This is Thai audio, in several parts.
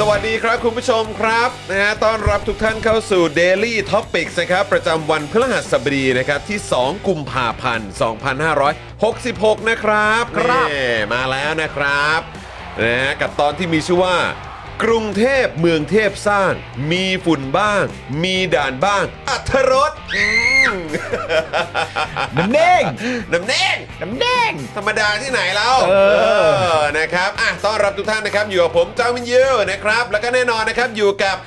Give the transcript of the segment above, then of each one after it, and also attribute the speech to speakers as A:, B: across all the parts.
A: สวัสดีครับคุณผู้ชมครับนะฮะต้อนรับทุกท่านเข้าสู่ Daily Topics นะครับ ประจำวันพฤหัสบดีนะครับ ที่ 2 กุมภาพันธ์ 2566 นะครับ
B: ครับ
A: นี่มาแล้วนะครับนะฮะกับตอนที่มีชื่อว่า กรุงเทพเมืองเทพสร้าง มีฝุ่นบ้าง มีด่านบ้าง อัธรสอืม
C: น้ำแดง
A: น้ำแดง
C: น้ำแดง
A: ธรรมดาที่ไหนเรา
C: เออ
A: อนะครับอ่ะต้อนรับทุกท่านนะครับ อยู่กับผมเจ้าวินยูนะครับ แล้วก็แน่นอนนะครับอยู่กับ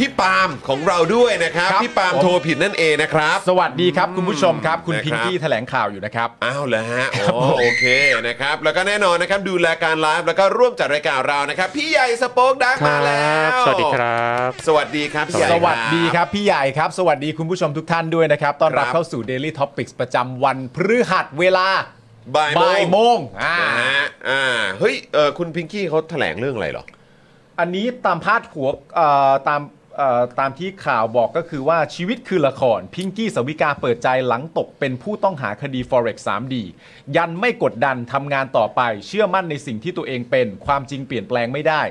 A: พี่ปาล์มของเราด้วยนะครับ
C: ครับ
A: พี่ปาล์ม
C: ผม
A: โทรผิดนั่นเองนะครับ
C: สวัสดีครับคุณผู้ชมครับ คุณ
A: นะครับ
C: พิงกี้แถลงข่าวอยู่นะครับ
A: อ้าวเหรอฮะ
C: ครับ
A: อ๋อ
C: ผม
A: โอเคนะครับ แล้วก็แน่นอนนะครับดูแลการไลฟ์แล้วก็ร่วมจัดรายการเรานะครับ พี่ใหญ่สป็อกดักมาแล้ว
D: สวัสดีครับ
A: สวัสดีครับพี่ใหญ่
C: สวัสดีครับ พี่ใหญ่ครับ สวัสดีคุณผู้ชมทุกท่านด้วยนะครับต้อนรับ
A: ครับ
C: เข้าสู่ Daily Topics ประจำวันพฤหัสเวลา
A: บ่าย
C: บ่าย
A: โม
C: โม
A: ง
C: งอ่า
A: นะฮะอ่าเฮ้ยเออคุณพิงกี้เขาแถลงเรื่องอะไรเหรอ
C: อันนี้ตามพาดหัวเอ่อตามเอ่อตามที่ข่าวบอกก็คือว่าชีวิตคือละคร พิงกี้สวิกาเปิดใจหลังตกเป็นผู้ต้องหาคดี Forex 3D ยันไม่กดดันทำงานต่อไป เชื่อมั่นในสิ่งที่ตัวเองเป็น ความจริงเปลี่ยนแปลงไม่ได้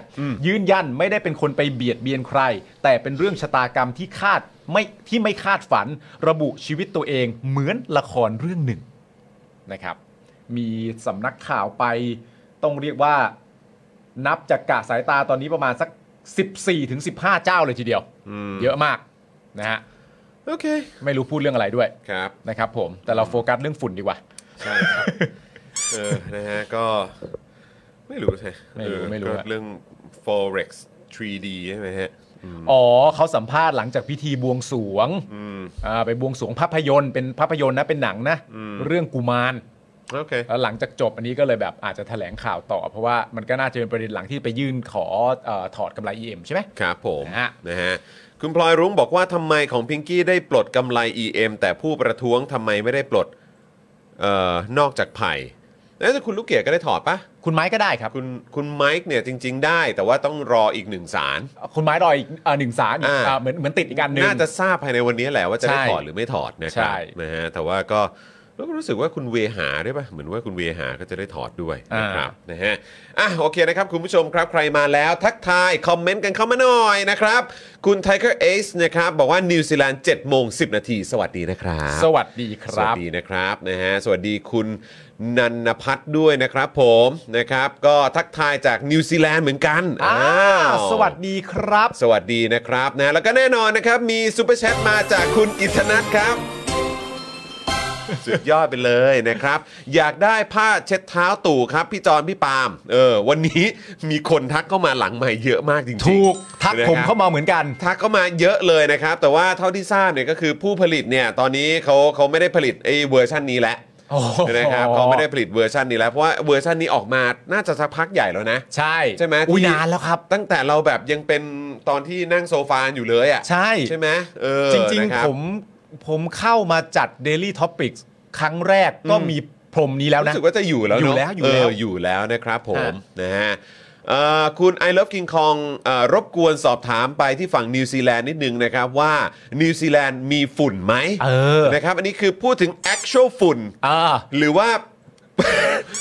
C: ยืนยันไม่ได้เป็นคนไปเบียดเบียนใคร แต่เป็นเรื่องชะตากรรมที่คาดไม่ที่ไม่คาดฝัน ระบุชีวิตตัวเองเหมือนละครเรื่องหนึ่ง นะครับ มีสำนักข่าวไปต้องเรียกว่านับจากกะสายตาตอนนี้ประมาณสัก 14ถึง15 เจ้าเลยทีเดียว เยอะมากนะฮะ
A: โอเค
C: ไม่รู้พูดเรื่องอะไรด้วย
A: ครับ
C: นะครับผมแต่เราโฟกัสเรื่องฝุ่นดีกว่า
A: ใช่ครับ เออ นะฮะ ก็ไม่รู้ใช่
C: ไม่รู้
A: เออ
C: ไม่รู้
A: ก็
C: อะ
A: เรื่อง forex 3D ใช่ไหมฮะ
C: อ๋อเขาสัมภาษณ์หลังจากพิธีบวงสรวงอ่าไปบวงสรวงภาพยนตร์เป็นภาพยนตร์นะเป็นหนังนะ เรื่องกุมาร
A: โอเค
C: แล้วหลังจากจบอันนี้ก็เลยแบบอาจจะแถลงข่าวต่อ เพราะว่ามันก็น่าจะเป็นประเด็นหลังที่ไปยื่นขอเอ่อถอดกำไร EM ใช่ไหม
A: ครับผม
C: นะฮะ
A: นะฮะ คุณพลอยรุ้งบอกว่าทำไมของพิงกี้ได้ปลดกำไร EM แต่ผู้ประท้วงทำไมไม่ได้ปลด เอ่อ นอกจากไผ่แล้วแต่คุณลูกเกียรก็ได้ถอดปะ
C: คุณไม้ก็ได้ครับ
A: คุณคุณไมค์เนี่ยจริง ๆ ได้ แต่ว่าต้องรออีกหนึ่งสาร
C: คุณไม้รอยอีกเอ่อหนึ่งสารอีก
A: อ่า
C: เอ่อเหมือนเหมือนติดอีกการหนึ่ง
A: น่าจะทราบภายในวันนี้แหละว่าจะได้
C: ใช่
A: ถอดหรือไม่ถอดนะครับ
C: ใช่
A: นะฮะแต่ว่าก็แล้วก็รู้สึกว่าคุณเวหาด้วยป่ะเหมือนว่าคุณเวหาก็จะได้ถอดด้วยนะครับนะฮะอ่ะโอเคนะครับ คุณผู้ชมครับใครมาแล้วทักทาย คอมเมนต์กันเข้ามาหน่อยนะครับ คุณ Tiger Ace นะครับ บอกว่านิวซีแลนด์7โมง10 นาที สวัสดีนะครับ
C: สวัสดีค
A: สวั
C: รับ
A: สดีนะครับนะฮะสวัสดีคุณนันพัฒน์ด้วยนะครับผมนะครับก็ทักทายจากนิวซีแลนด์เหมือนกัน
C: อ้า
A: อ้าว ว
C: สวัสดีครับ
A: สวัสดีนะครับนะแล้วก็แน่นอนนะครับ มีซูเปอร์แชทมาจากคุณอิทธนัทครับ สุดยอดไปเลยนะครับ อยากได้ผ้าเช็ดเท้าตู่ครับ พี่จอนพี่ปาล์มเออวันนี้มีคนทักเข้ามาหลังใหม่เยอะมากจริงๆ
C: ถูกทักผม
A: นะครับ
C: เข้ามาเหมือนกัน
A: ทักเข้ามาเยอะเลยนะครับ แต่ว่าเท่าที่ทราบเนี่ยก็คือผู้ผลิตเนี่ยตอนนี้เขาเขาไม่ได้ผลิตไอ้เวอร์ชันนี้แล้ว
C: โอ้โห
A: นะครับเขาไม่ได้ผลิตเวอร์ชันนี้แล้วเพราะว่าเวอร์ชันนี้ออกมาน่าจะสักพักใหญ่แล้วนะ
C: ใช่
A: ใช่ไหม
C: อุ้ย
A: ที่
C: นานแล้วครับ
A: ตั้งแต่เราแบบยังเป็นตอนที่นั่งโซฟาอยู่เลยอ่ะ
C: ใช่
A: ใช่ไหมเออ
C: จริง
A: นะค
C: ๆ
A: บ
C: ผมผมเข้ามาจัด Daily Topics ครั้งแรกก็
A: อืม
C: มี พรมนี้แล้วนะ
A: รู้สึกว่าจะอยู่แล้ว
C: อยู่
A: เนะ
C: แล้วอ
A: เ
C: ยู่แล้ว
A: อยู่แล้วนะครับผม
C: ฮะ
A: นะฮะเอ่อคุณ I love King Kong เอ่อรบกวนสอบถามไปที่ฝั่งนิวซีแลนด์นิดนึงนะครับ ว่านิวซีแลนด์มีฝุ่นไหม
C: เออ
A: นะครับ อันนี้คือพูดถึง actual ฝุ่น
C: อ่า
A: หรือว่า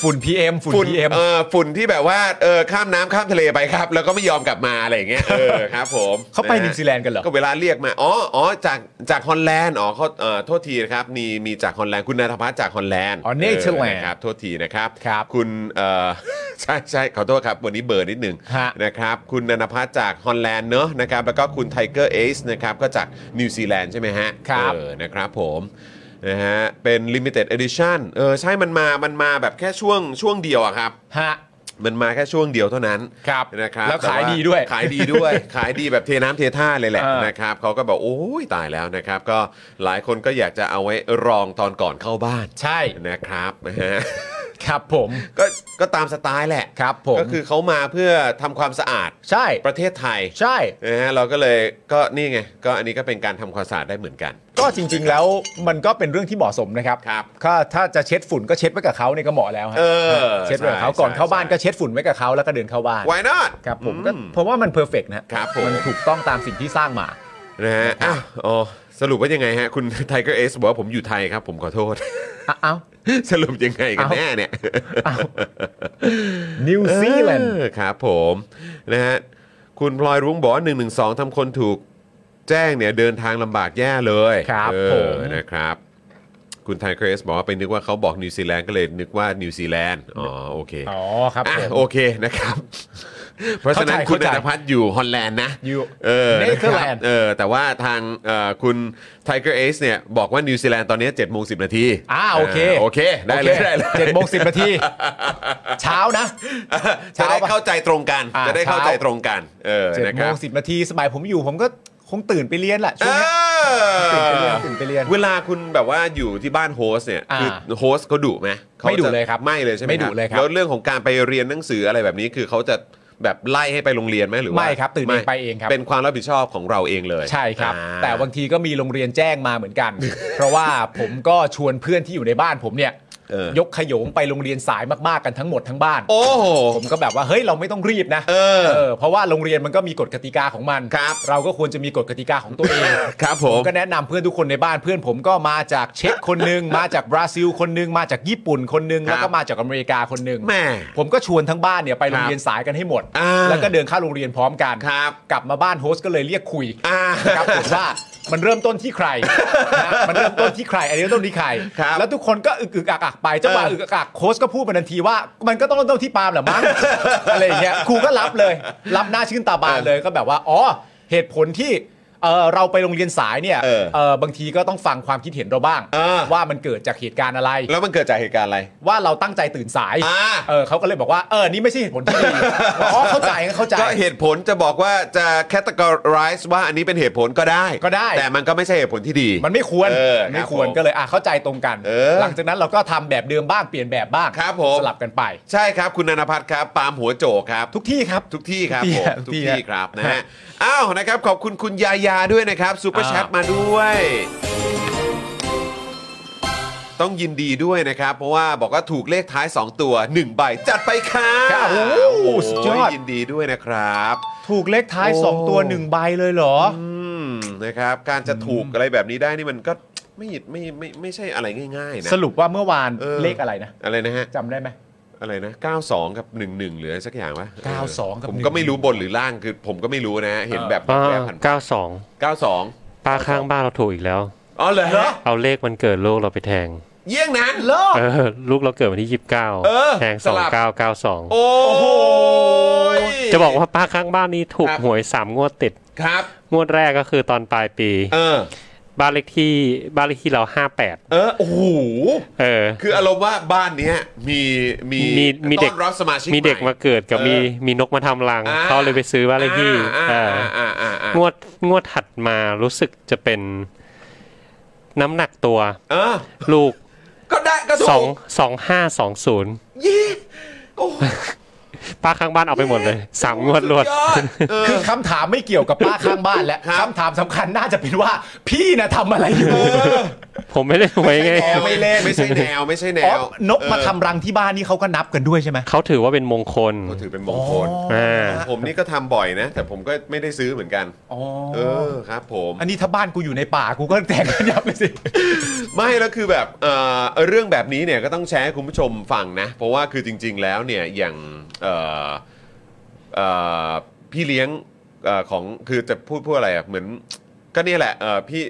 C: ฝุ่น PM ฝุ่น PM
A: เอ่อฝุ่นที่แบบว่าเออข้ามน้ำข้ามทะเลไปครับ แล้วก็ไม่ยอมกลับมาอะไรอย่างเงี้ยเออครับผม
C: เขาไป
A: ะฮะ
C: นิวซีแลนด์กันเหรอ
A: ก็เวลาเรียกมาอ๋ออ๋อจากจากฮอลแลนด์อ๋อเขาเอ่อโทษทีนะครับมีมีจากฮอลแลนด์คุณนันทพัฒน์จากฮอลแลนด์
C: อ๋อ Netherland
A: นะครับโทษทีนะครับ
C: ครับ
A: คุณเอ่ อ ใช่ใช่ขอโทษครับ วันนี้เบอร์นิดหนึง
C: ฮะ
A: นะครับคุณนันทพัฒน์จากฮอลแลนด์เนอะนะครับแล้วก็คุณไทเกอร์เอซนะครับก็จากนิวซีแลนด์ใช่ไหมฮะ
C: ครับ
A: เออนะครับผมนะฮะเป็น limited edition เออใช่มันมามันมาแบบแค่ช่วงช่วงเดียวอะครับ
C: ฮะ
A: มันมาแค่ช่วงเดียวเท่านั้น
C: ครับ
A: นะครับ
C: แล้วขาย
A: ต่
C: ดีด้วย
A: ขายดีด้วย ขายดีแบบเทน้ำเทท่าเลยแหละ
C: อ่าน
A: นะครับเขาก็บอกโอ้ยตายแล้วนะครับ ก็หลายคนก็อยากจะเอาไว้รองตอนก่อนเข้าบ้าน
C: ใช่
A: นะครับนะฮะ
C: ครับผม
A: ก็ก็ตามสไตล์แหละ
C: ครับผม
A: ก็คือเขามาเพื่อทำความสะอาด
C: ใช่
A: ประเทศไทย
C: ใช่
A: นะฮะเราก็เลยก็นี่ไงก็อันนี้ก็เป็นการทำความสะอาดได้เหมือนกัน
C: ก็จริง ๆ แล้วมันก็เป็นเรื่องที่เหมาะสมนะครับ
A: ครับ
C: ถ้าถ้าจะเช็ดฝุ่นก็เช็ดไว้กับเขาเนี่ยก็เหมาะแล้วฮะ
A: เออ
C: เช็ดไว้กับเขาก่อนเข้าบ้านก็เช็ดฝุ่นไว้กับเขาแล้วก็เดินเข้าบ้าน
A: วายนอต
C: ครับผมก็ผมว่ามันเพอร์เฟกนะฮะ
A: ครับผม
C: มันถูกต้องตามสิ่งที่สร้างมา
A: นะฮะอ้าวอ๋อสรุปว่ายังไงฮะคุณไทเกอร์เอสบอกว่าผมอยู่ไทยครับผมขอโทษ
C: อ้าวอ้าว
A: สรุปยังไงกัน
C: เอ้า
A: แน่เนี่ย
C: อ้าวนิวซีแลนด์
A: เออครับผมนะฮะคุณพลอยรุ้งบอกว่า1นึทำคนถูกแจ้งเนี่ยเดินทางลำบากแย่เลย
C: ครับ
A: เออ
C: ผม
A: นะครับ คุณไทยเครสบอกว่าไปนึกว่าเขาบอกนิวซีแลนด์ก็เลยนึกว่านิวซีแลนด์อ๋อโอเค
C: อ๋อครับ
A: อ่ะ
C: ผม
A: โอเคนะครับ เพราะฉะนั้น
C: เข้าใจ
A: คุณ
C: เข้าใจ
A: นันทพัฒน์อยู่ฮอลแลนด์นะ
C: อยู่
A: เออนะครับ
C: เนเธอร์แลนด์
A: เออแต่ว่าทางเอ่อคุณไทเกอร์เอสเนี่ยบอกว่านิวซีแลนด์ตอนนี้7จ็ดโมงสินาที
C: อ่าโอเค
A: โอเคได้เลยได้เลย
C: เจ็ดโมงสิบนาทีเช้านะ
A: จะ
C: เช้า
A: ได้
C: ปะ
A: เข้าใจตรงกัน
C: อ่า
A: จะได้เข้า
C: เช้า
A: ใจตรงกัน เออ
C: เจ็ด
A: นะค
C: โม
A: รับ
C: งสิบนาทีสมัยผมอยู่ผมก็คงตื่นไปเรียนแหละช่วงเนี้ย
A: เออ
C: ตื่นไปเรียนตื่นไปเรียน
A: เวลาคุณแบบว่าอยู่ที่บ้านโฮสเนี่ย
C: อ่า
A: คือโฮสเขาดุไหมขา
C: ไม่ดุ
A: จะ
C: เลยครับ
A: ไม่เลยใช่ไหม
C: ไม่ดุเลยครับ
A: แล้วเรื่องของการไปเรียนหนังสืออะไรแบบนี้คือเขาจะแบบไล่ให้ไปโรงเรียนไหมหรือว่า
C: ไม่ครับตื่นเอง
A: ม่
C: ไปเองครับ
A: เป็นความรับผิดชอบของเราเองเลย
C: ใช่ครับ
A: อ่
C: แต่บางทีก็มีโรงเรียนแจ้งมาเหมือนกัน เพราะว่าผมก็ชวนเพื่อนที่อยู่ในบ้านผมเนี่ย
A: เออย
C: กขโยงไปโรงเรียนสายมากๆกันทั้งหมดทั้งบ้าน
A: โอ้โห
C: ผมก็แบบว่าเฮ้ยเราไม่ต้องรีบนะ
A: เออ
C: เพราะว่าโรงเรียนมันก็มีกฎกติกาของมัน
A: ครับ
C: เราก็ควรจะมีกฎกติกาของตัวเอง
A: ครับผ
C: ผม มก็แนะนำเพื่อนทุกคนในบ้านเพื่อนผมก็มาจากเช็กคนห นึง มาจากบราซิลคนหนึง มาจากญี่ปุ่นคนหนึง
A: ครับ
C: แล้วก็มาจากอเมริกาคนหนึง
A: แม่
C: ผมก็ชวนทั้งบ้านเนี่ยไปโร
A: ครั
C: ง
A: บ
C: เรียนสายกันให้หมด
A: อ่า
C: แล้วก็เดินเข้าโรงเรียนพร้อมกัน
A: ครับ
C: กลับมาบ้านโฮสต์ก็เลยเรียกคุย
A: อ่า
C: ครับผมว่ามันเริ่มต้นที่ใครนะมันเริ่มต้นที่ใครอันนี้เริ่มต้นที่ใคร
A: ครับ
C: แล้วทุกคนก็อึกอึกอักอักไปเจ้าบ่าว
A: เอออึ
C: อึกอักอักโค้ชก็พูดมาทันทีว่า มันก็ต้องเริ่มต้นที่ปาล์มแหละมั้ง อะไรอย่างเงี้ยครูก็รับเลย รับหน้าชื่นตาบานเลยก็แบบว่าอ๋อเหตุผลที่เอ่อเราไปโรงเรียนสายเนี่ย
A: เออ
C: เอ่อบางทีก็ต้องฟังความคิดเห็นเราบ้าง
A: เออ
C: ว่ามันเกิดจากเหตุการณ์อะไร
A: แล้วมันเกิดจากเหตุการณ์อะไร
C: ว่าเราตั้งใจตื่นสาย
A: อ่า
C: เออเขาก็เลยบอกว่าเออนี่ไม่ใช่เหตุผลที่ดีอ๋อเข้าใจเข้าใจ
A: ก็เหตุผลจะบอกว่าจะ categorize ว่าอันนี้เป็นเหตุผลก็ได้
C: ก็ได้
A: แต่มันก็ไม่ใช่เหตุผลที่ดี
C: มันไม่ควร
A: เออ
C: ไม่ควร
A: ครับผม
C: ก็เลยอ่ะเข้าใจตรงกัน
A: เออ
C: หลังจากนั้นเราก็ทำแบบเดิมบ้างเปลี่ยนแบบบ้าง
A: ครับผม
C: สลับกันไป
A: ใช่ครับ คุณนันพัฒน์ครับ ปาล์มหัวโจกครับ
C: ทุกที่ครับ
A: ทุกที่ครับ
C: ทุกที่
A: ผม
C: ฮะ
A: ทุ
C: ทุ
A: ก
C: กที่
A: ที่
C: ฮะ
A: ครับนะฮะอ้าวนะครับ ขอบคุณคุณยายาด้วยนะครับซูเปอร์
C: อ่า
A: แชทมาด้วย ต้องยินดีด้วยนะครับ เพราะว่าบอกว่าถูกเลขท้าย 2 ตัว 1 ใบจัดไปค่ะ
C: ครับโอ้โหสุดยอด
A: โยินดีด้วยนะครับ
C: ถูกเลขท้าย
A: โอ้
C: 2 ตัว 1 ใบเลยเหรอ
A: อืมนะครับ การจะถูกอะไรแบบนี้ได้นี่มันก็ไม่ไม่ไม่ไม่ใช่อะไรง่ายๆนะ
C: สรุปว่าเมื่อวาน
A: เออ
C: เลขอะไรนะ
A: อะไรนะฮะ
C: จำได้ไหม
A: อะไรนะ 92 กับ 11เหลือสักอย่างวะ
C: 92กับ
A: ผมก็
C: 11
A: ไม่รู้บนหรือล่างคือผมก็ไม่รู้นะ เห็นแบบ
D: ป้า
A: แบบผ่าน
D: เก้าสอง
A: 92
D: ป้าข้างบ้านเราถูกอีกแล้ว
A: อ๋อเหรอ
C: เหรอ
A: ฮะ
D: เอาเลขมันเกิดลูกเราไปแทง
A: เยี่ยงนั้น
C: เลิก
D: เออ ลูกเราเกิดวันที่ยี่สิบเก้า
A: เออ
D: แทง
A: ส
D: สอง
A: ลับ
D: เก้าเก้าสอง
A: โอ้โห
D: จะบอกว่าป้าข้างบ้านนี่ถูก
A: ครับ
D: หวยสามงวดติด
A: ครับ
D: งวดแรกก็คือตอนปลายปี
A: เออ
D: บ้านเลขที่บ้านเลขที่เราห้าแปด
A: เออโอ้โห
D: เออ
A: คืออารมณ์ว่าบ้านเนี้ยมีมี
D: มีมีเด็ก
A: ต้อนรับสมาชิก
D: มีเด็ก
A: ให
D: มาเกิดกับ
A: เออ
D: มีมีนกมาทำรัง
A: อ่า
D: เขาเลยไปซื้อบ้านเลขที่
A: อ่า
D: เอ
A: อ่า
D: อ
A: อ่าอ่าอ่าง
D: วดงวดถัดมารู้สึกจะเป็นน้ำหนักตัว
A: เออ
D: ลูก
A: ก็ได้ก็ถูก
D: สองสองห้าสองศูนย์
A: เยี่โอ้โห
D: ป้าข้างบ้านเอาไปหมดเลยสามงวดรวด
A: ยอดเออ
C: คือคำถามไม่เกี่ยวกับป้าข้างบ้านแล้ว
A: ครับ
C: คำถามสำคัญน่าจะเป็นว่า พี่นะทำอะไรอยู่
D: ผมไม่ได้หวยไง
A: แนวไม่เล่นไม่ใช่แนวไม่ใช่แน
C: อ๋อ
A: วน
C: กมาทำรังที่บ้านนี่เขาก็นับกันด้วยใช่ไหม
D: เขาถือว่าเป็นมงคล
A: ก็ถือเป็นมงคล
C: อ๋อ
D: อ่า
A: ผมนี่ก็ทำบ่อยนะ แต่ผมก็ไม่ได้ซื้อเหมือนกัน
C: อ๋อ
A: เออครับผม
C: อันนี้ถ้าบ้านกูอยู่ในป่ากูก็แต่งกันยับเลยสิ
A: ไม่แล้วคือแบบเอ่อเรื่องแบบนี้เนี่ยก็ต้องแชร์ให้คุณผู้ชมฟังนะ เพราะว่าคือจริง ๆ แล้วเนี่ยอย่างเอ่อเอ่อพี่เลี้ยงเอ่อของคือจะพูดพูดอะไรอ่ะเหมือน ก็เนี่ยแหละเอ่อพี่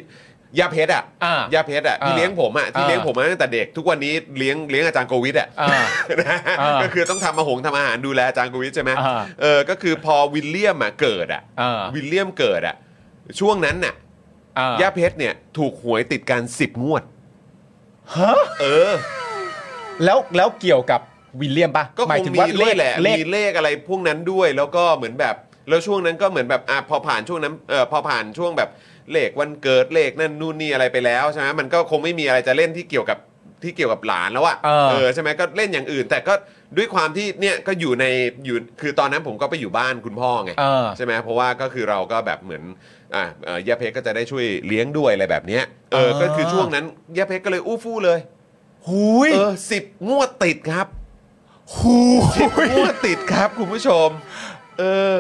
A: ยาเพชรอ่ะ
C: อ่าย
A: าเพชรอ่ะ
C: อ่า
A: ที่เลี้ยงผมอ่ะที่
C: อ่า
A: เลี้ยงผมมาตั้งแต่เด็กทุกวันนี้เลี้ยงเลี้ยงอาจารย์โควิดอ่ะ
C: อ่า
A: นะ
C: อ่า
A: ก็คือต้องทำอาหงทำอาหารดูแลอาจารย์กวิทใช่ไหม
C: อ่า
A: เออก็คือพอวิลเลียมอ่ะเกิดอ่ะ
C: อ่า
A: วิลเลียมเกิดอ่ะช่วงนั้นน่ะ
C: อ่า
A: ย่าเพชรเนี่ยถูกหวยติดกัน 10 งวด
C: ฮะ
A: เออ
C: แล้วแล้วเกี่ยวกับวิลเลียมปะ
A: ก็
C: หมาย
A: คง
C: ถึง
A: มี
C: ว่า
A: เล
C: เล
A: ข
C: ข
A: แหละ
C: เลข
A: มีเลขอะไรพวกนั้นด้วยแล้วก็เหมือนแบบแล้วช่วงนั้นก็เหมือนแบบอ่ะพอผ่านช่วงนั้นเออพอผ่านช่วงแบบเลขวันเกิดเลขนั่นนู่นนี่อะไรไปแล้วใช่ไหมมันก็คงไม่มีอะไรจะเล่นที่เกี่ยวกับที่เกี่ยวกับหลานแล้วอะ
C: เออ
A: เออใช่ไหมก็เล่นอย่างอื่น แต่ก็ด้วยความที่เนี่ยก็อยู่ในอยู่คือตอนนั้นผมก็ไปอยู่บ้านคุณพ่อไง
C: เออ
A: ใช่ไหมเพราะว่าก็คือเราก็แบบเหมือนอ่าเอ่อย่าเพชรก็จะได้ช่วยเลี้ยงด้วยอะไรแบบเนี้ยเออ
C: อ่า
A: ก็คือช่วงนั้นย่าเพชรก็เลยอู้ฟู่เลย
C: หูย
A: เออสิบงวดติดครับ
C: หู
A: สิบงวดติดครับคุณผู้ชม เออ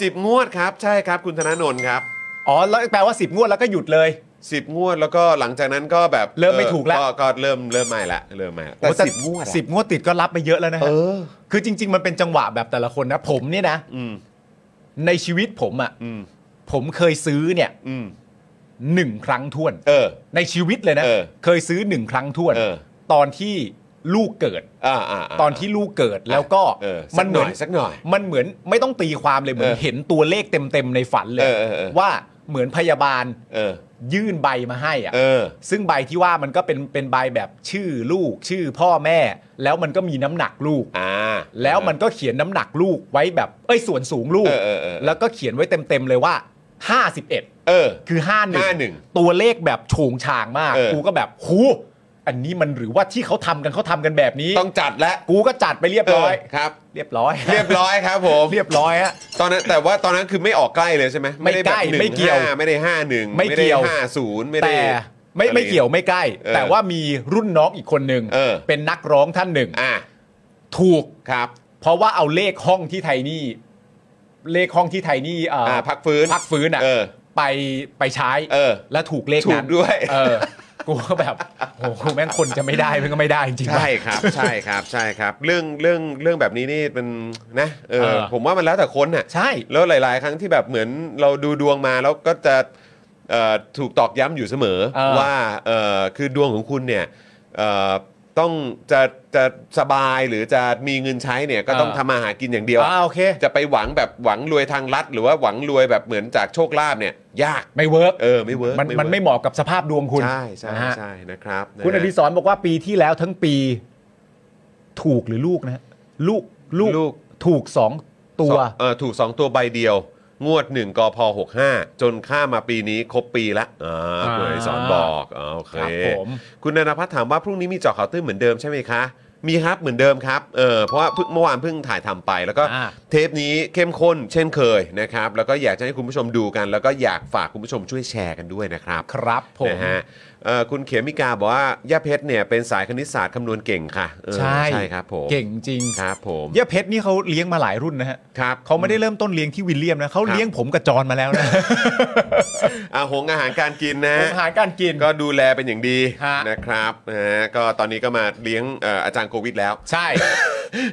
A: สิบงวดครับ ใช่ครับคุณธนาโนนครับ
C: อ๋อแล้วแปลว่าสิบงวดแล้วก็หยุดเลย
A: สิบงวดแล้วก็หลังจากนั้นก็แบบ
C: เริ่มไม่
A: ออ
C: ถูกแล้ว
A: ก็เริ่มเริ่มไม่ละเริ่มไม่ละ
C: โอ้
A: แต่สิบงวดอะ
C: สิบงวดติดก็รับไปเยอะแล้วนะ
A: เอ
C: ฮะ
A: อ
C: คือจริง ๆ มันเป็นจังหวะแบบแต่ละคนนะผมเนี่ยนะ
A: อืม
C: ในชีวิตผมอ่ะ
A: อืม
C: ผมเคยซื้อเนี่ย
A: อืม
C: หนึ่งครั้งท้วน
A: เออ
C: ในชีวิตเลยนะ
A: เออ
C: เคยซื้อหนึ่งครั้งท้วน
A: เออ
C: ตอนที่ลูกเกิด
A: อ่าอ่าา
C: ตอนที่ลูกเกิดแล้วก็
A: เออสั
C: มั
A: กห
C: นเหมื
A: น่
C: อ
A: อน ยสักหน่อย
C: มันเหมือนไม่ต้องตีความเลยเหมือน
A: เออ
C: เห็นตัวเลขเต็มๆในฝันเลย
A: เออเออเออ
C: ว่าเหมือนพยาบาล
A: เออ
C: ยื่นใบมาให้อะ
A: เออ
C: ซึ่งใบที่ว่ามันก็เป็นเป็นใบแบบชื่อลูก ชื่อพ่อแม่ แล้วมันก็มีน้ำหนักลูก
A: อ่า
C: แล้วมันก็เขียนน้ำหนักลูกไว้แบบเอ้ยส่วนสูงลูก
A: เออเออเออ
C: แล้วก็เขียนไว้เต็มๆเลยว่า 51
A: เออ
C: คือ
A: 51
C: 51 ตัวเลขแบบโฉงฉางมาก
A: เออ
C: กูก็แบบหูอันนี้มันหรือว่าที่เขาทำกันเขาทำกันแบบนี้
A: ต้องจัดแล้ว
C: กูก็จัดไปเรียบร้อย
A: เครับ
C: เรียบร้อย
A: เรียบร้อยครับผม
C: เรียบร้อยฮะ
A: ตอนนั้นแต่ว่าตอนนั้นคือไม่ออกใกล้เลยใช่ไหมด้แบบ
C: ไม่ใกล้ไม่เกี่ยว
A: 15ไม่ได้ห้าหนึ่ง
C: ไม่เกี่ยว
A: ห้าศูนย์ไม่ได้
C: แต่ไม่ไม่เกี่ยวไม่ใกล้
A: เออ
C: แต่ว่ามีรุ่นน้องอีกคนหนึ่ง
A: เออ
C: เป็นนักร้องท่านหนึ่ง
A: อ่ะ
C: ถูก
A: ครับ
C: เพราะว่าเอาเลขห้องที่ไทนี่ เลขห้องที่ไทนี่เอ่อ
A: อ่าพักฟื้น
C: พักฟื้นอ่ะ
A: เออ
C: ไปไปใช้
A: เออ
C: แล้วถูกเลข
A: ถู
C: นั้
A: ก
C: น
A: ด้วย
C: เออกูก็แบบโอ้โหแม่งคนจะไม่ได้มันก็ไม่ได้จริงๆ
A: ใช่ครับ ใช่ ครับ ใช่ครับ เรื่องเรื่องเรื่องแบบนี้นี่มันนะเอ
C: เอ
A: อ
C: อ
A: ผมว่ามันแล้วแต่คนน่ะ
C: ใช่
A: แล้วหลาย ๆ ครั้งที่แบบเหมือนเราดูดวงมาแล้วก็จะเอ่อถูกตอกย้ำอยู่เสมอ
C: เออ
A: ว่าเอ่อคือดวงของคุณเนี่ยเอ่อต้องจะจะสบายหรือจะมีเงินใช้เนี่ยก็ต้อง
C: เออ
A: ทำมาหากินอย่างเดียว
C: อ่าโอเค
A: จะไปหวังแบบหวังรวยทางลัด หรือว่าหวังรวยแบบเหมือนจากโชคลาภเนี่ย ยาก
C: ไม่เวิร์ก
A: เออไม่เวิร์ก
C: มันมันไม่
A: เวิร์
C: เหมาะกับสภาพดวง
A: ก
C: คุณ
A: ใช่ใช่
C: นะฮะ
A: ใช่นะครับนะฮะ
C: คุณอดิศรบอกว่าปีที่แล้วทั้งปี ถูกหรือลูกนะฮะลูกลูก
A: ลูก
C: ถูกสองตัว
A: สองเออถูก 2 ตัวใบเดียว งวด 1กพ65 จนข้ามมาปีนี้ครบปีละอ่าคุณอดิศรบอกอ๋อโอเค
C: ครับผม
A: คุณนนพัฒน์ถามว่าพรุ่งนี้มีเจาะข่าวตื้นเหมือนเดิมใช่ไหมคะ มีครับเหมือนเดิมครับ เออเพราะว่าเพิ่งเมื่อวานเพิ่งถ่ายทำไป แล้วก็
C: อ่า
A: เทปนี้เข้มข้นเช่นเคยนะครับ แล้วก็อยากจะให้คุณผู้ชมดูกัน แล้วก็อยากฝากคุณผู้ชมช่วยแชร์กันด้วยนะครับ
C: ครับผม
A: นะฮะเอ่อคุณเขมิกาบอกว่าย่าเพชรเนี่ยเป็นสายคณิตศาสตร์คำนวณเก่งค่ะเออ
C: ใช่
A: ใช่ครับผม
C: เก่งจริง
A: ครับผม
C: เย่ยเพชรนี่เขาเลี้ยงมาหลายรุ่นนะฮะ
A: ครับ
C: เขาไม่ได้เริ่มต้นเลี้ยงที่วิลเลียมนะเขา
A: ครับ
C: เลี้ยงผมกับจอนมาแล้วนะ
A: อาหงอาหารการกินนะฮะ
C: อาหารการกิน
A: ก็ดูแลเป็นอย่างดี
C: ฮะ
A: นะครับนะฮะก็ตอนนี้ก็มาเลี้ยงเอ่ออาจารย์โควิดแล้ว
C: ใช่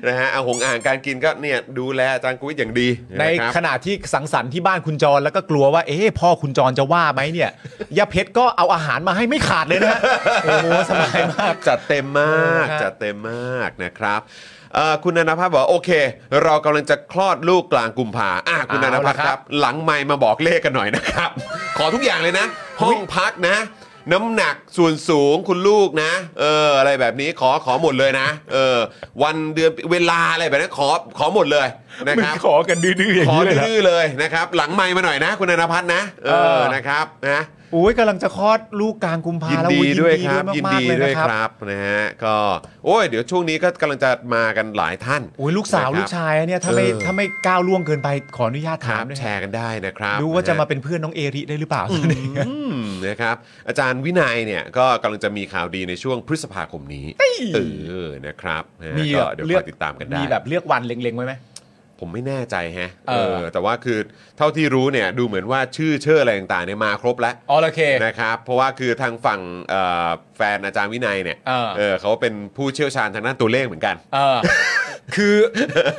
A: นะฮะอาหงอาหารการกินก็เนี่ยดูแลอาจารย์กุ้ยอย่างดี
C: ใน
A: ครับ
C: ขณะที่สังสรรค์ที่บ้านคุณจรแล้วก็กลัวว่า เอ๊ะพ่อคุณจรจะว่าไหมเนี่ยยาเพชรก็เอาอาหารมาให้ไม่ขาดเลยนะฮะโอ้โหสบายมาก
A: จัดเต็มมาก
C: เออนะฮะ
A: จัดเต็มมากนะครับเอ่อคุณนันทภาพบอกว่าโอเค เรากำลังจะคลอดลูกกลางกุมภาอ่ะคุณนั
C: เอา
A: นท
C: ละ
A: ภาพค
C: ครั
A: รับ
C: บ
A: หลังไมค์มาบอกเลขกันหน่อยนะครับ ขอทุกอย่างเลยนะ ห้องพักนะ น้ำหนักส่วนสูงคุณลูกนะ เอออะไรแบบนี้ขอขอหมดเลยนะเออวันเดือนเวลาอะไรแบบนั้นขอขอหมดเลยนะครับ
C: มึงขอกันดื้อๆอย่าง
A: ขอ
C: นี้เลยเหรอ
A: ดื้อๆเลยนะครับ หลังไมค์มาหน่อยนะ คุณนนพัฒน์นะเอ
C: เอ
A: อ
C: อ
A: นะครับนะ
C: โอ้ยกำลังจะคลอดลูกกลางกุมภา
A: ยิน
C: แล้ว
A: ดี
C: อุ๊
A: ด้วยครับยิน
C: มาก
A: ดี
C: ๆเลย
A: ด้วย
C: นะครับ
A: ครับนะฮะก็โอ้ยเดี๋ยวช่วงนี้ก็กำลังจะมากันหลายท่าน
C: โอ้ยลูกสา
A: นะค
C: ว
A: รับ
C: ลูกชายเนี่ยถ้าไม่
A: เออ
C: ถ้าไม่ก้าวล่วงเกินไปขออนุญาต
A: ค
C: ถา
A: รั
C: ม
A: บ
C: ด้วย
A: แชร์กันได้นะครับ
C: ดูว่าจะ
A: ฮ
C: มาเป็นเพื่อนน้องเอริได้หรือเปล่า
A: อืมนะครับอาจารย์วินัยเนี่ยก็กำลังจะมีข่าวดีในช่วงพฤษภาคมนี้เออนะครับนะฮะ
C: มี
A: ก็
C: แบบ
A: เดี๋ยว
C: เลื
A: ค
C: อ
A: อก ยติดตามกันได้
C: มีแบบเลือกวันเล็งๆไว้ไหม
A: ผมไม่แน่ใจแฮะ
C: เออ
A: แต่ว่าคือเท่าที่รู้เนี่ยดูเหมือนว่าชื่อเชื่ออะไรต่างๆเนี่ยมาครบแล้ว
C: อ๋อโอเค
A: นะครับเพราะว่าคือทางฝั่งเอ่อแฟนอาจารย์วินัยเนี่ย
C: เออ
A: เออเขาเป็นผู้เชี่ยวชาญทางด้านตัวเลขเหมือนกัน
C: เอ อ คือ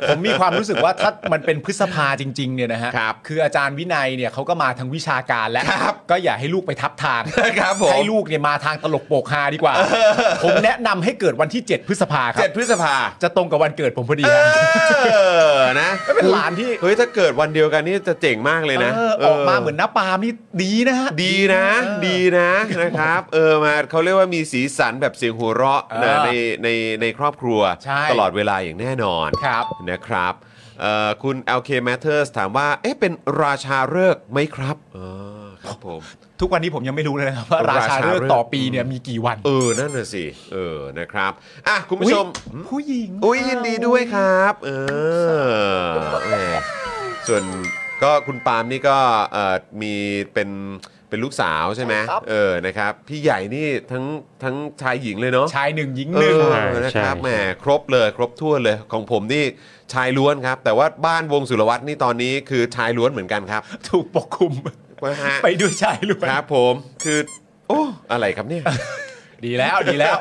C: ผมมีความรู้สึกว่าถ้ามันเป็นพฤษภาจริง ๆ เนี่ยนะฮะ
A: ครับ
C: คืออาจารย์วินัยเนี่ยเขาก็มาทางวิชาการแล้ว
A: ครับ
C: ก็อย่าให้ลูกไปทับทาง
A: ครับผม
C: ให้ลูกเนี่ยมาทางตลกโปกฮาดีกว่า ผมแนะนำให้เกิดวันที่ 7 พฤษภาครั
A: เจ็ด
C: บ
A: พฤษภา
C: จะตรงกับวันเกิดผมพอดีฮะ
A: เออนะ
C: ไม่เป็นหลานที่
A: เฮ้ยถ้าเกิดวันเดียวกันนี่จะเจ๋งมากเลยนะ
C: เออออกมาเหมือนน้าปาล์มนี่ดีนะฮะ
A: ดีนะดีนะนะครับ เออมาเขาเรียกว่ามีสีสันแบบเสียงหัวเราะ
C: เออ
A: นะในในในครอบครัว
C: ใช่
A: ตลอดเวลาอย่างแน่นอน
C: ครับ
A: นะครับเอ่อคุณ LK Matters ถามว่า เอ๊ะเป็นราชาฤกษ์ไหมครับเออครับผม
C: ทุกวันนี้ผมยังไม่รู้เลยนะครับว่าราชาฤกษ์ต่อปีเนี่ยมีกี่วัน
A: เออ นั่นน่ะสิ เออนะครับ อ่ะ คุณผู้ชม
C: อุ๊ยผู้หญิง
A: อุ้ยยินดีด้วยครับ เออแหมส่วนก็คุณปาล์มนี่ก็เอ่อมีเป็นเป็นลูกสาวใช่ไหมเออนะครับ พี่ใหญ่นี่ทั้งทั้งชายหญิงเลยเนาะ
C: ชายหนึ่งหญิง
A: เอ
C: หนึ่ง
A: อ
D: ใช่
A: นะครับ
D: ใช่
A: แหมครบเลยครบทั่วนเลยของผมนี่ชายล้วนครับ แต่ว่าบ้านวงสุรวัตรนี่ตอนนี้คือชายล้วนเหมือนกันครับ
C: ถูกปกคลุม
A: นะฮะ
C: ไปด้วยชายล้วน
A: ครับผมคือโอ้อะไรครับเนี่ย
C: ดีแล้วดีแล้ว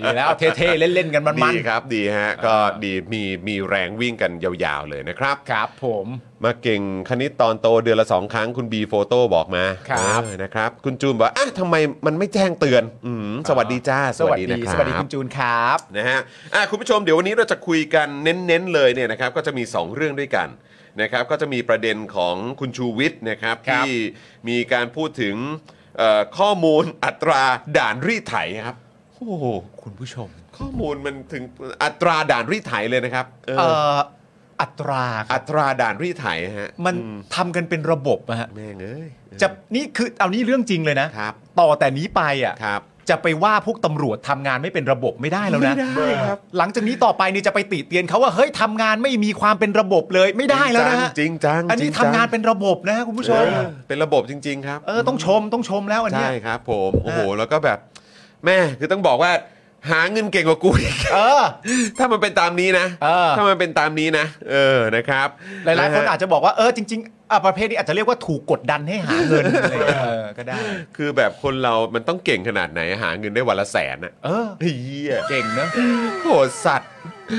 C: ดีแล้วเท่ๆ เล่น ๆ กันมัน
A: ดีครับดีฮะก็ดีมีมีแรงวิ่งกันยาวๆเลยนะครับ
C: ๆครับผม
A: มาเก่งคณิตตอนโตเดือนละ 2 ครั้งคุณบีโฟโต้บอกมา
C: ครับ
A: เออนะครับ คุณจูนบอกว่าอ่ะทำไมมันไม่แจ้งเตือนอืมสวัสดีจ้า
C: าสวัสดี
A: นะครั
C: ส
A: บ
C: วัสดีคุณจูนครับ
A: นะฮะอ่ะคุณผู้ชมเดี๋ยววันนี้เราจะคุยกันเน้นๆเลยเนี่ยนะครับก็จะมี 2 เรื่องด้วยกันนะครับก็จะมีประเด็นของคุณชูวิทย์นะครับ
C: ครับ
A: ที่มีการพูดถึงเอ่อข้อมูล อัตราด่านรีดไถครับโอ้โหคุณผู้ชม ข้อมูลมันถึงอัตราด่านรีดไถเลยนะครับเออ
C: เอ่ออัตราครับ
A: อัตราด่านรีดไถฮะ
C: มัน
A: อื
C: ทำกันเป็นระบบอะฮะ
A: แม่งเอ้ย
C: จะนี่คือเอานี่เรื่องจริงเลยนะ
A: ครับ
C: ต่อแต่นี้ไปอ่ะ
A: ครับ
C: จะไปว่าพวกตำรวจทำงานไม่เป็นระบบไม่ได้แล้วนะ
A: ไม่ได้ครับ
C: หลังจากนี้ต่อไปนี่จะไปติเตียนเขาว่าเฮ้ยทำงานไม่มีความเป็นระบบเลยไม่ได้แล้วนะฮะ
A: จริงจัง
C: อันนี้
A: จริ
C: ทำงานเป็นระบบนะฮะคุณผู้ชม
A: เออเป็นระบบจริง ๆ ครับ
C: เออต้องชมต้องชมแล้วอันเนี้ย
A: ใช่ครับผมโอ้โห
C: ฮะ
A: แล้วก็แบบ แม่คือต้องบอกว่า หาเงินเก่งกว่ากูอีก
C: เออ
A: ถ้ามันเป็นตามนี้นะ
C: เออ
A: ถ้ามันเป็นตามนี้นะ เออนะครับ
C: หลายๆ คนอา
A: ะฮ
C: จจะบอกว่าเออจริงๆอ่ะประเภทนี้อาจจะเรียกว่าถูกกดดันให้หาเงินอะไรอย่างเงี้ยเออก็ได้
A: ะคือแบบคนเรามันต้องเก่งขนาดไหนหาเงินได้วันละแสนอะ
C: เออ
A: เฮีย
C: เก่งเนอะ
A: โหดสัตว์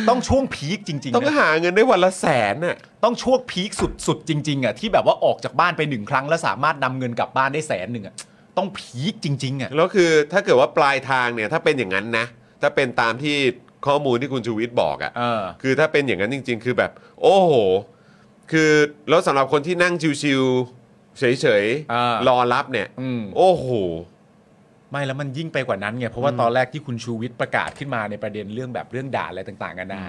C: ต้องช่วงพีคจริง
A: ต้อง
C: ๆนะ
A: หาเงินได้วันละแสนน่ะ
C: ต้องช่วงพีคสุดๆจริง ๆอ่ะที่แบบว่าออกจากบ้านไปหนึ่งครั้ง แล้วสามารถนำเงินกลับบ้านได้แสนหนึ่งอ่ะต้องพีคจริงๆอ่ะ
A: แล้วคือถ้าเกิดว่าปลายทางเนี่ยถ้าเป็นอย่างนั้นนะ ถ้าเป็นตามที่ข้อมูลที่คุณชูวิทย์บอกอะ
C: เออ
A: คือถ้าเป็นอย่างนั้นจริง ๆ คือแบบ โอ้โห คือแล้วสำหรับคนที่นั่งชิวๆเฉย
C: อ่าร
A: อรับเนี่ย
C: อืม
A: โอ้โห
C: ไม่แล้วมันยิ่งไปกว่านั้นไงเพราะว่าตอนแรกที่คุณชูวิทย์ประกาศขึ้นมาในประเด็นเรื่องแบบเรื่องด่าอะไรต่างๆกันนะ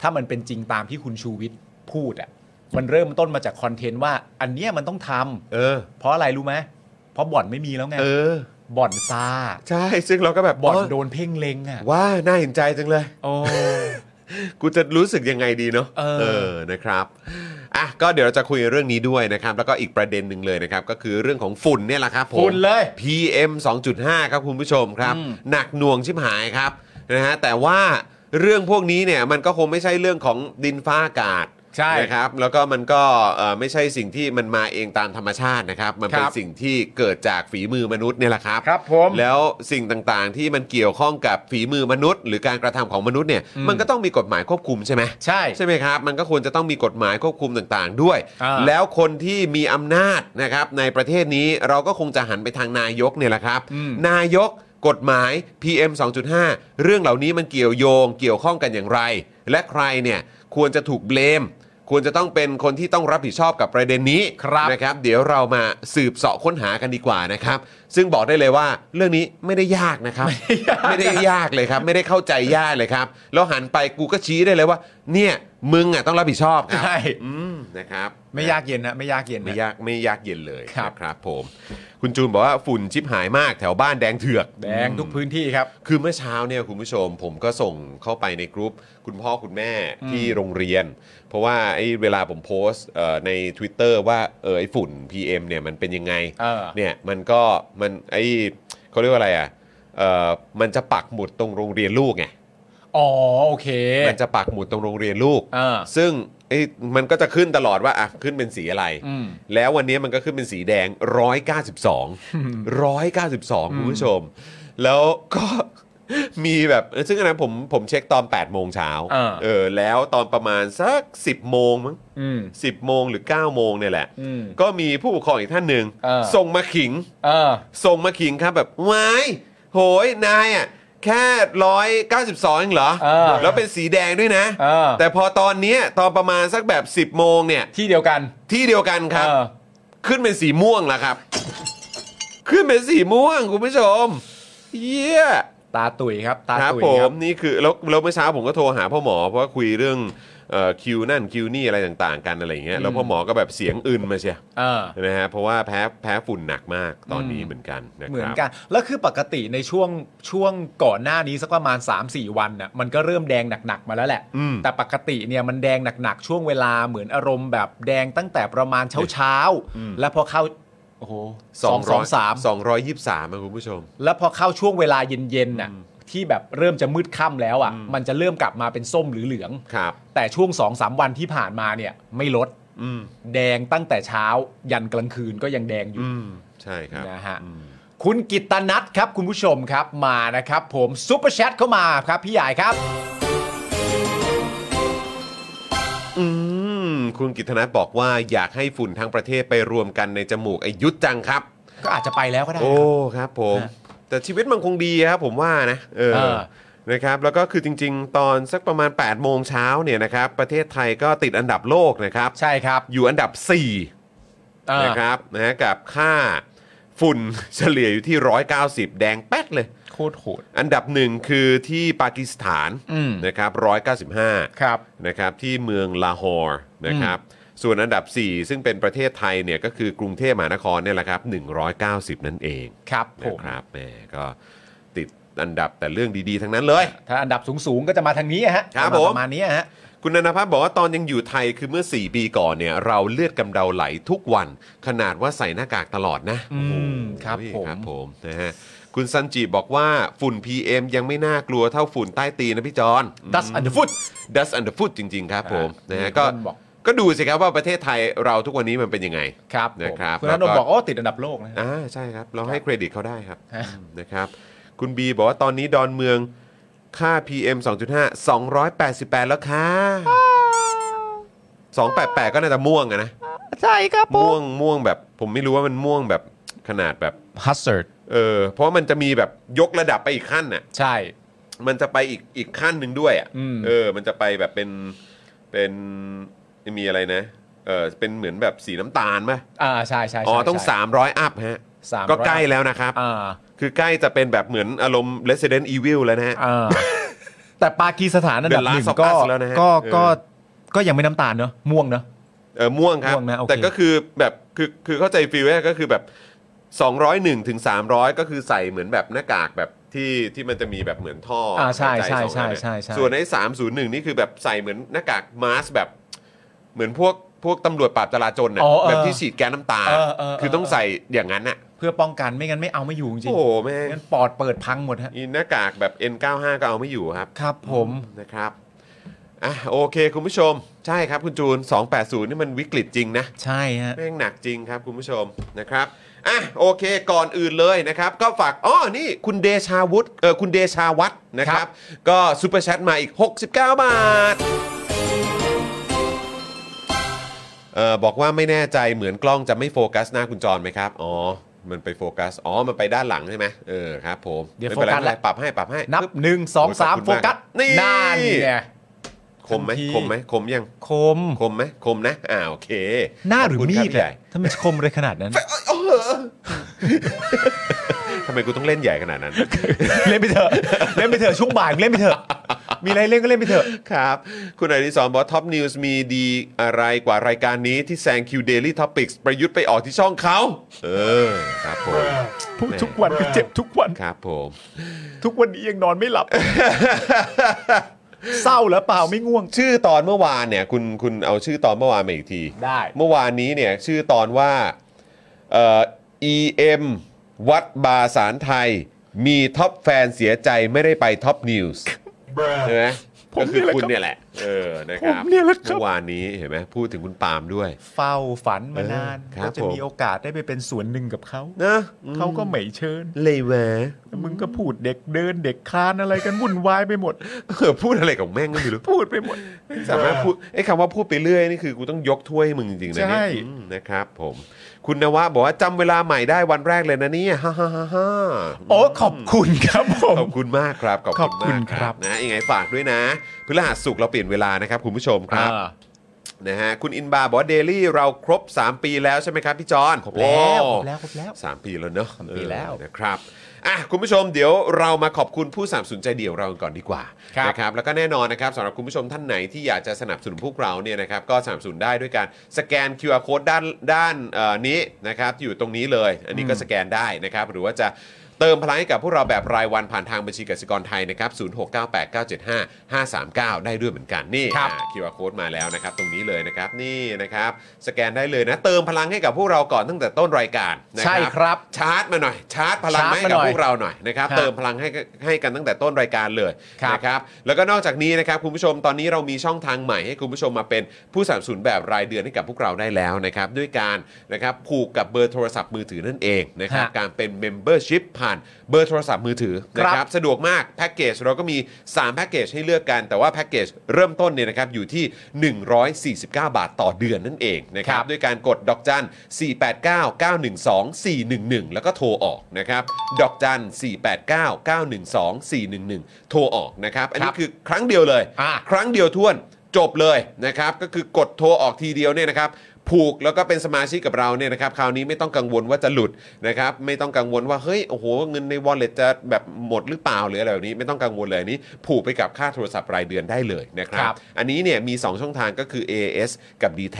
C: ถ้ามันเป็นจริงตามที่คุณชูวิทย์พูดอ่ะมันเริ่มต้นมาจากคอนเทนต์ว่า อันเนี้ยมันต้องทำ
A: เออ
C: เพราะอะไรรู้ไหมเพราะบ่อนไม่มีแล้วไง
A: เออ
C: บ่อนซา
A: ใช่ ซึ่งเราก็แบบ
C: บ่อน
A: เออ
C: โดนเพ่งเล็งอ่ะ
A: ว่าน่าเห็นใจจังเลย
C: โอ้
A: กูจะรู้สึกยังไงดีเนาะ
C: เออ
A: นะครับอ่ะก็เดี๋ยวเราจะคุยเรื่องนี้ด้วยนะครับ แล้วก็อีกประเด็นหนึ่งเลยนะครับ ก็คือเรื่องของฝุ่นเนี่ยแหละครับผม
C: คุณเลย
A: PM 2.5 ครับคุณผู้ชมครับ
C: อืม
A: หนักหน่วงชิบหายครับนะฮะแต่ว่าเรื่องพวกนี้เนี่ยมันก็คงไม่ใช่เรื่องของดินฟ้าอากาศ
C: ใช่
A: นะครับแล้วก็มันก็เอ่อไม่ใช่สิ่งที่มันมาเองตามธรรมชาตินะครับ มันเป็น
C: ครับ
A: สิ่งที่เกิดจากฝีมือมนุษย์เนี่ยแหละครับ
C: ครับผม
A: แล้วสิ่งต่างๆที่มันเกี่ยวข้องกับฝีมือมนุษย์ หรือการกระทำของมนุษย์เนี่ย
C: อืม
A: มันก็ต้องมีกฎหมายควบคุมใช่ไหม
C: ใช่
A: ใช่ไหมครับมันก็ควรจะต้องมีกฎหมายควบคุมต่างๆ ด้วย
C: อ่า
A: แล้วคนที่มีอำนาจนะครับในประเทศนี้เราก็คงจะหันไปทางนายกเนี่ยแหละครับ
C: อืม
A: นายกกฎหมาย PM 2.5 เรื่องเหล่านี้มันเกี่ยวโยงเกี่ยวข้องกันอย่างไร และใครเนี่ยควรจะถูกเบลม ควรจะต้องเป็นคนที่ต้องรับผิดชอบกับประเด็นนี้
C: ครับ
A: นะครับ เดี๋ยวเรามาสืบเสาะค้นหากันดีกว่านะครับ ซึ่งบอกได้เลยว่าเรื่องนี้ไม่ได้ยากนะครับ
C: ไม่
A: ไม่
C: ได้
A: ได้
C: ยาก
A: ยากเลยครับ ไม่ได้เข้าใจยากเลยครับ แล้วหันไปกูก็ชี้ได้เลยว่า เนี่ยมึงอ่ะต้องรับผิดชอบครับ
C: ใช่
A: อืม นะครับ
C: ไม่ยากเย็นนะไม่ยากเย็นนะ
A: ไม่ยากไม่ยากเย็นเลย
C: ครับ
A: นะครับผม คุณจูนบอกว่าฝุ่นชิบหายมากแถวบ้านแดงเถือก
C: แดงทุกพื้นที่ครับ
A: คือเมื่อเช้าเนี่ยคุณผู้ชม ผมก็ส่งเข้าไปในกรุ๊ปคุณพ่อคุณแม่ที่โรงเรียน เพราะว่าไอ้เวลาผมโพสต์เอ่อใน Twitter ว่าเออไอ้ฝุ่น PM เนี่ยมันเป็นยังไง
C: เออ
A: ยมันก็มันไอ้เขาเรียกว่าอะไรอ่ะเอ่อมันจะปักหมุดตรงโรงเรียนลูกไง
C: อ๋อโอเค
A: มันจะปักหมุดตรงโรงเรียนลูก
C: เออ
A: ซึ่งเอ้ยมันก็จะขึ้นตลอดว่าอ่ะขึ้นเป็นสีอะไร
C: อืม
A: แล้ววันนี้มันก็ขึ้นเป็นสีแดง192 192 คุณผู้ชม แล้วก็ มีแบบเออซึ่งอันนั้นผมผมเช็คตอน 8 โมงเช้า
C: เออ
A: เออ แล้วตอนประมาณสัก 10 โมงมั้ง
C: อืม
A: 10 โมงหรือ 9 โมงเนี่ยแหละ
C: อืม
A: ก็มีผู้ปกครองอีกท่านหนึ่ง
C: เออ
A: ส่งมาขิง
C: เออ
A: ส่งมาขิงครับแบบวายโหยนายอ่ะแค่ร้อยเก้าสิบสองเองเหรอ
C: เออ
A: แล้วเป็นสีแดงด้วยนะ
C: เออ
A: แต่พอตอนเนี้ยตอนประมาณสักแบบ 10 โมงเนี่ย
C: ที่เดียวกัน
A: ที่เดียวกันครับ
C: เออ
A: ขึ้นเป็นสีม่วงแล้วครับ ขึ้นเป็นสีม่วง คุณผู้ชม เยี่ย
C: ตาตุ๋ยครับตา
A: ครับ
C: ตุ๋ย
A: ผ
C: ครั
A: ม
C: บ
A: นี่คือแล้วแล้วเมื่อเช้าผมก็โทรหาพ่อหมอ เพราะว่าคุยเรื่องเอ่อคิวนั่นคิวนี่อะไรต่างๆ กันอะไรอย่างเงี้ยแล้วพ่อหมอก็แบบเสียงอื่นมาเชีย
C: เออ
A: นะฮะเพราะว่าแพ้แพ้ฝุ่นหนักมากตอนนี้เหมือนกันนะครับ
C: เหมือนกัน แล้วคือปกติในช่วงช่วงก่อนหน้านี้สักประมาณ 3-4 วันน่ะมันก็เริ่มแดงหนัก ๆ มาแล้วแหละ
A: อืม
C: แต่ปกติเนี่ยมันแดงหนัก ๆ ช่วงเวลาเหมือนอารมณ์แบบแดงตั้งแต่ประมาณเช้าๆแล้วพอเข้าโอ้โหสองสองสาม
A: สองร้อยยี่สิบสามอะคุณผู้ชม
C: แล้วพอเข้าช่วงเวลาเย็นๆน่ะที่แบบเริ่มจะมืดค่ำแล้วอ่ะ มันจะเริ่มกลับมาเป็นส้มหรือเหลือง
A: ครับ
C: แต่ช่วง 2-3 วันที่ผ่านมาเนี่ยไม่ลด
A: อืม
C: แดงตั้งแต่เช้า ยันกลางคืนก็ยังแดงอยู่
A: อืม ใช่ครับ
C: นะฮะคุณกิตตนัทครับคุณผู้ชมครับมานะครับ ผมซุปเปอร์แชทเข้ามาครับพี่ใหญ่ครับ
A: อืม คุณกิตนัทบอกว่าอยากให้ฝุ่นทั้งประเทศไปรวมกันในจมูกไอายุทธจังครับ
C: ก็อาจจะไปแล้วก็ได้
A: โอ้ ครับผม
C: ฮะ
A: แต่ชีวิตมันคงดีครับผมว่านะ เออ
C: เออ
A: นะครับ แล้วก็คือจริง ๆ ตอนสักประมาณ 8 โมงเช้าเนี่ยนะครับ ประเทศไทยก็ติดอันดับโลกนะครับ
C: ใช่ครับ
A: อยู่อันดับ 4
C: เออ
A: นะครับนะฮะกับค่าฝุ่น เฉลี่ยอยู่ที่ 190 แดงแป๊ดเลย
C: โคตรโหด
A: อันดับหนึ่งคือที่ปากีสถาน
C: อืม
A: นะครับ195
C: ครับ
A: นะครับที่เมืองลาฮอร์นะครับส่วนอันดับ 4 ซึ่งเป็นประเทศไทยเนี่ยก็คือกรุงเทพมหานครเนี่ยแหละครับ190 นั่นเอง
C: ครับผ
A: นะ
C: ม
A: ครับแหมก็ติดอันดับแต่เรื่องดีๆ ทั้งนั้นเลย
C: ถ้าอันดับสูงๆก็จะมาทางนี้ฮะ
A: ครับ
C: จะา
A: ผม
C: ประมาณนี้ฮะ
A: คุณนันทพัฒน์บอกว่าตอนยังอยู่ไทยคือเมื่อ 4 ปีก่อนเนี่ยเราเลือดกำเดาไหลทุกวัน ขนาดว่าใส่หน้ากากตลอดนะ
C: อืมครับ
A: โอ้โห
C: ผม
A: ครับผมนะฮะคุณซันจีบอกว่าฝุ่น PM ยังไม่น่ากลัวเท่าฝุ่นใต้ตีนนะพี่จอน
C: ดัสอันเดอร์ฟุต
A: Dust under foot จริง ๆ ครับผม
C: อ่าน
A: นะฮะ
C: มี
A: ก็
C: คนบอก
A: ก็ดูสิครับว่าประเทศไทยเราทุกวันนี้มันเป็นยังไง
C: ครับผม
A: นะครับ
C: คุณนัน
A: แล้ว
C: ท์
A: ก็
C: บอกโอ้ติดอันดับโลกนะฮะ
A: อ่าใช่ครับ เราให้เครดิตเขาได้ครับ
C: ฮะ
A: อืมนะครับ คุณบีบอกว่าตอนนี้ดอนเมืองค่า PM 2.5 288 แล้วค่ะ 288 ก็น่าจะม่วงอะนะ
C: ใช่ครับผม
A: ม่วงม่วงแบบ ผมไม่รู้ว่ามันม่วงแบบขนาดแบบ
C: ฮัสเซิร์ด
A: เออเพราะมันจะมีแบบยกระดับไปอีกขั้นน่ะ
C: ใช่
A: มันจะไปอีกอีกขั้นหนึ่งด้วยอ่ะ
C: อืม
A: เออ มันจะไปแบบเป็นเป็นมีอะไรนะ เออเป็นเหมือนแบบสีน้ำตาลไหม
C: อ่าใช่ใช่ใช่
A: อ๋อต้อง
C: ใช่
A: 300 อัพฮะ
C: สาม
A: ก็
C: ร้อย
A: ใกล้แล้วนะครับ
C: อ่า
A: คือใกล้จะเป็นแบบเหมือนอารมณ์ Resident Evil แล้วนะฮะ
C: อ่าแต่ปากีสถานอันดับ
A: The
C: ห
A: Last
C: นึ่ง
A: of
C: ก็
A: Us แล้วนะฮะ
C: ก็
A: เออ
C: ก็ก็ยังไม่น้ำตาลเนอะม่วงเนอะ
A: เออม่วงครับ
C: ม่วงนะโอเค
A: แต่ก็คือแบบคือคือเข้าใจฟีลแรกก็คือแบบ 201ถึง300 ก็คือใส่เหมือนแบบหน้ากากแบบที่ที่มันจะมีแบบเหมือนท่ออ่า
C: อ่าใช่ใช่ใช่ใช่ใช่
A: ส่วนไอ้301 นี่คือแบบใส่เหมือนหน้ากากมาสก์แบบ เหมือนพวกพวกตำรวจปราบจราจรน่ะ
C: อ๋อเออ
A: แบบที่ฉีดแก๊สน้ำตา
C: เออเออเออ
A: คือต้องใส่อย่างนั้นน่ะ
C: เพื่อป้องกันไม่งั้นไม่เอาไม่อยู่จริง
A: โอ้โหแม่ง
C: งั้นปอดเปิดพังหมดฮะ
A: อีหน้ากากแบบ N95 ก็เอาไม่อยู่ครับ
C: ครับผม
A: นะครับ อ่ะโอเคคุณผู้ชม ใช่ครับคุณจูน 280 นี่มันวิกฤตจริงนะ
C: ใช่ฮะ
A: แม่งหนักจริงครับคุณผู้ชมนะครับ อ่ะโอเคก่อนอื่นเลยนะครับ ก็ฝากอ๋อนี่คุณเดชาวุฒเออคุณเดชาวัฒน์นะครั
C: ครับ บ
A: ก็ซูเปอร์แชทมาอีก 69 บาท เออบอกว่าไม่แน่ใจเหมือนกล้องจะไม่โฟกัสหน้าคุณจรไหมครับ อ๋อ มันไปโฟกัส อ๋อ มันไปด้านหลังใช่ไหมเออครับผม
C: เดี๋ยว
A: ไม่ป็นไร
C: โฟกัสแห
A: ไม่
C: ละ
A: ป็นไรปรับให้ปรับให้
C: นับ
A: ปึ๊
C: หนึ่งสองสาม
A: ขอบ
C: โฟ
A: คุณมาก
C: กัส
A: นี่
C: นไง
A: คมไหม
C: ทันที
A: คมไหมคมยัง
C: คม
A: คมไหมคมนะ อ่าโอเค
C: หน้าหรื
A: ข
C: อ
A: บคุณ
C: มี
A: คบ
C: ด
A: พี่ให
C: อะ
A: ญ่
C: ทำไมคมเลยขนาดนั้น
A: เออทำไมกูต้องเล่นใหญ่ขนาดนั้น
C: เล่นไปเถอะ เล่นไปเถอะช่วงบ่ายมึงเล่นไปเถอะ มีอะไรเล่นก็เล่นไปเถอะ
A: ครับ คุณอดิศรบอกท็อปนิวส์มีดีอะไรกว่ารายการนี้ที่แซงคิว Daily Topics ประยุทธ์ไปออกที่ช่องเขา เออ ครับผม
C: พูดทุกวันก็เจ็บทุกวัน
A: ครับผม
C: ทุกวันนี้ยังนอนไม่หลับ เศร้าแล้วเปล่าไม่ง่วง
A: ชื่อตอนเมื่อวานเนี่ย คุณคุณเอาชื่อตอนเมื่อวานมาอีกที
C: ได้
A: เมื่อวานนี้เนี่ย ชื่อตอนว่าเอ่อ EM วัดบาสารไทย มีท็อปแฟนเสียใจไม่ได้ไปท็อปนิวส์ใช่ไหม
C: ผม
A: ก็คือ
C: เนี่ยแหละ
A: คุณ
C: ครับ
A: เนี่ยแหละ เออ นะครับ
C: ผมเนี่ยแหละครับ
A: เมื่อวานนี้เห็นไหมพูดถึงคุณปาล์มด้วย
C: เฝ้าฝันมานาน
A: เออครับ
C: ก็จะมีโอกาสได้ไปเป็นส่วนหนึ่งกับเขา
A: นะ
C: เขาก็ไม่เชิญ
A: เลยแหว
C: มึงก็พูดเด็กเดินเด็กคลานอะไรกันวุ่นวายไปหมด
A: เออพูดอะไรของแม่งก็ไม่รู้
C: พูดไปหมด
A: สามารถพูดไอ้คำว่าพูดไปเรื่อยนี่คือกูต้องยกถ้วยให้มึงจริงๆนะ
C: ใช่
A: เนี่ยอืมนะครับผม คุณนวะบอกว่าจำเวลาใหม่ได้วันแรกเลยนะเนี่ย ฮ่าฮ่าฮ่าฮ่า
C: โอ้ขอบคุณครับผ
A: ขอ
C: ม
A: บคุณมากครับขอบ
C: ขอบคุ
A: คุณ
C: ณ
A: มากค
C: ครั
A: รับบ นะยังไงฝากด้วยนะพฤหัสสุกร์เราเปลี่ยนเวลานะครับคุณผู้ชมครับ
C: อ่า
A: นะฮะคุณอินบาร์บอกว่าเดลี่เราครบ 3 ปีแล้วใช่ไหมครับพี่จอน
C: ครบแล้ว
A: โอ้
C: ครบแล้วครบแล้ว
A: สามปีแล้วเนอะ
C: สามปีแล้ว
A: เออนะครับอ่ะคุณผู้ชมเดี๋ยวเรามาขอบคุณผู้สนับสนุนใจเดียวเรากันก่อนดีกว่า
C: ครับ
A: นะครับแล้วก็แน่นอนนะครับสำหรับคุณผู้ชมท่านไหนที่อยากจะสนับสนุนพวกเราเนี่ยนะครับก็สนับสนุนได้ด้วยการสแกน QR code ด้านด้านเอ่อนี้นะครับที่อยู่ตรงนี้เลย อันนี้ก็
C: อืม
A: สแกนได้นะครับหรือว่าจะเติมพลังให้กับพวกเราแบบรายวันผ่านทางบัญชีกสิกรไทยนะครับ0698975539 ได้ด้วยเหมือนกันนี่
C: ครับ
A: คิวอาร์โค้ดมาแล้วนะครับ ตรงนี้เลยนะครับนี่นะครับ สแกนได้เลยนะ เติมพลังให้กับพวกเราก่อนตั้งแต่ต้นรายการนะ
C: ใช่ครับ
A: ชาร์จมาหน่อย ชาร์จพลัง
C: ชาร์จ
A: ให้กับ
C: มาหน่อย
A: พวกเราหน่อยนะครับ
C: ครับ
A: เติมพลังให้ให้กันตั้งแต่ต้นรายการเลย
C: ครับ
A: นะครับแล้วก็นอกจากนี้นะครับคุณผู้ชมตอนนี้เรามีช่องทางใหม่ให้คุณผู้ชมมาเป็นผู้สนับสนุนแบบรายเดือนให้กับพวกเราได้แล้วนะครับด้วยการนะครับผูกกับเบอร์โทรศัพท์มือถือนั่นเองนะครับ
C: ฮะ
A: การเป็น Membership ผ่านเบอร์โทรศัพท์มือถือนะค
C: ครั
A: รับ
C: บ
A: สะดวกมากแพ็กเกจเราก็มี 3 แพ็กเกจให้เลือกกัน แต่ว่าแพ็กเกจเริ่มต้นเนี่ยนะครับอยู่ที่ 149 บาทต่อเดือนนั่นเองนะครับ
C: ครับ
A: ด้วยการกดดอกจัน 489 912 411 แล้วก็โทรออกนะครับ ดอกจัน 489 912 411 โทรออกนะครับ อันนี้
C: ครับ
A: คือครั้งเดียวเลย
C: อ่า
A: ครั้งเดียวท่วนจบเลยนะครับ ก็คือกดโทรออกทีเดียวเนี่ยนะครับ ผูกแล้วก็เป็นสมาชิกกับเราเนี่ยนะครับ คราวนี้ไม่ต้องกังวลว่าจะหลุดนะครับ ไม่ต้องกังวลว่าเฮ้ยโอ้โหเงินในวอลเล็ตจะแบบหมดหรือเปล่าหรืออะไรแบบนี้ไม่ต้องกังวลเลยอันนี้ ผูกไปกับค่าโทรศัพท์รายเดือนได้เลยนะครั
C: ครับ บ
A: อันนี้เนี่ยมี 2 ช่องทางก็คือ AS กับ d t แท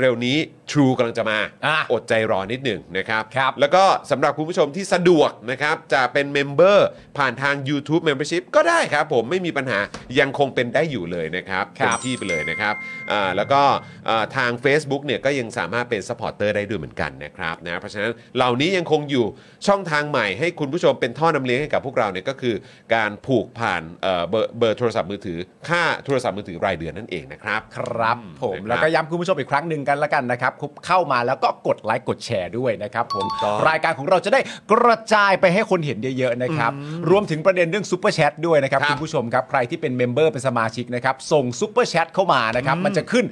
A: เร็วๆนี้ True กำลังจะมา
C: อ่ะ
A: อดใจรอนิดหนึ่งนะครับ
C: ครับ
A: แล้วก็สำหรับคุณผู้ชมที่สะดวกนะครับ จะเป็นเมมเบอร์ผ่านทาง YouTube Membership ก็ได้ครับผมไม่มีปัญหายังคงเป็นได้อยู่เลยนะครับ
C: ครั
A: เต็
C: บ
A: มที่ไปเลยนะครับอ่าแล้วก็อ่าทาง Facebook เนี่ยก็ยังสามารถเป็นสปอร์เตอร์ได้ด้วยเหมือนกันนะครับนะเพราะฉะนั้นเหล่านี้ยังคงอยู่ช่องทางใหม่ให้คุณผู้ชมเป็นท่อนำเลี้ยงให้กับพวกเราเนี่ยก็คือการผูกผ่านเอ่อเบอร์เบอร์โทรศัพท์มือถือ ค่าโทรศัพท์มือถือรายเดือนนั่นเองนะครับ
C: ครับผม
A: นะครับ
C: แล้วก็ย้ำคุณผู้ชมอีกครั้งหนึ่งกันละกันนะครับเข้ามาแล้วก็กดไลค์กดแชร์ด้วยนะครับผม
A: ต้อง
C: รายการของเราจะได้กระจายไปให้คนเห็นเยอะๆนะครับรวมถึงประเด็นเรื่องซูเปอร์แชทด้วยนะครับ
A: ครับ
C: คุณผู้ชมครับใครที่เป็นเมมเบอร์เป็นสมาชิกนะครับส่งซูเปอร์แชทเข้ามานะครับมันจะขึ้น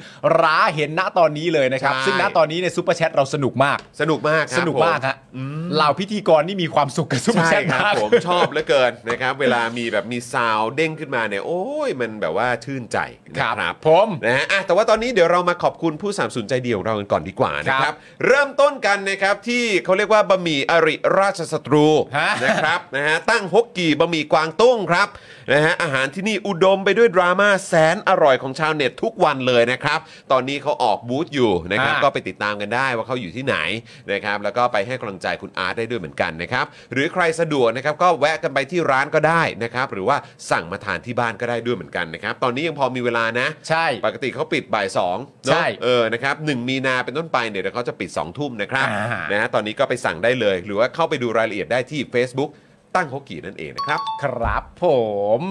C: ร้าเห็นณตอนนี้เลยนะครับ
A: ใช่
C: ซึ่งณตอนนี้เนี่ยซูเปอร์แชทเราสนุกมาก
A: สนุกมากครับ
C: สนุกมาก
A: ผ
C: ฮะเหล่าพิธีกรนี่มีความสุขกับซูเปอร์
A: ใช่
C: แชท
A: ครับ
C: มาก
A: ผมชอบเหลือเกินนะครับ เวลามีแบบมีซาวด์เด้งขึ้นมาเนี่ยโอ้ยมันแบบว่าชื่นใจนะค
C: ครั
A: รับบ
C: ผม
A: นะฮะอ่ะแต่ว่าตอนนี้เดี๋ยวเรามาขอบคุณผู้สามสนุนใจเดียวของเรากันก่อนดีกว่านะค
C: ค
A: รั
C: รับ บ
A: เริ่มต้นกันนะครับที่เขาเรียกว่าบะหมี่อริราชศัตรู
C: ฮะ
A: นะครับนะฮะตั้งฮกกี่บะหมี่กวางตุ้งครับนะฮะอาหารที่นี่อุดมไปด้วยดราม่าแสนอร่อยของชาวเน็ตทุกวันเลยนะครับตอนนี้เขาออกบูธอยู่นะครับ
C: อ่า
A: ก็ ก็ไปติดตามกันได้ว่าเขาอยู่ที่ไหนนะครับแล้วก็ไปให้กำลังใจคุณอาร์ตได้ด้วยเหมือนกันนะครับหรือใครสะดวกนะครับก็แวะกันไปที่ร้านก็ได้นะครับหรือว่าสั่งมาทานที่บ้านก็ได้ด้วยเหมือนกันนะครับตอนนี้ยังพอมีเวลานะ
C: ใช่
A: ปกติเขาปิดบ่ายสองเนอะ
C: ใช่
A: เออนะครับหนึ่งมีนาเป็นต้นไปเนี่ยเดี๋ยวเขาจะปิด2องทุ่มนะครับ
C: อ่าน
A: นะฮะตอนนี้ก็ไปสั่งได้เลย หรือว่าเข้าไปดูรายละเอียดได้ที่ Facebook ตั้งฮกกี้นั่นเองนะครับ
C: ครับผม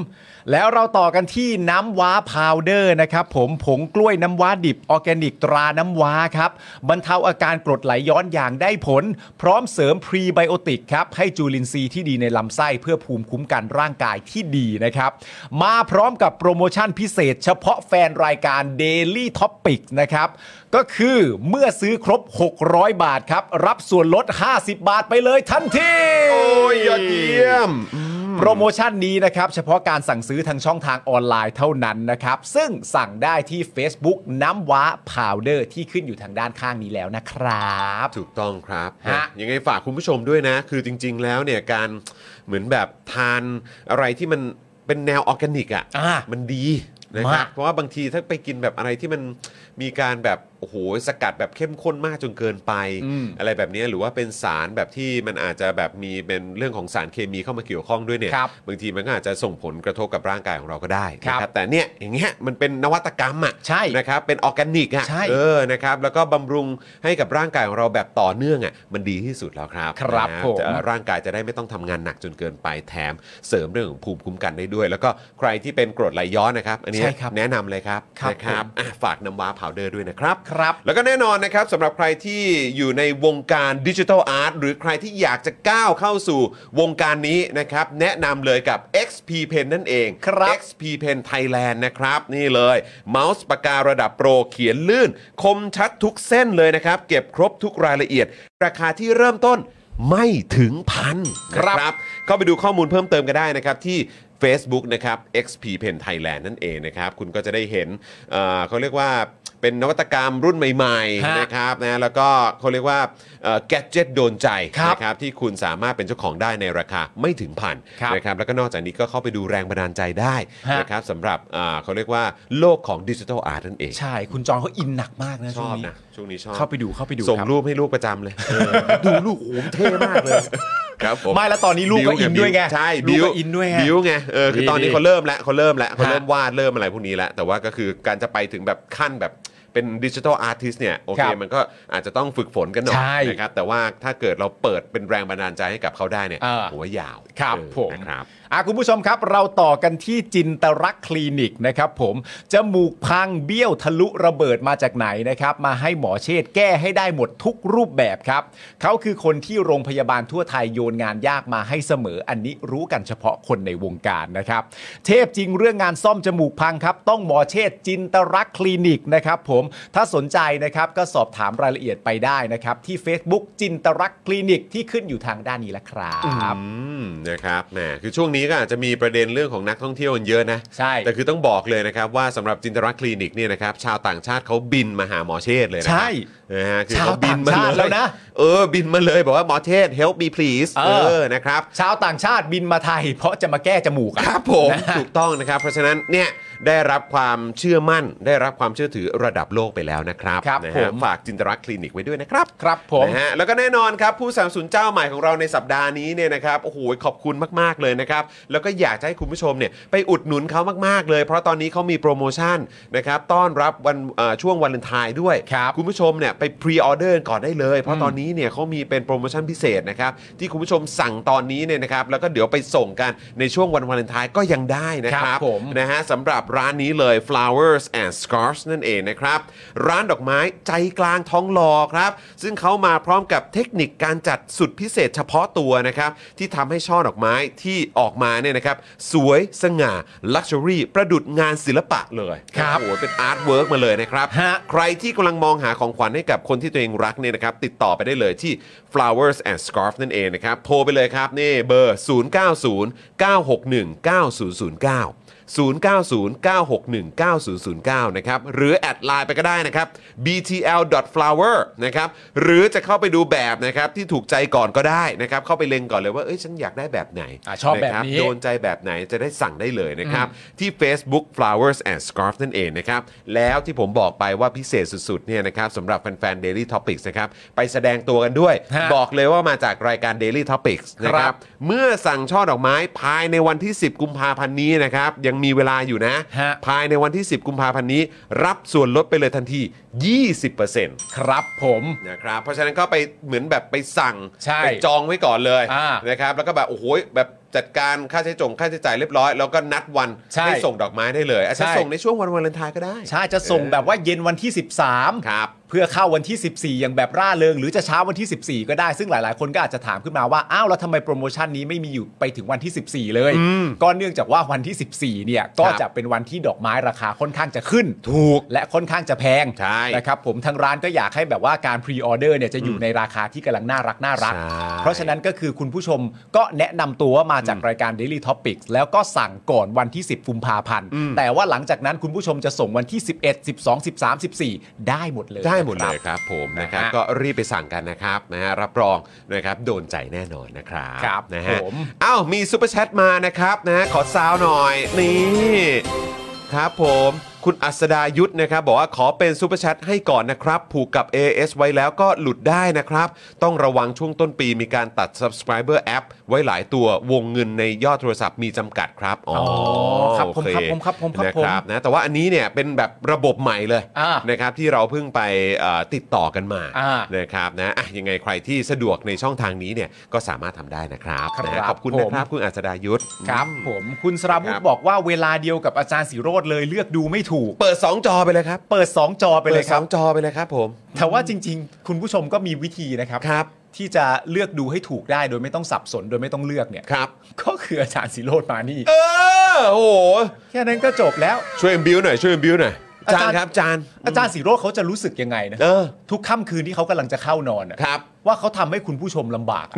C: แล้วเราต่อกันที่น้ำว้าพาวเดอร์นะครับผมผงกล้วยน้ำว้าดิบออร์แกนิกตราน้ำว้าครับบรรเทาอาการกรดไหลย้อนอย่างได้ผล พร้อมเสริมพรีไบโอติกครับให้จุลินทรีย์ที่ดีในลำไส้เพื่อภูมิคุ้มกันร่างกายที่ดีนะครับ มาพร้อมกับโปรโมชั่นพิเศษเฉพาะแฟนรายการ Daily Topic นะครับ ก็คือเมื่อซื้อครบ 600 บาทครับรับส่วนลด 50 บาทไปเลยทันที
A: โอ้ยยอดเยี่ยม
C: โปรโมชั่นนี้นะครับ เฉพาะการสั่งซื้อทางช่องทางออนไลน์เท่านั้นนะครับ ซึ่งสั่งได้ที่ Facebook น้ำว้าพาวเดอร์ที่ขึ้นอยู่ทางด้านข้างนี้แล้วนะครับ
A: ถูกต้องครับ
C: ฮะ
A: ยังไงฝากคุณผู้ชมด้วยนะ คือจริง ๆ แล้วเนี่ยการเหมือนแบบทานอะไรที่มัน เป็นแนวออร์แกนิกอ่ะ
C: อ่า
A: มันดีนะครับ
C: มาก
A: เพราะว่าบางทีถ้าไปกินแบบอะไรที่มันมีการแบบโอ้โหสกัดแบบเข้มข้นมากจนเกินไป อะไรแบบเนี้ยหรือว่าเป็นสารแบบที่มันอาจจะแบบมีเป็นเรื่องของสารเคมีเข้ามาเกี่ยวข้องด้วยเนี่ย
C: ครับ
A: งทีมันก็อาจจะส่งผลกระทบกับร่างกายของเราก็ได้นะครับ แต่เนี่ยอย่างเงี้ยมันเป็นนวัตกรรมอ่ะ
C: ใช่
A: นะครับเป็นออร์แกนิกอ่ะ
C: ใช่
A: เออนะครับแล้วก็บำรุงให้กับร่างกายของเราแบบต่อเนื่องอ่ะมันดีที่สุดแล้วครับ
C: ครับ
A: นะ
C: ผม
A: จะ ร่างกายจะได้ไม่ต้องทำงานหนักจนเกินไปแถมเสริมเรื่องของภูมิคุ้มกันได้ด้วย แล้วก็ใครที่เป็นกรดไหลย้อนนะครับ อันนี้
C: ใช่ครับ
A: แนะนำเลยครับ
C: ครับ
A: นะครับ
C: ผม
A: อ่ะฝากน้ำว้าพาวเดอร์ด้วยนะครับ
C: ครับ
A: แล้วก็แน่นอนนะครับสำหรับใครที่อยู่ในวงการดิจิทัลอาร์ตหรือใครที่อยากจะก้าวเข้าสู่วงการนี้นะครับ แนะนำเลยกับ XP Pen นั่นเอง
C: ครับ
A: XP Pen Thailand นะครับ นี่เลยเมาส์ปากการะดับโปรเขียนลื่น คมชัดทุกเส้นเลยนะครับ เก็บครบทุกรายละเอียด ราคาที่เริ่มต้นไม่ถึงพัน
C: ครับ
A: นะเข้าไปดูข้อมูลเพิ่มเติมกันได้นะครับที่ Facebook นะครับ XP Pen Thailand นั่นเองนะครับ คุณก็จะได้เห็นเอ่อเขาเรียกว่าเป็นนวัตกรรมรุ่นใหม่
C: ฮะ
A: ๆนะครับนะแล้วก็เขาเรียกว่าแกจิตโดนใจ
C: ครับ
A: นะครับที่คุณสามารถเป็นเจ้าของได้ในราคาไม่ถึงพัน
C: ครับ
A: นะครับแล้วก็นอกจากนี้ก็เข้าไปดูแรงบันดาลใจได้
C: ฮะ
A: นะครับสำหรับเอ่อเขาเรียกว่าโลกของดิจิทัลอาร์ตนั่นเอง
C: ใช่คุณจองเขาอินหนักมากนะ
A: ช
C: ช่ว
A: อง บ
C: นี้
A: นะช่วงนี้ชอบ
C: เข้าไปดูเข้าไปดู
A: ส่ง
C: ครับ
A: รูปให้ลูกประจำเลย ดูลูกโหมเท่มากเลยครับผม
C: ไม่แล้วตอนนี้ลูกก็อินด้วยไง
A: ใช่
C: ลูก
A: บิว
C: ก็อินด้วยไง
A: บิวไงเออคือ
C: ดี
A: ตอนนี้
C: ดี
A: เขาเริ่มแล้วเขาเริ่มแล้วเขาเริ่ม
C: ฮะ
A: วาดเริ่มอะไรพวกนี้แล้ว แต่ว่าก็คือการจะไปถึงแบบขั้นแบบเป็นดิจิทัลอาร์ติสเนี่ยโอ
C: ค
A: เค
C: รับ
A: มันก็อาจจะต้องฝึกฝนกันหน่อย
C: ใช่
A: นะครับแต่ว่าถ้าเกิดเราเปิดเป็นแรงบันดาลใจให้กับเขาได้เนี่ย
C: เออ
A: หัวยาว
C: ครับ
A: เออ
C: ผม
A: นะครับ
C: อ่ะคุณผู้ชมครับ เราต่อกันที่จินตรักษณ์คลินิกนะครับผมจมูกพังเบี้ยวทะลุระเบิดมาจากไหนนะครับ มาให้หมอเชษฐ์แก้ให้ได้หมดทุกรูปแบบครับ เขาคือคนที่โรงพยาบาลทั่วไทยโยนงานยากมาให้เสมอ อันนี้รู้กันเฉพาะคนในวงการนะครับ เทพจริงเรื่องงานซ่อมจมูกพังครับ ต้องหมอเชษฐ์จินตรักษณ์คลินิกนะครับผมถ้าสนใจนะครับก็สอบถามรายละเอียดไปได้นะครับที่ Facebook จินตรักษณ์คลินิกที่ขึ้นอยู่ทางด้านนี้แล้วครับ
A: อืมนะครับแหมคือช่วงนี้ก็อาจจะมีประเด็นเรื่องของนักท่องเที่ยวกันเยอะนะ
C: ใช่
A: แต่คือต้องบอกเลยนะครับว่าสำหรับจินตรักษณ์คลินิกเนี่ยนะครับชาวต่างชาติเขาบินมาหาหมอเชษฐ์เลยนะครั
C: ใช่
A: นะฮะคือเขบินม
C: ชาวต่างชาติ
A: เย
C: แล้วนะ
A: เออบินมาเลยบอกว่าหมอเชษฐ์ help me please
C: เออ
A: นะครับ
C: ชาวต่างชาติบินมาไทย เพราะจะมาแก้จมูกอะ
A: ครับผม
C: นะฮะ
A: ถูกต้องนะครับ เพราะฉะนั้นเนี่ยได้รับความเชื่อมั่น ได้รับความเชื่อถือระดับโลกไปแล้วนะครับ
C: ครับ
A: นะ
C: ผ
A: ฮะ
C: ม
A: ฝากจินตรักษณ์คลินิกไว้ด้วยนะครับ
C: ครับผม
A: นะฮะแล้วก็แน่นอนครับ ผู้สามสูนเจ้าใหม่ของเราในสัปดาห์นี้เนี่ยนะครับโอ้โหขอบคุณมาก ๆ เลยนะครับ แล้วก็อยากจะให้คุณผู้ชมเนี่ยไปอุดหนุนเขามาก ๆ เลย เพราะตอนนี้เขามีโปรโมชั่นนะครับต้อนรับวันเอ่อช่วงวันเลนไทน์ด้วย
C: ครับ
A: คุณผู้ชมเนี่ยไปพรีออเดอร์ก่อนได้เลย เพราะตอนนี้เนี่ยเขามีเป็นโปรโมชั่นพิเศษนะครับ ที่คุณผู้ชมสั่งตอนนี้เนี่ยนะครับ แล้วก็เดี๋ยวไปส่งกันในช่วงวันวาเลนไทน์ก็ยังได้นะค
C: ครั
A: รับบ
C: ผม
A: นะฮะสำหรับร้านนี้เลย flowers and scarves นั่นเองนะครับ ร้านดอกไม้ใจกลางท้องหลอครับ ซึ่งเขามาพร้อมกับเทคนิคการจัดสุดพิเศษเฉพาะตัวนะครับ ที่ทำให้ช่อดอกไม้ที่ออกมาเนี่ยนะครับ สวยสง่า luxury ประดุจงานศิลปะเลย
C: ครับ
A: โอ้โหเป็นอาร์ตเวิร์กมาเลยนะครับ
C: ฮะ
A: ใครที่กำลังมองหาของขวัญให้กับคนที่ตัวเองรักเนี่ยนะครับ ติดต่อไปได้เลยที่ flowers and scarf นั่นเองนะครับ โทรไปเลยครับ นี่เบอร์ 0909619009 0909619009 นะครับ หรือแอดไลน์ไปก็ได้นะครับ btl.flower นะครับ หรือจะเข้าไปดูแบบนะครับ ที่ถูกใจก่อนก็ได้นะครับ เข้าไปเล็งก่อนเลยว่า เอ้ยฉันอยากได้แบบไหน
C: อ่ะชอบแบ
A: ะ
C: บ
A: ครั
C: นี้
A: โดน สนใจแบบไหนจะได้สั่งได้เลยนะครับ ที่ Facebook flowers and scarf นั่นเองนะครับ แล้วที่ผมบอกไปว่าพิเศษสุดๆเนี่ยนะครับสำหรับแฟนๆ Daily Topics นะครับ ไปแสดงตัวกันด้วย
C: ฮะ
A: บอกเลยว่ามาจากรายการ Daily Topics นะค
C: ค
A: รั
C: รับ บ
A: เมื่อสั่งช่อดอกไม้ภายในวันที่ 10 กุมภาพันธ์นี้นะครับ ยังมีเวลาอยู่นะ
C: ฮะ
A: ภายในวันที่ 10 กุมภาพันธ์นี้ รับส่วนลดไปเลยทันที 20%
C: ครับผม
A: นะครับเพราะฉะนั้นก็ไปเหมือนแบบไปสั่ง
C: ใช่
A: ไปจองไว้ก่อนเลย
C: อ่า
A: นะครับแล้วก็แบบโอ้โหแบบจัดการค่าใช้จงค่าใช้จ่ายเรียบร้อย แล้วก็นัดวัน
C: ใช่
A: ห้ส่งดอกไม้ได้เลยอาจจะ
C: ใช่
A: ส่งในช่วงวันวาเลนไทน์ก็ได้
C: ใช่จะส่งแบบว่าเย็นวันที่ 13
A: ครับ
C: เพื่อเข้าวันที่ 14 อย่างแบบร่าเริง หรือจะเช้าวันที่ 14 ก็ได้ซึ่งหลาย ๆ คนก็อาจจะถามขึ้นมาว่า อ้าวแล้วทำไมโปรโมชั่นนี้ไม่มีอยู่ไปถึงวันที่ 14 เลย ก็เนื่องจากว่าวันที่ 14 เนี่ยก็จะเป็นวันที่ดอกไม้ราคาค่อนข้างจะขึ้น ถูกและค่อนข้างจะแพง
A: ใช่
C: นะครับผมทางร้านก็อยากให้แบบว่าการพรีออเดอร์เนี่ยจะอยู่ในราคาที่กำลังน่ารักน่ารัก
A: ใช่
C: เพราะฉะนั้นก็คือคุณผู้ชมก็แนะนำตัวว่ามา จากรายการ Daily Topics แล้วก็สั่งก่อนวันที่ 10กุมภาพันธ์ แต่ว่าหลังจากนั้นคุณผู้ชมจะส่งวันที่ 11 12 13 14 ได้หมดเลย
A: ได้หมด
C: นะค
A: เล
C: รับ
A: ยครับผม
C: นะ
A: นะค
C: ฮะ
A: รับก็รีบไปสั่งกันนะครับนะฮะรับรองนะครับโดนใจแน่นอนนะครับ
C: ครับ
A: นะฮะ
C: ผม
A: อ้าวมีซูเปอร์แชทมานะครับนะฮะขอซาวหน่อยนี่ครับผมคุณอัศดายุทธนะครับ บอกว่าขอเป็นซูเปอร์แชทให้ก่อนนะครับ ผูกกับ AS ไว้แล้วก็หลุดได้นะครับ ต้องระวังช่วงต้นปีมีการตัด subscriber app ไว้หลายตัววงเงินในยอดโทรศัพท์มีจำกัดครับอ๋อ
C: ครับผม
A: โอเ
C: ครับผมครับผมครับ
A: นะ
C: ผม
A: ครับนะแต่ว่าอันนี้เนี่ยเป็นแบบระบบใหม่เลย
C: อ่า
A: นะครับที่เราเพิ่งไปเอ่อติดต่อกันมา
C: อ่า
A: นะครับนะอ่ะยังไงใครที่สะดวกในช่องทางนี้เนี่ยก็สามารถทำได้นะครับ
C: ครับ
A: นะฮะขอบคุณ
C: ผม
A: นะครับ คุณอัศดายุทธ
C: ครับ
A: อืม
C: ผมคุณสราวุ
A: ค
C: ธ
A: รับ
C: บอกว่าเวลาเดียวกับอาจารย์สิโรธเลยเลือกดูไม่ถูก
A: เปิด 2 จอไปเลยครับ
C: เปิด 2 จอไปเลย
A: ปิ
C: ครับ
A: ดสองจอไปเลยครับผม
C: แต่ว่าจริง ๆ คุณผู้ชมก็มีวิธีนะครับ
A: ครับ
C: ที่จะเลือกดูให้ถูกได้โดยไม่ต้องสับสนโดยไม่ต้องเลือกเนี่ย
A: ครับ
C: ก็คืออาจารย์สิโรธมานี่
A: เออโอ้โห
C: แค่นั้นก็จบแล้ว
A: ช่วยบิวหน่อยช่วยบิวหน่อย
C: อา
A: จา
C: จาร
A: น
C: ย์
A: ครับจาน
C: อาจารย์สิโรธเขาจะรู้สึกยังไงนะ
A: เออ
C: ทุกค่ำคืนที่เขากำลังจะเข้านอนอะ
A: ครับ
C: ว่าเขาทำให้คุณผู้ชมลำบากอะ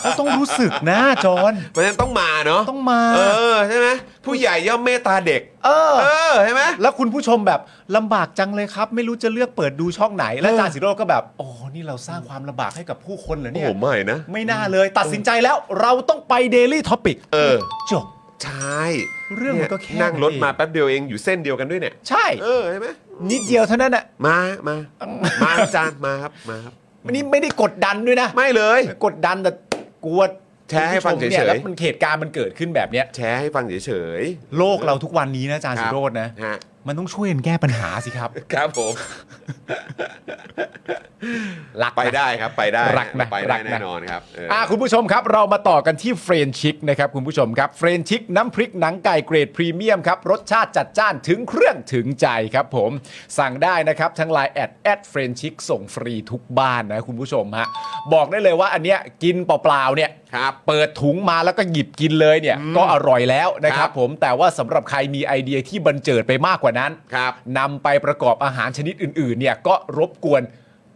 C: เขาต้องรู้สึกนะจอน
A: เพราะฉะนั้นต้องมาเนาะ
C: ต้องมา
A: เออใช่ไหมผู้ใหญ่ย่อมเมตตาเด็ก
C: เออ
A: เออใช่ไหม
C: แล้วคุณผู้ชมแบบลำบากจังเลยครับ ไม่รู้จะเลือกเปิดดูช่องไหน แล้วอาจารย์สิโรธก็แบบโอ้นี่เราสร้างความลำบากให้กับผู้คนเหรอ
A: โอ้
C: เนี่
A: โห
C: ย
A: ไม่นะ
C: ไม่น่าเลยตัดสินใจแล้วเราต้องไป Daily Topic
A: เออ
C: จบ
A: ใช่
C: เรื่องมันก็แค่
A: เยนั่งรถ
C: นั้นเอง
A: มาแป๊บเดียวเองอยู่เส้นเดียวกันด้วยเนี่ย
C: ใช่
A: เออใช่ไหม
C: นิดเดียวเท่านั้นอ่ะ
A: มา มา มาอาจารย์มาครับ มาครับ
C: มันนี่ไม่ได้กดดันด้วยนะ
A: ไม่เลย
C: กดดันแต่กลัว
A: แชร์ให้ฟังเฉยๆ
C: คุณผู้ชมนี่แล้วมันเหตุการณ์มันเกิดขึ้นแบบเนี้ย
A: แชร์ให้ฟังเฉย
C: โลกเราทุกวันนี้นะอาจารย์สิโรจน์นะ
A: ฮะ
C: มันต้องช่วยกันแก้ปัญหาสิครับ
A: ครับผม
C: รักนะ
A: ไปได้ครับ ไปได้
C: รักนะ
A: ไปได้
C: รักนะ
A: แน่นอนครับเอออ
C: อ่ะคุณผู้ชมครับ เรามาต่อกันที่เฟรนชิกนะครับคุณผู้ชมครับเฟรนชิกน้ำพริกหนังไก่เกรดพรีเมียมครับ รสชาติจัดจ้านถึงเครื่องถึงใจครับผม สั่งได้นะครับทั้งไลน์แอดแอดเฟรนชิกส่งฟรีทุกบ้านนะคุณผู้ชมฮะบอกได้เลยว่าอันเนี้ยกินเปล่าๆเนี่ย
A: ครับ
C: เปิดถุงมาแล้วก็หยิบกินเลยเนี่ยก็อร่อยแล้วนะค
A: ครั
C: รับบ ผมแต่ว่าสำหรับใครมีไอเดียที่บันเจิดไปมากกว่านั้น
A: ครับ
C: นำไปประกอบอาหารชนิดอื่น ๆ เนี่ยก็รบกวน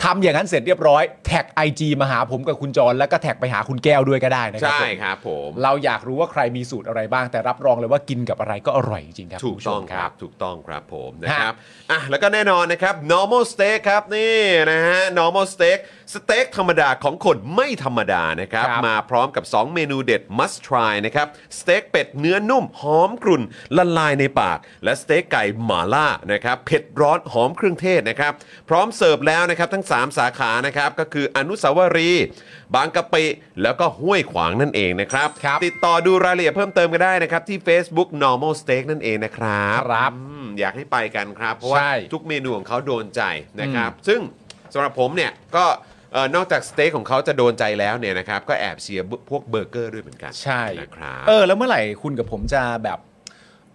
C: ทำอย่างนั้นเสร็จเรียบร้อย แท็ก IG มาหาผมกับคุณจรแล้วก็แท็กไปหาคุณแก้วด้วยก็ได้นะครั
A: ใช่
C: ผม
A: ครับผม
C: เราอยากรู้ว่าใครมีสูตรอะไรบ้าง แต่รับรองเลยว่ากินกับอะไรก็อร่อยจริงๆครับ
A: ถูก
C: ณผู้ช
A: ต้อง
C: ม
A: ครับ ถูกต้องครับผมนะครับอ่ะแล้วก็แน่นอนนะครับ normal steak ครับนี่นะฮะ normal steak สเต็กธรรมดาของคนไม่ธรรมดานะครับ
C: ครับ
A: มาพร้อมกับ 2 เมนูเด็ด must try นะครับสเต็กเป็ดเนื้อนุ่ม หอมกรุ่น ละลายในปาก และสเต็กไก่หม่าล่านะครับเผ็ดร้อนหอมเครื่องเทศนะครับพร้อมเสิร์ฟแล้วนะครับทั้ง 3 สาขานะครับก็คืออนุสาวรีย์บางกะปิแล้วก็ห้วยขวางนั่นเองนะครับ
C: ครับ
A: ติดต่อดูรายละเอียดเพิ่มเติมกันได้นะครับ ที่ Facebook normal steak นั่นเองนะครับ
C: ครับ
A: อืมอยากให้ไปกันครับ เพราะว่า
C: ใช่
A: ทุกเมนูของเขาโดนใจนะครับ ซึ่งสำหรับผมเนี่ยก็เอ่อนอกจากสเต็กของเขาจะโดนใจแล้วเนี่ยนะครับ ก็แอบเชียร์พวกเบอร์เกอร์ด้วยเหมือนกัน
C: ใช่
A: นะครับ
C: เออแล้วเมื่อไหร่คุณกับผมจะแบบ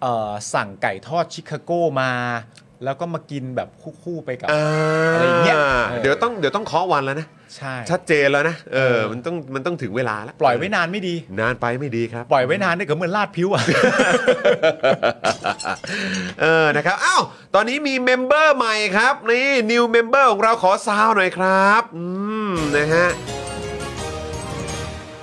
C: เอ่อสั่งไก่ทอดชิคาโก้มา แล้วก็มากินแบบคู่ๆไปกับ อะไรอย่างเงี้ยเออ
A: เดี๋ยวต้องเดี๋ยวต้องเคาะวันแล้วนะ
C: ใช่
A: ชัดเจนแล้วนะเออมันต้องมันต้องถึงเวลาแล้ว
C: ปล่อยไว้นานไม่ดี
A: นานไปไม่ดีครับ
C: ปล่อยไว้นานเนี่ยก็เหมือนลาดผิวอ่ะ
A: เออนะครับอ้าวตอนนี้มีเมมเบอร์ใหม่ครับ นี่ new member ของเราขอซาวหน่อยครับ อืม นะฮะ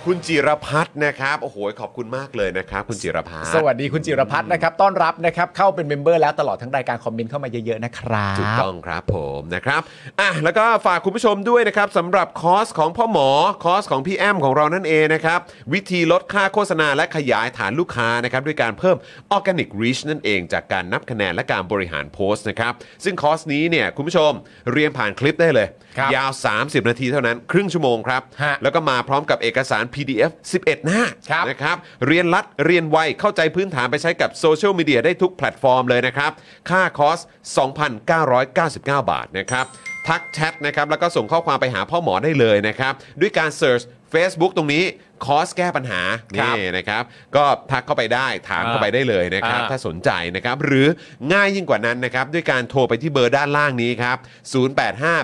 A: คุณจิรพัฒน์นะครับ โอ้โห ขอบคุณมากเลยนะครับ คุณจิรพัฒน์
C: สวัสดีคุณจิรพัฒน์นะครับ ต้อนรับนะครับ เข้าเป็นเมมเบอร์แล้วตลอดทั้งรายการคอมเมนต์เข้ามาเยอะ ๆ นะครับ
A: ถูกต้องครับผมนะครับอ่ะแล้วก็ฝากคุณผู้ชมด้วยนะครับสำหรับคอร์สของพ่อหมอคอร์สของพี่แอมของเรานั่นเองนะครับ วิธีลดค่าโฆษณาและขยายฐานลูกค้านะครับ ด้วยการเพิ่มออร์แกนิกรีชนั่นเองจากการนับคะแนนและการบริหารโพสต์นะครับ ซึ่งคอร์สนี้เนี่ยคุณผู้ชมเรียนผ่านคลิปได้เลย
C: ครับ
A: ยาว 30 นาทีเท่านั้น ครึ่งชั่วโมงครับ
C: ฮะ
A: แล้วก็มาพร้อมกับเอกสาร PDF 11 หน้า
C: ครับ
A: นะครับเรียนรัดเรียนไวเข้าใจพื้นฐานไปใช้กับโซเชียลมีเดียได้ทุกแพลตฟอร์มเลยนะครับ ค่าคอร์ส 2,999 บาทนะครับ ทักแชทนะครับแล้วก็ส่งข้อความไปหาพ่อหมอได้เลยนะครับ ด้วยการเ e ิร์ช Facebook ตรงนี้คอร์สแก้ปัญหา
C: ครับ
A: นี่นะครับ ก็ทักเข้าไปได้ถามเข้าไปได้เลยนะครับ
C: อ่า
A: ถ้าสนใจนะครับ หรือง่ายยิ่งกว่านั้นนะครับ ด้วยการโทรไปที่เบอร์ด้านล่างนี้ครับ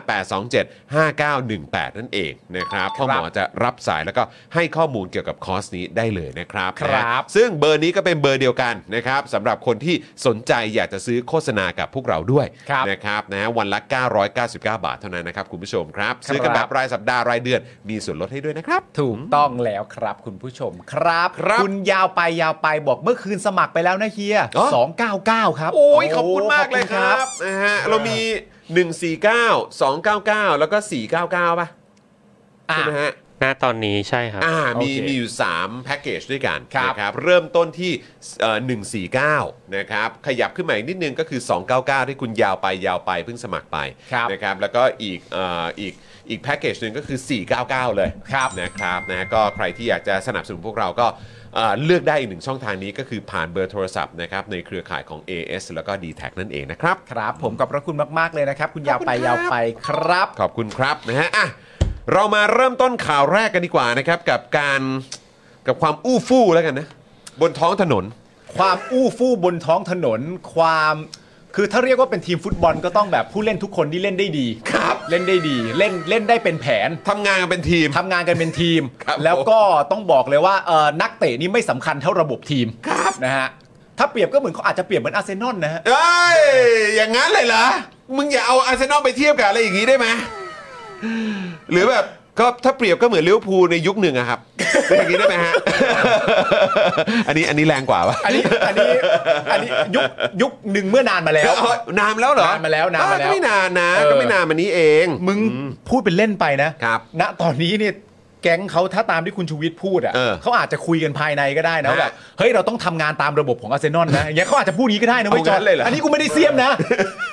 A: 0858275918 นั่นเองนะครับพ่อหมอจะรับสายแล้วก็ให้ข้อมูลเกี่ยวกับคอร์สนี้ได้เลยนะครับ
C: ครับ
A: นะฮะซึ่งเบอร์นี้ก็เป็นเบอร์เดียวกันนะครับสำหรับคนที่สนใจอยากจะซื้อโฆษณากับพวกเราด้วยนะครับนะฮะวันละ 999 บาทเท่านั้นนะครับคุณผู้ชมครับ ซื้อกันแบบรายสัปดาห์รายเดือนมีส่วนลดให้ด้วยนะครับ
C: ถูกต้องแล้ว แล้วครับ คุณผู้ชมครับ
A: ครับ
C: ณยาวไปยาวไปบอกเมื่อคืนสมัครไปแล้วนะเฮีย
A: อ๋อ
C: สองเก้าเก้าครับ
A: โอ้ยขอบคุณมากเลยครับ
C: ขอณ
A: นะฮะเรามี 149 299 แล้วก็ 499 ป่ะ
C: อ่ะ
A: ใช่ไหมฮะ
D: หน้าตอนนี้ใช่ครับ
A: อ่ามี
C: โอเค
A: มีอยู่ 3 แพ็กเกจด้วยกัน
C: ครับ
A: นะครับเริ่มต้นที่เอ่อ149 นะครับ ขยับขึ้นมาอีกนิดนึงก็คือ 299 ที่คุณยาวไปยาวไปเพิ่งสมัครไป
C: ครับ
A: นะครับแล้วก็อีกเอ่ออีกอีกแพ็กเกจหนึ่งก็คือ 499 เลย
C: ครับ
A: นะครับนะก็ใครที่อยากจะสนับสนุนพวกเราก็เอ่อเลือกได้อีกหนึ่งช่องทางนี้ก็คือผ่านเบอร์โทรศัพท์นะครับในเครือข่ายของ AS แล้วก็ d t แทนั่นเองนะครับ
C: ครับผมขอบพระคุณมากๆเลยนะครับ คุณยาวไปยาวไปครับ
A: ขอบคุณครับนะฮะอ่ะเรามาเริ่มต้นข่าวแรกกันดีกว่านะครับ กับการกับความอู้ฟู่แล้วกันนะ บนท้องถนน
C: ความอู้ฟู่บนท้องถนน ความคือถ้าเรียกว่าเป็นทีมฟุตบอลก็ต้องแบบผู้เล่นทุกคนที่เล่นได้ดี
A: ครับ
C: เล่นได้ดี เล่นเล่นได้เป็นแผน
A: ทำงานกันเป็นทีม
C: ทำงานกันเป็นทีม
A: ครับ
C: แล้วก็ต้องบอกเลยว่าเอ่อนักเตะนี่ไม่สำคัญเท่าระบบทีม
A: ครับ
C: นะฮะถ้าเปรียบก็เหมือนเขาอาจจะเปรียบเหมือนอาร์เซนอลนะฮะ
A: เอ้ย อย่างนั้นเลยเหรอ มึงอย่าเอาอาร์เซนอลไปเทียบกับอะไรอย่างนี้ได้ไหมหรือแบบก็ถ้าเปรียบก็เหมือนลิเวอร์พูลในยุคหนึ่งอะครับเป็นอย่างนี้ได้ไหมฮะ อันนี้อันนี้แรงกว่าปะ
C: อันนี้อันนี้อันนี้ยุคยุคหนึ่งเมื่อนานมาแล้ว
A: เอ้ยนานแล้วเหรอน
C: านมาแล้วนานมาแล้ว
A: ก็ไม่นานนะ
C: เออ
A: ก็ไม่นานมานี้เอง
C: มึงพูดเป็นเล่นไปนะครับ ณตอนนี้เนี่ยแก๊งเขาถ้าตามที่คุณชูวิทย์พูดอ่ะ
A: เออ
C: เขาอาจจะคุยกันภายในก็ได้นะ
A: ฮะ
C: แบบเฮ้ยเราต้องทำงานตามระบบของอาร์เซนอลนะอย่างเงี้ยเขาอาจจะพูดอย่างนี้ก็ได้นะเว้ย
A: เอา
C: จ
A: งั้
C: อน
A: เลยเหรออั
C: อันนี้กูไม่ได้เสียมนะ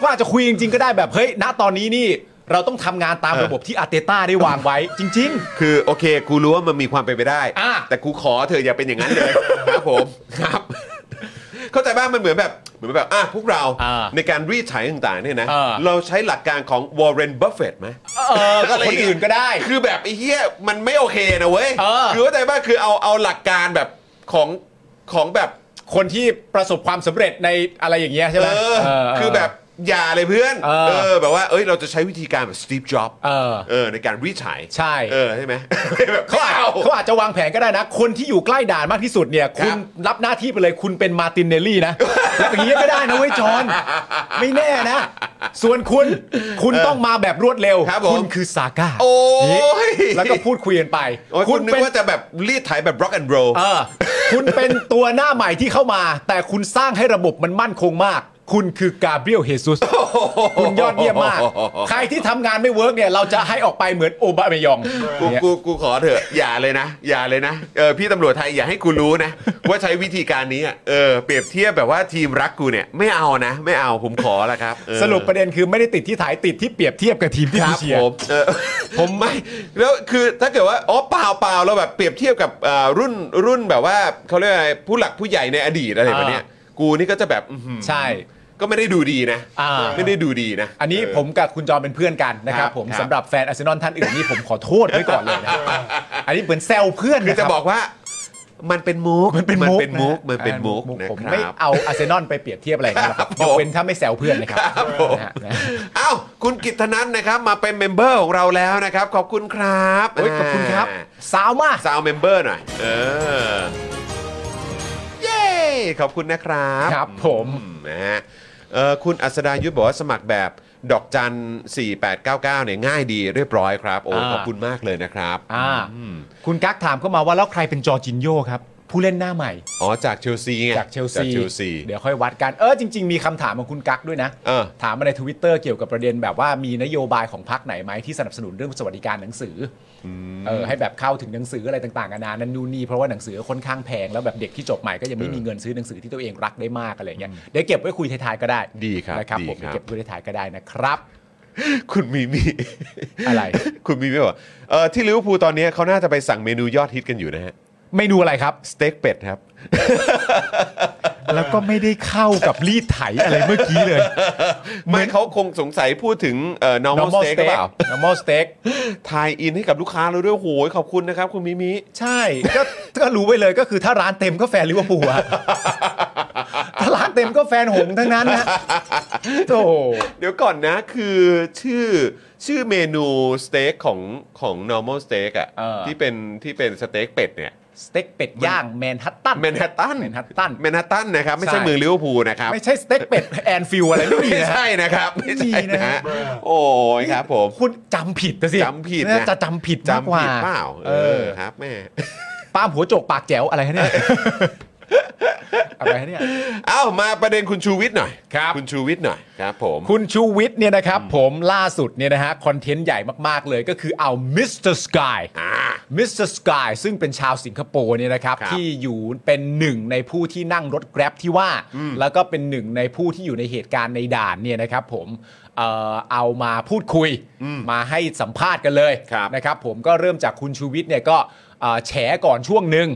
C: ว่าอาจจะคุยจริงๆก็ได้แบบเฮ้ยณตอนนี้นี่เราต้องทำงานตาม
A: เออ
C: ระบบที่อาร์เตต้าได้วางไว้ จริง
A: คือโอเค กูรู้ว่ามันมีความเป็นไปได้
C: อ่ะ
A: แต่กูขอเธออย่าเป็นอย่างนั้นเลย ครับผมครับ เข้าใจบ้างมันเหมือนแบบเหมือนแบบอ่ะพวกเรา
C: อ่า
A: ในการรีดไถต่างๆเนี่ยนะ
C: อ่า
A: เราใช้หลักการของวอร์เรนบัฟเฟตต์ไหม
C: ๆเออก็คนอื่นก็ได้
A: คือแบบไอ้เหี้ยมันไม่โอเคนะเว้ย
C: เออ
A: คือเข้าใจบ้างคือเอาเอาหลักการแบบของของแบบ
C: คนที่ประสบความสำเร็จในอะไรอย่างเงี้ยใช่ไหม
A: เออ
C: เ
A: คือแบบอย่าเลยเพื่อน
C: เออ
A: แบบว่าเอ้ยเราจะใช้วิธีการแบบสตีฟจ็อบ
C: เออ
A: เออในการรีดไถ
C: ใช่
A: เออใช่ไหม แบบ
C: เขาอาจ
A: อ
C: เขาอาจจะวางแผนก็ได้นะ คนที่อยู่ใกล้ด่านมากที่สุดเนี่ย
A: ครั
C: คุณ
A: บ
C: รับหน้าที่ไปเลยคุณเป็นมาร์ตินเนลลี่นะ อย่างนี้ยก็ได้นะเว้ยจอน ไม่แน่นะ ส่วนคุณคุณต้องมาแบบรวดเร็ว
A: ครับผม
C: ณคือซาก้า
A: โอ้ย
C: แล้วก็พูดคุยกันไป
A: โอ้ยคุณนึก
C: เป็น
A: ว่าจะแบบรีดไถแบบ rock and roll
C: เออคุณเป็นตัวหน้าใหม่ที่เข้ามา แต่คุณสร้างให้ระบบมันมั่นคงมาก คุณคือกาเบรียลเฮซุสคุณยอดเยี่ยมมาก ใครที่ทำงานไม่เวิร์กเนี่ยเราจะให้ออกไปเหมือนโอบามายอง
A: กู
C: เนี่ย
A: กูกูขอเถอะ อย่าเลยนะ อย่าเลยนะเออพี่ตำรวจไทยอย่าให้กูรู้นะ ว่าใช้วิธีการนี้อะเออเปรียบเทียบแบบว่าทีมรักกูเนี่ย ไม่เอานะ ไม่เอาผมขอละครับเออ
C: สรุปประเด็นคือไม่ได้ติดที่ถ่ายติดที่เปรียบเทียบกับทีมที่
A: ครั
C: กู
A: บ
C: เชีย
A: ผ
C: ร์
A: มเออ ผมไม่ แล้วคือถ้าเกิดว่าอ๋อเปล่าเปล่าเราแบบเปรียบเทียบกับอ่ารุ่นรุ่นแบบว่าเขาเรียกอะไรผู้หลักผู้ใหญ่ในอดีตอะไรแบบเนี้ยกูนี่ก็จะแบบอื้อหือ
C: ใช่
A: ก็ไม่ได้ดูดีนะ
C: อ่า
A: ไม่ได้ดูดีนะ
C: อันนี้ผมกับคุณจอมเป็นเพื่อนกันนะค
A: ครั
C: รับบ ผม
A: ครับ
C: สำหรับแฟนอาร์เซนอลท่านอื่นนี่ผมขอโทษไว้ก่อนเลยนะ อันนี้เหมือนแซวเพื่อน
A: คือ
C: นะค
A: จะ
C: รับ
A: บอกว่ามันเป็นมุก
C: มันเป็นมุ
A: มัน
C: ก
A: เป็นมุก
C: ะ
A: มันเป็นมุก
C: อ่า
A: นะ
C: ผม
A: ค
C: ไม่
A: รับ
C: เอาอาร์เซนอลไปเปรียบเทียบอะไรนะครับ
A: ครับผม
C: ยกเว้นถ้าไม่แซวเพื่อนนะครับ
A: ครับผม
C: นะฮะนะ
A: เอ้าคุณกิตนันนะครับมาเป็นเมมเบอร์ของเราแล้วนะครับ ขอบคุณครับ
C: โอ้ยขอบคุณครับสาวมาก
A: ซาวเมมเบอร์หน่อยเออเย้ขอบคุณนะครับ
C: ครับผม
A: อืนะฮะเออคุณอัศดายุทธบอกว่าสมัครแบบดอกจัน 4899เนี่ยง่ายดีเรียบร้อยครับ โอ้
C: อ่า
A: ขอบคุณมากเลยนะครับ
C: อ่าคุณกั๊กถามเข้ามาว่าแล้วใครเป็นจอร์จินโยครับ ผู้เล่นหน้าใหม่
A: อ๋อจากเชลซีไง
C: จากเชล
A: จาก
C: ซี
A: เชลซี
C: เดี๋ยวค่อยวัดกัน เออจริง ๆ มีคำถามของคุณกั๊กด้วยนะ
A: เออ
C: ถามมาในทวิตเตอร์เกี่ยวกับประเด็นแบบว่ามีนโยบายของพรรคไหนไหมที่สนับสนุนเรื่องสวัสดิการหนังสืออเออให้แบบเข้าถึงหนังสืออะไรต่างๆนานานั่นนู่นนี่เพราะว่าหนังสือค่อนข้างแพงแล้วแบบเด็กที่จบใหม่ก็ยังไม่มีเงินซื้อหนังสือที่ตัวเองรักได้มากอะไรเงี้ยเดี๋ยวเก็บไว้คุยท้ายๆก็ได้
A: ดีครับ
C: นะครับ
A: ดี
C: ผม
A: ครับ
C: เก็บไว้ท้ายๆก็ได้นะครับ
A: คุณมีมี
C: อะไร
A: คุณมีไม่บอกเออที่ลิเวอร์พูลตอนนี้เขาน่าจะไปสั่งเมนูยอดฮิตกันอยู่นะฮะ
C: เมนูอะไรครับ
A: สเต็กเป็ดครับ
C: แล้วก็ไม่ได้เข้ากับรีดไถอะไรเมื่อกี้เลย
A: ไม่เขาคงสงสัยพูดถึงเอ่อ normal
C: normal
A: steak หรือ
C: steak
A: เปล่า
C: normal steak
A: ทายอินให้กับลูกค้าเราด้วยโอ้โหยขอบคุณนะครับ คุณมิมิ
C: ใช่ ก็ก็รู้ไว้เลยก็คือถ้าร้านเต็มก็แฟนลิเวอร์พูลอะ ถ้าร้านเต็มก็แฟนหงส์ทั้งนั้นนะ โธ่
A: เดี๋ยวก่อนนะคือชื่อชื่อเมนูสเต็กของของ normal steak อ่ะ
C: เออ
A: ที่เป็นที่เป็นสเต็กเป็ดเนี่ย
C: สเต็กเป็ดย่างแมนฮัตตัน
A: แมนฮัตตัน
C: แมนฮัตตัน
A: แมนฮัตตันนะครับ ไม่ใช่
C: ใช่
A: เมืองลิเวอร์พูลนะครับ
C: ไม่ใช่สเต็กเป็ดแอนฟิวอะไรไม่มี
A: ไม่
C: นะ
A: ใช่นะครับไม่ใช่
C: ไม่มี
A: นะ
C: นะ
A: ฮะโอ้ยครับผม
C: คุณจำผิดนะสิ
A: จำผิดนะ
C: น่าจะจำผิดมากก
A: จำ
C: ว่า
A: ผิดเปล่า เอ
C: เอ
A: อ
C: อ
A: ครับแม่
C: ปาล์มหัวโจกปากแจ๋วอะไรฮะเนี่ย อะไรฮะเนี่ย
A: เอ้ามาประเด็นคุณชูวิทย์หน่อย
C: ครับ
A: คุณชูวิทย์หน่อยครับผม
C: คุณชูวิทย์เนี่ยนะครับ ผมล่าสุดเนี่ยนะฮะคอนเทนต์ใหญ่มากๆเลยก็คือเอามิสเตอร์สกาย
A: อ่า
C: มิสเตอร์สกายซึ่งเป็นชาวสิงคโปร์เนี่ยนะครับ
A: ครับ
C: ที่อยู่เป็นหนึ่งในผู้ที่นั่งรถแกร็บที่ว่า แล้วก็เป็นหนึ่งในผู้ที่อยู่ในเหตุการณ์ในด่านเนี่ยนะครับผมเอ่อเอามาพูดคุยมาให้สัมภาษณ์กันเลย
A: ครับ
C: นะครับผมก็เริ่มจากคุณชูวิทย์เนี่ยก็เอ่อแฉก่อนช่วงหนึ่ง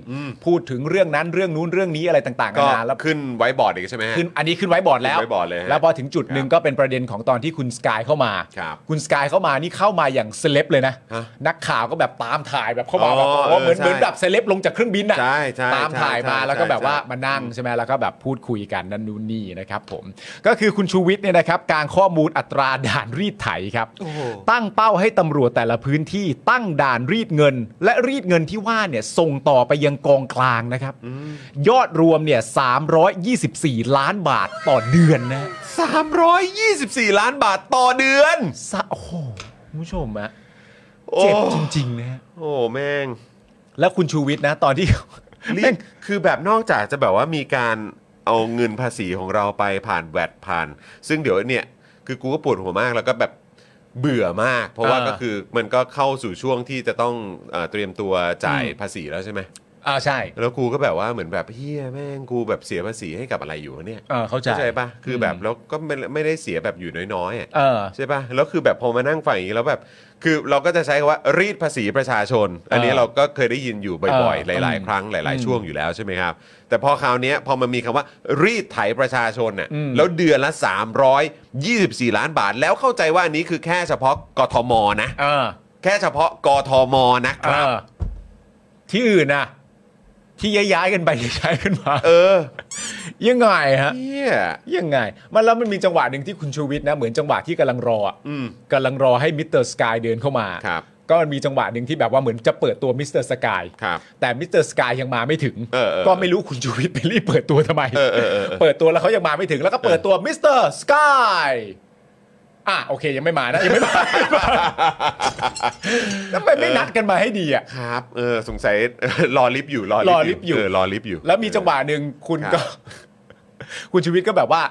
C: พูดถึงเรื่องนั้นเรื่องนู้นเรื่องนี้อะไรต่างๆ
A: ก็
C: นานาแล้ว
A: ขึ้นไว้บอร์ดอีกใช่ไหมฮะ
C: ขึ้นอันนี้ขึ้นไว้บอร์ดแล้ว
A: ขึ้นไว้บอร์ดเลยฮะ
C: แล้วพอถึงจุดหนึ่งก็เป็นประเด็นของตอนที่คุณสกายเข้ามา
A: ครับ
C: ณสกายเข้ามานี่เข้ามาอย่างเซเลบเลยนะ
A: ฮะ
C: นักข่าวก็แบบตามถ่ายแบบเข้ามาแบบ
A: อ๋อ
C: โอ้โหเหมือน
A: ใช่
C: เหมือนแบบเซเลบลงจากเครื่องบินอ่ะ
A: ใช่ใช่
C: ตามถ่ายมา
A: ใช่
C: แล้วก็
A: ใช่
C: แบบว่า
A: ใช่
C: มานั่งใช่ไหมแล้วก็แบบพูดคุยกันนั่นนู่นนี่นะครับผม ก็คือคุณชูวิทย์เนี่ยนะครับกลางข้อมูลอัตราด่านรีดไถครับ ตั้งเป้าให้ตำรวจแต่ละพื้นที่ตั้งด่านรีดเงิน และรีดเงินที่ว่าเนี่ยส่งต่อไปยังกองกลางนะครับ ยอดรวมเนี่ย324 ล้านบาทต่อเดือนนะ
A: 324 ล้านบาทต่อเดือน
C: สะโอ้โหคุณผู้ชมอะ
A: โอ้
C: เจ็บจริงๆนะฮะ
A: โอ้แม่ง
C: แล้วคุณชูวิทย์นะ ตอนที่
A: รี
C: แม่
A: บ
C: ง
A: คือแบบนอกจากจะแบบว่ามีการเอาเงินภาษีของเราไปผ่านแวดผ่าน ซึ่งเดี๋ยวเนี่ยคือกูก็ปวดหัวมากแล้วก็แบบเบื่อมาก เพราะว่า
C: อ่า
A: ก็คือมันก็เข้าสู่ช่วงที่จะต้องเอ่อเตรียมตัวจ่าย
C: อืม
A: ภาษีแล้วใช่ไหม
C: อ่าใช่
A: แล้วกูก็แบบว่าเหมือนแบบเฮียแม่งกูแบบเสียภาษีให้กับอะไรอยู่วะเนี่ย
C: เออเข้าใจ
A: เข้าใจปะคือแบบ
C: อืม
A: แล้วก็ไม่ไม่ได้เสียแบบอยู่น้อยๆอะ
C: เออ
A: ใช่ปะแล้วคือแบบพอมานั่งฟังอย่างนี้แล้วแบบ คือเราก็จะใช้คำว่ารีดภาษีประชาชน อันนี้
C: เออ
A: เราก็เคยได้ยินอยู่บ่อยๆ
C: เออ
A: หลาย
C: อืม
A: ๆ ครั้งหลาย
C: อืม
A: ๆ ช่วงอยู่แล้วใช่ไหมครับแต่พอคราวเนี้ยพอมันมีคำว่ารีดไถประชาชนเนี่ย
C: อืม
A: แล้วเดือนละ 324 ล้านบาท แล้วเข้าใจว่าอันนี้คือแค่เฉพาะกทมนะ
C: เออ
A: แค่เฉพาะกทมนะครับ
C: เออที่อื่นนะที่ย้ายๆกันไปย้ายๆกันมา
A: เออ
C: ยังไงฮะ
A: เฮีย
C: ยังไง มันแล้วมันมีจังหวะหนึ่งที่คุณชูวิทย์นะเหมือนจังหวะที่กำลังรออะ
A: อืม
C: กำลังรอให้มิสเตอร์สกายเดินเข้ามา
A: ครับ
C: ก็มันมีจังหวะหนึ่งที่แบบว่าเหมือนจะเปิดตัวมิสเตอร์สกาย
A: ครับ
C: แต่มิสเตอร์สกายยังมาไม่ถึง
A: เออเออ
C: ก็ไม่รู้คุณชูวิทย์ไปรีบเปิดตัวทำไม
A: เออเออเออเออ
C: เปิดตัวแล้วเขายังมาไม่ถึงแล้วก็เปิดตัวมิสเตอร์สกายอ่ะโอเคยังไม่มานะยังไม่มา แล้วทำไมไม่นัดกันมาให้ดีอ่ะ
A: ครับเออสงสัย เออรอลิฟต์อยู่รอ
C: รอลิฟต์อยู่
A: เออรอลิฟต์อยู่
C: แล้วมีจังหวะหนึ่งคุณ
A: ครับ
C: ก็ คุณชีวิตก็แบบว่า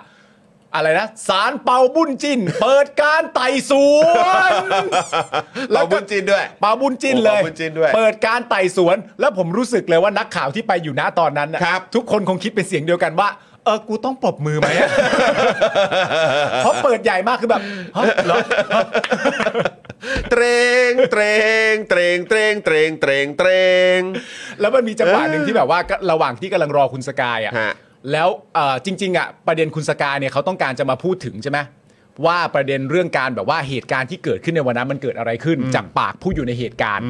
C: อะไรนะสารเปาบุญจิน เปิดการไต่ส วน
A: เออเราบุญจินด้วย
C: เปาบุญจินเลย
A: เปาบุญจิ้นด้วย
C: เปิดการไต่สวน แล้วผมรู้สึกเลยว่านักข่าวที่ไปอยู่ณตอนนั้นนะครับ ทุกคนคงคิดเป็นเสียงเดียวกันว่า เออกูต้องปรบมือไหมอะ เพราะเปิดใหญ่มากคือแบบฮะเหรอฮะ
A: เตรงเตรงเตรงเตรงเตรงเตรงเตรง
C: แล้วมันมีจังหวะหนึ่งที่แบบว่าก็ระหว่างที่กำลังรอคุณสกายอ่ะ
A: ฮะ
C: แล้วเอ่อจริง ๆอ่ะประเด็นคุณสกายเนี่ยเขาต้องการจะมาพูดถึงใช่ไหมว่าประเด็นเรื่องการแบบว่าเหตุการณ์ที่เกิดขึ้นในวันนั้นมันเกิดอะไรขึ้น จากปากผู้อยู่ในเหตุการณ์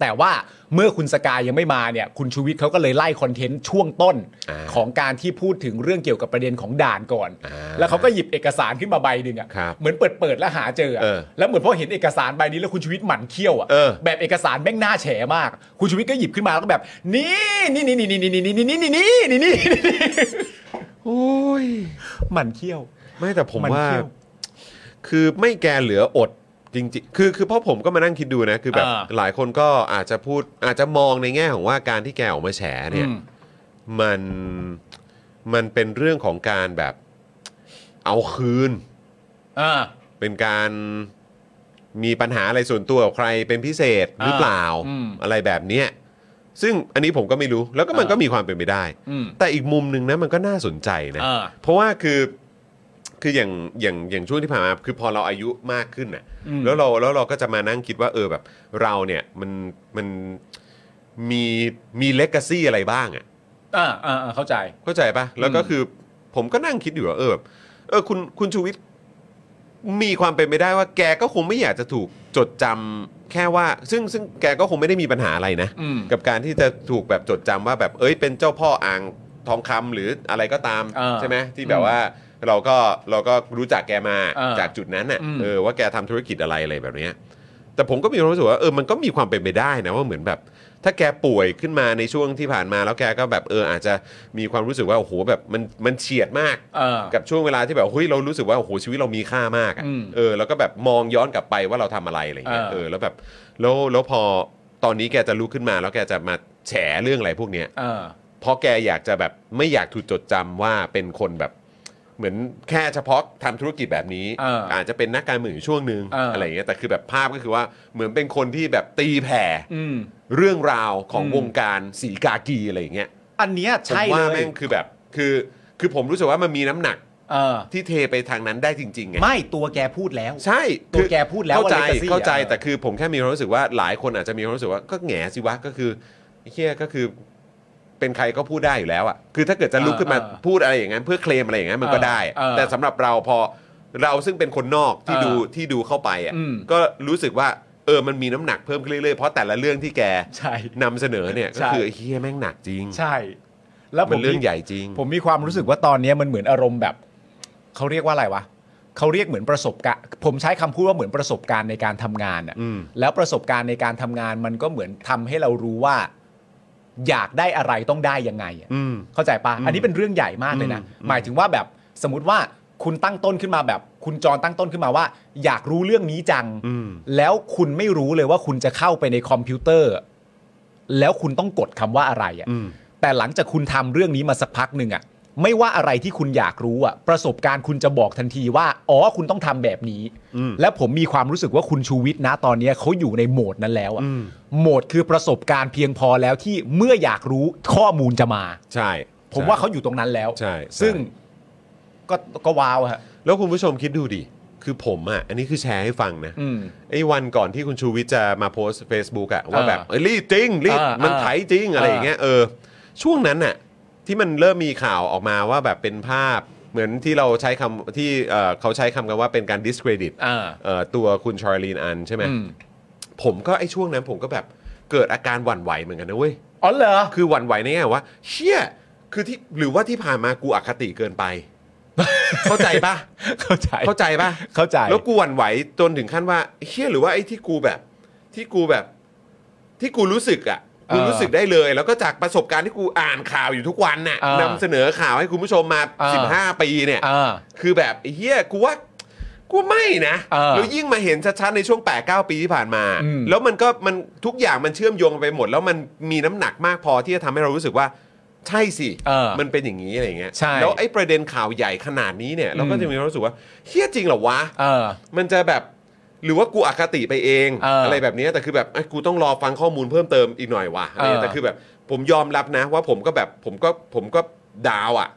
C: แต่ว่าเมื่อคุณสกายยังไม่มาเนี่ย คุณชูวิทย์เขาก็เลยไล่คอนเทนต์ช่วงต้น
A: อ่า
C: ของการที่พูดถึงเรื่องเกี่ยวกับประเด็นของด่านก่อน
A: อ่า
C: แล้วเขาก็หยิบเอกสารขึ้นมาใบหนึ่ง
A: ครั
C: อะ่ะ
A: บ
C: เหมือนเปิดเปิดๆแล้วหาเจออะ
A: เออ
C: แล้วเหมือนพอเห็นเอกสารใบนี้แล้วคุณชูวิทย์หมั่นเคี้ยว
A: เออ
C: อะ่ะแบบเอกสารแม่งหน้าแฉมาก คุณชูวิทย์ก็หยิบขึ้นมาแล้วก็แบบ นี่นี่นี่นี่นี่นี่นี่นี่นี่นี่นี่นี่
A: โอ้ย
C: หมั่นเคี้ยว
A: ไม่แต่ผม
C: น
A: ว่า
C: เคี้ยว
A: คือไม่แกเหลืออดจริงๆ คือคือเพราะผมก็มานั่งคิดดูนะ คือแบบ
C: อ่า
A: หลายคนก็อาจจะพูดอาจจะมองในแง่ของว่าการที่แกออกมาแฉเนี่ย
C: อืม
A: มันมันเป็นเรื่องของการแบบเอาคืน
C: อ่า
A: เป็นการมีปัญหาอะไรส่วนตัวกับใครเป็นพิเศษหรือเปล่า
C: อ่าอืม
A: อะไรแบบเนี้ยซึ่งอันนี้ผมก็ไม่รู้แล้วก็มัน
C: อ่า
A: ก็มีความเป็นไปได้
C: อืม
A: แต่อีกมุมหนึ่งนะมันก็น่าสนใจนะ
C: อ่า
A: เพราะว่าคือคืออย่างอย่างอย่างช่วงที่ผ่านมาคือพอเราอายุมากขึ้นน่ะ
C: อืม
A: แล้วเราแล้วเราก็จะมานั่งคิดว่าเออแบบเราเนี่ยมันมันมีมีเลก a ซี่อะไรบ้างอ่ะ
C: ่าอ่าอ่าเข้าใจ
A: เข้าใจปะแล้วก็
C: อืม
A: คือผมก็นั่งคิดอยู่ว่าเออแบบเออคุณคุณชูวิทย์มีความเป็นไปได้ว่าแกก็คงไม่อยากจะถูกจดจำแค่ว่า ซึ่งซึ่งแกก็คงไม่ได้มีปัญหาอะไรนะ
C: อืม
A: กับการที่จะถูกแบบจดจำว่าแบบเอ้ยเป็นเจ้าพ่ออ่างทองคำหรืออะไรก็ตาม
C: เออ
A: ใช่ไหมที่แบบว่าเราก็เราก็รู้จักแกมา
C: เออ
A: จากจุดนั้นน่ะ
C: อืม
A: เออว่าแกทำธุรกิจอะไรอะไรแบบเนี้ยแต่ผมก็มีความรู้สึกว่าเออมันก็มีความเป็นไปได้นะว่าเหมือนแบบ ถ้าแกป่วยขึ้นมาในช่วงที่ผ่านมา แล้วแกก็แบบเอออาจจะมีความรู้สึกว่าโอ้โหแบบมันมันเฉียดมาก
C: เออ
A: กับช่วงเวลาที่แบบเฮ้ยเรารู้สึกว่าโอ้โหชีวิตเรามีค่ามากอะ
C: อืม
A: เออแล้วก็แบบมองย้อนกลับไปว่าเราทำอะไรอะไรอย่างเงี้ย
C: เออ
A: เออแล้วแบบแล้วแล้วพอตอนนี้แกจะลุกขึ้นมาแล้วแกจะมา แฉเรื่องอะไรพวกเนี้ย
C: เออ
A: เพราะแกอยากจะแบบไม่อยากถูกจดจำว่าเป็นคนแบบเหมือนแค่เฉพาะทำธุรกิจแบบนี้
C: เอออ
A: จจะเป็นนักการเมืองอยู่ช่วงหนึ่ง
C: เอออ
A: ไรอย่างเงี้ยแต่คือแบบภาพก็คือว่าเหมือนเป็นคนที่แบบตีแผ่
C: อืม
A: เรื่องราวของ
C: อืม
A: วงการสีกากีอะไรอย่างเงี้ย
C: อันเนี้ย
A: ผม
C: ใช่
A: ว่า
C: เลย
A: แม่งคือแบบคือคือผมรู้สึกว่ามันมีน้ำหนัก
C: เออ
A: ที่เทไปทางนั้นได้จริงๆไง
C: ไม่ตัวแกพูดแล้ว
A: ใช่
C: ตัว
A: คือ
C: แกพูดแล้ว
A: เข้าใจ
C: ว่า legacy
A: เข้าใจ
C: อะ
A: แต่คือผมแค่มีความรู้สึกว่าหลายคนอาจจะมีความรู้สึกว่าก็แหงสิวะก็คือไอ้เฮียก็คือ เป็นใครก็พูดได้อยู่แล้วอ่ะคือถ้าเกิดจะลุกขึ้นมา
C: เออ
A: พูดอะไรอย่างนั้นเพื่อเคลมอะไรอย่างนั้นมันก็
C: เออ
A: ได้
C: เออ
A: แต่สำหรับเราพอเราซึ่งเป็นคนนอกที่
C: เออ
A: ดูที่ดูเข้าไปอ่ะ
C: อืม
A: ก็รู้สึกว่าเออมันมีน้ำหนักเพิ่มขึ้นเรื่อยๆเพราะแต่ละเรื่องที่แก
C: ใช่
A: นำเสนอเนี่ยก็
C: ใช่
A: คือไอ้เฮียแม่งหนักจริง
C: ใช่ แล้วผ
A: มัน
C: ม
A: เรื่อง
C: มี
A: ใหญ่จริง
C: ผมมีความรู้สึกว่าตอนเนี้ยมันเหมือนอารมณ์แบบเขาเรียกว่าอะไรวะเขาเรียกเหมือนประสบการณ์ผมใช้คำพูดว่าเหมือนประสบการณ์ในการทำงานอ่ะ
A: อืม
C: แล้วประสบการณ์ในการทำงานมันก็เหมือนทำให้เรารู้ว่า อยากได้อะไรต้องได้ยังไงอะ
A: อืม
C: เข้าใจปะอันนี้เป็นเรื่องใหญ่มากเลยนะ หมายถึงว่าแบบสมมติว่าคุณตั้งต้นขึ้นมาแบบ คุณจรตั้งต้นขึ้นมาว่า อยากรู้เรื่องนี้จัง
A: อืม
C: แล้วคุณไม่รู้เลยว่าคุณจะเข้าไปในคอมพิวเตอร์ แล้วคุณต้องกดคำว่าอะไรอะ
A: อืม
C: แต่หลังจากคุณทำเรื่องนี้มาสักพักหนึ่งอะไม่ว่าอะไรที่คุณอยากรู้อะประสบการณ์คุณจะบอกทันทีว่า อ๋อคุณต้องทำแบบนี้
A: อืม
C: และผมมีความรู้สึกว่าคุณชูวิทย์นะตอนเนี้ยเขาอยู่ในโหมดนั้นแล้วอะโหมดคือประสบการณ์เพียงพอแล้วที่เมื่ออยากรู้ข้อมูลจะมา
A: ใช่
C: ผมว่า
A: ใช่
C: เขาอยู่ตรงนั้นแล้ว
A: ใช่ใช่
C: ซึ่งก็ก็ว้าวฮะ
A: แล้วคุณผู้ชมคิดดูดิ คือผมอ่ะ อันนี้คือแชร์ให้ฟังนะ
C: อืม
A: ไอ้วันก่อนที่คุณชูวิทย์จะมาโพสต์ Facebook อะว่า
C: เออ
A: แบบเอ้ยรีบจริงรีบ
C: เออ
A: มัน
C: เออ
A: ไถจริงอะไรอย่างเงี้ยเออช่วงนั้นน่ะที่มันเริ่มมีข่าวออกมาว่าแบบเป็นภาพเหมือนที่เราใช้คำที่เอ่อเขาใช้คำกันว่าเป็นการ discredit
C: เออ
A: เอ่อตัวคุณชาร์ลีนอันใช่ไหม
C: อืม
A: ผมก็ไอ้ช่วงนั้นผมก็แบบเกิดอาการหวั่นไหวเหมือนกันนะเว้ย
C: อ๋อเหรอ
A: คือหวั่นไหวในแง่ว่าเชี่ยคือที่หรือว่าที่ผ่านมากูอคติเกินไป เข้าใจปะ
C: เข้าใจ
A: เข้าใจปะ
C: เข้าใจ
A: แล้วกูหวั่นไหวจนถึงขั้นว่าเชี่ยหรือว่าไอ้ที่กูแบบ ที่กูแบบ ที่กูรู้สึกอ่ะกู
C: เออ
A: รู้สึกได้เลย แล้วก็จากประสบการณ์ที่กูอ่านข่าวอยู่ทุกวันน่ะ
C: เออน
A: ำเสนอข่าวให้คุณผู้ชมมา
C: เออ
A: 15 ปีเนี่ย
C: เออ
A: คือแบบไอ้เฮียกูว่ากูไม่นะ
C: เออ
A: แล้วยิ่งมาเห็นชัดๆในช่วง 8 9 ปีที่ผ่านมา
C: อืม
A: แล้วมันก็มันทุกอย่างมันเชื่อมโยงไปหมด แล้วมันมีน้ำหนักมากพอที่จะทำให้เรารู้สึกว่า ใช่สิ
C: เออ
A: มันเป็นอย่างนี้อะไรอย่างเงี้ย
C: ใช่
A: แล้วไอ้ประเด็นข่าวใหญ่ขนาดนี้เนี่ย เราก็
C: อืม
A: จะมีความรู้สึกว่าเฮียจริงเหรอวะ
C: เออ
A: มันจะแบบหรือว่ากูอคติไปเอง
C: เอออ
A: ไรแบบเนี้ยแต่คือแบบเอ้ยกูต้องรอฟังข้อมูลเพิ่มเติมอีกหน่อยว่ะอะไรอย่างเงี้ย
C: เออ
A: แต่คือแบบผมยอมรับนะ ว่าผมก็แบบผมก็ผมก็ดาวอ่ะ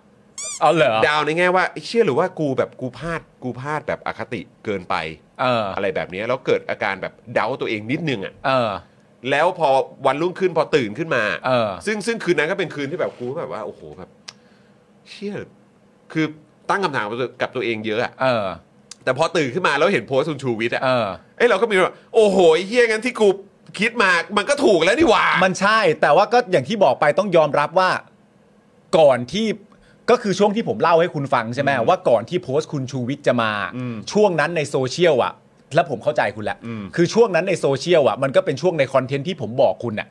C: อ๋อเหรอ
A: ดาวในแง่ว่าเชื่อหรือว่ากูแบบกูพลาดกูพลาดแบบอคติเกินไป
C: เออ
A: อะไรแบบเนี้ยแล้วเกิดอาการแบบเดาตัวเองนิดนึงอ่ะ
C: เออ
A: แล้วพอวันรุ่งขึ้นพอตื่นขึ้นมา
C: เออ
A: ซึ่งซึ่งคืนนั้นก็เป็นคืนที่แบบกูแบบว่าโอ้โหแบบเชื่อคือตั้งคำถามกับตัวเองเยอะอะ
C: เออ
A: แต่พอตื่นขึ้นมาแล้วเห็นโพสต์คุณชูวิทย์อ่ะ
C: เออ
A: เอ้ยเราก็มีแบบโอ้โหไอ้เฮี้ยงั้นที่กูคิดมามันก็ถูกแล้วนี่หว่า
C: มันใช่ แต่ว่าก็อย่างที่บอกไปต้องยอมรับว่า ก่อนที่ก็คือช่วงที่ผมเล่าให้คุณฟังใช่ไหมว่าก่อนที่โพสต์คุณชูวิทย์จะมา ช่วงนั้นในโซเชียลอ่ะ แล้วผมเข้าใจคุณแล้ว คือช่วงนั้นในโซเชียลอ่ะมันก็เป็นช่วงในคอนเทนต์ที่ผมบอกคุณอ่ะ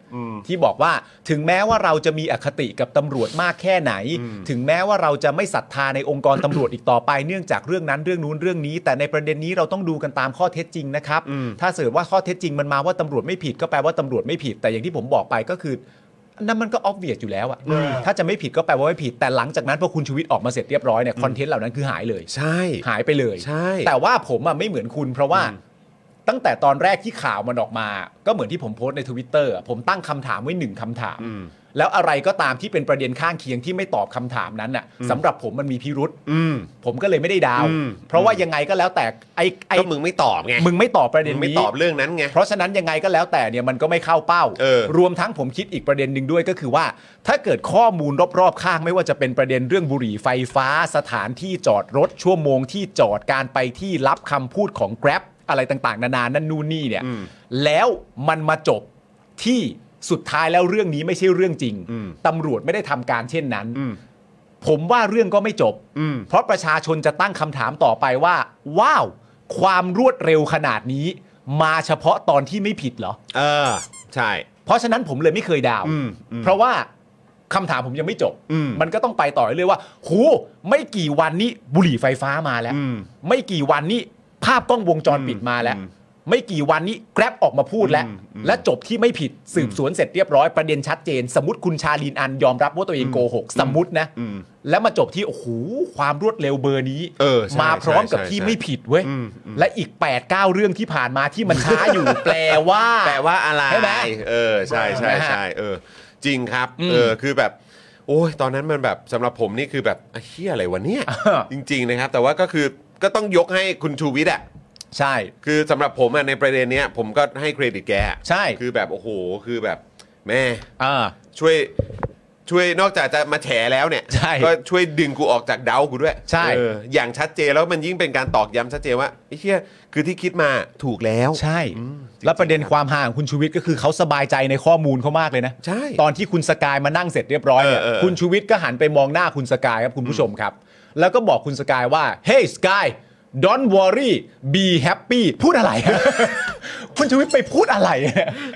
C: ที่บอกว่าถึงแม้ว่าเราจะมีอคติกับตำรวจมากแค่ไหน ถึงแม้ว่าเราจะไม่ศรัทธาในองค์กรตำรวจอีกต่อไปเนื่องจากเรื่องนั้นเรื่องนู้นเรื่องนี้ แต่ในประเด็นนี้เราต้องดูกันตามข้อเท็จจริงนะครับ ถ้าเกิดว่าข้อเท็จจริงมันมาว่าตำรวจไม่ผิดก็แปลว่าตำรวจไม่ผิด แต่อย่างที่ผมบอกไปก็คือ นั่นมันก็ออบเวียอยู่แล้วอะถ้าจะไม่ผิดก็แปลว่าไม่ผิด แต่หลังจากนั้นพอคุณชูวิทย์ออกมาเสร็จเรียบร้อยเนี่ยคอนเทนต์เหล่านั้นคือหายเลย
A: ใช่
C: หายไปเลย
A: ใช่
C: แต่ว่าผมอะไม่เหมือนคุณเพราะว่าตั้งแต่ตอนแรกที่ข่าวมันออกมา ก็เหมือนที่ผมโพสต์ในทวิตเตอร์ผมตั้งคำถามไว้หนึ่งคำถาม แล้วอะไรก็ตามที่เป็นประเด็นข้างเคียงที่ไม่ตอบคำถามนั้นน่ะสำหรับผมมันมีพิรุษ
A: อืม
C: ผมก็เลยไม่ได้ดาว
A: อืม
C: เพราะว่ายังไงก็แล้วแต่ไอ้ไอ้
A: ก็มึงไม่ตอบไง
C: มึงไม่ตอบประเด็น
A: มึง
C: นี้
A: ไม่ตอบเรื่องนั้นไง
C: เพราะฉะนั้นยังไงก็แล้วแต่เนี่ยมันก็ไม่เข้าเป้า
A: เออ
C: รวมทั้งผมคิดอีกประเด็นหนึ่งด้วยก็คือว่า ถ้าเกิดข้อมูลรอบๆข้างไม่ว่าจะเป็นประเด็นเรื่องบุหรี่ไฟฟ้า สถานที่จอดรถ ชั่วโมงที่จอดการไปที่รับคำพูดของ Grab อะไรต่างๆ นานานั่นนู่นนี่เนี่ยแล้วมันมาจบที่สุดท้ายแล้วเรื่องนี้ไม่ใช่เรื่องจริงตำรวจไม่ได้ทำการเช่นนั้น ผมว่าเรื่องก็ไม่จบ เพราะประชาชนจะตั้งคำถามต่อไปว่า ว้าว ความรวดเร็วขนาดนี้ มาเฉพาะตอนที่ไม่ผิดเหรอ
A: เออ ใช่
C: เพราะฉะนั้นผมเลยไม่เคยดาว เพราะว่าคำถามผมยังไม่จบ มันก็ต้องไปต่อเรื่อยๆว่า หู ไม่กี่วันนี้บุหรี่ไฟฟ้ามาแล้ว ไม่กี่วันนี้ภาพกล้องวงจรปิดมาแล้ว ไม่กี่วันนี้แกร็บออกมาพูดแล้ว และจบที่ไม่ผิดสืบสวนเสร็จเรียบร้อยประเด็นชัดเจน สมมติคุณชาลีนอันยอมรับว่าตัวเองโกหกสมมตินะ
A: อืม
C: แล้วมาจบที่โอ้โหความรวดเร็วเบอร์นี้
A: เออใช่
C: มาพร้อมกับที่
A: ใช่ใช่
C: ไม่ผิดเว้ย
A: อืมอืม
C: และอีก8ปดเก้าเรื่องที่ผ่านมาที่มันช้า อยู่ แปลว่า
A: แปลว่าอะไร
C: ใช่ไหม
A: เออใช่ใช่ใช่เออ จริงครับ
C: อืม
A: เออคือแบบ โอ้ยตอนนั้นมันแบบสำหรับผมนี่คือแบบไอ้เฮียอะไรวะ เนี่ย
C: เออ
A: จริง ๆนะครับ แต่ว่าก็คือก็ต้องยกให้คุณชูวิทย์อะ
C: ใช่
A: คือสำหรับผมอะในประเด็นเนี้ย ผมก็ให้เครดิตแก
C: ใช่
A: คือแบบโอ้โห คือแบบแม่
C: อ่า
A: ช่วยช่วยนอกจากจะมาแฉแล้วเนี่ย
C: ใช่
A: ก็ช่วยดึงกูออกจากเดากูด้วย
C: ใช่
A: เอออย่างชัดเจนแล้วมันยิ่งเป็นการตอกย้ำชัดเจนว่าไอ้เฮียคือที่คิดมาถูกแล้ว
C: ใช่
A: อืมจริงๆ
C: แล้วประเด็นความห่างคุณชูวิทย์ก็คือเขาสบายใจในข้อมูลเขามากเลยนะ
A: ใช่
C: ตอนที่คุณสกายมานั่งเสร็จเรียบร้อยเนี่ย
A: เออเออ
C: คุณชูวิทย์ก็หันไปมองหน้าคุณสกายครับคุณผู้ชมครับ แล้วก็บอกคุณสกายว่า hey sky don't worry be happy พูดอะไร คุณชูวิทย์ไปพูดอะไร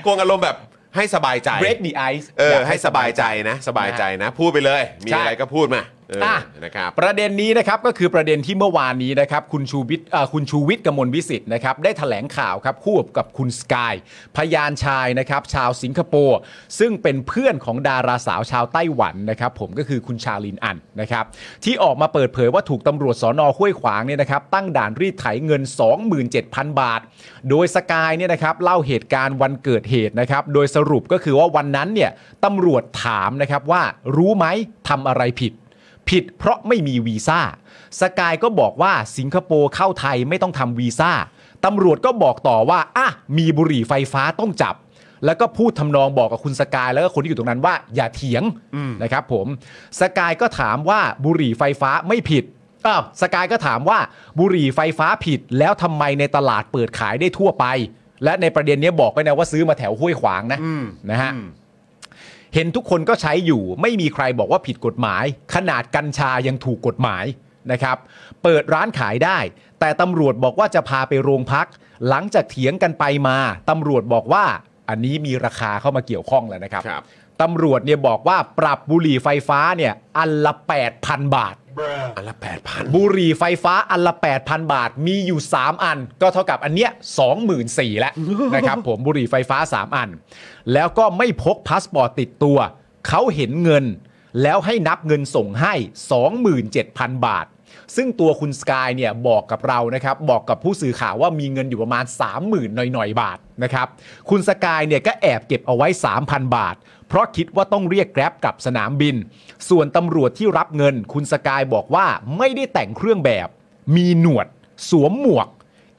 A: โกงอารมณ์แบบให้สบายใจ
C: break the ice
A: เออย
C: าก
A: ให้สบายใจนะ สบายใจนะ พูดไปเลย มี
C: ใช่
A: อะไรก็พูดมาเอออะ นะครับ
C: ประเด็นนี้นะครับก็คือประเด็นที่เมื่อวานนี้นะครับคุณชูวิทย์เอ่อคุณชูวิทย์กมลวิสิทธิ์นะครับได้ถแถลงข่าวครับคู่กับคุณสกายพยานชายนะครับชาวสิงคโปร์ซึ่งเป็นเพื่อนของดาราสาวชาวไต้หวันนะครับผมก็คือคุณชาลินอันนะครับที่ออกมาเปิดเผยว่าถูกตำรวจสอนอห้วยขวางเนี่ยนะครับตั้งด่านรีดไถเงิน 27,000 บาท โดยสกายเนี่ยนะครับเล่าเหตุการณ์วันเกิดเหตุนะครับโดยสรุปก็คือว่าวันนั้นเนี่ยตำรวจถามนะครับว่ารู้ไหมทำอะไรผิด ผิดเพราะไม่มีวีซ่า สกายก็บอกว่าสิงคโปร์เข้าไทยไม่ต้องทำวีซ่า ตำรวจก็บอกต่อว่า อ่ะ มีบุหรี่ไฟฟ้าต้องจับ แล้วก็พูดทำนองบอกกับคุณสกายแล้วก็คนที่อยู่ตรงนั้นว่า อย่าเถียงนะครับผม สกายก็ถามว่าบุหรี่ไฟฟ้าไม่ผิด อ้าวสกายก็ถามว่าบุหรี่ไฟฟ้าผิดแล้วทำไมในตลาดเปิดขายได้ทั่วไป และในประเด็นเนี้ยบอกไว้นะว่าซื้อมาแถวห้วยขวางนะนะฮะ เห็นทุกคนก็ใช้อยู่ไม่มีใครบอกว่าผิดกฎหมาย ขนาดกัญชายังถูกกฎหมายนะครับ เปิดร้านขายได้ แต่ตำรวจบอกว่าจะพาไปโรงพัก หลังจากเถียงกันไปมาตำรวจบอกว่าอันนี้มีราคาเข้ามาเกี่ยวข้องแล้วนะครับ
A: ครับ
C: ตำรวจเนี่ยบอกว่าปรับบุหรี่ไฟฟ้าเนี่ยอันละ 8,000 บาท
A: อันละแปดพัน
C: บุหรี่ไฟฟ้าอันละ 8,000 บาทมีอยู่ 3 อัน ก็เท่ากับอันเนี้ย24,000แล้ว นะครับผมบุหรี่ไฟฟ้า 3 อัน แล้วก็ไม่พกพาสปอร์ตติดตัว เขาเห็นเงิน แล้วให้นับเงินส่งให้ 27,000 บาท ซึ่งตัวคุณสกายเนี่ยบอกกับเรานะครับ บอกกับผู้สื่อข่าวว่ามีเงินอยู่ประมาณ 30,000หน่อยๆ บาทนะครับคุณสกายเนี่ยก็แอบเก็บเอาไว้ 3,000 บาท เพราะคิดว่าต้องเรียกแกร็บกลับสนามบิน ส่วนตำรวจที่รับเงิน คุณสกายบอกว่าไม่ได้แต่งเครื่องแบบ มีหนวด สวมหมวก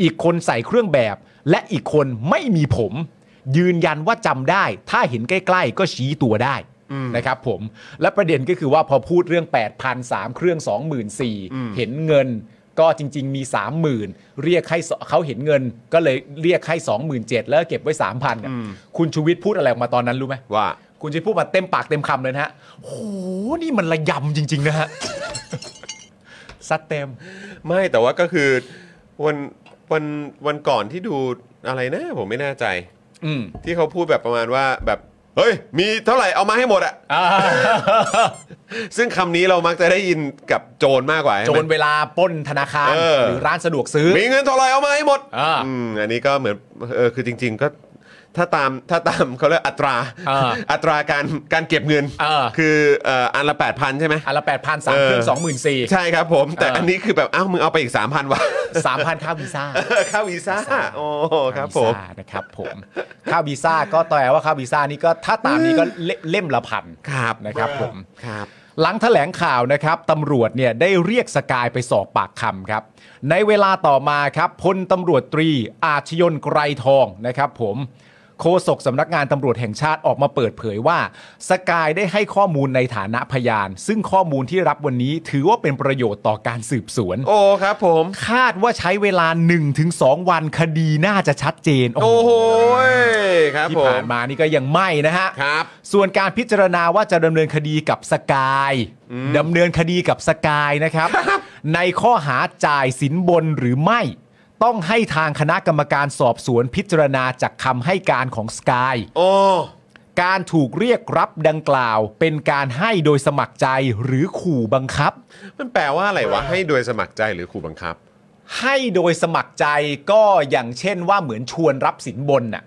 C: อีกคนใส่เครื่องแบบ และอีกคนไม่มีผม ยืนยันว่าจำได้ ถ้าเห็นใกล้ๆ ก็ชี้ตัวได้นะครับผม และประเด็นก็คือว่าพอพูดเรื่อง 8 0 0 3เครื่อง 24,000 เห็นเงินก็จริง ๆ มี 30,000 เรียกให้สเขาเห็นเงินก็เลยเรียกให้ 27,000แล้วเก็บไว้ 3,000อะคุณชูวิทย์พูดอะไรออกมาตอนนั้นรู้ไหม
A: ว่า
C: คุณจะพูดมาเต็มปากเต็มคำเลยนะฮะโห นี่มันระยำจริง ๆ นะฮะ ซัดเต็ม
A: ไม่แต่ว่าก็คือวันวันวันก่อนที่ดูอะไรนะ ผมไม่แน่ใจ
C: อืม
A: ที่เขาพูดแบบประมาณว่าแบบ เฮ้ย มีเท่าไหร่เอามาให้หมดอะ
C: อ่า
A: ซึ่งคำนี้เรามักจะได้ยินกับโจรมากกว่าใช่ไหม
C: โจรเวลาปล้นธนาคาร
A: เออ
C: หรือร้านสะดวกซื้อ
A: มีเงินเท่าไหร่เอามาให้หมด
C: อ่า
A: อืมอันนี้ก็เหมือนเออคือจริง ๆ ก็ถ้าตามถ้าตาม เขาเรียกอัตรา
C: อ่า
A: อัตราการการเก็บเงิน
C: อ่า
A: คือเอ่ออันละ 8,000 ใช่ไหม
C: อันละแปดพันสามเครื่อง
A: เออ
C: สองหมื่นสี่
A: ใช่ครับผม แต่
C: อ่า
A: อันนี้คือแบบอ้าวมึงเอาไปอีก 3,000วะ
C: สามพันค่าวีซ่า
A: ค่าวีซ่าโอ้ครับผม
C: าวีซ่านะครับผมค่าวีซ่าก็แปลว่าค่าวีซ่านี่ก็ถ้าตามนี้ก็เล่เล่มละพัน
A: ครับ
C: นะครับผม
A: ครับ
C: หลังถแถลงข่าวนะครับตำรวจเนี่ยได้เรียกสกายไปสอบปากคำครับ ในเวลาต่อมาครับพลตำรวจตรีอาชยนไกรทองนะครับผมโฆษกสำนักงานตำรวจแห่งชาติออกมาเปิดเผยว่า สกายได้ให้ข้อมูลในฐานะพยาน ซึ่งข้อมูลที่รับวันนี้ถือว่าเป็นประโยชน์ต่อการสืบสวน
A: โอ้ครับผม
C: คาดว่าใช้เวลา 1-2 วันคดีน่าจะชัดเจน
A: โอ้โหครับ
C: ที่
A: ผม
C: ผ่านมานี่ก็ยังไม่นะฮะ
A: ครับ
C: ส่วนการพิจารณาว่าจะดำเนินคดีกับสกายดำเนินคดีกับสกายนะครับ ในข้อหาจ่ายสินบนหรือไม่ ต้องให้ทางคณะกรรมการสอบสวนพิจารณาจากคำให้การของสกาย
A: โอ้
C: การถูกเรียกรับดังกล่าว เป็นการให้โดยสมัครใจหรือขู่บังคับ
A: มันแปลว่าอะไรวะ ให้โดยสมัครใจหรือขู่บังคับ
C: ให้โดยสมัครใจก็อย่างเช่นว่าเหมือนชวนรับสินบนน่ะ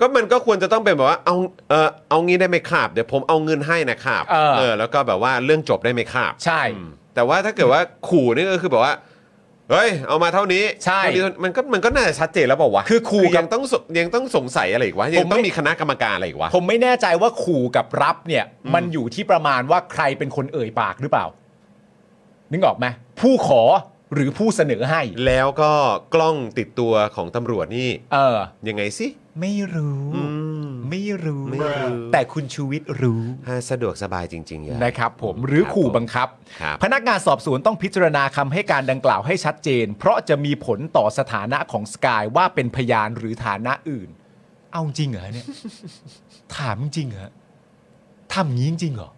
A: ก็มันก็ควรจะต้องเป็นแบบว่าเอาเออเอางี้ได้ไหมครับเดี๋ยวผมเอาเงินให้นะครับ
C: เออ
A: แล้วก็แบบว่าเรื่องจบได้ไหมครับ
C: ใช่
A: อืมแต่ว่าถ้าเกิดว่าขู่นี่ก็คือแบบว่าเฮ้ยเอามาเท่านี้
C: ใช่
A: เท่านี้มันก็มันก็น่าจะชัดเจนแล้วเปล่าวะ
C: คือขู่กับ
A: ยังต้องสยังต้องสงสัยอะไรอีกวะยั
C: ผ
A: ง
C: ม
A: ต้อง
C: ไม่
A: มีคณะกรรมการอะไรอีกวะ
C: ผมไม่แน่ใจว่าขู่กับรับเนี่ย มันอยู่ที่ประมาณว่าใครเป็นคนเอ่ยปากหรือเปล่า นึกออกไหมผู้ขอหรือผู้เสนอให้
A: แล้วก็กล้องติดตัวของตำรวจนี่
C: เออ
A: ยังไงสิ
C: ไม่รู้
A: อืม
C: ไม่รู้
A: ไม่รู้
C: แต่คุณชูวิทย์รู้
A: ฮะสะดวกสบายจริงๆอย่า
C: นะครับผมหรือขู่บังคับ
A: ครับ
C: พนักงานสอบสวนต้องพิจารณาคำให้การดังกล่าวให้ชัดเจน เพราะจะมีผลต่อสถานะของสกายว่าเป็นพยานหรือฐานะอื่น เอาจริงเหรอเนี่ย ถามจริงเหรอทำงี้จริงเหรอ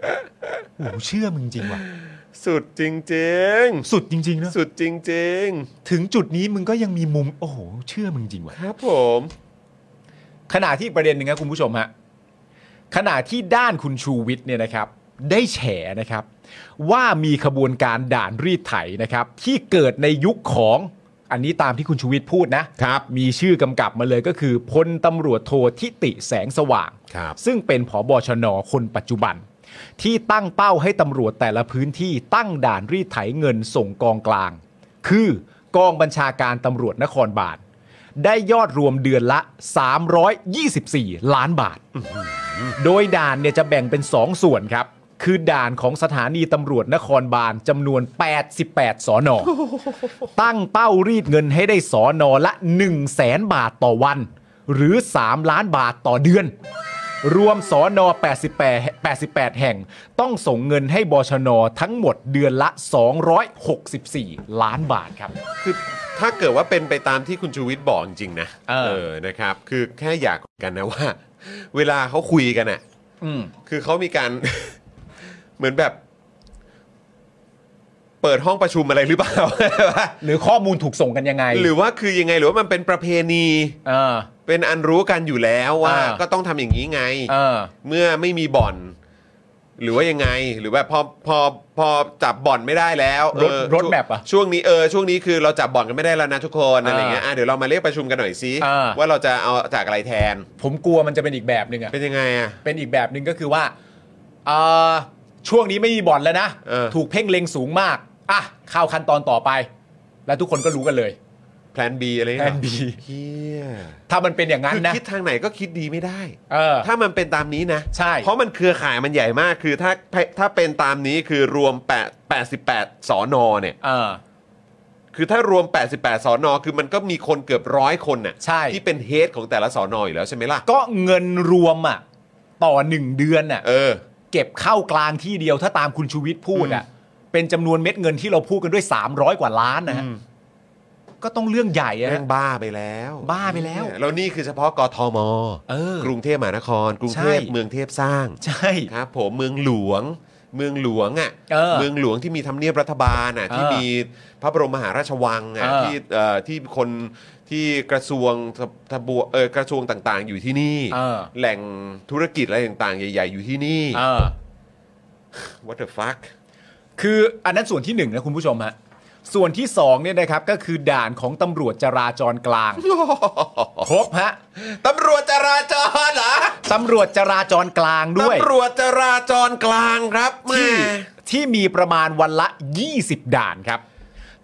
C: โอ้โหเชื่อมึงจริงว่ะ
A: สุดจริง
C: สุดจริงๆเนอะ
A: ๆ สุดจริง
C: ถึงจุดนี้มึงก็ยังมีมุม โอ้โห เชื่อมึงจริงว่ะ
A: ๆ ครับผม
C: ขณะที่ประเด็นหนึ่งนะคุณผู้ชมฮะขณะที่ด้านคุณชูวิทย์เนี่ยนะครับ ได้แฉนะครับ ว่ามีขบวนการด่านรีดไถนะครับ ที่เกิดในยุคของอันนี้ตามที่คุณชูวิทย์พูดนะ
A: ครับ
C: มีชื่อกำกับมาเลยก็คือพลตำรวจโททิติแสงสว่าง
A: ครับ
C: ซึ่งเป็นผอบอชนคนปัจจุบัน ที่ตั้งเป้าให้ตำรวจแต่ละพื้นที่ตั้งด่านรีดไถเงินส่งกองกลาง คือกองบัญชาการตำรวจนครบาลได้ยอดรวมเดือนละ 324 ล้านบาท โดยด่านเนี่ยจะแบ่งเป็น 2 ส่วนครับ คือด่านของสถานีตำรวจนครบาลจำนวน 88 สอนอ ตั้งเป้ารีดเงินให้ได้สอนอละ 1 0 0 0 0แสนบาทต่อวัน หรือ 3 ล้านบาทต่อเดือน รวมสอนอ88 88 แห่ง ต้องส่งเงินให้บชน ทั้งหมดเดือนละ 264 ล้านบาทครับ
A: คือถ้าเกิดว่าเป็นไปตามที่คุณชูวิทย์บอกจริงๆนะ
C: เออ
A: นะครับ คือแค่อยากกันนะว่า เวลาเขาคุยกันอ่ะ
C: อืม
A: คือเขามีการ เหมือนแบบ เปิดห้องประชุมอะไรหรือเปล่า
C: หรือข้อมูลถูกส่งกันยังไง
A: หรือว่าคือยังไงหรือว่ามันเป็นประเพณี
C: เออ
A: เป็นอันรู้กันอยู่แล้วว่า
C: อ่า
A: ก็ต้องทำอย่างนี้ไง
C: เออ
A: เมื่อไม่มีบ่อน หรือว่ายังไง หรือว่าพอพอพอจับบ่อนไม่ได้แล้ว
C: รถ
A: เออ
C: รถแมพอะ
A: ช่วงนี้เออช่วงนี้คือเราจับบ่อนกันไม่ได้แล้วนะทุกคนอะไรเงี้ยอ่ะเดี๋ยวเรามาเรียกประชุมกันหน่อยซิ
C: อ่า
A: ว่าเราจะเอาจากอะไรแทน
C: ผมกลัวมันจะเป็นอีกแบบหนึ่งอะ
A: เป็นยังไงอ่ะ
C: เป็นอีกแบบหนึ่งก็คือว่าเอ่อช่วงนี้ไม่มีบ่อนแล้วนะ
A: เออ
C: ถูกเพ่งเล็งสูงมาก อ่ะเข้าขั้นตอนต่อไป แล้วทุกคนก็รู้กันเลย
A: แพลน B อะไรเงี้ย
C: Plan B
A: เฮีย
C: ถ้ามันเป็นอย่างนั้
A: คื
C: น
A: อ
C: นะ
A: คิดทางไหนก็คิดดีไม่ได้
C: เออ
A: ถ้ามันเป็นตามนี้นะ
C: ใช่
A: เพราะมันเครือข่ายมันใหญ่มาก คือถ้าถ้าเป็นตามนี้คือรวม8 88สอนอเนี่ย
C: เออ
A: คือถ้ารวม 88 สอนอ คือมันก็มีคนเกือบร้อยคนน่ะ
C: ใช่
A: ที่เป็นเฮดของแต่ละสอนออยู่แล้วใช่ไหมล่ะ
C: ก็เงินรวมอ่ะ ต่อหนึ่งเดือนอ่ะ
A: เออ
C: เก็บเข้ากลางที่เดียวถ้าตามคุณชูวิทย์พูดอ่ะ เป็นจำนวนเม็ดเงินที่เราพูดกันด้วย 300 กว่าล้านนะฮะ
A: อืม
C: ก็ต้องเรื่องใหญ่อะ
A: แม่งบ้าไปแล้ว
C: บ้าไปแล้ว
A: เนี่ยแล้วนี่คือเฉพาะกทม
C: เออก
A: รุงเทพมหานคร กรุงเทพ
C: ใช่
A: เมืองเทพสร้าง
C: ใช่
A: ครับผมเมืองหลวง เมืองหลวงอ่ะ
C: เออ
A: องหลวงที่มีทำเนียบรัฐบาลอ่ะ
C: เออ
A: ที่มีพระบรมมหาราชวังอ่ะ
C: เออ
A: ที่เอ่อที่คนที่กระทรวงทะทะบวเออกระทรวงต่างๆ อยู่ที่นี่
C: เออ
A: แหล่งธุรกิจอะไรต่างๆ ใหญ่ ๆ อยู่ที่นี่
C: เออ
A: what the fuck
C: คืออันนั้นส่วนที่หนึ่งนะคุณผู้ชมฮะส่วนที่สองเนี่ยนะครับก็คือด่านของตำรวจจราจรกลาง ครบฮะ
A: ตำรวจจราจรเหรอ
C: ตำรวจจราจรกลางด้วย
A: ตำรวจจราจรกลางครับแหม่
C: ที่ที่มีประมาณวันละ 20 ด่านครับ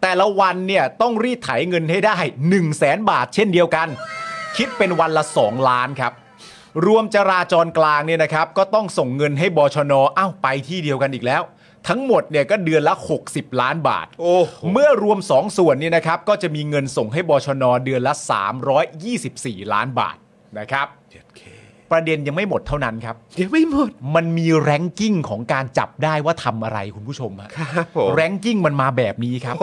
C: แต่ละวันเนี่ยต้องรีดไถเงินให้ได้ 1 0 0 0 0แสนบาทเช่นเดียวกัน คิดเป็นวันละ 2 ล้านครับ รวมจราจรกลางเนี่ยนะครับ ก็ต้องส่งเงินให้บชนอ้าวไปที่เดียวกันอีกแล้ว ทั้งหมดเนี่ยก็เดือนละ 60 ล้านบาท
A: โอ้โห
C: เมื่อรวม 2 ส่วนนี้นะครับ ก็จะมีเงินส่งให้บชนเดือนละ 324 ล้านบาทนะครับ ประเด็นยังไม่หมดเท่านั้นครับ
A: เดี๋ยวไม่หมด
C: มันมีแรงกิ้งของการจับได้ว่าทำอะไรคุณผู้ชมฮะ
A: ครับผม
C: แรงกิ้งมันมาแบบนี้ครับ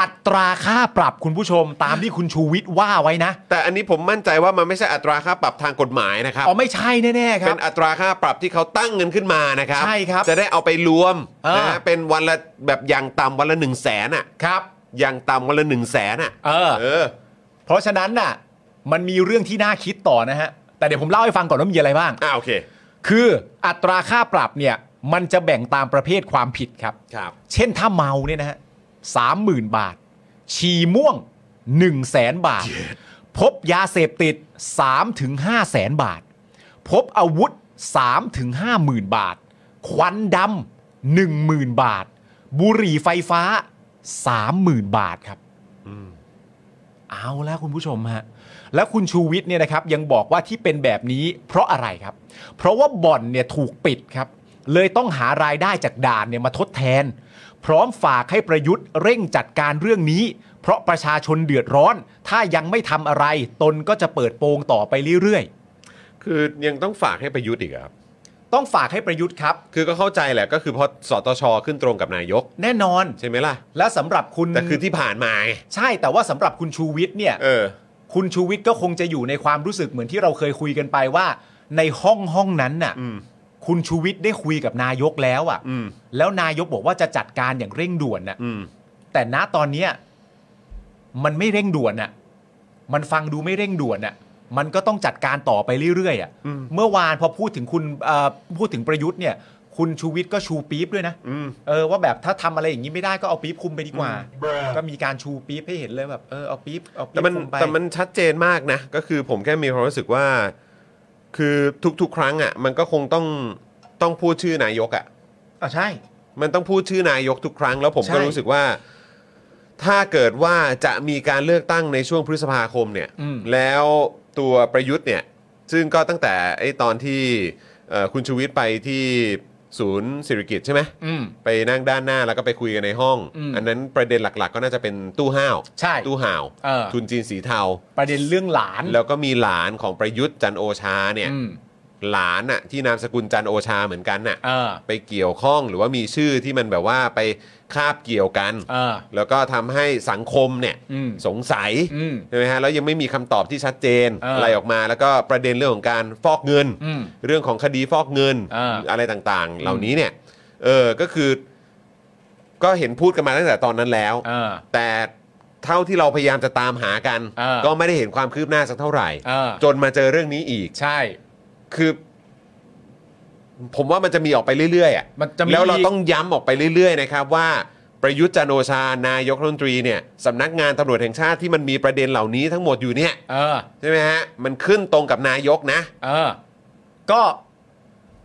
C: อัตราค่าปรับคุณผู้ชมตามที่คุณชูวิทย์ว่าไว้นะ
A: แต่อันนี้ผมมั่นใจว่ามันไม่ใช่อัตราค่าปรับทางกฎหมายนะครับ
C: อ๋อไม่ใช่แน่ๆครั
A: เป็
C: บ
A: นอัตราค่าปรับที่เขาตั้งเงินขึ้นมานะครับ
C: ใช่ครับ
A: จะได้เอาไปรวม
C: เออ
A: นะฮะเป็นวันละแบบอย่างต่ำวันละหนึ่งแสนอ่ะ
C: ครับ
A: อย่างต่ำวันละหนึ่งแสนอ่ะ
C: เออ
A: เออ
C: เพราะฉะนั้นน่ะ มันมีเรื่องที่น่าคิดต่อนะฮะ แต่เดี๋ยวผมเล่าให้ฟังก่อนว่ามีอะไรบ้าง
A: อ่าโอเค
C: คืออัตราค่าปรับเนี่ย มันจะแบ่งตามประเภทความผิดครับ
A: ครับ
C: เช่นถ้าเมาเนี่ยนะฮะสามหมื่นบาท ชีม่วง 1 0 0 0 0แบาท พบยาเสพติด 3 ถึง 5 แสนบาท พบอาวุธ 3 ถึง 5 หมื่นบาท ควันดำ1หมื่นบาท บุหรี่ไฟฟ้า 3 หมื่นบาทครับ เอาละคุณผู้ชมฮะ แล้วคุณชูวิทย์เนี่ยนะครับยังบอกว่าที่เป็นแบบนี้เพราะอะไรครับ เพราะว่าบ่อนเนี่ยถูกปิดครับ เลยต้องหารายได้จากด่านเนี่ยมาทดแทน พร้อมฝากให้ประยุทธ์เร่งจัดการเรื่องนี้ เพราะประชาชนเดือดร้อน ถ้ายังไม่ทำอะไร ตนก็จะเปิดโปงต่อไปเรื่อย
A: คือยังต้องฝากให้ประยุทธ์อีกเหรอครับ
C: ๆ ต้องฝากให้ประยุทธ์ครับ
A: คือก็เข้าใจแหละก็คือพอสตชขึ้นตรงกับนายก
C: แน่นอน
A: ใช่ไหมล่ะ
C: และสำหรับคุณ
A: แต่คือที่ผ่านมาไง
C: ใช่แต่ว่าสำหรับคุณชูวิทย์เนี่ย
A: เออ
C: คุณชูวิทย์ก็คงจะอยู่ในความรู้สึกเหมือนที่เราเคยคุยกันไปว่า ในห้องห้องนั้นน่ะ
A: อืม
C: คุณชูวิทย์ได้คุยกับนายกแล้วอะ่ะ
A: อืม
C: แล้วนายกบอกว่าจะจัดการอย่างเร่งด่วนน่ะ
A: อืม
C: แต่ณตอนเนี้ยมันไม่เร่งด่วนน่ะ มันฟังดูไม่เร่งด่วนน่ะ มันก็ต้องจัดการต่อไปเรื่อยๆอ่ะ
A: อืม
C: เมื่อวานพอพูดถึงคุณเอ่อพูดถึงประยุทธ์เนี่ย คุณชูวิทย์ก็ชูปี๊บด้วยนะ
A: อืม
C: เออว่าแบบถ้าทำอะไรอย่างนี้ไม่ได้ก็เอาปี๊บคุมไปดีกว่า ก็มีการชูปี๊บให้เห็นเลยแบบเออเอาปี๊บเอาปี๊
A: แต่
C: บ
A: มัน
C: คุมไป
A: แต่มันชัดเจนมากนะ ก็คือผมแค่มีความรู้สึกว่า คือทุกๆ ครั้งอ่ะ มันก็คงต้องต้องพูดชื่อนายกอ่ะ
C: อ่ะใช่
A: มันต้องพูดชื่อนายกทุกครั้ง แล้วผมก็
C: ใช่
A: รู้สึกว่า ถ้าเกิดว่าจะมีการเลือกตั้งในช่วงพฤษภาคมเนี่ย
C: อืม
A: แล้วตัวประยุทธ์เนี่ย ซึ่งก็ตั้งแต่ไอ้ตอนที่เอ่อคุณชูวิทย์ไปที่ศูนย์สิริกิตใช่ไหม
C: อืม
A: ไปนั่งด้านหน้าแล้วก็ไปคุยกันในห้อง
C: อืม
A: นนั้นประเด็นหลัก ๆ ก็น่าจะเป็นตู้ห้าว
C: ใช่
A: ตู้ห่าว
C: เออ
A: ทุนจีนสีเทา
C: ประเด็นเรื่องหลาน
A: แล้วก็มีหลานของประยุทธ์จันทร์โอชาเนี่ย
C: อืม
A: หลานน่ะที่นามสกุลจันทร์โอชาเหมือนกันน่ะ
C: เออ
A: ไปเกี่ยวข้องหรือว่ามีชื่อที่มันแบบว่าไปคาบเกี่ยวกัน
C: เออ
A: แล้วก็ทำให้สังคมเนี่ย
C: อืม
A: สงสัย
C: อืม
A: ใช่ไหมฮะแล้วยังไม่มีคำตอบที่ชัดเจน
C: เอออ
A: ไรออกมา แล้วก็ประเด็นเรื่องของการฟอกเงิน
C: อืม
A: เรื่องของคดีฟอกเงิน
C: เอออ
A: ไรต่างๆ เหล่านี้เนี่ยเออก็คือ ก็เห็นพูดกันมาตั้งแต่ตอนนั้นแล้ว
C: เออ
A: แต่เท่าที่เราพยายามจะตามหากัน
C: เออ
A: ก็ไม่ได้เห็นความคืบหน้าสักเท่าไหร่
C: เออ
A: จนมาเจอเรื่องนี้อีก
C: ใช่
A: คือ ผมว่ามันจะมีออกไปเรื่อยๆอ่ะ
C: มันจะมี
A: แล้วเราต้องย้ำออกไปเรื่อยๆนะครับว่าประยุทธ์จันทร์โอชานายกรัฐมนตรีเนี่ยสำนักงานตำรวจแห่งชาติที่มันมีประเด็นเหล่านี้ทั้งหมดอยู่เนี่ย
C: เออ
A: ใช่ไหมฮะมันขึ้นตรงกับนายกนะ
C: เออ ก็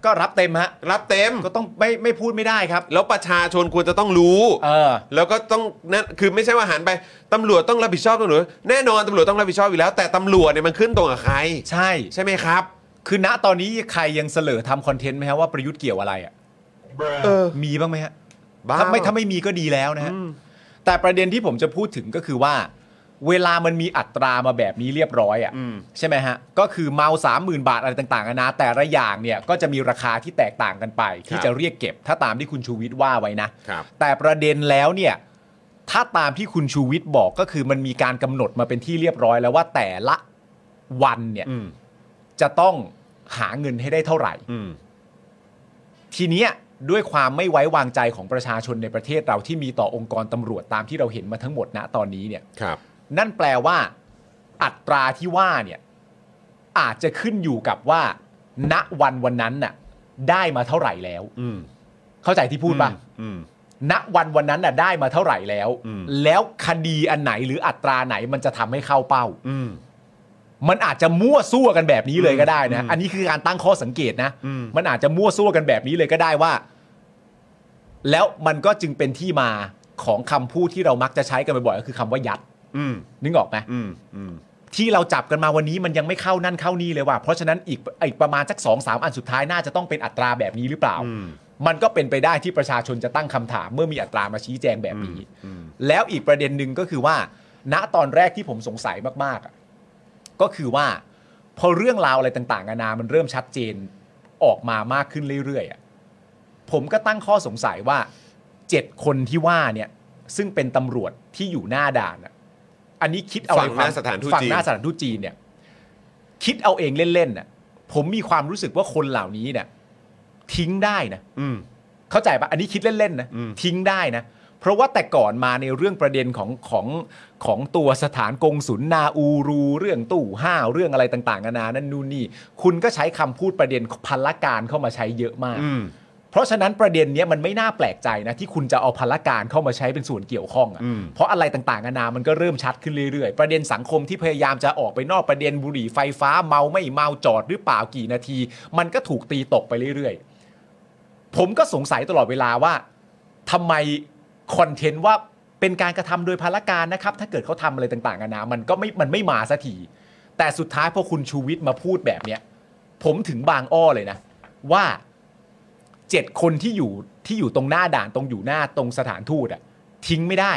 C: ก็รับเต็มฮะ
A: รับเต็ม
C: ก็ต้องไม่ไม่พูดไม่ได้ครับ
A: แล้วประชาชนควรจะต้องรู้
C: เออ
A: แล้วก็ต้องนั่นคือไม่ใช่ว่าหันไปตำรวจต้องรับผิดชอบตำรวจแน่นอนตำรวจต้องรับผิดชอบอยู่แล้ว แต่ตำรวจเนี่ยมันขึ้นตรงกับใคร
C: ใช่
A: ใช่ไหมครับ
C: คือณตอนนี้ใครยังเสลอทำคอนเทนต์ไหมฮะว่าประยุทธ์เกี่ยวอะไรอ่ะ
A: เออ
C: มีบ้างไหมฮะ
A: บ้า
C: ถ้าไม่ถ้าไม่มีก็ดีแล้วนะฮะ แต่ประเด็นที่ผมจะพูดถึงก็คือว่า เวลามันมีอัตรามาแบบนี้เรียบร้อยอ่ะใช่ไหมฮะ ก็คือเมา30,000 บาทอะไรต่างๆนานาแต่ละอย่างเนี่ยก็จะมีราคาที่แตกต่างกันไป ที่จะเรียกเก็บ ถ้าตามที่คุณชูวิทย์ว่าไว้นะ
A: ครับ
C: แต่ประเด็นแล้วเนี่ยถ้าตามที่คุณชูวิทย์บอกก็คือมันมีการกำหนดมาเป็นที่เรียบร้อยแล้วว่าแต่ละวันเนี่ย
A: อืม
C: จะต้องหาเงินให้ได้เท่าไหร่
A: อืม
C: ทีเนี้ยด้วยความไม่ไว้วางใจของประชาชนในประเทศเราที่มีต่อองค์กรตำรวจตามที่เราเห็นมาทั้งหมดณตอนนี้เนี่ย
A: ครับ
C: นั่นแปลว่าอัตราที่ว่าเนี่ยอาจจะขึ้นอยู่กับว่า ณวันวันนั้นน่ะได้มาเท่าไหร่แล้ว
A: อืม
C: เข้าใจที่พูดปะ
A: อืม
C: ณวันวันนั้นน่ะได้มาเท่าไหร่แล้ว
A: อืม
C: แล้วคดีอันไหนหรืออัตราไหนมันจะทำให้เข้าเป้า
A: อืม
C: มันอาจจะมั่วซั่วกันแบบนี้เลยก็ได้นะ
A: อืม
C: อันนี้คือการตั้งข้อสังเกตนะ
A: อืม
C: มันอาจจะมั่วซั่วกันแบบนี้เลยก็ได้ว่า แล้วมันก็จึงเป็นที่มาของคำพูดที่เรามักจะใช้กันบ่อยๆก็คือคำว่ายัด
A: อืม
C: นึกออกไหม
A: อืมอืม
C: ที่เราจับกันมาวันนี้มันยังไม่เข้านั่นเข้านี่เลยว่ะเพราะฉะนั้นอีกอีกประมาณสักสองสามอันสุดท้ายน่าจะต้องเป็นอัตราแบบนี้หรือเปล่า
A: อืม
C: มันก็เป็นไปได้ที่ประชาชนจะตั้งคำถาม เมื่อมีอัตรามาชี้แจงแบบนี้
A: อืม
C: แล้วอีกประเด็นหนึ่งก็คือว่า ณตอนแรกที่ผมสงสัยมากๆอะก็คือว่า พอเรื่องราวอะไรต่างๆนานามันเริ่มชัดเจนออกมามากขึ้นเรื่อยๆอะผมก็ตั้งข้อสงสัยว่าเจ็ดคนที่ว่าเนี่ย ซึ่งเป็นตำรวจที่อยู่หน้าด่านอะอันนี้คิดเอา
A: ฝั่งหน้าสถานทูต
C: ฝั่ง
A: จีน
C: หน้าสถานทูตจีนเนี่ย คิดเอาเองเล่นๆน่ะ ผมมีความรู้สึกว่าคนเหล่านี้เนี่ยทิ้งได้นะ
A: อืม
C: เข้าใจปะอันนี้คิดเล่น ๆ นะ
A: อืม
C: ทิ้งได้นะ เพราะว่าแต่ก่อนมาในเรื่องประเด็นของของของตัวสถานกงศุลนาอูรู เรื่องตู้ห้าวเรื่องอะไรต่างๆนานานั่นนู่นนี่ คุณก็ใช้คำพูดประเด็นพลการเข้ามาใช้เยอะมาก
A: อืม
C: พ เพราะฉะนั้นประเด็นเนี้ยมันไม่น่าแปลกใจนะ ที่คุณจะเอาพลการเข้ามาใช้เป็นส่วนเกี่ยวข้องอะ
A: อืม
C: เพราะอะไรต่างๆนานามันก็เริ่มชัดขึ้นเรื่อยๆ ประเด็นสังคมที่พยายามจะออกไปนอกประเด็นบุหรี่ไฟฟ้าเมาไม่เมาจอดหรือเปล่ากี่นาที มันก็ถูกตีตกไปเรื่อยๆ ผมก็สงสัยตลอดเวลาว่าทำไมคอนเทนต์ว่าเป็นการกระทำโดยพลการนะครับ ถ้าเกิดเขาทำอะไรต่างๆนานามันก็ไม่มันไม่มาสักที แต่สุดท้ายพอคุณชูวิทย์มาพูดแบบเนี้ย ผมถึงบางอ้อเลยนะ ว่าเจ็ดคนที่อยู่ที่อยู่ตรงหน้าด่านตรงอยู่หน้าตรงสถานทูตอะทิ้งไม่ได้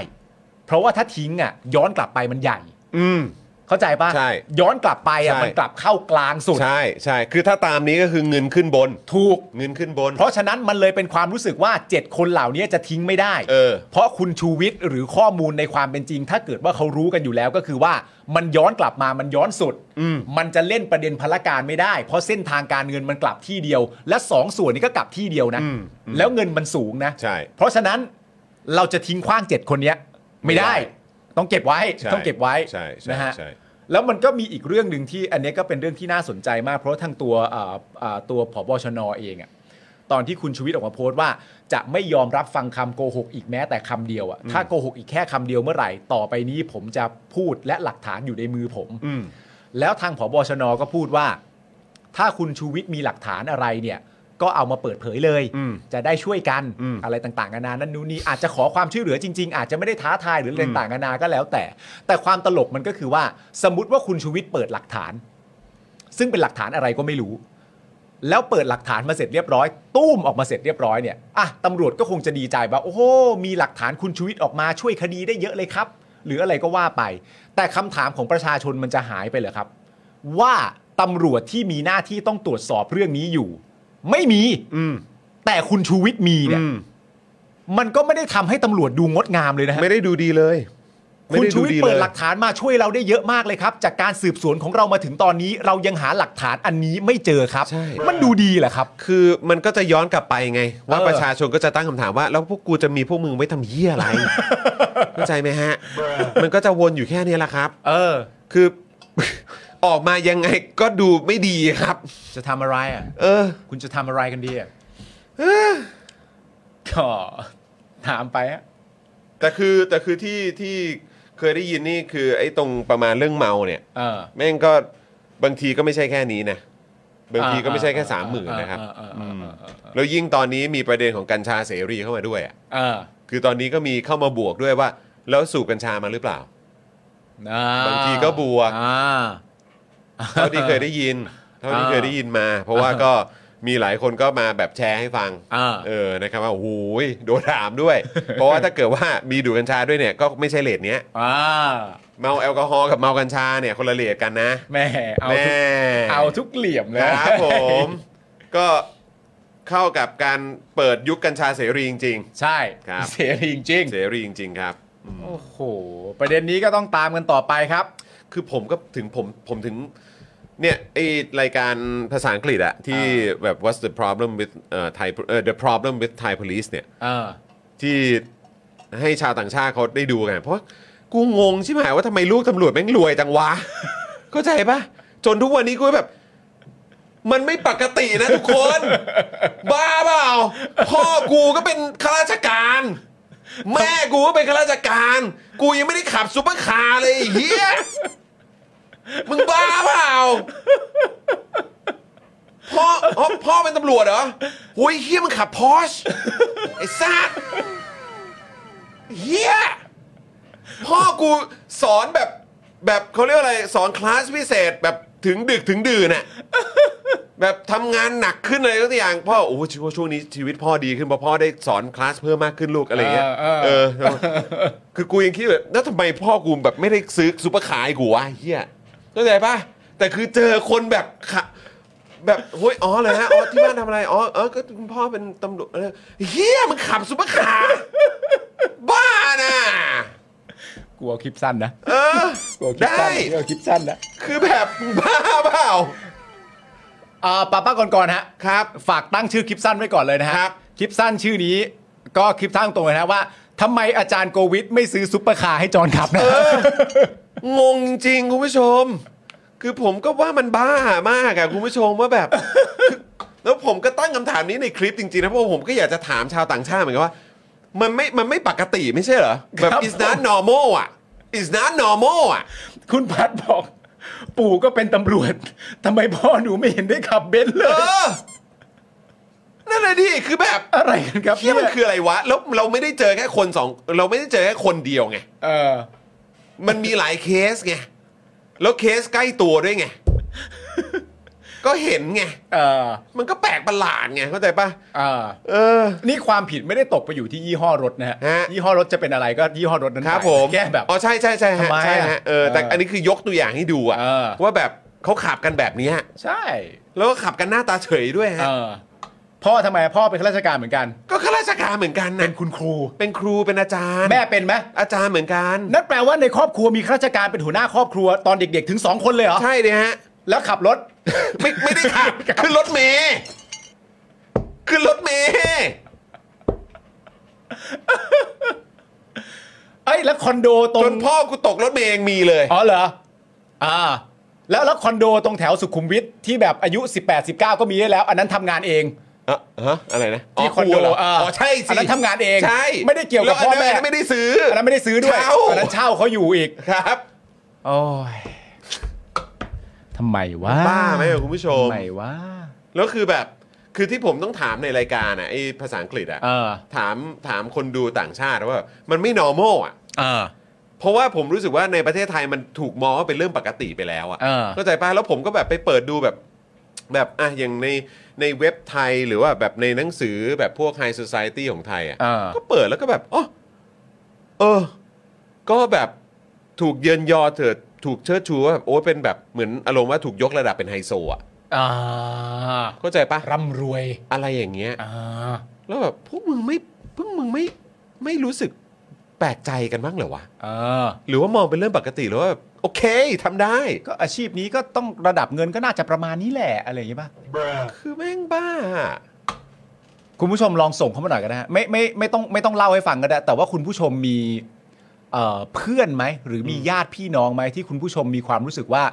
C: เพราะว่าถ้าทิ้งอะย้อนกลับไปมันใหญ่
A: อืม
C: เข้าใจปะ
A: ใช่
C: ย้อนกลับไปอะ
A: ใช่
C: มันกลับเข้ากลางสุด
A: ใช่ใช่คือถ้าตามนี้ก็คือเงินขึ้นบน
C: ถูก
A: เงินขึ้นบน
C: เพราะฉะนั้นมันเลยเป็นความรู้สึกว่า 7 คนเหล่านี้จะทิ้งไม่ได้
A: เออ
C: เพราะคุณชูวิทย์หรือข้อมูลในความเป็นจริง ถ้าเกิดว่าเขารู้กันอยู่แล้วก็คือว่ามันย้อนกลับมามันย้อนสุด มันจะเล่นประเด็นพลการไม่ได้ เพราะเส้นทางการเงินมันกลับที่เดียว และสองส่วนนี้ก็กลับที่เดียวนะ
A: อืมอืม
C: แล้วเงินมันสูงนะ
A: ใช่
C: เพราะฉะนั้นเราจะทิ้งขว้างเจ็ดคนเนี้ยไม่ได้
A: ไม่ได้
C: ต้องเก็บไว้
A: ใช่
C: ต้องเก็บไว้
A: ใช่ใช่
C: นะฮะ
A: ใช่
C: แล้วมันก็มีอีกเรื่องหนึ่งที่อันเนี้ยก็เป็นเรื่องที่น่าสนใจมาก เพราะทางตัวอ่าอ่าตัวผบชนเองอะตอนที่คุณชูวิทย์ออกมาโพสต์ว่า จะไม่ยอมรับฟังคำโกหกอีกแม้แต่คำเดียวอะถ้าโกหกอีกแค่คำเดียวเมื่อไหร่ ต่อไปนี้ผมจะพูดและหลักฐานอยู่ในมือผม
A: อืม
C: แล้วทางผบชนก็พูดว่า ถ้าคุณชูวิทย์มีหลักฐานอะไรเนี่ย ก็เอามาเปิดเผยเลย
A: อืม
C: จะได้ช่วยกัน
A: อืม
C: อะไรต่างๆนานานั่นนู่นนี่อาจจะขอความช่วยเหลือจริง ๆ อาจจะไม่ได้ท้าทายหรืออะไรต่างๆนานาก็แล้วแต่ แต่ความตลกมันก็คือว่า สมมติว่าคุณชูวิทย์เปิดหลักฐาน ซึ่งเป็นหลักฐานอะไรก็ไม่รู้ แล้วเปิดหลักฐานมาเสร็จเรียบร้อย ตู้มออกมาเสร็จเรียบร้อยเนี่ยอ่ะตำรวจก็คงจะดีใจว่าโอ้โหมีหลักฐานคุณชูวิทย์ออกมาช่วยคดีได้เยอะเลยครับ หรืออะไรก็ว่าไป แต่คำถามของประชาชนมันจะหายไปเหรอครับ ว่าตำรวจที่มีหน้าที่ต้องตรวจสอบเรื่องนี้อยู่ ไม่มี
A: อืม
C: แต่คุณชูวิทย์มีเนี่ย
A: อืม
C: มันก็ไม่ได้ทำให้ตำรวจดูงดงามเลยนะฮะ
A: ไม่ได้ดูดีเลยไม่
C: คุณ
A: ไ
C: ชูวิทย์
A: ล
C: เปิดหลักฐานมาช่วยเราได้เยอะมากเลยครับ จากการสืบสวนของเรามาถึงตอนนี้ เรายังหาหลักฐานอันนี้ไม่เจอครับ
A: ใช่
C: มันดูดีแหละ ครับ
A: คือมันก็จะย้อนกลับไปไง ว่า
C: เออ
A: ประชาชนก็จะตั้งคำถามว่า แล้วพวกกูจะมีพวกมึงไว้ทำเหี้ยอะไร เข้าใจไหมฮะ มันก็จะวนอยู่แค่เนี้ยแหละครับ
C: เออ
A: คือ ออกมายังไงก็ดูไม่ดีครับ
C: จะทำอะไรอ่ะ
A: เออ
C: คุณจะทำอะไรกันดีอ่ะ ก็ถามไปฮะ
A: แต่คือแต่คือที่ที่เคยได้ยินนี่คือ ไอ้ตรงประมาณเรื่องเมาเนี่ย
C: เออ
A: แม่งก็บางทีก็ไม่ใช่แค่นี้นะ บางทีก็ไม่ใช่แค่
C: อ่า
A: สามหมื่น
C: อ่า
A: นะครับ
C: อ่า
A: อืม
C: อ่าอ่าอ่า
A: แล้วยิ่งตอนนี้มีประเด็นของกัญชาเสรีเข้ามาด้วยอะ
C: เออ
A: คือตอนนี้ก็มีเข้ามาบวกด้วยว่า แล้วสูบกัญชามาหรือเปล่า
C: อ่
A: บางทีก็บวก
C: อ่า
A: เท่าที่เคยได้ยิน เท่าที่เคยได้ยินมา เพราะว่าก็มีหลายคนก็มาแบบแชร์ให้ฟัง
C: อ่า
A: เออนะครับว่าโอ้โหยโดนถามด้วย เพราะว่าถ้าเกิดว่ามีดูดกัญชาด้วยเนี่ยก็ไม่ใช่เลทเนี้ย
C: อ่า
A: เมาแอลกอฮอล์กับเมากัญชาเนี่ยคนละเลทกันนะ
C: แม่เอา
A: แม่
C: ทุกเอาทุกเหลี่ยมเลย
A: ครับผม ก็เข้ากับการเปิดยุคกัญชาเสรีจริง
C: ใช่
A: ครับ
C: เสียจริงจริง
A: ๆ เสรีจริง ๆ ครับ
C: ๆโอ้โหประเด็นนี้ก็ต้องตามกันต่อไปครับ
A: คือผมก็ถึงผมผมถึงเนี่ยไอรายการภาษาอังกฤษอะที่แบบ what's the problem with เอ่อ Thai เอ่อ the problem with Thai police เนี่ย
C: เออ
A: ที่ให้ชาวต่างชาติเขาได้ดูกัน เพราะว่ากูงงใช่ไหมว่าทำไมลูกตำรวจแม่งรวยจังวะ เข้าใจปะจนทุกวันนี้กูแบบ มันไม่ปกตินะทุกคน บ้าเปล่า พ่อกูก็เป็นข้าราชการ แม่กูก็เป็นข้าราชการ กูยังไม่ได้ขับซูเปอร์คาร์เลยไอ้เฮีย มึงบ้าเปล่าพ่ออ๋อพ่อเป็นตำรวจเหรอโอ้ยเฮียมึงขับพอช ไอ้สัสเฮียพ่อกูสอนแบบแบบเขาเรียกว่าอะไรสอนคลาสพิเศษแบบถึงดึกถึงดื่นน่ะ แบบทำงานหนักขึ้นอะไรก็ตัวอย่างพ่อโอ้โหช่วงช่วงนี้ชีวิตพ่อดีขึ้นเพราะพ่อได้สอนคลาสเพิ่มมากขึ้นลูกอะไรอย่างเงี้ย
C: เออ
A: เอ
C: เอ
A: อ
C: อ
A: คือกูยังคิดแบบแล้วทำไมพ่อกูแบบไม่ได้ซื้อซุปเปอร์คาร์ให้กูวะเฮียเข้าใจปะแต่คือเจอคนแบบขะแบบเฮ้ยอ๋อเลยฮะอ๋อที่บ้านทำอะไรอ๋อเออก็คุณพ่อเป็นตำรวจเออเฮียมันขับซุปเปอร์คาร์บ้าน่ะ
C: กลัวคลิปสั้นนะ
A: เออ
C: กลัวคลิปสั้น
A: ได้
C: กลัวคลิปสั้นนะ
A: คือแบบบ้าเปล่า
C: อ่าป้าป้าก่อนก่อนๆฮะ
A: ครับ
C: ฝากตั้งชื่อคลิปสั้นไว้ก่อนเลยนะฮะ
A: ครับ
C: คลิปสั้นชื่อนี้ ก็คลิปสั้นตรงเลยนะว่าทำไมอาจารย์โกวิทไม่ซื้อซุปเปอร์คาร์ให้จอนขับนะ
A: งงจริงๆคุณผู้ชม คือผมก็ว่ามันบ้ามากอะคุณผู้ชมว่าแบบคือ แล้วผมก็ตั้งคำถามนี้ในคลิปจริงๆนะเพราะผมก็อยากจะถามชาวต่างชาติเหมือนกันว่า มันไม่มันไม่ปกติไม่ใช่เหรอแบบ
C: ครับ
A: is not normal อ่ะ is not normal อ่ะ
C: คุณพัดบอก ปู่ก็เป็นตำรวจทำไมพ่อหนูไม่เห็นได้ขับเบนซ์เล
A: เอย อ นั่นแหละดิคือแบบ
C: อะไรกันครับ
A: เฮียมันคืออะไรวะ แล้วเราไม่ได้เจอแค่คนสองเราไม่ได้เจอแค่คนเดียวไง
C: เออ
A: มันมีหลายเคสไง แล้วเคสใกล้ตัวด้วยไง ก็เห็นไง
C: เออ
A: มันก็แปลกประหลาดไง เข้าใจปะ
C: เออ
A: เออ
C: นี่ความผิดไม่ได้ตกไปอยู่ที่ยี่ห้อรถนะฮะ
A: ฮะ
C: ยี่ห้อรถจะเป็นอะไรก็ยี่ห้อรถนั้น
A: ครับ
C: ไป
A: ผม
C: แก้แบบ
A: อ๋อใช่ใช่ใช่ฮะ
C: ทำไมอะ
A: ใช่ฮะเออแต่
C: เอออั
A: อันนี้คือยกตัวอย่างให้ดูอะ
C: เออ
A: ว่าแบบเขาขับกันแบบเนี้ย
C: ใช่
A: แล้วก็ขับกันหน้าตาเฉยด้วยฮะ
C: เออพ่อทำไมพ่อเป็นข้าราชการเหมือนกัน
A: ก็ข้าราชการเหมือนกันนะ
C: เป็นคุณครู
A: เป็นครูเป็นอาจารย์
C: แม่เป็นไหม
A: อาจารย์เหมือนกัน
C: นั่นแปลว่าในครอบครัวมีข้าราชการเป็นหัวหน้าครอบครัวตอนเด็กๆ ถึง 2 คนเลยเหรอ
A: ใช่เนี่ยฮะ
C: แล้วขับรถ
A: ไม่ไม่ได้ ขับ ขึ้นรถเมย์ขึ้นรถเมย์
C: เอ้ยแล้วคอนโดตร
A: จ
C: ง
A: นพ่อกูตกรถเมย์เองมีเลย
C: อ๋อเหรออ่าแล้วแล้วคอนโดตรงแถวสุขุมวิทที่แบบอายุ 18 19 ก็มีได้แล้ว อันนั้นทำงานเอง
A: เอ่อฮะอะไรนะ
C: ที่คอนโด
A: กูเหร
C: เออ
A: อ๋อใช่สิ
C: อันนั้นทำงานเอง
A: ใช่
C: ไม่ได้เกี่ยวกับ
A: แล้วนนั้น
C: พ่อแม่
A: นนั้นไม่ได้ซื้อ
C: อั
A: อั
C: นนั้นไม่ได้ซื้อด้วย
A: เช่า
C: อันนั้นเช่าเขาอยู่อีก
A: ครับ
C: โอ้ยทำไมวะ
A: บ้าไหมอะคุณผู้ชม
C: ทำไมวะ
A: แล้วคือแบบคือที่ผมต้องถามในรายการอ่ะไอ้ภาษาอังกฤษอ่ะ
C: เออ
A: ถามถามคนดูต่างชาติว่ามันไม่ normal อ่ะ
C: เออ
A: เพราะว่าผมรู้สึกว่าในประเทศไทยมันถูกมองว่าเป็นเรื่องปกติไปแล้ว
C: เออ
A: อะ่ะเข้าใจป่ะแล้วผมก็แบบไปเปิดดูแบบแบบอ่ะอย่างในในเว็บไทยหรือว่าแบบในหนังสือแบบพวกไฮ s o ซ i ตี้ของไทย
C: เอ
A: อะ่ะ
C: อ
A: ก็เปิดแล้วก็แบบอ๋อเออ ก็แบบถูกเยินยอเถิดถูกเชิดชูว่าแบบโอ้ยเป็นแบบเหมือนอารมณ์ว่าถูกยกระดับเป็นไฮโซอ่ะ
C: อ่า
A: เข้าใจป่ะ
C: ร่ำรวย
A: อะไรอย่างเงี้ย
C: อ่า
A: แล้วแบบพวกมึงไม่พวกมึงไม่ไม่รู้สึกแปลกใจกันบ้างเหรอวะ
C: เออ
A: หรือว่ามองเป็นเรื่องปกติหรือว่าแบบโอเคทำได้
C: ก็อาชีพนี้ก็ต้องระดับเงินก็น่าจะประมาณนี้แหละ อะไรอย่างงี้ป่ะ
A: คือแม่งบ้าอะ
C: คุณผู้ชมลองส่งเข้ามาหน่อยก็ได้ฮะไม่ไม่ไม่ต้องไม่ต้องเล่าให้ฟังก็ได้ แต่ว่าคุณผู้ชมมีเอ่อเพื่อนไหม หรือมีญาติพี่น้องไหมที่คุณผู้ชมมีความรู้สึกว่า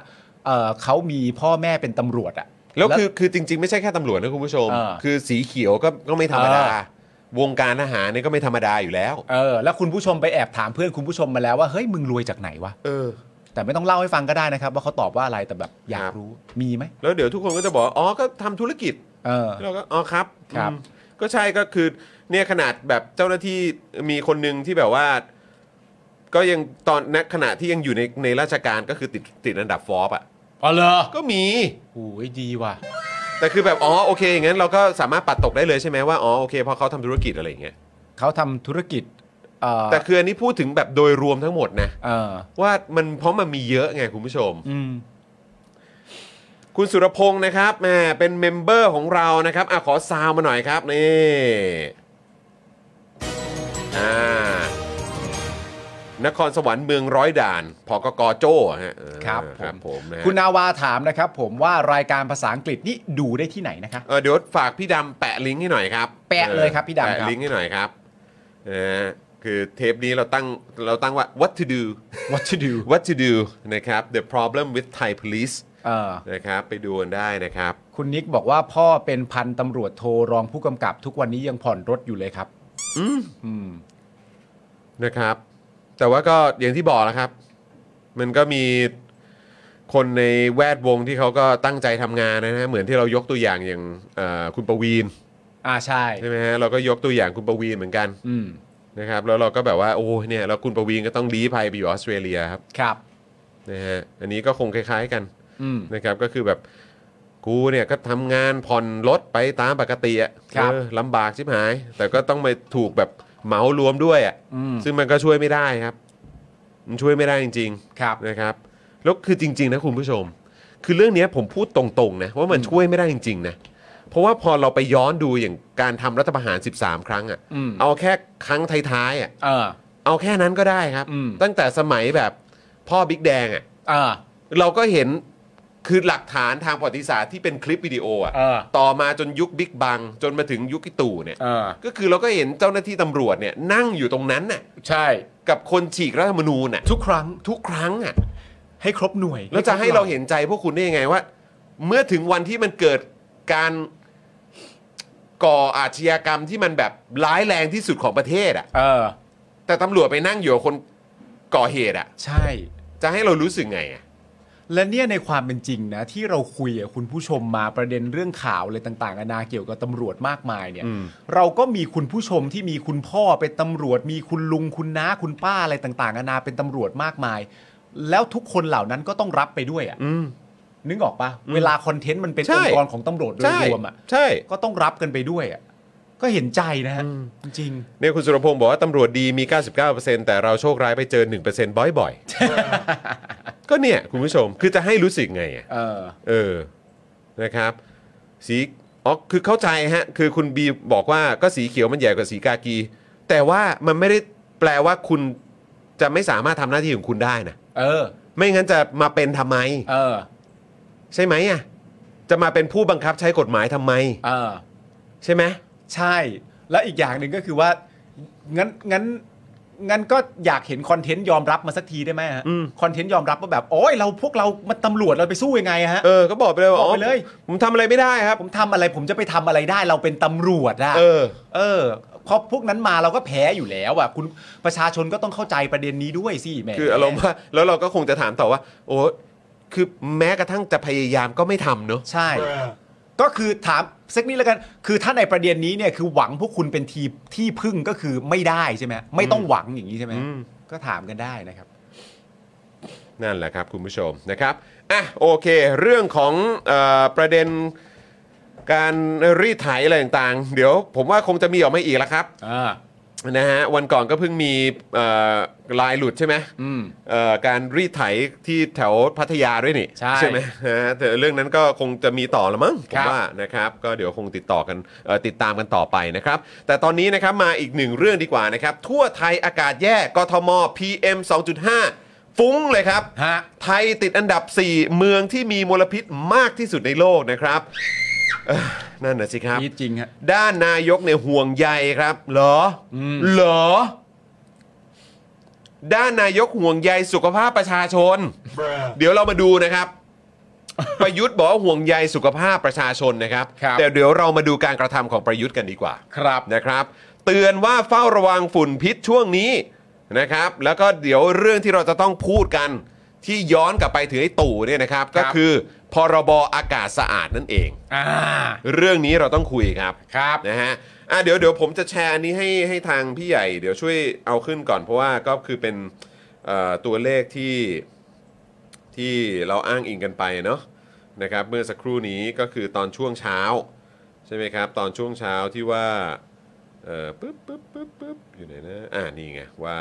C: เอ่อเขามีพ่อแม่เป็นตำรวจอะ
A: แล้วคือคือจริง ๆ ไม่ใช่แค่ตำรวจนะคุณผู้ชม
C: เออ
A: คือสีเขียวก็ก็ไม่ธรรมดา
C: เออ
A: วงการอาหารเนี่ยก็ไม่ธรรมดาอยู่แล้ว
C: เออแล้วคุณผู้ชมไปแอบถามเพื่อนคุณผู้ชมมาแล้วว่าเฮ้ยมึงรวยจากไหนวะ
A: เออ
C: แต่ไม่ต้องเล่าให้ฟังก็ได้นะครับ ว่าเขาตอบว่าอะไรแต่แบบอยา
A: ครั
C: ก
A: บ
C: รู้มีไหม
A: แล้วเดี๋ยวทุกคนก็จะบอกอ๋อก็ทำธุรกิจ
C: เออ
A: เราก็อ๋อครับ
C: ครับ
A: อืมก็ใช่ก็คือเนี่ยขนาดแบบเจ้าหน้าที่มีคนหนึ่งที่แบบว่า ก็ยังตอนณขณะที่ยังอยู่ในในราชการก็คือติดติดอันดับฟอร์บอ่ะ
C: อ๋อเหรอ
A: ก็มี
C: โอ้ยดีว่ะ
A: แต่คือแบบอ๋อโอเคอย่างนั้นเราก็สามารถปัดตกได้เลยใช่ไหมว่าอ๋อโอเคเพอเขาทำธุรกิจอะไรอย่างเงี้ย
C: เขาทำธุรกิจเออ
A: แต่คืออันนี้พูดถึงแบบโดยรวมทั้งหมดนะ
C: เออ
A: ว่ามันเพราะมันมีเยอะไงคุณผู้ชม
C: อืม
A: คุณสุรพงศ์นะครับแหมเป็นเมมเบอร์ของเรานะครับอ่ะขอซาวมาหน่อยครับนี่อ่านครสวรรค์เมืองร้อยด่านพกกโจ้ฮะเออ
C: ครับผม
A: ครับผมนะฮะ
C: คุณนาวาถามนะครับผมว่ารายการภาษาอังกฤษนี่ดูได้ที่ไหนนะคะ
A: เออเดี๋ยวฝากพี่ดำแปะลิงก์ให้หน่อยครับ
C: แปะเลยครับพี่ดำครับ
A: แปะลิงก์ให้หน่อยครับนะฮะคือเทปนี้เราตั้งเราตั้งว่า what to do
C: What to do
A: what to do นะครับ the problem with Thai police
C: เออ
A: นะครับไปดูกันได้นะครับ
C: คุณนิกบอกว่าพ่อเป็นพันตำรวจโทรองผู้กำกับ ทุกวันนี้ยังผ่อนรถอยู่เลยครับ อืม
A: นะครับ แต่ว่าก็อย่างที่บอกแล้วครับ มันก็มีคนในแวดวงที่เขาก็ตั้งใจทำงานนะฮะเหมือนที่เรายกตัวอย่างอย่างเอ่อคุณประวีน
C: อ่าใช่
A: ใช่ไหมฮะเราก็ยกตัวอย่างคุณประวีนเหมือนกัน
C: อืม
A: นะครับ แล้วเราก็แบบว่าโอ้ยเนี่ยแล้วคุณประวีนก็ต้องลี้ภัยไปอยู่ออสเตรเลียครับ
C: ครับ
A: นะฮะอันนี้ก็คงคล้าย ๆกัน
C: อืม
A: นะครับ ก็คือแบบกูเนี่ยก็ทำงานผ่อนรถไปตามปกติอะ
C: ครับ
A: เออลำบากชิบหาย แต่ก็ต้องมาถูกแบบเหมารวมด้วยอะ
C: อืม
A: ซึ่งมันก็ช่วยไม่ได้ครับ มันช่วยไม่ได้จริง
C: ครับ
A: ๆนะครับ แล้วคือจริง ๆ นะคุณผู้ชม คือเรื่องเนี้ยผมพูดตรงๆนะว่ามันช่วยไม่ได้จริง ๆ นะ เพราะว่าพอเราไปย้อนดูอย่างการทำรัฐประหาร 13 ครั้งอะ
C: อืม
A: เอาแค่ครั้งท้ายๆอะ
C: เออ
A: เอาแค่นั้นก็ได้ครับ
C: อืม
A: ตั้งแต่สมัยแบบพ่อบิ๊กแดงอะ
C: เออ
A: เราก็เห็นคือหลักฐานทางประวัติศาสตร์ที่เป็นคลิปวิดีโออะ
C: เออ
A: ต่อมาจนยุคบิ๊กบัง จนมาถึงยุคอีตู่เนี่ย
C: เออ
A: ก็คือเราก็เห็นเจ้าหน้าที่ตำรวจเนี่ยนั่งอยู่ตรงนั้นน่ะ
C: ใช่
A: กับคนฉีกรัฐธรรมนูญน่ะ
C: ทุกครั้ง
A: ทุกครั้งอ่ะ
C: ให้ครบหน่วย
A: แล้วจะให้เราเห็นใจพวกคุณได้ยังไงว่า เมื่อถึงวันที่มันเกิดการ ก่ออาชญากรรมที่มันแบบร้ายแรงที่สุดของประเทศอะ
C: เออ
A: แต่ตำรวจไปนั่งอยู่กับคนก่อเหตุอะ
C: ใช่
A: จะให้เรารู้สึกไงอะ
C: และเนี่ยในความเป็นจริงนะ ที่เราคุยกับคุณผู้ชมมาประเด็นเรื่องข่าวอะไรต่างๆนานาเกี่ยวกับตำรวจมากมายเนี่ย
A: อืม
C: เราก็มีคุณผู้ชมที่มีคุณพ่อเป็นตำรวจ มีคุณลุงคุณน้าคุณป้าอะไรต่างๆนานาเป็นตำรวจมากมาย แล้วทุกคนเหล่านั้นก็ต้องรับไปด้วยอะ
A: อืม
C: นึกออกปะเวลาคอนเทนต์มันเป็น
A: ใช่
C: องค์กรของตำรวจโดย
A: ใช่
C: รวมอะ
A: ใช่
C: ก็ต้องรับกันไปด้วยอะก็เห็นใจนะฮะจริง
A: เนี่ยคุณสุรพงศ์บอกว่าตำรวจดีมี 99%แต่เราโชคร้ายไปเจอ 1%บ่อย ๆ ก็เนี่ยคุณผู้ชมคือจะให้รู้สึกไงอะ
C: เออ
A: เออนะครับ สีอ๋อคือเข้าใจฮะ คือคุณบีบอกว่าก็สีเขียวมันใหญ่กว่าสีกากี แต่ว่ามันไม่ได้แปลว่าคุณจะไม่สามารถทำหน้าที่ของคุณได้นะ
C: เออ
A: ไม่งั้นจะมาเป็นทำไม
C: เออ
A: ใช่ไหมอ่ะจะมาเป็นผู้บังคับใช้กฎหมายทำไม
C: เออ
A: ใช่ไหม
C: ใช่ และอีกอย่างหนึ่งก็คือว่า งั้นงั้นงั้นก็อยากเห็นคอนเทนต์ยอมรับมาสักทีได้ไหมฮะ
A: อืม
C: คอนเทนต์ยอมรับว่าแบบ โอ้ยเราพวกเรามันตำรวจเราไปสู้ยังไงฮะ
A: เออก็บอกไปเลยว่า
C: บอกไปเลย
A: อ๋อผมทำอะไรไม่ได้ครับ
C: ผมทำอะไรผมจะไปทำอะไรได้เราเป็นตำรวจอะ
A: เออ
C: เออเพราะพวกนั้นมาเราก็แพ้อยู่แล้วอะคุณประชาชนก็ต้องเข้าใจประเด็นนี้ด้วยสิแหม่
A: คืออารมณ์ว่าแล้วเราก็คงจะถามต่อว่า โอ้คือแม้กระทั่งจะพยายามก็ไม่ทำเนอะ
C: ใช่ ก็คือถามสักนิดแล้วกัน คือถ้าในประเด็นนี้เนี่ยคือหวังพวกคุณเป็นทีที่พึ่งก็คือไม่ได้ใช่ไหมไม่ต้องหวังอย่างนี้ใช่ไหมก็ถามกันได้นะครับ
A: นั่นแหละครับคุณผู้ชมนะครับอ่ะโอเค เรื่องของเออประเด็นการรีดไถอะไรต่างๆ เดี๋ยวผมว่าคงจะมีออกมาอีกแล้วครับ
C: อ่า
A: นะฮะวันก่อนก็เพิ่งมีเอ่อลายหลุดใช่ไหม
C: อืม
A: เอ่อการรีดไถที่แถวพัทยาด้วยนี่
C: ใช่
A: ไหมฮะแต่เรื่องนั้นก็คงจะมีต่อละมั้งผ
C: ครั
A: ม
C: บ
A: ว่านะครับก็เดี๋ยวคงติดต่อกันเอ่อติดตามกันต่อไปนะครับ แต่ตอนนี้นะครับมาอีกหนึ่งเรื่องดีกว่านะครับ ทั่วไทยอากาศแย่กทม PM 2.5 ฟุ้งเลยครับ
C: ฮะ
A: ไทยติดอันดับ 4 เมืองที่มีมลพิษมากที่สุดในโลกนะครับเอ่อนั่นนะสิครับ
C: นี่จริงฮะ
A: ด้านนายกเนี่ยห่วงใยครับ เหรออ
C: ม
A: เหรอ ด้านนายกห่วงใยสุขภาพประชาชน เดี๋ยวเรามาดูนะครับ ประยุทธ์บอกว่าห่วงใยสุขภาพประชาชนนะครับ
C: ครับ
A: แต่เดี๋ยวเรามาดูการกระทำของประยุทธ์กันดีกว่า
C: ครับ
A: นะครับ เตือนว่าเฝ้าระวังฝุ่นพิษช่วงนี้นะครับ แล้วก็เดี๋ยวเรื่องที่เราจะต้องพูดกันที่ย้อนกลับไปถึงไอ้ตู่เนี่ยนะครับ ก็คือพรบอากาศสะอาดนั่นเอง
C: อ่า
A: เรื่องนี้เราต้องคุยครับ
C: ครับ
A: นะฮะอ่ะเดี๋ยวเดี๋ยวผมจะแชร์อันนี้ให้ให้ทางพี่ใหญ่ เดี๋ยวช่วยเอาขึ้นก่อน เพราะว่าก็คือเป็นเอ่อตัวเลขที่ที่เราอ้างอิงกันไปเนาะนะครับ เมื่อสักครู่นี้ก็คือตอนช่วงเช้า ใช่ไหมครับ ตอนช่วงเช้าที่ว่าเอ่อปึ๊บปึ๊บปึ๊บปึ๊บอยู่ไหนนะอ่านี่ไงว่า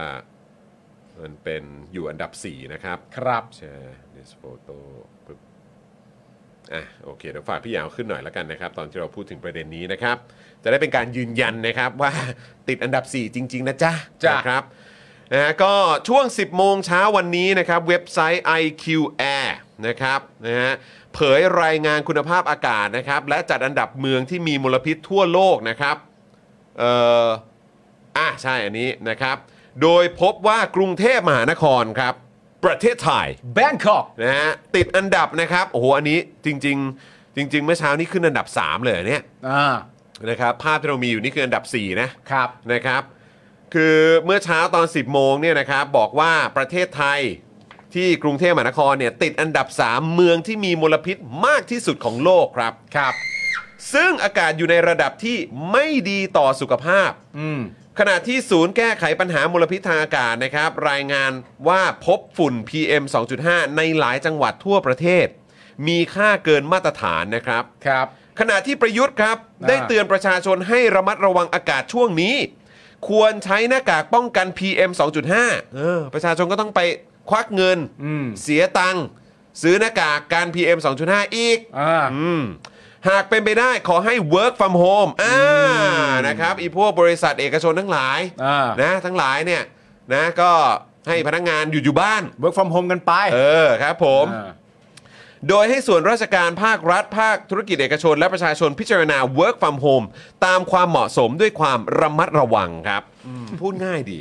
A: มันเป็นอยู่อันดับ 4 นะครับ
C: ครับ
A: แชร์เนสโฟโต้ปึ๊บอ่ะโอเคเดี๋ยวฝากพี่ยาวขึ้นหน่อยละกันนะครับ ตอนที่เราพูดถึงประเด็นนี้นะครับ จะได้เป็นการยืนยันนะครับ ว่า ติดอันดับ 4 จริง ๆ นะจ๊ะ
C: จ้ะ
A: นะครับนะฮะก็ช่วง 10 โมงเช้าวันนี้นะครับ เว็บไซต์ IQ Air นะครับนะฮะเผยรายงานคุณภาพอากาศนะครับ และจัดอันดับเมืองที่มีมลพิษทั่วโลกนะครับ เอ่ออ่ะใช่อันนี้นะครับ โดยพบว่ากรุงเทพมหานครครับ ประเทศไทย
C: แบงคอก
A: นะฮะติดอันดับนะครับ โอ้โห อันนี้จริง ๆ จริง ๆ เมื่อเช้านี้ขึ้นอันดับ 3 เลยเนี่ย
C: อ่า
A: นะครับภาพที่เรามีอยู่นี่คืออันดับ 4 นะครับ นะครับ คือเมื่อเช้าตอน 10 โมงเนี่ยนะครับบอกว่าประเทศไทยที่กรุงเทพมหานครเนี่ยติดอันดับ 3 เมืองที่มีมลพิษมากที่สุดของโลกครับ
C: ครับ
A: ซึ่งอากาศอยู่ในระดับที่ไม่ดีต่อสุขภาพ
C: อืม
A: ขณะที่ศูนย์แก้ไขปัญหามลพิษทางอากาศนะครับ รายงานว่าพบฝุ่น PM 2.5 ในหลายจังหวัดทั่วประเทศ มีค่าเกินมาตรฐานนะครับ
C: ครับ
A: ขณะที่ประยุทธ์ครับ
C: อ่า
A: ได้เตือนประชาชนให้ระมัดระวังอากาศช่วงนี้ ควรใช้หน้ากากป้องกัน PM 2.5เออประชาชนก็ต้องไปควักเงิน
C: อืม
A: เสียตังค์ซื้อหน้ากากการ PM 2.5 อีก
C: อ่า
A: อืมหากเป็นไปได้ขอให้ work from home อ่านะครับอีพวกบริษัทเอกชนทั้งหลาย
C: อ่าน
A: นะทั้งหลายเนี่ยนะก็ให้พนักงานอยู่อยู่บ้าน
C: work from home กันไป
A: เออครับผม
C: อ่า
A: โดยให้ส่วนราชการภาครัฐ ภาคธุรกิจเอกชน และประชาชนพิจารณา work from home ตามความเหมาะสมด้วยความระมัดระวังครับ พูดง่ายดี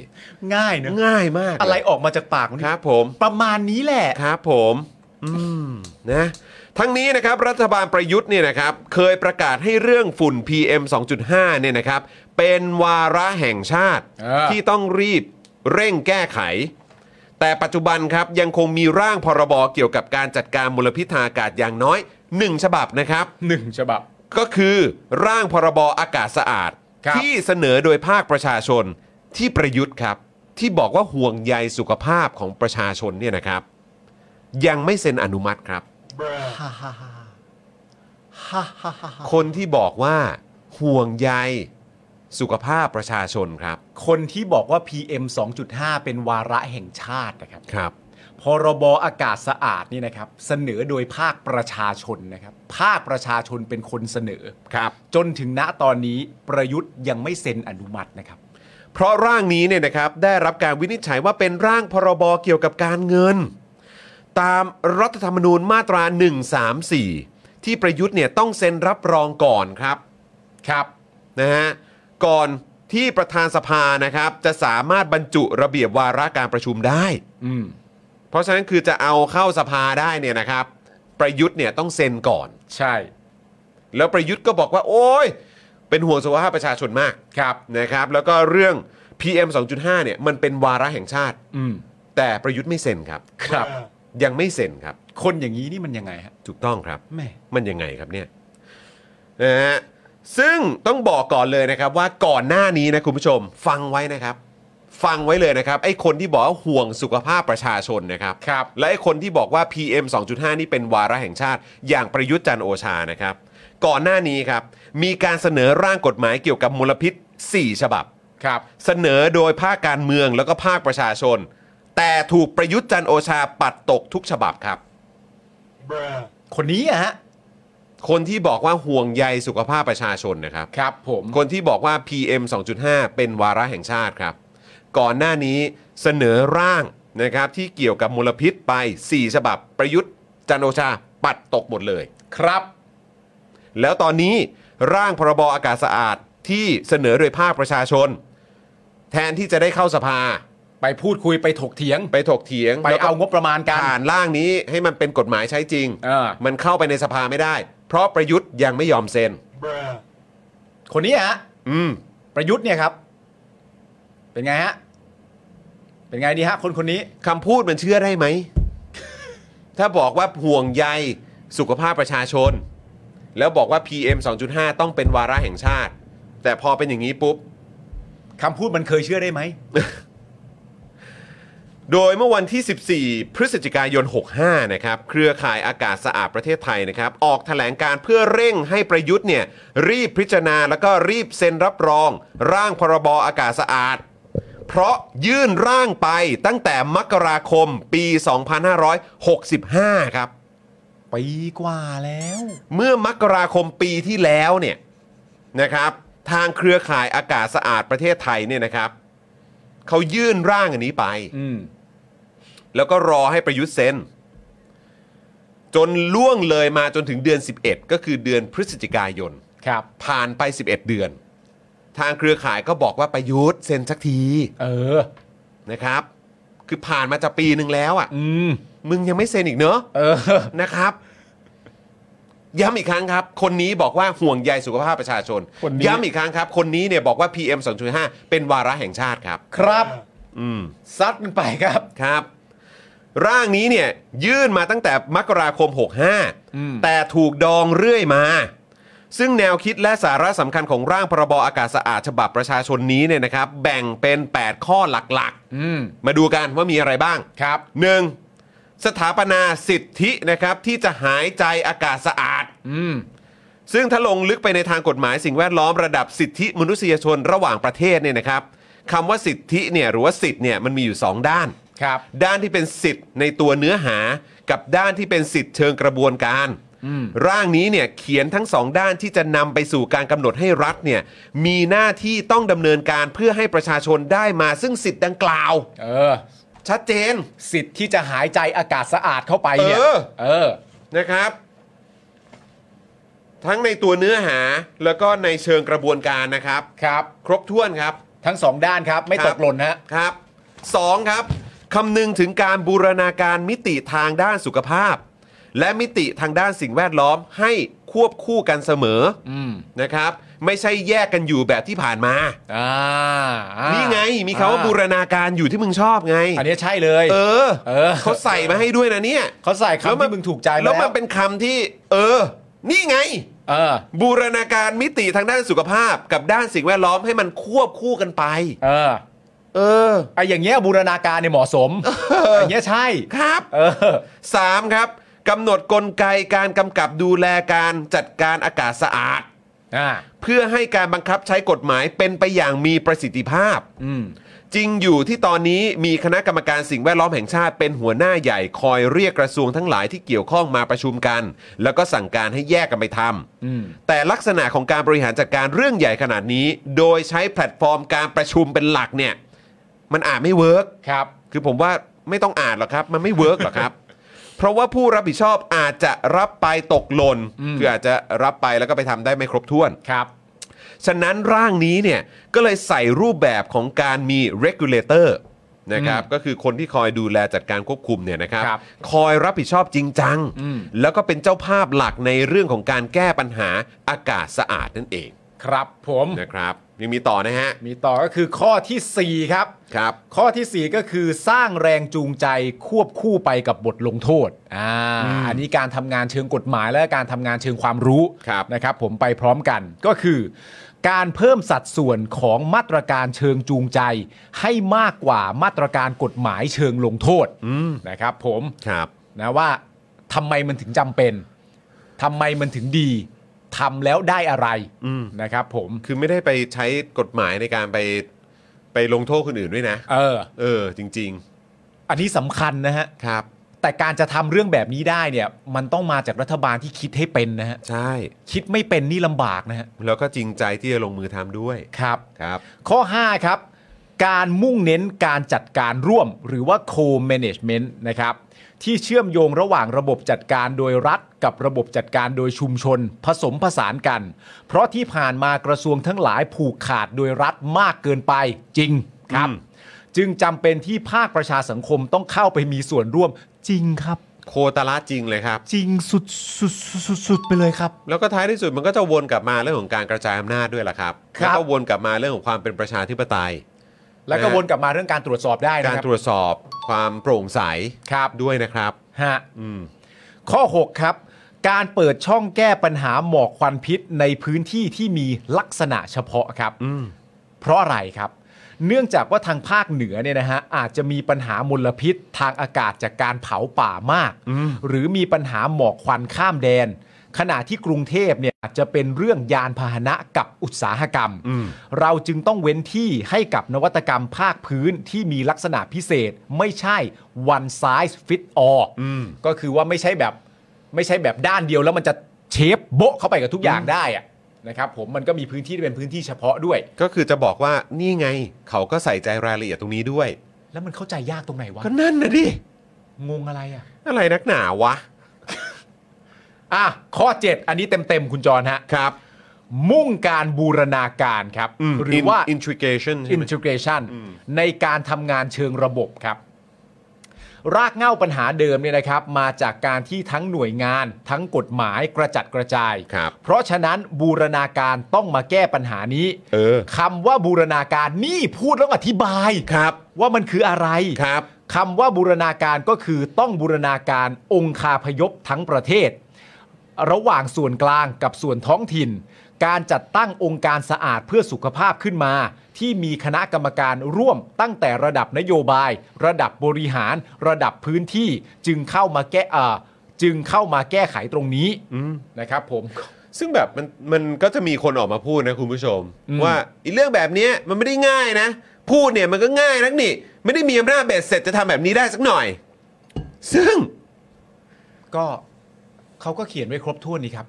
C: ง่ายเนอะ
A: ง่ายมาก
C: อะไรออกมาจากปากมัน
A: ครับผม
C: ประมาณนี้แหละ
A: ครับผมอืมนะ ทั้งนี้นะครับรัฐบาลประยุทธ์เนี่ยนะครับเคยประกาศให้เรื่องฝุ่น PM 2.5เนี่ยนะครับเป็นวาระแห่งชาติ
C: เออ
A: ที่ต้องรีบเร่งแก้ไข แต่ปัจจุบันครับยังคงมีร่างพรบเกี่ยวกับการจัดการมลพิษทางอากาศอย่างน้อย 1 ฉบับนะครับ
C: หนึ่งฉบับ
A: ก็คือร่างพรบอากาศสะอาด
C: ครับ
A: ที่เสนอโดยภาคประชาชนที่ประยุทธ์ครับ ที่บอกว่าห่วงใยสุขภาพของประชาชนเนี่ยนะครับ ยังไม่เซ็นอนุมัติครับ
C: ฮ่าฮ่าฮ่าฮ่าฮ่าฮ่าฮ่า
A: คนที่บอกว่าห่วงใยสุขภาพประชาชนครับ
C: คนที่บอกว่า PM 2.5 เป็นวาระแห่งชาตินะครับ
A: ครับ
C: พรบอากาศสะอาดนี่นะครับ เสนอโดยภาคประชาชนนะครับ ภาคประชาชนเป็นคนเสนอ
A: ครับ
C: จนถึงณตอนนี้ประยุทธ์ยังไม่เซ็นอนุมัตินะครับ
A: เพราะร่างนี้เนี่ยนะครับได้รับการวินิจฉัยว่าเป็นร่างพรบเกี่ยวกับการเงิน ตามรัฐธรรมนูญมาตรา 134 ที่ประยุทธ์เนี่ยต้องเซ็นรับรองก่อนครับครับนะฮะก่อนที่ประธานสภานะครับ จะสามารถบรรจุระเบียบวาระการประชุมได้
C: อืม
A: เพราะฉะนั้นคือจะเอาเข้าสภาได้เนี่ยนะครับ ประยุทธ์เนี่ยต้องเซ็นก่อน
C: ใช่
A: แล้วประยุทธ์ก็บอกว่า โอ้ย เป็นห่วงสุขภาพประชาชนมาก
C: ครับ
A: นะครับ แล้วก็เรื่อง PM 2.5 เนี่ยมันเป็นวาระแห่งชาติ
C: อืม
A: แต่ประยุทธ์ไม่เซ็นครับ
C: ครับ
A: ยังไม่เซ็นครับ
C: คนอย่างนี้นี่มันยังไงฮะ
A: ถูกต้องครับ
C: แหม่
A: มันยังไงครับเนี่ยนะฮะซึ่งต้องบอกก่อนเลยนะครับว่าก่อนหน้านี้นะคุณผู้ชม ฟังไว้นะครับ ฟังไว้เลยนะครับ ไอ้คนที่บอกว่าห่วงสุขภาพประชาชนนะครับ
C: ครับ
A: และไอ้คนที่บอกว่า PM 2.5 นี่เป็นวาระแห่งชาติ อย่างประยุทธ์จันทร์โอชานะครับ ก่อนหน้านี้ครับ มีการเสนอร่างกฎหมายเกี่ยวกับมลพิษ 4 ฉบับ
C: ครับ
A: เสนอโดยภาคการเมืองแล้วก็ภาคประชาชน แต่ถูกประยุทธ์จันทร์โอชาปัดตกทุกฉบับครับ
C: คนนี้อะฮะ
A: คนที่บอกว่าห่วงใยสุขภาพประชาชนนะครับ
C: ครับ ผม
A: คนที่บอกว่า PM 2.5 เป็นวาระแห่งชาติครับ ก่อนหน้านี้เสนอร่างนะครับที่เกี่ยวกับมลพิษไป 4 ฉบับประยุทธ์จันทร์โอชาปัดตกหมดเลย
C: ครับ
A: แล้วตอนนี้ร่างพรบอากาศสะอาดที่เสนอโดยภาคประชาชน แทนที่จะได้เข้าสภา
C: ไปพูดคุยไปถกเถียง
A: ไปถกเถียง
C: ไป
A: แล้วก็
C: เอางบประมาณกัน
A: ผ่านร่างนี้ให้มันเป็นกฎหมายใช้จริง
C: เออ
A: มันเข้าไปในสภาไม่ได้ เพราะประยุทธ์ยังไม่ยอมเซ็น
C: คนนี้ฮะ
A: อืม
C: ประยุทธ์เนี่ยครับ เป็นไงฮะ เป็นไงดีฮะ คนคนนี้
A: คำพูดมันเชื่อได้ไหม ถ้าบอกว่าห่วงใยสุขภาพประชาชน แล้วบอกว่า PM 2.5 ต้องเป็นวาระแห่งชาติ แต่พอเป็นอย่างนี้ปุ๊บ
C: คำพูดมันเคยเชื่อได้ไหม
A: โดยเมื่อวันที่ 14 พฤศจิกายน 65 นะครับ เครือข่ายอากาศสะอาดประเทศไทยนะครับ ออกแถลงการเพื่อเร่งให้ประยุทธ์เนี่ย รีบพิจารณาแล้วก็รีบเซ็นรับรอง ร่างพรบอากาศสะอาด เพราะยื่นร่างไปตั้งแต่มกราคมปี 2565 ครับ
C: ปีกว่าแล้ว
A: เมื่อมกราคมปีที่แล้วเนี่ยนะครับ ทางเครือข่ายอากาศสะอาดประเทศไทยเนี่ยนะครับเขายื่นร่างอันนี้ไป
C: อืม
A: แล้วก็รอให้ประยุทธ์เซ็น จนล่วงเลยมาจนถึงเดือน 11 ก็คือเดือนพฤศจิกายน
C: ครับ
A: ผ่านไป 11 เดือน ทางเครือข่ายก็บอกว่าประยุทธ์เซ็นสักที
C: เออ
A: นะครับ คือผ่านมาจะปีหนึ่งแล้วอะ่ะ
C: อืม
A: มึงยังไม่เซ็นอีกเนอะ
C: เออ
A: นะครับ ย้ำอีกครั้งครับ คนนี้บอกว่าห่วงใยสุขภาพประชาชน
C: คนนี้
A: ย้ำอีกครั้งครับ คนนี้เนี่ยบอกว่า PM 2.5 เป็นวาระแห่งชาติครับ
C: ครับ
A: อืม
C: ซัดมันไปครับ
A: ครับ ร่างนี้เนี่ยยื่นมาตั้งแต่มกราคม
C: อืม
A: 65 แต่ถูกดองเรื่อยมา ซึ่งแนวคิดและสาระสำคัญของร่างพรบอากาศสะอาดฉบับประชาชนนี้เนี่ยนะครับ แบ่งเป็น 8 ข้อหลัก
C: อืม
A: ๆ มาดูกันว่ามีอะไรบ้าง
C: ครับ
A: 1. สถาปนาสิทธินะครับที่จะหายใจอากาศสะอาด
C: อืม
A: ซึ่งถ้าลงลึกไปในทางกฎหมายสิ่งแวดล้อมระดับสิทธิมนุษยชนระหว่างประเทศเนี่ยนะครับคำว่าสิทธิเนี่ยหรือว่าสิทธิเนี่ยมันมีอยู่สองด้าน
C: ครับ
A: ด้านที่เป็นสิทธิ์ในตัวเนื้อหา กับด้านที่เป็นสิทธิ์เชิงกระบวนการ
C: อืม
A: ร่างนี้เนี่ยเขียนทั้งสองด้านที่จะนำไปสู่การกำหนดให้รัฐเนี่ยมีหน้าที่ต้องดำเนินการเพื่อให้ประชาชนได้มาซึ่งสิทธิ์ดังกล่าว
C: เออ
A: ชัดเจน
C: สิทธิ์ที่จะหายใจอากาศสะอาดเข้าไปเนี่ย
A: เออ
C: เออ
A: นะครับ ทั้งในตัวเนื้อหาแล้วก็ในเชิงกระบวนการนะครับ
C: ครับ
A: ครบถ้วนครับ
C: ทั้งสองด้านครับ ไม่
A: ค
C: ต
A: รับ
C: กหล่นฮะ
A: ครับ2ครับคำนึงถึงการบูรณาการมิติทางด้านสุขภาพ และมิติทางด้านสิ่งแวดล้อมให้ควบคู่กันเสมอ
C: อืม
A: นะครับ ไม่ใช่แยกกันอยู่แบบที่ผ่านมา
C: อ่าอ่า
A: นี่ไงมีคำว่าบูรณาการอยู่ที่มึงชอบไง
C: อันนี้ใช่เลย
A: เออ
C: เออ
A: เขาใส่มาให้ด้วยนะเนี่ย
C: เขาใส่คำ
A: แล้วมัน
C: ที่มึงถูกใจมา
A: แล้วมันเป็นคำที่ เออ นี่ไง
C: เออ
A: บูรณาการมิติทางด้านสุขภาพ กับด้านสิ่งแวดล้อมให้มันควบคู่กันไป
C: เออ
A: เออ
C: ไออย่างเงี้ยบูรณาการเนี่ยเหมาะสมไอย่างเงี้ยใช่
A: ครับ
C: เออ
A: สามครับกำหนดกลไกการกำกับดูแลการจัดการอากาศสะอาด
C: อ่า
A: เพื่อให้การบังคับใช้กฎหมายเป็นไปอย่างมีประสิทธิภาพ
C: อืม
A: จริงอยู่ที่ตอนนี้มีคณะกรรมการสิ่งแวดล้อมแห่งชาติเป็นหัวหน้าใหญ่คอยเรียกกระทรวงทั้งหลายที่เกี่ยวข้องมาประชุมกัน แล้วก็สั่งการให้แยกกันไปท
C: อืม
A: ำแต่ลักษณะของการบริหารจัดการเรื่องใหญ่ขนาดนี้ โดยใช้แพลตฟอร์มการประชุมเป็นหลักเนี่ย มันอาจไม่เวิร์ก
C: ครับ
A: คือผมว่าไม่ต้องอ่านหรอกครับ มันไม่เวิร์กหรอกครับ เพราะว่าผู้รับผิดชอบอาจจะรับไปตกหล่น
C: อืม
A: คืออาจจะรับไปแล้วก็ไปทำได้ไม่ครบถ้วน
C: ครับ
A: ฉะนั้นร่างนี้เนี่ยก็เลยใส่รูปแบบของการมี regulator นะครับก็คือคนที่คอยดูแลจัดการควบคุมเนี่ยนะครับ
C: ครับ
A: คอยรับผิดชอบจริงจัง
C: อืม
A: แล้วก็เป็นเจ้าภาพหลักในเรื่องของการแก้ปัญหาอากาศสะอาดนั่นเอง
C: ครับผม
A: นะครับ ยังมีต่อนะฮะ
C: มีต่อก็คือข้อทีสี่4 ครับ
A: ครับ
C: ข้อทีสี่ 4 ก็คือสร้างแรงจูงใจควบคู่ไปกับบทลงโทษ อ่า อันนี้การทำงานเชิงกฎหมายและการทำงานเชิงความรู้
A: ครับ
C: นะครับ ผมไปพร้อมกันก็คือ การเพิ่มสัดส่วนของมาตรการเชิงจูงใจ ให้มากกว่ามาตรการกฎหมายเชิงลงโทษนะครับผม
A: ครับ
C: นะว่าทำไมมันถึงจำเป็นทำไมมันถึงดีทำแล้วได้อะไร
A: อืม
C: นะครับผม
A: คือไม่ได้ไปใช้กฎหมายในการไปไปลงโทษคนอื่นด้วยนะ
C: เออ
A: เออ จริง
C: อันนี้สำคัญนะฮะ
A: ๆ ครับ
C: แต่การจะทำเรื่องแบบนี้ได้เนี่ย มันต้องมาจากรัฐบาลที่คิดให้เป็นนะฮะ
A: ใช่
C: คิดไม่เป็นนี่ลำบากนะฮะ
A: แล้วก็จริงใจที่จะลงมือทำด้วย
C: ครับ
A: ครับ
C: ข้อ 5 ครับ การมุ่งเน้นการจัดการร่วม หรือว่า co-management นะครับ ที่เชื่อมโยงระหว่างระบบจัดการโดยรัฐ กับระบบจัดการโดยชุมชน ผสมผสานกัน เพราะที่ผ่านมากระทรวงทั้งหลายผูกขาดโดยรัฐมากเกินไปจริงครับ
A: อืม
C: จึงจำเป็นที่ภาคประชาสังคมต้องเข้าไปมีส่วนร่วมจริงครับ
A: โคตรละจริงเลยครับ
C: จริงสุดสุดสุดสุดไปเลยครับ
A: แล้วก็ท้ายที่สุดมันก็จะวนกลับมาเรื่องของการกระจายอำนาจด้วยล่ะครับ
C: ครับ
A: แล้วก็วนกลับมาเรื่องของความเป็นประชาธิปไตย
C: แล้วก็วนกลับมาเรื่องการตรวจสอบได้นะ
A: การ
C: ครั
A: ต
C: บ
A: รวจสอบความโปร่งใส
C: ครับ
A: ด้วยนะครับ
C: ฮะ
A: อืม
C: ข้อ 6 ครับ การเปิดช่องแก้ปัญหาหมอกควันพิษในพื้นที่ที่มีลักษณะเฉพาะครับ
A: อืม
C: เพราะอะไรครับ เนื่องจากว่าทางภาคเหนือเนี่ยนะฮะอาจจะมีปัญหามลพิษทางอากาศจากการเผาป่ามาก หรือมีปัญหาหมอกควันข้ามแดน ขณะที่กรุงเทพเนี่ยอาจจะเป็นเรื่องยานพาหนะกับอุตสาหกรรม เราจึงต้องเว้นที่ให้กับนวัตกรรมภาคพื้นที่มีลักษณะพิเศษ ไม่ใช่ one size fit all ก็คือว่าไม่ใช่แบบไม่ใช่แบบด้านเดียวแล้วมันจะเชฟโบะเข้าไปกับทุกอย่างได้อะนะครับผมมันก็มีพื้นที่ที่เป็นพื้นที่เฉพาะด้วย
A: ก็คือจะบอกว่านี่ไง เขาก็ใส่ใจรายละเอียดตรงนี้ด้วย
C: แล้วมันเข้าใจยากตรงไหนวะ
A: ก็นั่นนะดิ
C: งงอะไรอ่ะ
A: อะไรนักหนาวะ
C: อ่ะ ข้อ 7 อันนี้เต็ม ๆ คุณจรฮะ
A: ครับ
C: มุ่งการบูรณาการครับ
A: อืม
C: หรือว่า
A: intrigation ใช่ไหม
C: integration
A: อืม
C: ในการทำงานเชิงระบบครับ รากเหง้าปัญหาเดิมเนี่ยนะครับ มาจากการที่ทั้งหน่วยงาน ทั้งกฎหมายกระจัดกระจาย
A: ครับ
C: เพราะฉะนั้นบูรณาการต้องมาแก้ปัญหานี้
A: เออ
C: คำว่าบูรณาการนี่พูดแล้วอธิบาย
A: ครับ
C: ว่ามันคืออะไร
A: ครับ
C: คำว่าบูรณาการก็คือต้องบูรณาการองคาพยพทั้งประเทศ ระหว่างส่วนกลางกับส่วนท้องถิ่น การจัดตั้งองค์การสะอาดเพื่อสุขภาพขึ้นมา ที่มีคณะกรรมการร่วมตั้งแต่ระดับนโยบาย ระดับบริหาร ระดับพื้นที่จึงเข้ามาแก้เอ่อจึงเข้ามาแก้ไขตรงนี้นะครับผม
A: ซึ่งแบบมันมันก็จะมีคนออกมาพูดนะคุณผู้ชม
C: อืม
A: ว่าไอีเรื่องแบบเนี้ยมันไม่ได้ง่ายนะ พูดเนี่ยมันก็ง่ายนักนี่ ไม่ได้มีอำนาจเบ็ดเสร็จจะทำแบบนี้ได้สักหน่อย ซึ่ง
C: ก็เขาก็เขียนไว้ครบถ้วนนี่ครับ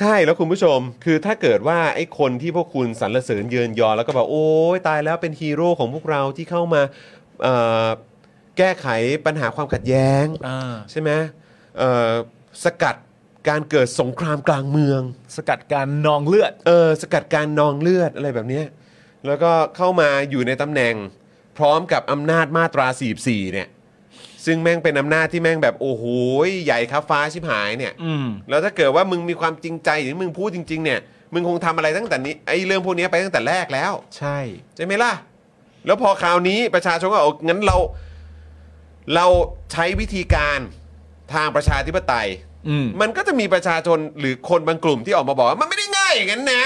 A: ใช่แล้วคุณผู้ชม คือถ้าเกิดว่าไอ้คนที่พวกคุณสรรเสริญเยินยอแล้วก็บอกโอ้ยตายแล้วเป็นฮีโร่ของพวกเราที่เข้ามาเอ่อแก้ไขปัญหาความขัดแย้ง
C: อ่า
A: ใช่ไหมเอ่อสกัดการเกิดสงครามกลางเมือง
C: สกัดการนองเลือด
A: เออสกัดการนองเลือดอะไรแบบเนี้ยแล้วก็เข้ามาอยู่ในตำแหน่ง พร้อมกับอำนาจมาตรา 44 เนี่ย ซึ่งแม่งเป็นอำนาจที่แม่งแบบโอ้โหใหญ่ครับฟ้าชิบหายเนี่ย
C: อืม
A: แล้วถ้าเกิดว่ามึงมีความจริงใจหรือมึงพูดจริง ๆ เนี่ย มึงคงทำอะไรตั้งแต่นี้ไอ้เรื่องพวกนี้ไปตั้งแต่แรกแล้ว
C: ใช่
A: ใช่ไหมล่ะ แล้วพอคราวนี้ประชาชนก็เอางั้นเรา เราใช้วิธีการทางประชาธิปไตย
C: อืม
A: มันก็จะมีประชาชนหรือคนบางกลุ่มที่ออกมาบอกว่ามันไม่ได้ง่ายอย่างนั้นนะ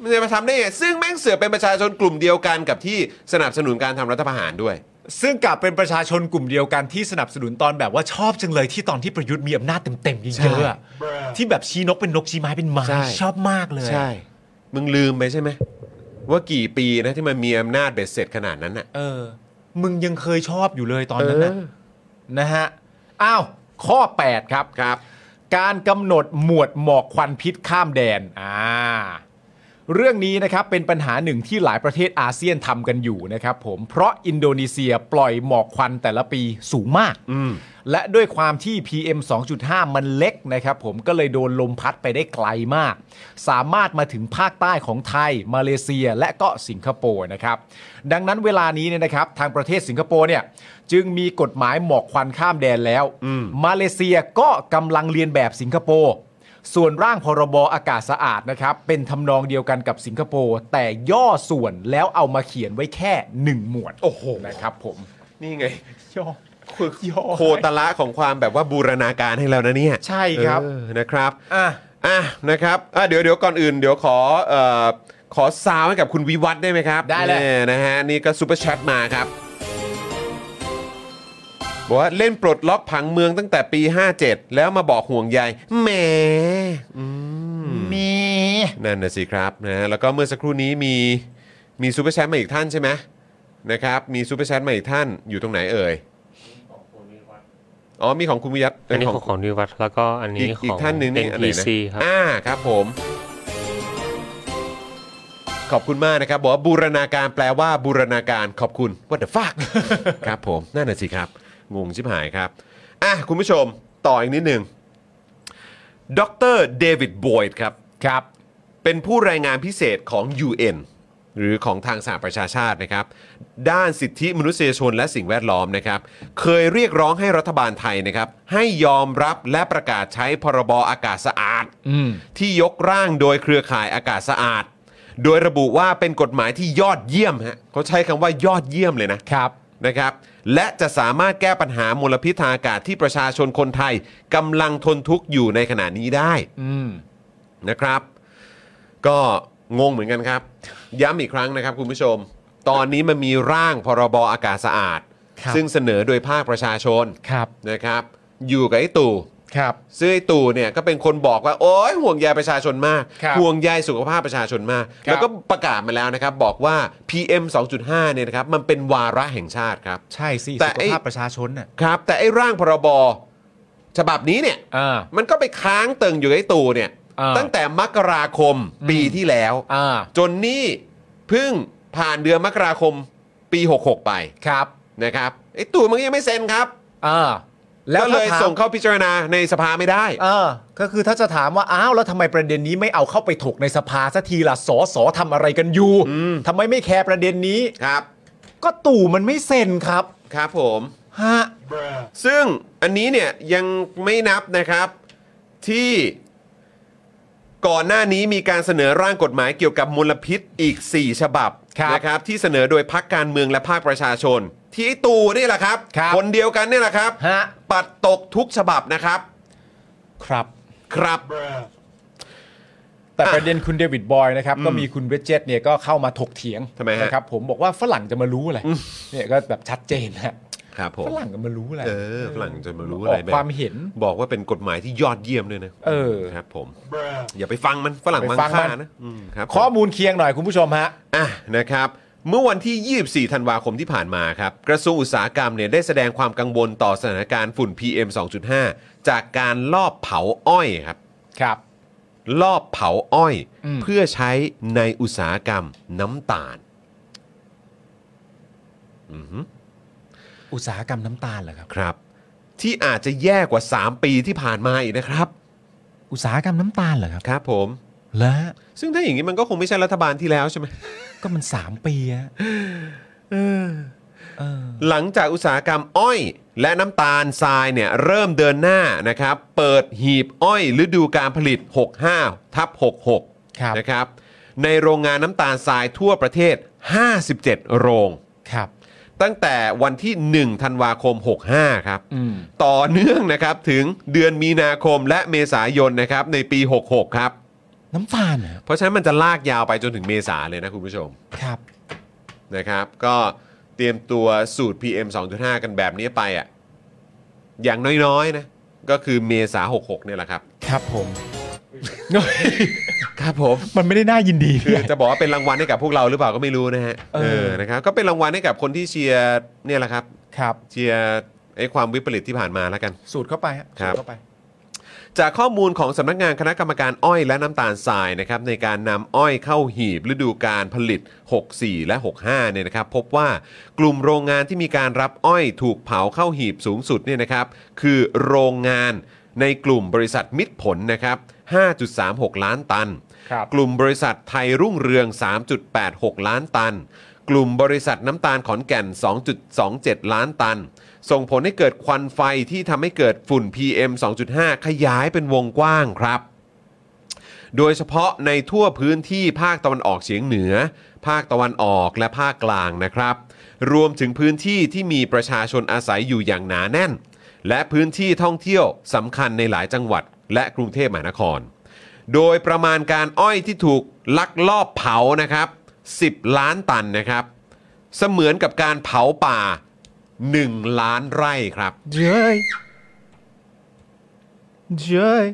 A: มันจะมาทำได้ไงซึ่งแม่งเสือกเป็นประชาชนกลุ่มเดียวกันกับที่สนับสนุนการทำรัฐประหารด้วย
C: ซึ่งกลับเป็นประชาชนกลุ่มเดียวกันที่สนับสนุนตอนแบบว่าชอบจังเลยที่ตอนที่ประยุทธ์มีอำนาจเต็มๆเยอะๆอะที่แบบชี้นกเป็นนกชี้ไม้เป็นไม้
A: ใช่
C: ชอบมากเลย
A: มึงลืมไปใช่ไหมว่ากี่ปีนะที่มันมีอำนาจเบ็ดเสร็จขนาดนั้นน่ะ
C: เออ มึงยังเคยชอบอยู่เลยตอนนั้นนะนะฮะอ้าวข้อ 8 ครับ
A: ครับ
C: การกำหนดหมวดหมอกควันพิษข้ามแดน อ่า เรื่องนี้นะครับเป็นปัญหาหนึ่งที่หลายประเทศอาเซียนทำกันอยู่นะครับผม เพราะอินโดนีเซียปล่อยหมอกควันแต่ละปีสูงมาก และด้วยความที่ PM 2.5 มันเล็กนะครับผมก็เลยโดนลมพัดไปได้ไกลมาก สามารถมาถึงภาคใต้ของไทย มาเลเซียและก็สิงคโปร์นะครับ ดังนั้นเวลานี้เนี่ยนะครับทางประเทศสิงคโปร์เนี่ยจึงมีกฎหมายหมอกควันข้ามแดนแล้ว มาเลเซียก็กำลังเรียนแบบสิงคโปร์ ส่วนร่างพรบอากาศสะอาดนะครับ เป็นทำนองเดียวกันกับสิงคโปร์แต่ย่อส่วนแล้วเอามาเขียนไว้แค่หนึ่งหมวดโอ้โหนะครับผม
A: นี่ไง
C: ย่อ
A: คือโคตรละของความแบบว่าบูรณาการให้แล้วนะเนี่ย
C: ใช่ครับ
A: เออนะครับ
C: อ่ะ
A: อ่ะนะครับอ่ะเดี๋ยวเดี๋ยวก่อนอื่น เดี๋ยวขอเอ่อขอซาวให้กับคุณวิวัฒน์ได้ไหมครับ
C: ได้เลย
A: นี่นะฮะนี่ก็ซูเปอร์แชทมาครับบอกว่าเล่นปลดล็อกผังเมืองตั้งแต่ปี 57 แล้วมาบอกห่วงใยแหมอืม
C: มี
A: นั่นนะสิครับนะฮะแล้วก็เมื่อสักครู่นี้มีมีซูเปอร์แชทมาอีกท่านใช่ไหมนะครับมีซูเปอร์แชทมาอีกท่านอยู่ตรงไหนเอ่ยอ๋อมีของคุณวิวัฒน์
D: อันนี้
A: เย
D: ของของนิวัฒน์แล้วก็อัน
A: อี
D: นี้
A: ก
D: ข
A: อี
D: อก ง
A: ท่านหนึ่งนี่อะไรนะ
D: NPC ครับ
A: อ่าครับผม ขอบคุณมากนะครับ บอกว่าบูรณาการแปลว่าบูรณาการขอบคุณ what the fuck ครับผมนั่นน่ะสิครับ งงชิบหายครับ อ่ะ คุณผู้ชม ต่ออีกนิดหนึ่งดรเดวิดบอยด์ครับ
C: ครับ
A: เป็นผู้รายงานพิเศษของ UN หรือของทางสหประชาชาตินะครับ ด้านสิทธิมนุษยชนและสิ่งแวดล้อมนะครับ เคยเรียกร้องให้รัฐบาลไทยนะครับ ให้ยอมรับและประกาศใช้พรบอากาศสะอาด
C: อืม
A: ที่ยกร่างโดยเครือข่ายอากาศสะอาด โดยระบุว่าเป็นกฎหมายที่ยอดเยี่ยมฮะเขาใช้คำว่ายอดเยี่ยมเลยนะ
C: ครับ
A: นะครับและจะสามารถแก้ปัญหามลพิษทางอากาศที่ประชาชนคนไทยกำลังทนทุกข์อยู่ในขณะนี้ได้นะครับ ก็งงเหมือนกันครับ ย้ำอีกครั้งนะครับคุณผู้ชม ตอนนี้มันมีร่างพรบอากาศสะอาด
C: ครับ
A: ซึ่งเสนอโดยภาคประชาชน
C: ครับ
A: นะครับ อยู่กับไอ้ตู่
C: ครับ
A: ซึ่งไอ้ตู่เนี่ยก็เป็นคนบอกว่า โอ้ยห่วงใยประชาชนมาก
C: ครับ
A: ห่วงใยสุขภาพประชาชนมาก
C: ครับ
A: แล้วก็ประกาศมาแล้วนะครับ บอกว่า PM 2.5เนี่ยนะครับมันเป็นวาระแห่งชาติครับ
C: ใช่สิ
A: แต่
C: สุข
A: ไอ้
C: ภาพประชาชนน่ะ
A: ครับ แต่ไอ้ร่างพรบฉบับนี้เนี่ย
C: อ่า
A: มันก็ไปค้างเติงอยู่กับไอ้ตู่เนี่ย
C: อ่า
A: ตั้งแต่มกราคม
C: อืม
A: ปีที่แล้ว
C: อ่า
A: จนนี่เพิ่งผ่านเดือนมกราคมปี 66 ไป
C: ครับ
A: นะครับไอ้ตู่มันก็ยังไม่เซ็นครับ
C: อ่า
A: ก็เลยส่งเข้าพิจารณาในสภาไม่ได้
C: เออก็คือถ้าจะถามว่า อ้าว แล้วทำไมประเด็นนี้ไม่เอาเข้าไปถกในสภาสักทีล่ะสอสอทำอะไรกันอยู่
A: อืม
C: ทำไมไม่แคร์ประเด็นนี้
A: ครับ
C: ก็ตู่มันไม่เซ็นครับ
A: ครับผม
C: ฮะ
A: ซึ่งอันนี้เนี่ยยังไม่นับนะครับที่ก่อนหน้านี้มีการเสนอร่างกฎหมายเกี่ยวกับมลพิษอีก 4 ฉบับนะครับที่เสนอโดยพักการเมืองและภาคประชาชน ที่ไอ้ตู่นี่แหละครับคนเดียวกันนี่แหละครับ
C: ฮะ
A: ปัดตกทุกฉบับนะครับ
C: ครับ
A: ครับ
C: แต่
A: อ่ะ
C: ประเด็นคุณเดวิดบอยนะครับก็มีคุณเวจเจตเนี่ยก็เข้ามาถกเถียง
A: ทำไมฮะ
C: นะครับผมบอกว่าฝรั่งจะมารู้อะไรเนี่ยก็แบบชัดเจนฮะ
A: ครับผม
C: ฝรั่งจะมารู้อะไร
A: เออฝรั่งจะมารู้
C: อ
A: อะไร
C: อก
A: แบบ
C: ความเห็น
A: บอกว่าเป็นกฎหมายที่ยอดเยี่ยมด้วยนะ
C: เออ
A: ครับผมอย่าไปฟังมันฝรั่ง
C: ไป
A: มัง
C: ฟัง
A: ค่า
C: มัน
A: นะอืมครับผม
C: ข้อมูลเคียงหน่อยคุณผู้ชมฮะ
A: อ่ะนะครับเมื่อวันที่ 24 ธันวาคมที่ผ่านมาครับ กระทรวงอุตสาหกรรมเนี่ยได้แสดงความกังวลต่อสถานการณ์ฝุ่น PM 2.5 จากการลอบเผาอ้อยครับ
C: ครับ
A: ลอบเผาอ้อย
C: อืม
A: เพื่อใช้ในอุตสาหกรรมน้ำตาล อือหือ
C: อุตสาหกรรมน้ำตาลเหรอครับ
A: ครับ ที่อาจจะแย่กว่า 3 ปีที่ผ่านมาอีกนะครับ
C: อุตสาหกรรมน้ำตาลเหรอครับ
A: ครับผม
C: และ
A: ซึ่งถ้าอย่างนี้มันก็คงไม่ใช่รัฐบาลที่แล้วใช่ไหม
C: ก็มัน 3 ปีอะเออ
A: หลังจากอุตสาหกรรมอ้อย และน้ำตาลทรายเนี่ยเริ่มเดินหน้านะครับเปิดหีบอ้อยฤดูการผลิต 65ทับ
C: ครับ
A: 66นะครับในโรงงานน้ำตาลทรายทั่วประเทศ 57 โรง
C: ครับ
A: ตั้งแต่วันที่ 1 ธันวาคม 65 ครับ
C: อืม
A: ต่อเนื่องนะครับถึงเดือนมีนาคมและเมษายนนะครับในปี 66 ครับ
C: น้ำตาลเหรอ
A: เพราะฉะนั้นมันจะลากยาวไปจนถึงเมษาเลยนะคุณผู้ชม
C: ครับ
A: นะครับ ก็เตรียมตัวสูตร PM 2.5 กันแบบนี้ไปอ่ะอย่างน้อยๆนะก็คือเมษา 66 เนี่ยแหละครับ
C: ครับผม
A: ครับผม
C: มันไม่ได้น่ายินดี
A: คื
C: พี่
A: อจะบอกว่าเป็นรางวัลให้กับพวกเราหรือเปล่าก็ไม่รู้นะฮะ
C: เออ
A: นะครับก็เป็นรางวัลให้กับคนที่เชียร์เนี่ยแหละครับ
C: ครับ
A: เชียร์ไอ้ความวิปริตที่ผ่านมาแล้วกัน
C: สูตรเข้าไปฮะ
A: ครับ
C: สูตเข้าไป
A: จากข้อมูลของสำนักงานคณะกรรมการอ้อยและน้ำตาลทรายนะครับในการนำอ้อยเข้าหีบฤดูการผลิต 64 และ 65 เนี่ยนะครับพบว่ากลุ่มโรงงานที่มีการรับอ้อยถูกเผาเข้าหีบสูงสุดเนี่ยนะครับคือโรงงานในกลุ่มบริษัทมิตรผลนะครับ 5.36 ล้านตัน
C: ครับ
A: กลุ่มบริษัทไทยรุ่งเรือง 3.86 ล้านตัน กลุ่มบริษัทน้ำตาลขอนแก่น 2.27 ล้านตัน ส่งผลให้เกิดควันไฟที่ทำให้เกิดฝุ่น PM 2.5 ขยายเป็นวงกว้างครับ โดยเฉพาะในทั่วพื้นที่ภาคตะวันออกเฉียงเหนือ ภาคตะวันออกและภาคกลางนะครับ รวมถึงพื้นที่ที่มีประชาชนอาศัยอยู่อย่างหนาแน่น และพื้นที่ท่องเที่ยวสำคัญในหลายจังหวัด และกรุงเทพมหานคร โดยประมาณการอ้อยที่ถูกลักลอบเผานะครับ 10 ล้านตันนะครับ เสมือนกับการเผาป่า 1 ล้านไร่ครับ
C: เจ้ยเจ้ย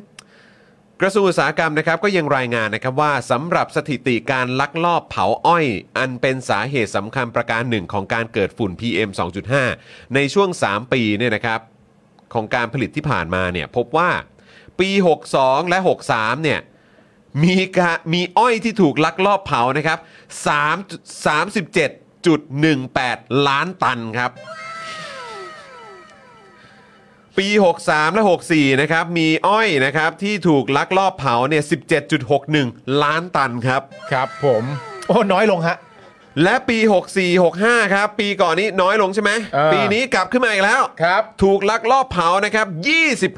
A: กระทรวงอุตสาหกรรมนะครับก็ยังรายงานนะครับว่าสำหรับสถิติการลักลอบเผาอ้อย อันเป็นสาเหตุสำคัญประการหนึ่งของการเกิดฝุ่น PM 2.5 ในช่วง 3 ปีเนี่ยนะครับของการผลิตที่ผ่านมาเนี่ยพบว่าปี 62 และ 63 เนี่ยมีกะมีอ้อยที่ถูกลักลอบเผานะครับ3 37.18 ล้านตันครับ ปี 63 และ 64 นะครับ มีอ้อยนะครับ ที่ถูกลักลอบเผาเนี่ย 17.61 ล้านตันครับ
C: ครับผม โอ้ น้อยลงฮะ
A: และปี 64 65 ครับ ปีก่อนนี้น้อยลงใช่ไหม
C: เออ
A: ปีนี้กลับขึ้นมาอีกแล้ว
C: ครับ
A: ถูกลักลอบเผานะครับ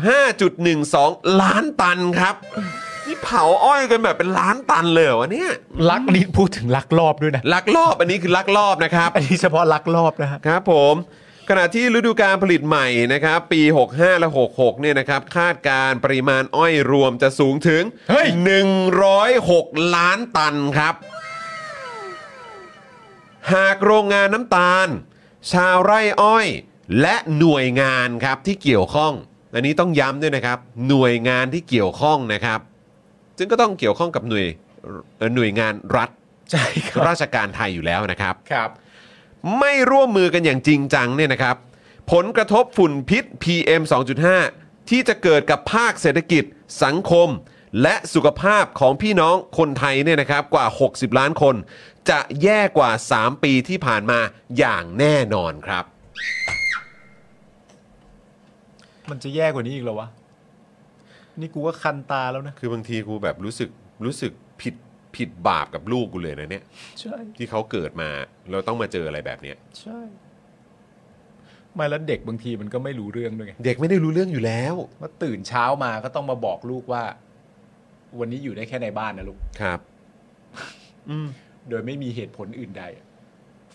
A: 25.12 ล้านตันครับ นี่เผาอ้อยกันแบบเป็นล้านตันเลยเหรอวะเนี่ย
C: ลักนี่พูดถึงลักรอบด้วยนะ
A: ลักลอบอันนี้คือลักลอบนะครับ
C: อันนี้เฉพาะลักรอบนะฮะ
A: ครับผม ขณะที่ฤดูการผลิตใหม่นะครับ ปี 65 และ 66 เนี่ยนะครับ คาดการปริมาณอ้อยรวมจะสูงถึง
C: เฮ้ย
A: 106 ล้านตันครับ หากโรงงานน้ำตาล ชาวไร่อ้อย และหน่วยงานครับที่เกี่ยวข้อง อันนี้ต้องย้ำด้วยนะครับ หน่วยงานที่เกี่ยวข้องนะครับ ซึ่งก็ต้องเกี่ยวข้องกับหน่วยเอ่อหน่วยงานรัฐ
C: ใช่ครับ
A: ราชการไทยอยู่แล้วนะครับ
C: ครับ
A: ไม่ร่วมมือกันอย่างจริงจังเนี่ยนะครับ ผลกระทบฝุ่นพิษ PM 2.5 ที่จะเกิดกับภาคเศรษฐกิจ สังคม และสุขภาพของพี่น้องคนไทยเนี่ยนะครับกว่า 60 ล้านคน จะแย่กว่า 3 ปีที่ผ่านมาอย่างแน่นอนครับ
C: มันจะแย่กว่านี้อีกเหรอวะ นี่กูก็คันตาแล้วนะ
A: คือบางทีกูแบบรู้สึกรู้สึกผิดผิดบาปกับลูกกูเลยนะเนี่ย
C: ใช่
A: ที่เขาเกิดมาเราต้องมาเจออะไรแบบเนี้ย
C: ใช่ไม่แล้วเด็กบางทีมันก็ไม่รู้เรื่องด้วยไง
A: เด็กไม่ได้รู้เรื่องอยู่แล้ว
C: ว่าตื่นเช้ามาก็ต้องมาบอกลูกว่า วันนี้อยู่ได้แค่ในบ้านนะลูก
A: ครับ
C: โดยไม่มีเหตุผลอื่นใด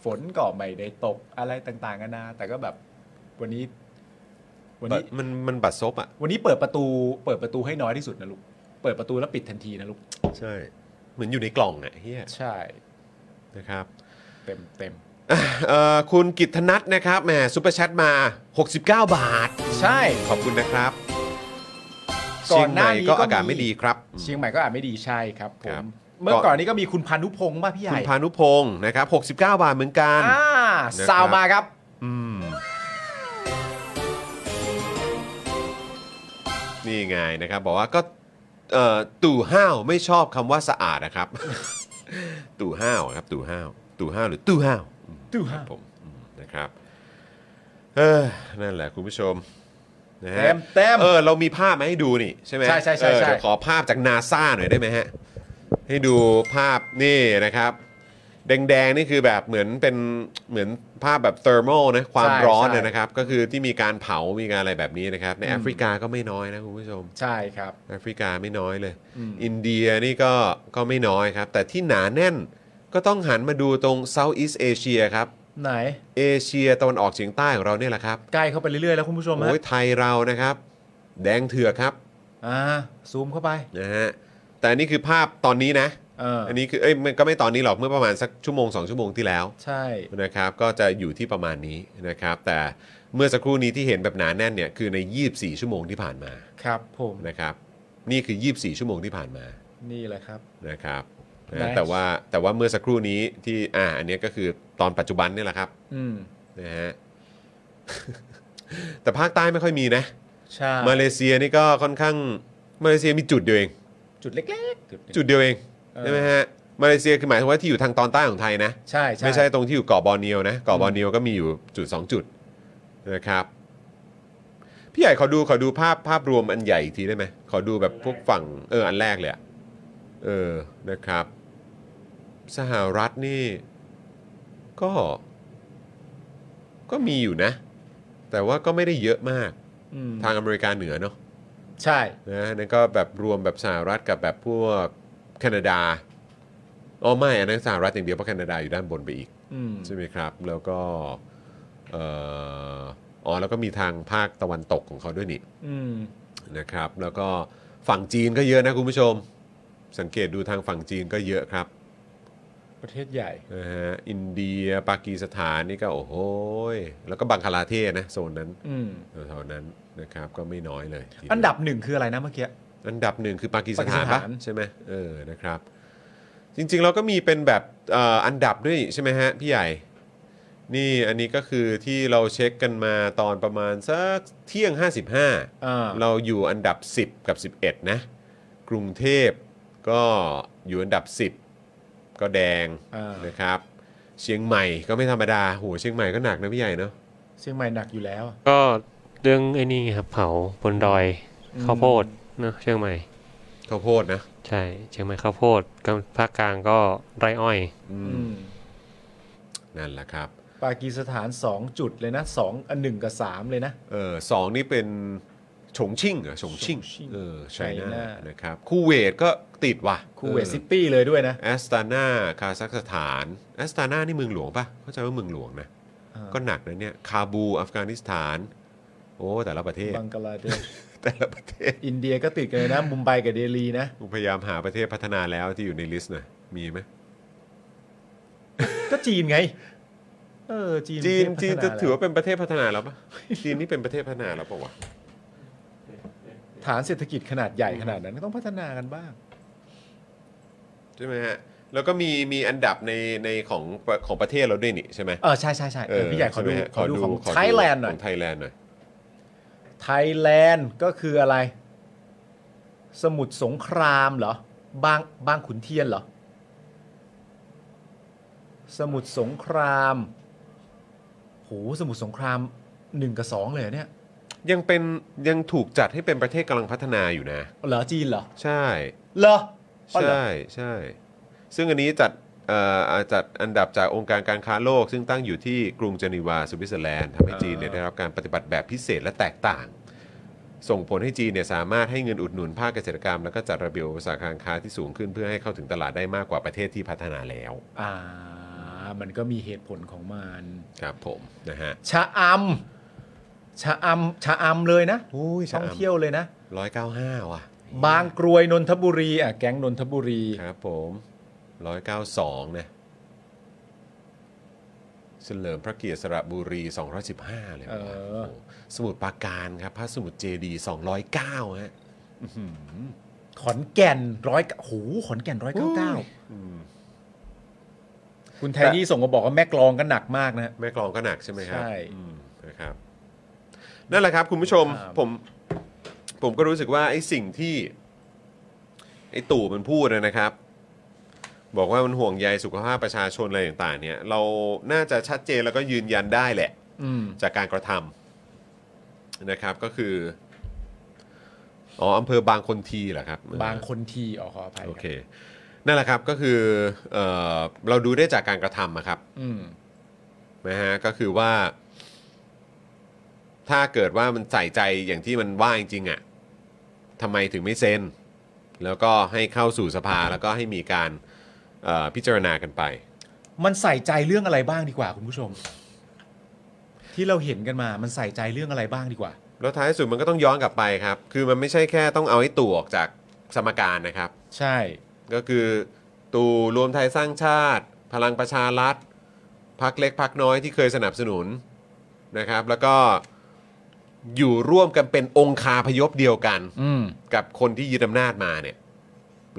C: ฝนก็ไม่ได้ตกอะไรต่างๆกันานาแต่ก็แบบวันนี้ วันนี้
A: มันมันบัดซบอ่ะ
C: วันนี้เปิดประตู เปิดประตูให้น้อยที่สุดนะลูก เปิดประตูแล้วปิดทันทีนะลูก
A: ใช่เหมือนอยู่ในกล่องอ่ะเฮีย
C: ใช่
A: นะครับ
C: เต็มเต็ม
A: เอ่อคุณกิตนัทนะครับแหมซุปเปอร์แชทมา 69 บาท
C: ใช่
A: ขอบคุณนะครับ
C: ก่
A: เชี
C: อย
A: ง
C: น
A: ให
C: หน้า
A: ม่
C: นี้
A: ก็
C: ก็
A: อากาศ
C: มี
A: ไม่ดีครับ
C: เชียงใหม่ก็อาจไม่ดีใช่ครับผ
A: ครั
C: ม
A: บ
C: เมื่อก่อนนี้ก็มีคุณพานุพงศ์ป่ะพี่ให
A: คุ
C: ญ่
A: ณพานุพงศ์นะครับ 69 บาทเหมือนกัน
C: อ่า
A: นะครับ
C: ซาวมาครับ
A: อืมนี่ไงนะครับ บอกว่าก็เอ่อตู่ห้าวไม่ชอบคำว่าสะอาดนะครับ ตู่ห้าวครับ ตู่ห้าว ตู่ห้าวหรือตู่ห้าวอืม
C: ตู่ห้า
A: ค
C: ว
A: รับผมอืมนะครับเออนั่นแหละคุณผู้ชมนะฮะ
C: เต็มเต็ม
A: เออเรามีภาพมาให้ดูนี่ใช่ไหม
C: ใช่ใช่ใช่
A: เออ
C: ใช่
A: เดี๋ยวขอภาพจากนาซาหน่อยได้ไหมฮะ ให้ดูภาพนี่นะครับ แดงๆนี่คือแบบเหมือนเป็นเหมือนภาพแบบเทอร์โมนะความ
C: ใช่
A: ร้อน
C: ใช่
A: นะนะครับ ก็คือที่มีการเผามีการอะไรแบบนี้นะครับ ในแอฟริกาก็ไม่น้อยนะคุณผู้ชม
C: ใช่ครับ
A: แอฟริกาไม่น้อยเลย
C: อืม
A: อินเดียนี่ก็ก็ไม่น้อยครับ แต่ที่หนาแน่นก็ต้องหันมาดูตรงเซาท์อีสเอเชียครับ
C: ไหน
A: เอเชียตะวันออกเฉียงใต้ของเราเนี่ยแหละครับ
C: ใกล้เข้าไปเรื่อยๆแล้วคุณผู้ชมฮะ
A: โอ้ยไทยเรานะครับ แดงเถือกครับ
C: อ่าซูมเข้าไป
A: นะฮะแต่อันนี้คือภาพตอนนี้นะ
C: เออ
A: อันนี้คือเอ้ยมันก็ไม่ตอนนี้หรอกเมื่อประมาณสักชั่วโมง 2 ชั่วโมงที่แล้ว
C: ใช่
A: นะครับก็จะอยู่ที่ประมาณนี้นะครับ แต่เมื่อสักครู่นี้ที่เห็นแบบหนาแน่นเนี่ยคือใน 24 ชั่วโมงที่ผ่านมา
C: ครับผม
A: นะครับ นี่คือ 24 ชั่วโมงที่ผ่านมา
C: นี่แหละครับ
A: นะครับ
C: Nice
A: นะแต่ว่าแต่ว่าเมื่อสักครู่นี้ที่อ่าอันเนี้ยก็คือตอนปัจจุบันเนี่ยแหละครับ
C: อืม
A: นะฮะ แต่ภาคใต้ไม่ค่อยมีนะ
C: ใช่
A: มาเลเซียนี่ก็ค่อนข้างมาเลเซียมีจุดเดียวเอง
C: จุดเล็กๆจุดหนึ่ง
A: จุดเดียวเอง
C: เออ
A: ใช่ไหมฮะมาเลเซียคือหมายถึงว่าที่อยู่ทางตอนใต้ของไทยนะ
C: ใช่ใช่
A: ไม่ใช่ตรงที่อยู่เกาะบอร์เนียวนะเกาะบอร์เนียวก็มีอยู่จุดสองจุดนะครับพี่ใหญ่ขอดูขอดูภาพภาพรวมอันใหญ่อีกทีได้ไหมขอดูแบบพวกฝั่งเอออันแรกเลยอะเออนะครับ สหรัฐนี่ก็ก็มีอยู่นะ แต่ว่าก็ไม่ได้เยอะมาก
C: อืม
A: ทางอเมริกาเหนือเนาะ
C: ใช่
A: นะนั่นก็แบบรวมแบบสหรัฐกับแบบพวกแคนาดาอ๋อไม่อันนั้นสหรัฐอย่างเดียวเพราะแคนาดาอยู่ด้านบนไปอีก
C: อืม
A: ใช่ไหมครับ แล้วก็เอ่ออ๋อแล้วก็มีทางภาคตะวันตกของเขาด้วยนี่
C: อืม
A: นะครับ แล้วก็ฝั่งจีนก็เยอะนะคุณผู้ชม สังเกตดูทางฝั่งจีนก็เยอะครับ
C: ประเทศใหญ่
A: นะฮะอินเดียปากีสถานนี่ก็โอ้โหยแล้วก็บังคลาเทศนะโซนนั้น
C: อืม
A: แถวๆนั้นนะครับก็ไม่น้อยเลยทีเยว
C: อันดับหนึ่งคืออะไรนะเมื่อกี้
A: อันดับหนึ่งคือปากีสถาน
C: ปากีส
A: ปะ
C: ถาน
A: ใช่ไหมเออนะครับ จริงๆเราก็มีเป็นแบบเอ่ออันดับด้วยใช่ไหมฮะ พี่ใหญ่ นี่อันนี้ก็คือที่เราเช็คกันมาตอนประมาณสักเที่ยง 55
C: อ่า
A: เราอยู่อันดับ 10 กับ 11 นะ กรุงเทพก็อยู่อันดับ 10 ก็แดง
C: อ่า
A: นะครับ เชียงใหม่ก็ไม่ธรรมดาโหเชียงใหม่ก็หนักนะพี่ใหญ่เนาะ
C: เชียงใหม่หนักอยู่แล้ว
D: ก็เรื่องไอ้นี่ไงครับเผาบนดอย
C: อืม
D: ข้าวโพดเนอะเชียงใหม่
A: ข้าวโพดนะ
D: ใช่เชียงใหม่ข้าวโพดก็ภาคกลางก็ไรอ้อย
A: อื
C: อื
A: ม
C: ม
A: นั่นแหละครับ
C: ปากีสถาน 2 จุดเลยนะสองอันหนึ่งกับ 3 เลยนะ
A: เออสองนี่เป็นฉงชิ่งเหรอฉงชิ่ง
C: ฉงชิ่ง
A: เออไชน่า
C: China
A: นะครับคูเวตก็ติดว่ะ
C: คูเวตซิตี้เลยด้วยนะ
A: แอสตานาคาซัคสถานแอสตานานี่เมืองหลวงปะเข้าใจว่าเมืองหลวงนะ
C: อ่า
A: ก็หนักนะเนี่ยคาบูอัฟกานิสถาน โอ้แต่ละประเทศ
C: บังกลาเทศ
A: แต่ละประเทศ
C: อินเดียก็ติดกันเลยนะ มุมไบกับเดลีนะ
A: กูพยายามหาประเทศพัฒนาแล้วที่อยู่ในลิสต์หน่อยมีไหม
C: ก็จีนไง เออ จีน
A: จีน
C: เป็
A: จีน
C: ป
A: จะ
C: ระเทศพัฒแล้ว
A: ถือว่าเป็นประเทศพัฒนาแล้วปะจีนนี่เป็นประเทศพัฒนาแล้วปะวะ
C: ฐานเศรษฐกิจขนาดใหญ่ขนาดนั้นก็ต้องพัฒนากันบ้าง
A: ใช่ไหมฮะแล้วก็มีมีอันดับในในของของประเทศเราด้วยนี่ใช่ไหม
C: เออ ใช่ใช่ใช่เออพี่ใหญ่ขอดู
A: ใช่ไมฮะ
C: ขอดูของ
A: ขดู
C: ไทยแลนด์หน่อย
A: ของไทยแลนด์หน่อย
C: ไทยแลนด์ก็คืออะไร สมุทรสงครามเหรอบางบางขุนเทียนเหรอ สมุทรสงครามโหสมุทรสงครามหนึ่งกับสองเลยเหรอเนี่ย
A: ยังเป็นยังถูกจัดให้เป็นประเทศกำลังพัฒนาอยู่นะ
C: เหรอจีนเหรอ
A: ใช่
C: เหรอ
A: ใช่ใช่ ซึ่งอันนี้จัดเอ่ออ่าจัดอันดับจากองค์การการค้าโลก ซึ่งตั้งอยู่ที่กรุงเจนีวาสวิตเซอร์แลนด์ทำให้จีนเนี่ยได้รับการปฏิบัติแบบพิเศษและแตกต่าง ส่งผลให้จีนเนี่ยสามารถให้เงินอุดหนุนภาคเกษตรกรรม แล้วก็จัดระเบียบอุตสาหการค้าที่สูงขึ้นเพื่อให้เข้าถึงตลาดได้มากกว่าประเทศที่พัฒนาแล้ว
C: อ่า มันก็มีเหตุผลของมัน
A: ครับผมนะฮะ
C: ชะอำชะอำชะอำเลยนะ
A: อุ้ย
C: ท่องเที่ยวเลยนะ
A: ร้อยเก้าห้าว่ะ
C: บางกรวยนนทบุรีอ่ะแก๊งนนทบุรี
A: ครับผม192นะเฉลิมพระเกียรติสระบุรี 215 เลย
C: เออ
A: วะโอ้โหสมุทรปราการครับพระสมุทรเจดีย์209ฮะ
C: ขอนแก่นร้อยโหขอนแก่นร้อยเก้าเก้าคุณไทนี่ส่งมาบอกว่าแม่กลองก็หนักมากนะ
A: แม่กลองก็หนักใช่ไหมครับ
C: ใช่
A: อืมนะครับ นั่นแหละครับคุณผู้ชม
C: ครับ
A: ผม ผมก็รู้สึกว่าไอ้สิ่งที่ ไอ้ตู่มันพูดนะครับ บอกว่ามันห่วงใยสุขภาพประชาชนอะไรต่างๆ เนี่ย เราน่าจะชัดเจนแล้วก็ยืนยันได้แหละ
C: อืม
A: จากการกระทำนะครับก็คืออ๋ออำเภอบางคนทีเหรอครับ
C: บางคนทีอ๋อขออภัย
A: โอเค นั่นแหละครับก็คือเออเราดูได้จากการกระทำอะครับ
C: อืม
A: นะฮะก็คือว่า ถ้าเกิดว่ามันใส่ใจอย่างที่มันว่าจริงๆอะทำไมถึงไม่เซ็นแล้วก็ให้เข้าสู่สภาแล้วก็ให้มีการเอ่อพิจารณากันไป
C: มันใส่ใจเรื่องอะไรบ้างดีกว่าคุณผู้ชม ที่เราเห็นกันมามันใส่ใจเรื่องอะไรบ้างดีกว่า
A: แล้วท้ายสุดมันก็ต้องย้อนกลับไปครับ คือมันไม่ใช่แค่ต้องเอาไอ้ตู่ออกจากสมการนะครับ
C: ใช่
A: ก็คือตู่รวมไทยสร้างชาติ พลังประชารัฐพักเล็กพักน้อยที่เคยสนับสนุนนะครับ แล้วก็อยู่ร่วมกันเป็นองคาพยพเดียวกัน
C: อืม
A: กับคนที่ยึดอำนาจมาเนี่ย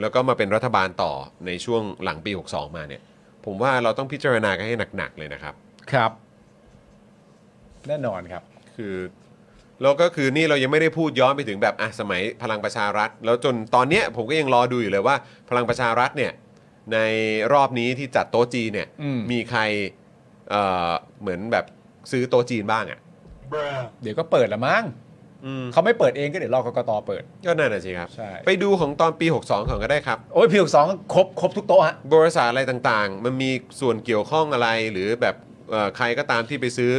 A: แล้วก็มาเป็นรัฐบาลต่อในช่วงหลังปี 62 มาเนี่ย ผมว่าเราต้องพิจารณากันให้หนักๆเลยนะครับ
C: ครับ แน่นอนครับ
A: คือแล้วก็คือนี่เรายังไม่ได้พูดย้อนไปถึงแบบอ่ะสมัยพลังประชารัฐ แล้วจนตอนเนี้ยผมก็ยังรอดูอยู่เลยว่า พลังประชารัฐเนี่ยในรอบนี้ที่จัดโต๊ะจีนเนี่ย
C: อืม
A: ใครเอ่อเหมือนแบบซื้อโต๊ะจีนบ้างอะ่ะ
C: เดี๋ยวก็เปิดละมั้ง
A: อืม
C: เขาไม่เปิดเองก็เดี๋ยวรอกกตเปิด
A: ก็นั่นน่ะสิครับ
C: ใช่
A: ไปดูของตอนปี 62 ของก็ได้ครับ
C: โอ้ยพี่หกสองครบครบทุกโต๊ะฮะ
A: บริษัทอะไรต่างๆ มันมีส่วนเกี่ยวข้องอะไรหรือแบบเอ่อใครก็ตามที่ไปซื้อ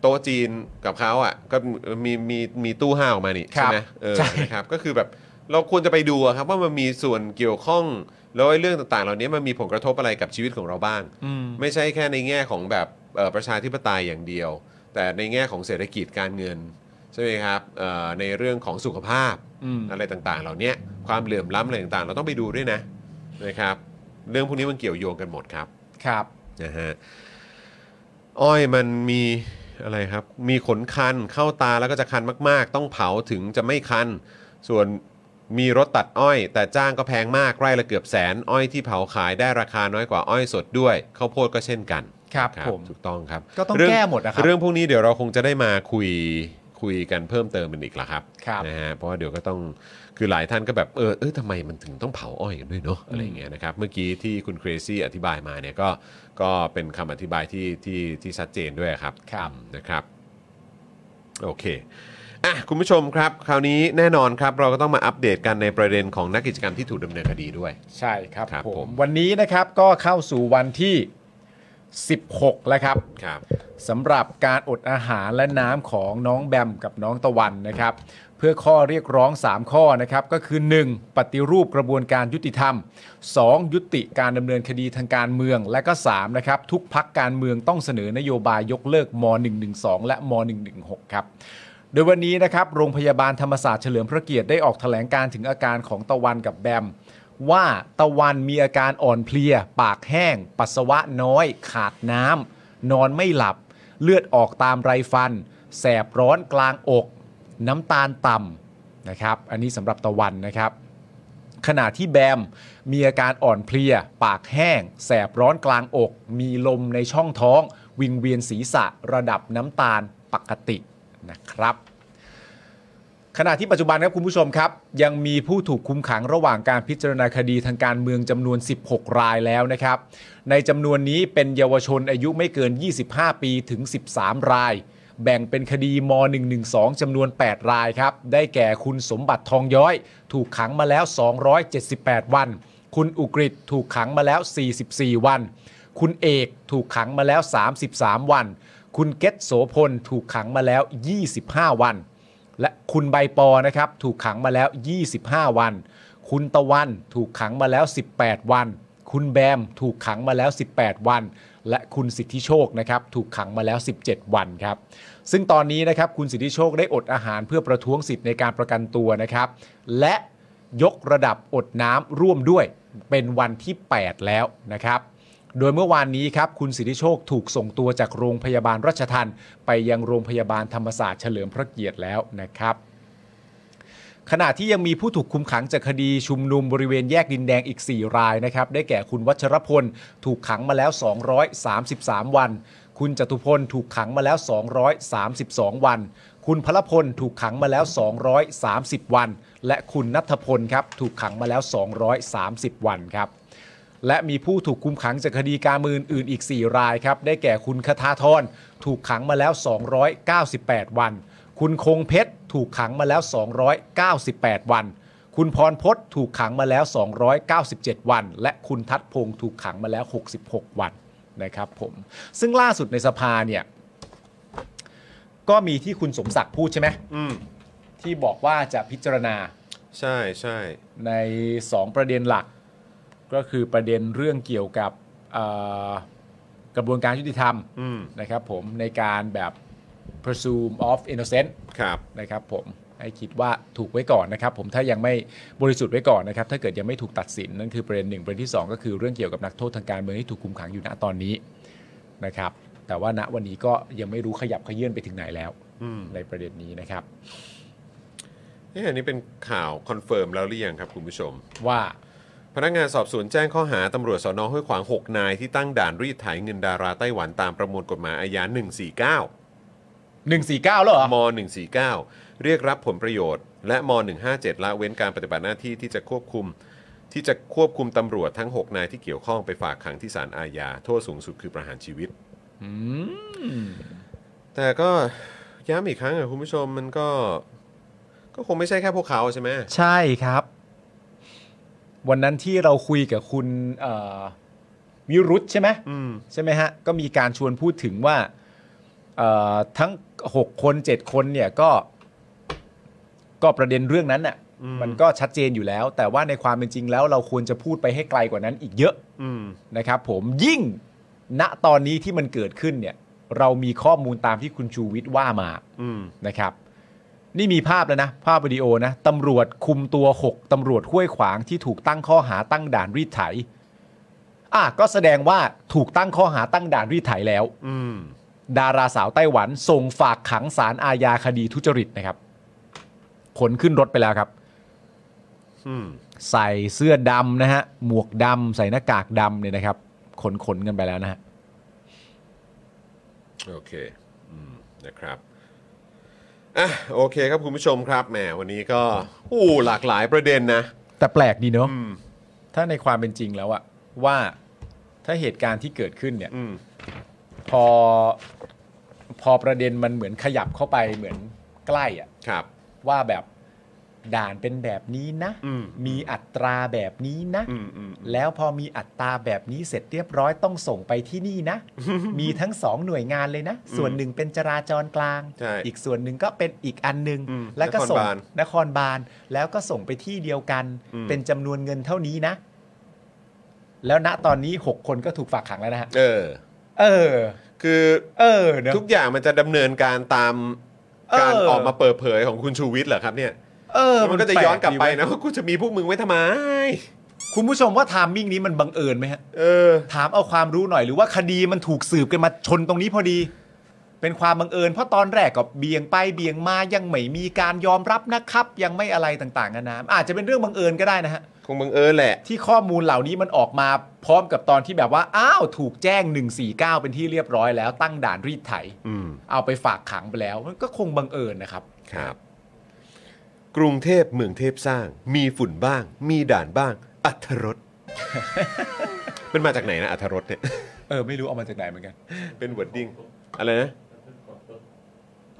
A: โต๊ะจีนกับเขาอ่ะก็มีมีมีตู้ห้าออกมานี่
C: ครั
A: ใช่
C: บ
A: ไหมเออ
C: ใช่
A: นะครับก็คือแบบเราควรจะไปดูอะครับว่ามันมีส่วนเกี่ยวข้องแล้วไอ้เรื่องต่างๆ เหล่านี้มันมีผลกระทบอะไรกับชีวิตของเราบ้าง ไม่ใช่แค่ในแง่ของแบบเอ่อประชาธิปไตยอย่างเดียว แต่ในแง่ของเศรษฐกิจการเงินใช่ไหมครับเอ่อในเรื่องของสุขภาพ
C: อืม
A: อะไรต่างๆ เหล่าเนี้ยความเหลื่อมล้ำอะไรต่างๆ เราต้องไปดูด้วยนะนะครับ เรื่องพวกนี้มันเกี่ยวโยงกันหมดครับ
C: ครับ
A: นะฮะอ้อยมันมีอะไรครับ มีขนคันเข้าตาแล้วก็จะคันมาก ๆ ต้องเผาถึงจะไม่คัน ส่วนมีรถตัดอ้อย แต่จ้างก็แพงมากไร่ละเกือบแสน อ้อยที่เผาขายได้ราคาน้อยกว่าอ้อยสดด้วยข้าวโพดก็เช่นกัน
C: ครับผม
A: ถูกต้องครับ
C: ก็ต้อง
A: เรื่
C: แก้หมดนะครับ
A: เรื่องพวกนี้เดี๋ยวเราคงจะได้มาคุยคุยกันเพิ่มเติมกันอีกละครับ
C: ครับ
A: นะฮะเพราะว่าเดี๋ยวก็ต้องคือหลายท่านก็แบบเออเออทำไมมันถึงต้องเผาอ้อยกันด้วยเนาะอะไรอย่างเงี้ยนะครับเมื่อกี้ที่คุณเครซี่อธิบายมาเนี่ยก็ก็เป็นคำอธิบายที่ที่ที่ชัดเจนด้วยครับ
C: ครับ
A: นะครับ โอเค อ่ะ คุณผู้ชมครับ คราวนี้แน่นอนครับ เราก็ต้องมาอัปเดตกันในประเด็นของนักกิจกรรมที่ถูกดำเนินคดีด้วย
C: ใช่ครับ
A: ครับ
C: ผ
A: ผม ม
C: วันนี้นะครับก็เข้าสู่วันที่ 16 แล้วครับ
A: ครับ
C: สำหรับการอดอาหารและน้ำของน้องแบมกับน้องตะวันนะครับ เพื่อข้อเรียกร้อง 3 ข้อนะครับ ก็คือ 1. ปฏิรูปกระบวนการยุติธรรม 2. ยุติการดำเนินคดีทางการเมือง และก็ 3. นะครับ ทุกพักการเมืองต้องเสนอนโยบายยกเลิกม .112 และม .116 ครับ โดยวันนี้นะครับ โรงพยาบาลธรรมศาสตร์เฉลิมพระเกียรติได้ออกแถลงการถึงอาการของตะวันกับแบม ว่าตะวันมีอาการอ่อนเพลีย ปากแห้ง ปัสสาวะน้อย ขาดน้ำนอนไม่หลับ เลือดออกตามไรฟัน แสบร้อนกลางอก น้ำตาลต่ำนะครับ อันนี้สำหรับตะวันนะครับ ขณะที่แบมมีอาการอ่อนเพลีย ปากแห้ง แสบร้อนกลางอก มีลมในช่องท้อง วิงเวียนศีรษะระดับน้ำตาลปกตินะครับ ขณะที่ปัจจุบันครับคุณผู้ชมครับ ยังมีผู้ถูกคุมขังระหว่างการพิจารณาคดีทางการเมืองจำนวน 16 รายแล้วนะครับ ในจำนวนนี้เป็นเยาวชนอายุไม่เกิน 25 ปีถึง 13 ราย แบ่งเป็นคดีม .112 จำนวน 8 รายครับ ได้แก่คุณสมบัติทองย้อย ถูกขังมาแล้ว 278 วัน คุณอุกฤษถูกขังมาแล้ว 44 วัน คุณเอกถูกขังมาแล้ว 33 วัน คุณเกตโสพลถูกขังมาแล้ว 25 วัน และคุณใบปอนะครับถูกขังมาแล้ว 25 วัน คุณตะวันถูกขังมาแล้ว 18 วัน คุณแบมถูกขังมาแล้ว 18 วัน และคุณสิทธิโชคนะครับถูกขังมาแล้ว 17 วันครับ ซึ่งตอนนี้นะครับคุณสิทธิโชคได้อดอาหารเพื่อประท้วงสิทธิ์ในการประกันตัวนะครับ และยกระดับอดน้ำร่วมด้วยเป็นวันที่ 8 แล้วนะครับ โดยเมื่อวานนี้ครับคุณสิทธิโชคถูกส่งตัวจากโรงพยาบาลรัชทันไปยังโรงพยาบาลธรรมศาสตร์เฉลิมพระเกียรติแล้วนะครับ ขณะที่ยังมีผู้ถูกคุมขังจากคดีชุมนุมบริเวณแยกดินแดงอีก 4 รายนะครับ ได้แก่คุณวัชรพล ถูกขังมาแล้ว 233 วัน คุณจตุพลถูกขังมาแล้ว 232 วัน คุณพลพลถูกขังมาแล้ว 230 วัน และคุณนัทพลครับถูกขังมาแล้ว 230 วันครับ และมีผู้ถูกคุมขังจากคดีการเมืองอื่นอีก 4 รายครับ ได้แก่คุณคทาธรถูกขังมาแล้ว 298 วัน คุณคงเพชรถูกขังมาแล้ว 298 วัน คุณพรพศถูกขังมาแล้ว 297 วัน และคุณทัดพงศ์ถูกขังมาแล้ว 66 วันนะครับผม ซึ่งล่าสุดในสภาเนี่ย ก็มีที่คุณสมศักดิ์พูดใช่ไหม
A: อืม
C: ที่บอกว่าจะพิจารณา
A: ใช่ใช่
C: ใน 2 ประเด็นหลัก ก็คือประเด็นเรื่องเกี่ยวกับเอ่อกระบวนการยุติธรรม
A: อืม
C: นะครับผมในการแบบ presume of innocent
A: ครับ
C: นะครับผมให้คิดว่าถูกไว้ก่อนนะครับ ผมถ้ายังไม่บริสุทธิ์ไว้ก่อนนะครับ ถ้าเกิดยังไม่ถูกตัดสินนั่นคือประเด็นหนึ่งประเด็นที่สองก็คือเรื่องเกี่ยวกับนักโทษทางการเมืองที่ถูกคุมขังอยู่ณตอนนี้นะครับ แต่ว่าณวันนี้ก็ยังไม่รู้ขยับขยื่นไปถึงไหนแล้ว
A: อืม
C: ในประเด็นนี้นะครับ
A: นี่อันนี้เป็นข่าวคอนเฟิร์มแล้วหรือยังครับคุณผู้ชม
C: ว่า
A: พนักงานสอบสวนแจ้งข้อหาตำรวจสอนอห้วยขวาง 6 นายที่ตั้งด่านรีดไถเงินดาราไต้หวันตามประมวลกฎหมายอาญา 149
C: 149แล้วเหรอ
A: ม 149 เรียกรับผลประโยชน์ และม 157 ละเว้นการปฏิบัติหน้าที่ที่จะควบคุม ที่จะควบคุมตำรวจทั้ง 6 นายที่เกี่ยวข้องไปฝากขังที่ศาลอาญา โทษสูงสุดคือประหารชีวิต แต่ก็ย้ำอีกครั้งอะคุณผู้ชมมันก็ ก็คงไม่ใช่แค่พวกเขาใช่ไหม
C: ใช่ครับ วันนั้นที่เราคุยกับคุณเอ่อวิรุธใช่ไหม
A: อืม
C: ใช่ไหมฮะ ก็มีการชวนพูดถึงว่าเอ่อทั้ง 6 คน 7 คนเนี่ยก็ ก็ประเด็นเรื่องนั้นน่ะ
A: อืม
C: มันก็ชัดเจนอยู่แล้ว แต่ว่าในความเป็นจริงแล้ว เราควรจะพูดไปให้ไกลกว่านั้นอีกเยอะ
A: อืม
C: นะครับผมยิ่งณตอนนี้ที่มันเกิดขึ้นเนี่ย เรามีข้อมูลตามที่คุณชูวิทย์ว่ามา
A: อืม
C: นะครับ นี่มีภาพแล้วนะ ภาพวิดีโอนะตำรวจคุมตัว 6ตำรวจห้วยขวางที่ถูกตั้งข้อหาตั้งด่านรีดไถอ่ะก็แสดงว่าถูกตั้งข้อหาตั้งด่านรีดไถแล้ว
A: อืม
C: ดาราสาวไต้หวันส่งฝากขังสารอาญาคดีทุจริตนะครับขนขึ้นรถไปแล้วครับ
A: อืม
C: ใส่เสื้อดำนะฮะ หมวกดำใส่หน้ากากดำเนี่ยนะครับ ขนขนๆกันไปแล้วนะฮะ
A: โอเคอืมนะครับ อ่ะ โอเคครับคุณผู้ชมครับ แหม วันนี้ก็อู้หลากหลายประเด็นนะ
C: แต่แปลกดีเนาะ
A: อืม
C: ถ้าในความเป็นจริงแล้วอะว่าถ้าเหตุการณ์ที่เกิดขึ้นเนี่ย
A: อืม
C: พอพอประเด็นมันเหมือนขยับเข้าไปเหมือนใกล้อะ
A: ครับ
C: ว่าแบบด่านเป็นแบบนี้นะ
A: อืม
C: มีอัตราแบบนี้นะ
A: อืมอืม
C: แล้วพอมีอัตราแบบนี้เสร็จเรียบร้อยต้องส่งไปที่นี่นะ มีทั้งสองหน่วยงานเลยนะ ส่วนหนึ่งเป็นจราจรกลาง
A: ใช่
C: อีกส่วนหนึ่งก็เป็นอีกอันหนึ่ง
A: อืม
C: แล้วก็ส่ง
A: นครบาล
C: นครบาลแล้วก็ส่งไปที่เดียวกัน
A: อืม
C: เป็นจำนวนเงินเท่านี้นะ แล้วณตอนนี้ 6 คนก็ถูกฝากขังแล้วนะฮะ
A: เออ
C: เออ
A: คือ
C: เออเนอะ
A: ทุกอย่างมันจะดำเนินการตามการ
C: เออ
A: ออกมาเปิดเผยของคุณชูวิทย์เหรอครับเนี่ย
C: เออ
A: มันก็จะ
C: แ
A: ย้อนกลับไป
C: ดีเว้ย
A: นะว่ากูจะมีพวกมึงไว้ทำไม
C: คุณผู้ชมว่าไทามมิ่งนี้มันบังเอิญไหมฮะ
A: เออ
C: ถามเอาความรู้หน่อยหรือว่าคดีมันถูกสืบกันมาชนตรงนี้พอดี เป็นความบังเอิญเพราะตอนแรกก็เบี่ยงไปเบี่ยงมายังไม่มีการยอมรับนะครับ ยังไม่อะไรต่างๆกันานะอาจจะเป็นเรื่องบังเอิญก็ได้นะฮะ
A: คงบังเอิญแหละ
C: ที่ข้อมูลเหล่านี้มันออกมาพร้อมกับตอนที่แบบว่า อ้าว ถูกแจ้ง 149 เป็นที่เรียบร้อยแล้วตั้งด่านรีดไถ
A: อืม
C: เอาไปฝากขังไปแล้วมันก็คงบังเอิญนะครับ
A: ครับ กรุงเทพเมืองเทพสร้าง มีฝุ่นบ้าง มีด่านบ้าง อัท รส มันมาจากไหนนะอัทรสเนี่ย
C: เออไม่รู้เอามาจากไหนเหมือนกัน
A: เป็นวอร์ดดิ้งอะไรนะ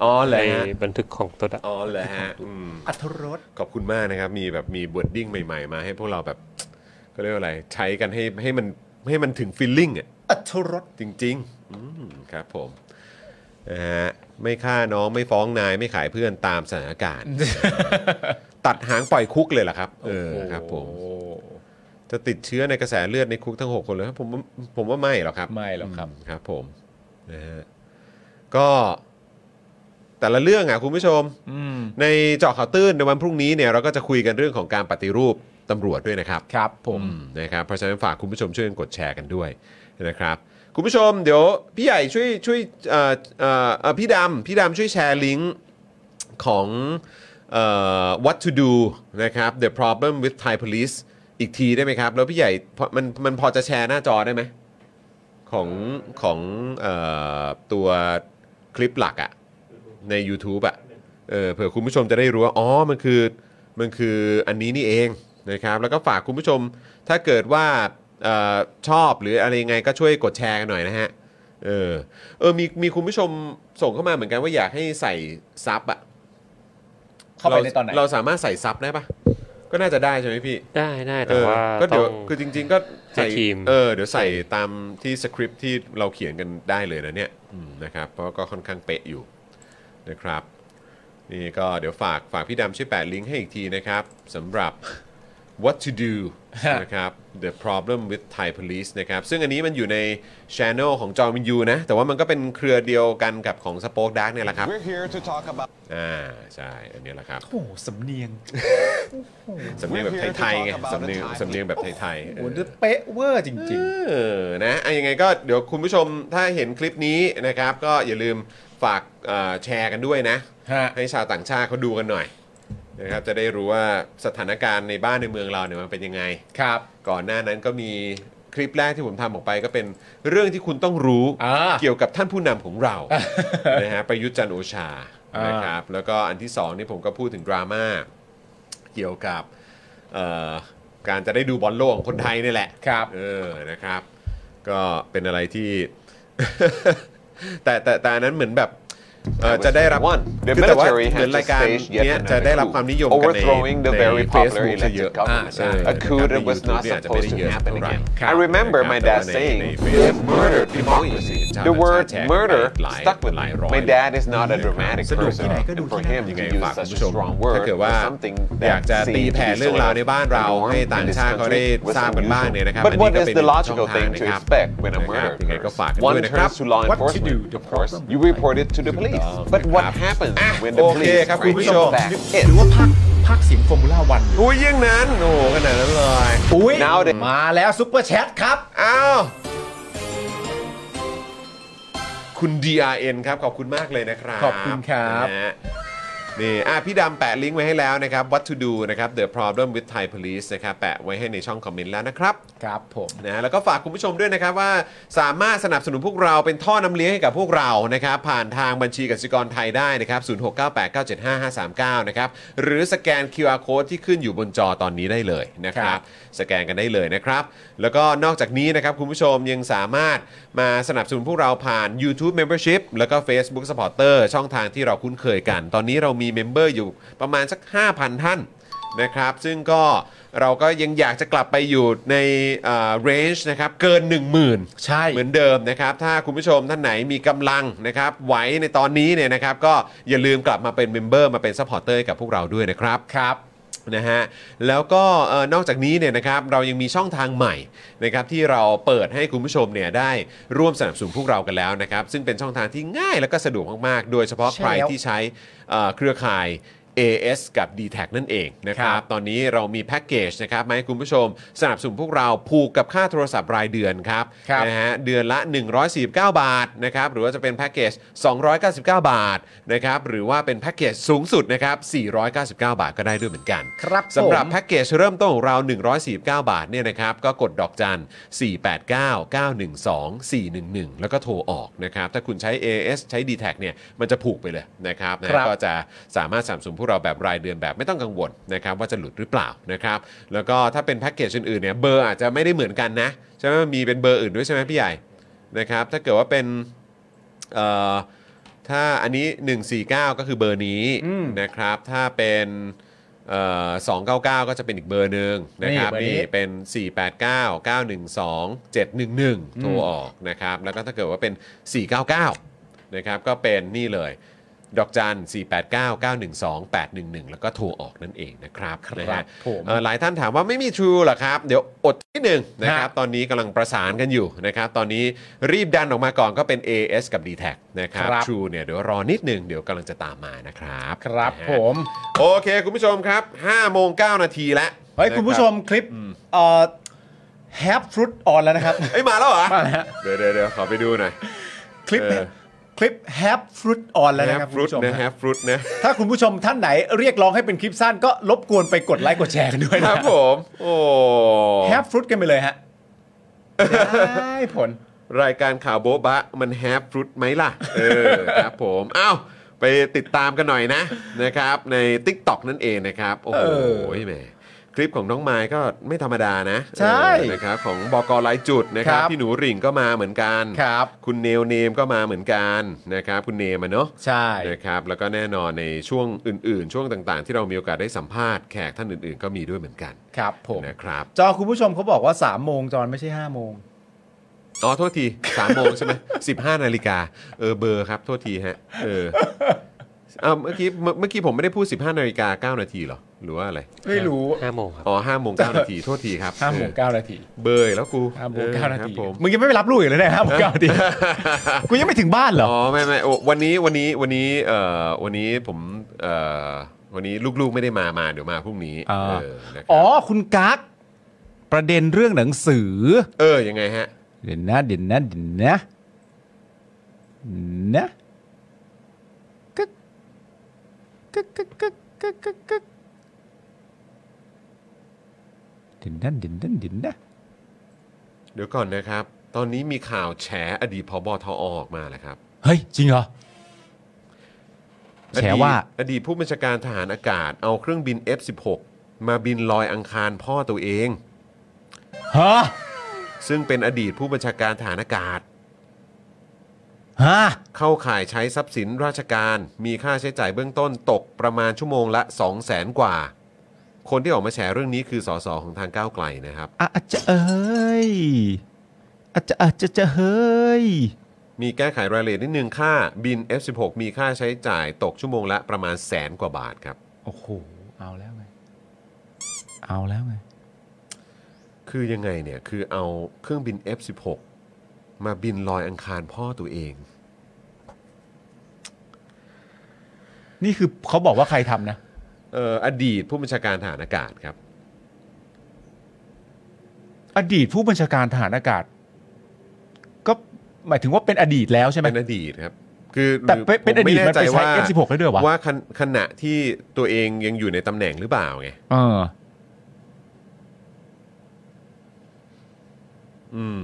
A: อ๋อเหรอ
D: ใน
A: ฮะ
D: บันทึกของตัวดะ
A: อ๋อเหรอฮะอืม
C: อัธรส
A: ขอบคุณมากนะครับ มีแบบมีบวดดิ้งใหม่ๆ มาให้พวกเราแบบ ก็เรียกว่าอะไร ใช้กันให้ให้มันให้มันถึงฟีลลิ่งอ่ะ
C: อัธรส
A: จริงๆอืมครับผมนะฮะไม่ฆ่าน้องไม่ฟ้องนายไม่ขายเพื่อนตามสถานการณ์ ตัดหางปล่อยคุกเลยเหรอครับ เออครับผม
C: โอ้
A: จะติดเชื้อในกระแสเลือดในคุกทั้ง 6 คนเลยผมว่าผมว่าไม่หรอกครับ
C: ไม่หรอกครับ
A: อืมครับผมนะฮะก็แต่ละเรื่องอ่ะคุณผู้ชม
C: อืม
A: ในเจาะข่าวตื้นในวันพรุ่งนี้เนี่ยเราก็จะคุยกันเรื่องของการปฏิรูปตำรวจด้วยนะครับ
C: ครับผม
A: อืมนะครับเพราะฉะนั้นฝากคุณผู้ชมช่วยกันกดแชร์กันด้วยนะครับ คุณผู้ชมเดี๋ยวพี่ใหญ่ช่วยช่วยเอ่อเอ่อเอ่อพี่ดำพี่ดำช่วยแชร์ลิงก์ของเอ่อ what to do นะครับ the problem with Thai police อีกทีได้ไหมครับ แล้วพี่ใหญ่พอมันมันพอจะแชร์หน้าจอได้ไหม ของของเออตัวคลิปหลักอะใน YouTube อะเออเผื่อคุณผู้ชมจะได้รู้ว่า อ๋อ มันคือมันคืออันนี้นี่เองนะครับ แล้วก็ฝากคุณผู้ชมถ้าเกิดว่าเออชอบหรืออะไรยังไงก็ช่วยกดแชร์กันหน่อยนะฮะ เออเออมีมีคุณผู้ชมส่งเข้ามาเหมือนกันว่าอยากให้ใส่ซับอะ
C: เข้าไปในตอนไหน
A: เราสามารถใส่ซับได้ปะ ก็น่าจะได้ใช่ไหมพี่
D: ได้ได้
A: เอ
D: แต่
A: อ
D: ว่า
A: ก็เดี๋ยว
D: ต้อง
A: คือจริง ๆ ก็ใส่
D: ให้ทีม
A: เออเดี๋ยวใส่ตามที่สคริปต์ที่เราเขียนกันได้เลยนะเนี่ยอืมนะครับเพราะก็ค่อนข้างเป๊ะอยู่นะครับนี่ก็เดี๋ยวฝากฝากพี่ดำช่วยแปะลิงก์ให้อีกทีนะครับสำหรับ what to do นะครับ the problem with Thai police นะครับ ซึ่งอันนี้มันอยู่ใน channel ของจอมินยูนะ แต่ว่ามันก็เป็นเครือเดียวกันกับของ Spoke Dark เนี่ยแหละครับ
E: We're here to talk about
A: อ่าใช่ อันนี้แหละครับ
C: โอ้โหสำเนียง
A: สำเนียงแบบไทยๆไงสำเนียงสำเนียงแบบไทยๆเอ
C: โอ้โห
A: อ
C: เป๊ะเวอร์จริง
A: เออ นะอ่ะยังไงก็เดี๋ยวคุณผู้ชมถ้าเห็นคลิปนี้นะครับ ก็อย่าลืมฝากเอ่อแชร์กันด้วยนะ
C: ฮะ
A: ให้ชาวต่างชาติเขาดูกันหน่อยนะครับ จะได้รู้ว่าสถานการณ์ในบ้านในเมืองเราเนี่ยมันเป็นยังไง
C: ๆ ครับ
A: ก่อนหน้านั้นก็มีคลิปแรกที่ผมทำออกไปก็เป็นเรื่องที่คุณต้องรู้
C: อ่า
A: เกี่ยวกับท่านผู้นำของ เรา นะฮะประยุทธ์จันทร์โอชา
C: อ่าน
A: นะครับ แล้วก็อันที่สองนี่ผมก็พูดถึงดราม่าเกี่ยวกับเอ่อการจะได้ดูบอลโลกของคนไทยนี่แหละ
C: ครับ
A: เออ นะครับ ก็เป็นอะไรที่ แต่แต่แต่อันนั้นเหมือนแบบเอ่อ Uh, จะได้รับ
E: The
A: คือแต่ว่า
E: military
A: เหมือน
E: has
A: รายการ
E: staged yet
A: เนี้ย
E: another
A: จะได้รับ
E: coup,
A: ความนิยมกันใน
E: overthrowing the
A: ใน
E: very popular
A: เฟซบุ๊กจะเยอะ
E: elected government.
A: อ่าใช่
E: A coup that was
A: ในยู
E: not
A: ทูบเนี่ยอาจจะไม่ได้เยอะ
E: supposed to
A: เท่าไหร่
E: happen again.
A: ครับ
E: I remember
A: นะครับ
E: my
A: แต่
E: dad
A: ว่าใน
E: saying,
A: ใน
E: "We
A: Facebook
E: have murdered democracy."
A: ชาว
E: The
A: ต่างชาติ
E: word
A: แชร์
E: murder
A: หลาย
E: stuck with
A: หลาย
E: me.
A: ร้อย
E: My dad is not a
A: นะครับ
E: dramatic
A: สะดวก
E: person,
A: ที่ไหนก็
E: and
A: ดู
E: for him
A: ยัง
E: to
A: ไง
E: use
A: ฝากคุ
E: such
A: ณ
E: a
A: ผู้ชม
E: strong
A: ถ้า
E: word
A: เกิด
E: was
A: ว่า
E: something
A: อยาก
E: that
A: จะตี
E: seemed
A: แผ่
E: to be
A: เรื่อง
E: sort
A: ราว
E: of
A: ในบ้านเรา
E: the norm
A: ให้ต่าง
E: in this
A: ชาติเขาได้
E: country
A: ทราบกันบ้างเนี่ยนะครับ
E: But
A: อัน
E: what
A: นี้ก็
E: is
A: เป็นอี
E: the
A: กช่อง
E: logical
A: ทาง
E: thing
A: นะ
E: to
A: ครับ
E: expect when a
A: นะครับ
E: murder
A: ยังไงก็
E: occurs?
A: ฝากกันด้
E: One
A: วยนะครับ
E: turns to law
C: What to
E: enforcement,
C: do, the
E: of course.
C: problem
E: You
C: with
E: report it to the police. But what happens
A: อ่ะ
E: when
A: โอ
E: the
A: เค
E: police
A: ครับคุณ
E: bring
A: ผู้ช
E: the
A: ม
E: facts
C: หรือว่าพักพักเสียงฟอร์มูล่าวัน
A: อุ้ยยิ่งนั้น โอ้โหขนาดนั้นเลย
C: อุ้ย
E: Nowadays
C: มาแล้วซุปเปอร์แชทครับ
A: อ้าว คุณ DRN ครับ ขอบคุณมากเลยนะครับ
C: ขอบคุณครับ
A: นะฮะนี่อ่ะพี่ดำแปะลิงก์ไว้ให้แล้วนะครับ what to do นะครับ the problem with Thai police นะครับ แปะไว้ให้ในช่องคอมเมนต์แล้วนะครับ
C: ครับผม
A: นะฮะแล้วก็ฝากคุณผู้ชมด้วยนะครับว่าสามารถสนับสนุนพวกเราเป็นท่อน้ำเลี้ยงให้กับพวกเรานะครับผ่านทางบัญชีกสิกรไทยได้นะครับ0698975539นะครับหรือสแกน QR code ที่ขึ้นอยู่บนจอตอนนี้ได้เลยนะค
C: ค
A: รั
C: รับ บ
A: สแกนกันได้เลยนะครับ แล้วก็นอกจากนี้นะครับคุณผู้ชมยังสามารถมาสนับสนุนพวกเราผ่าน YouTube Membership แล้วก็ Facebook Supporter ช่องทางที่เราคุ้นเคยกัน ตอนนี้เรามีเมมเบอร์อยู่ประมาณสัก 5,000 ท่านนะครับ ซึ่งก็เราก็ยังอยากจะกลับไปอยู่ในเรนจ์นะครับเกิน 10,000
C: ใช่
A: เหมือนเดิมนะครับ ถ้าคุณผู้ชมท่านไหนมีกำลังนะครับไหวในตอนนี้เนี่ยนะครับ ก็อย่าลืมกลับมาเป็นเมมเบอร์มาเป็นซัพพอร์เตอร์กับพวกเราด้วยนะครับ
C: ครับ
A: นะฮะแล้วก็เอ่อนอกจากนี้เนี่ยนะครับเรายังมีช่องทางใหม่นะครับที่เราเปิดให้คุณผู้ชมเนี่ยได้ร่วมสนับสนุนพวกเรากันแล้วนะครับซึ่งเป็นช่องทางที่ง่ายและก็สะดวกมากๆ โดยเฉพาะ
C: ใช่
A: ใคร
C: แล้ว
A: ที่ใช้เอ่อเครือข่าย AS กับ d t แทนั่นเองนะครั
C: ครับ บ
A: ตอนนี้เรามีแพ็กเกจนะครับมาให้คุณผู้ชมสนับสนุนพวกเราผูกกับค่าโทรศัพท์รายเดือนครับ
C: ครับ
A: นะฮะเดือนละ 149 บาทนะครับหรือว่าจะเป็นแพ็กเกจ 299 บาทนะครับหรือว่าเป็นแพ็กเกจสูงสุดนะครับ 499 บาทก็ได้ด้วยเหมือนกัน
C: ครับผม
A: สำหรับแพ็กเกจเริ่มต้นของเรา 149 บาทเนี่ยนะครับก็กดดอกจัน 489 912 411 แล้วก็โทรออกนะครับถ้าคุณใช้ AS ใช้ d t แทเนี่ยมันจะผูกไปเลยนะครับนะ
C: ครั
A: ฮะ
C: บ
A: ก็ ก็จะสามารถสนับสนุนพวกเราแบบรายเดือนแบบไม่ต้องกังวลนะครับว่าจะหลุดหรือเปล่านะครับ แล้วก็ถ้าเป็นแพ็กเกจอื่นๆเนี่ยเบอร์อาจจะไม่ได้เหมือนกันนะใช่ไหมมีเป็นเบอร์อื่นด้วยใช่ไหมพี่ใหญ่นะครับ ถ้าเกิดว่าเป็นเอ่อถ้าอันนี้ 149 ก็คือเบอร์นี้นะครับ ถ้าเป็นเอ่อ299 ก็จะเป็นอีกเบอร์หนึ่งนะครับ
C: นี่เบอร์นี้
A: นี่ เป็น 489 912 711 โทรออกนะครับ แล้วก็ถ้าเกิดว่าเป็น 499 นะครับ ก็เป็นนี่เลย ดอกจัน 489 912 811 แล้วก็โทรออกนั่นเองนะครับ
C: ครับ
A: นะฮะ
C: ผม
A: เอ่อหลายท่านถามว่าไม่มี True เหรอครับ เดี๋ยวอดนิดหนึ่งนะครับ
C: ฮะ
A: ตอนนี้กำลังประสานกันอยู่นะครับ ตอนนี้รีบดันออกมาก่อนก็เป็น AS กับ d t แทนะครับ
C: ครับ
A: True เนี่ยเดี๋ยวรอนิดหนึ่งเดี๋ยวกำลังจะตามมานะครับ
C: ครับ
A: นะฮะ
C: ผม
A: โอเค คุณผู้ชมครับ5โมง9นาทีแล้ว
C: เฮ้ย คุณผู้ชม
A: นะรับ
C: คลิปเอ่อแฮปฟรุตออนแล้วนะครับ
A: เอ้ยมาแล้วเหรอ
C: มาแล้ว
A: เดี๋ยวเดี๋ยวเดี๋ยวขอไปดูหน่อย
C: คลิป
A: เออ
C: คลิปแฮปฟรุตออนแล้วนะ
A: แฮ
C: ครับ
A: ป
C: คุ
A: ฟรุต
C: ณผู้ชม
A: นะแฮปฟรุตนะ
C: ถ้าคุณผู้ชมท่านไหนเรียกร้องให้เป็นคลิปสั้นก็รบกวนไปกดไลค์กดแชร์กันด้วย
A: ค
C: นะ
A: รับผม โอ้
C: แฮปฟรุตกันไปเลยฮะได้ผล
A: รายการข่าวโบ๊ะบะ มันแฮปฟรุตไหมล่ะ เออ ครับผมอ้าวไปติดตามกันหน่อยนะ นะครับ ใน t ิ k t o k นั่นเองนะครับ โอ้โห
C: เออ
A: แหม คลิปของน้องไม้ก็ไม่ธรรมดานะ
C: ใช่
A: เออนะครับของบอกลายจุดนะครับ
C: ครับ
A: พี่หนูหริ่งก็มาเหมือนกัน
C: ครับ
A: คุณเนลเนมก็มาเหมือนกันนะครับคุณเนมอะเนาะ
C: ใช่
A: นะครับแล้วก็แน่นอนในช่วงอื่นๆ ช่วงต่างๆ ที่เรามีโอกาสได้สัมภาษณ์แขกท่านอื่นๆ ก็มีด้วยเหมือนกัน
C: ครับผม
A: นะครับ
C: จอคุณผู้ชมเขาบอกว่า 3 โมงจอนไม่ใช่ 5 โมง
A: อ๋อโทษที3ามโมงใช่ไหมสิบห้านาฬิกาเออเบอร์ครับ โทษทีฮะเออเอาเมื่อกี้เมื่อเมื่อกี้ผมไม่ได้พูด 15นาฬิกาเก้า9นาทีเหรอ หรือว่าอะไร
C: ไม่รู้
D: ห้าโมงครับ
A: อ๋อห้าโมงเก้านาที โทษทีครับ
C: 5โมง
A: เออ
C: 9นาที
A: เบอร์อีกแล้วกู
C: 5โม
A: อง อ
C: 9นา
A: ครับ
C: ที
A: ผม
C: มึงยังไม่ไปรับลูกอีกเลยเนี่ย5โมง9นาที กูยังไม่ถึงบ้านเหรอ
A: อ๋อไม่ไม่โอ้วันนี้วันนี้วันนี้เอ่อวันนี้ผมเอ่อวันนี้ลูกๆไม่ได้มามาเดี๋ยวมาพรุ่งนี้
C: อ่า
A: เออนะครับ
C: อ๋อ คุณกั๊กประเด็นเรื่องหนังสือ
A: เออยังไงฮะ
C: เดี๋ยวนะเดี๋ยวนะเดี๋ยวนะนะกึกกึกกึกกึกกึกกึกกึกเดี๋ยวนะเดี๋ยวนะเดี๋ยวนะ
A: เดี๋ยวก่อนนะครับ ตอนนี้มีข่าวแฉอดีตพบทอออกมาแล้วครับ
C: เฮ้ย จริงเหรอ แฉว่า
A: อดีตอดีตผู้บัญชาการทหารอากาศเอาเครื่องบิน F16 มาบินลอยอังคารพ่อตัวเอง
C: ฮะ
A: ซึ่งเป็นอดีตผู้บัญชาการทหารอากาศ
C: ฮะ
A: เข้าข่ายใช้ทรัพย์สินราชการ มีค่าใช้จ่ายเบื้องต้นตกประมาณชั่วโมงละ 2 0 0แสนกว่า คนที่ออกมาแฉเรื่องนี้คือสสของทางก้าวไกลนะครับ
C: อ่ะอาจจะเอ้ยอาจจะอาจจะจะเฮ้ย
A: มีแก้ไขรายละเอียดนิดนึงค่าบิน F16 มีค่าใช้จ่ายตกชั่วโมงละประมาณแสนกว่าบาทครับ
C: โอ้โห เอาแล้วไง เอาแล้วไง
A: คือยังไงเนี่ย คือเอาเครื่องบิน F16 มาบินลอยอังคารพ่อตัวเอง
C: นี่คือเขาบอกว่าใครทำนะ
A: เอ่ออดีตผู้บัญชาการฐานอากาศครับ
C: อดีตผู้บัญชาการทหารอากาศ ก็หมายถึงว่าเป็นอดีตแล้วใช่ไหม
A: เป็นอดีตครับ คือ
C: แต่เป็น
A: หรื
C: เป็นอดีต
A: ผแ
C: มันไปใช้ F16 ได้ด้วยวะ
A: ว่าขณขณะที่ตัวเองยังอยู่ในตำแหน่งหรือเปล่าไง
C: เออ
A: อืม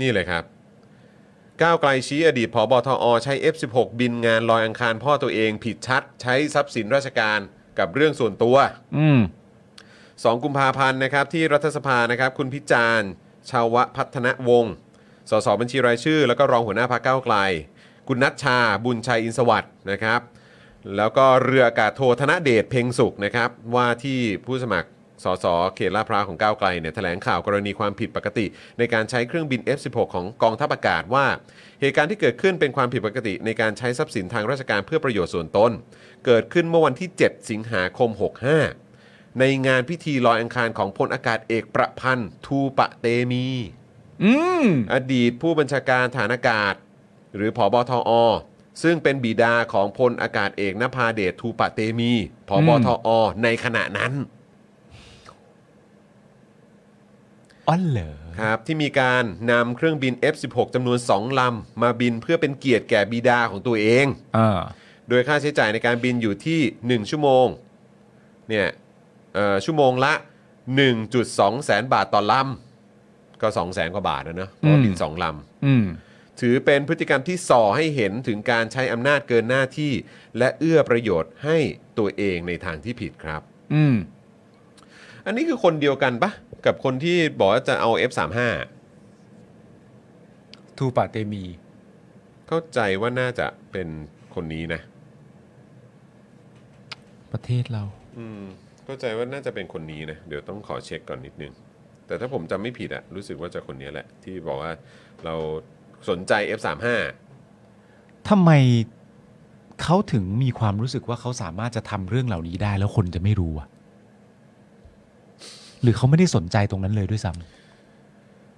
A: นี่เลยครับ ก้าวไกลชี้อดีตผบทอ ใช้ F16 บินงานลอยอังคารพ่อตัวเองผิดชัด ใช้ทรัพย์สินราชการกับเรื่องส่วนตัว
C: อืม
A: 2 กุมภาพันธ์นะครับที่รัฐสภานะครับคุณพิจารณ์ ชาวพัฒนวงศ์สสบัญชีรายชื่อ แล้วก็รองหัวหน้าพรรคก้าวไกล คุณนัชชา บุญชัยอินสวัสด์นะครับ แล้วก็เรืออากาศโทธนเดชเพ็งสุขนะครับ ว่าที่ผู้สมัครสสเขตลาดพร้าวของก้าวไกลเนี่ยแถลงข่าวกรณีความผิดปกติ ในการใช้เครื่องบิน F16 ของกองทัพอากาศว่า เหตุการณ์ที่เกิดขึ้นเป็นความผิดปกติ ในการใช้ทรัพย์สินทางราชการเพื่อประโยชน์ส่วนตนเกิดขึ้นเมื่อวันที่ 7 สิงหาคม 65 ในงานพิธีลอยอังคารของพลอากาศเอกประพันธ์ทูปะเตมี
C: อืม
A: อดีตผู้บัญชาการฐานอากาศ หรือผอบทอ ซึ่งเป็นบิดาของพลอากาศเอกนภาเดชทูปะเตมีผอบทอ ในขณะนั้น
C: อ๋อเหรอ
A: ครับที่มีการนำเครื่องบิน F16 จำนวน 2 ลำ มาบินเพื่อเป็นเกียรติแก่บิดาของตัวเอง
C: เออ
A: โดยค่าใช้จ่ายในการบินอยู่ที่ 1 ชั่วโมงเนี่ยเอ่อชั่วโมงละ 1.2 แสนบาทต่อลำ ก็ 2 แสนกว่าบาทนะเนอะเพราะว่าบิน
C: อืม
A: 2 ลำ
C: อืม
A: ถือเป็นพฤติกรรมที่ส่อให้เห็นถึงการใช้อำนาจเกินหน้าที่ และเอื้อประโยชน์ให้ตัวเองในทางที่ผิดครับ
C: อืม
A: อันนี้คือคนเดียวกันปะกับคนที่บอกว่าจะเอา F35
C: ทูปาเตมี
A: เข้าใจว่าน่าจะเป็นคนนี้นะ
C: ประเทศเรา
A: อืมเข้าใจว่าน่าจะเป็นคนนี้นะ เดี๋ยวต้องขอเช็คก่อนนิดนึง แต่ถ้าผมจำไม่ผิดอะรู้สึกว่าจะคนนี้แหละ ที่บอกว่าเราสนใจ F35
C: ทำไมเขาถึงมีความรู้สึกว่าเขาสามารถจะทำเรื่องเหล่านี้ได้แล้วคนจะไม่รู้อะหรือเขาไม่ได้สนใจตรงนั้นเลยด้วยซ้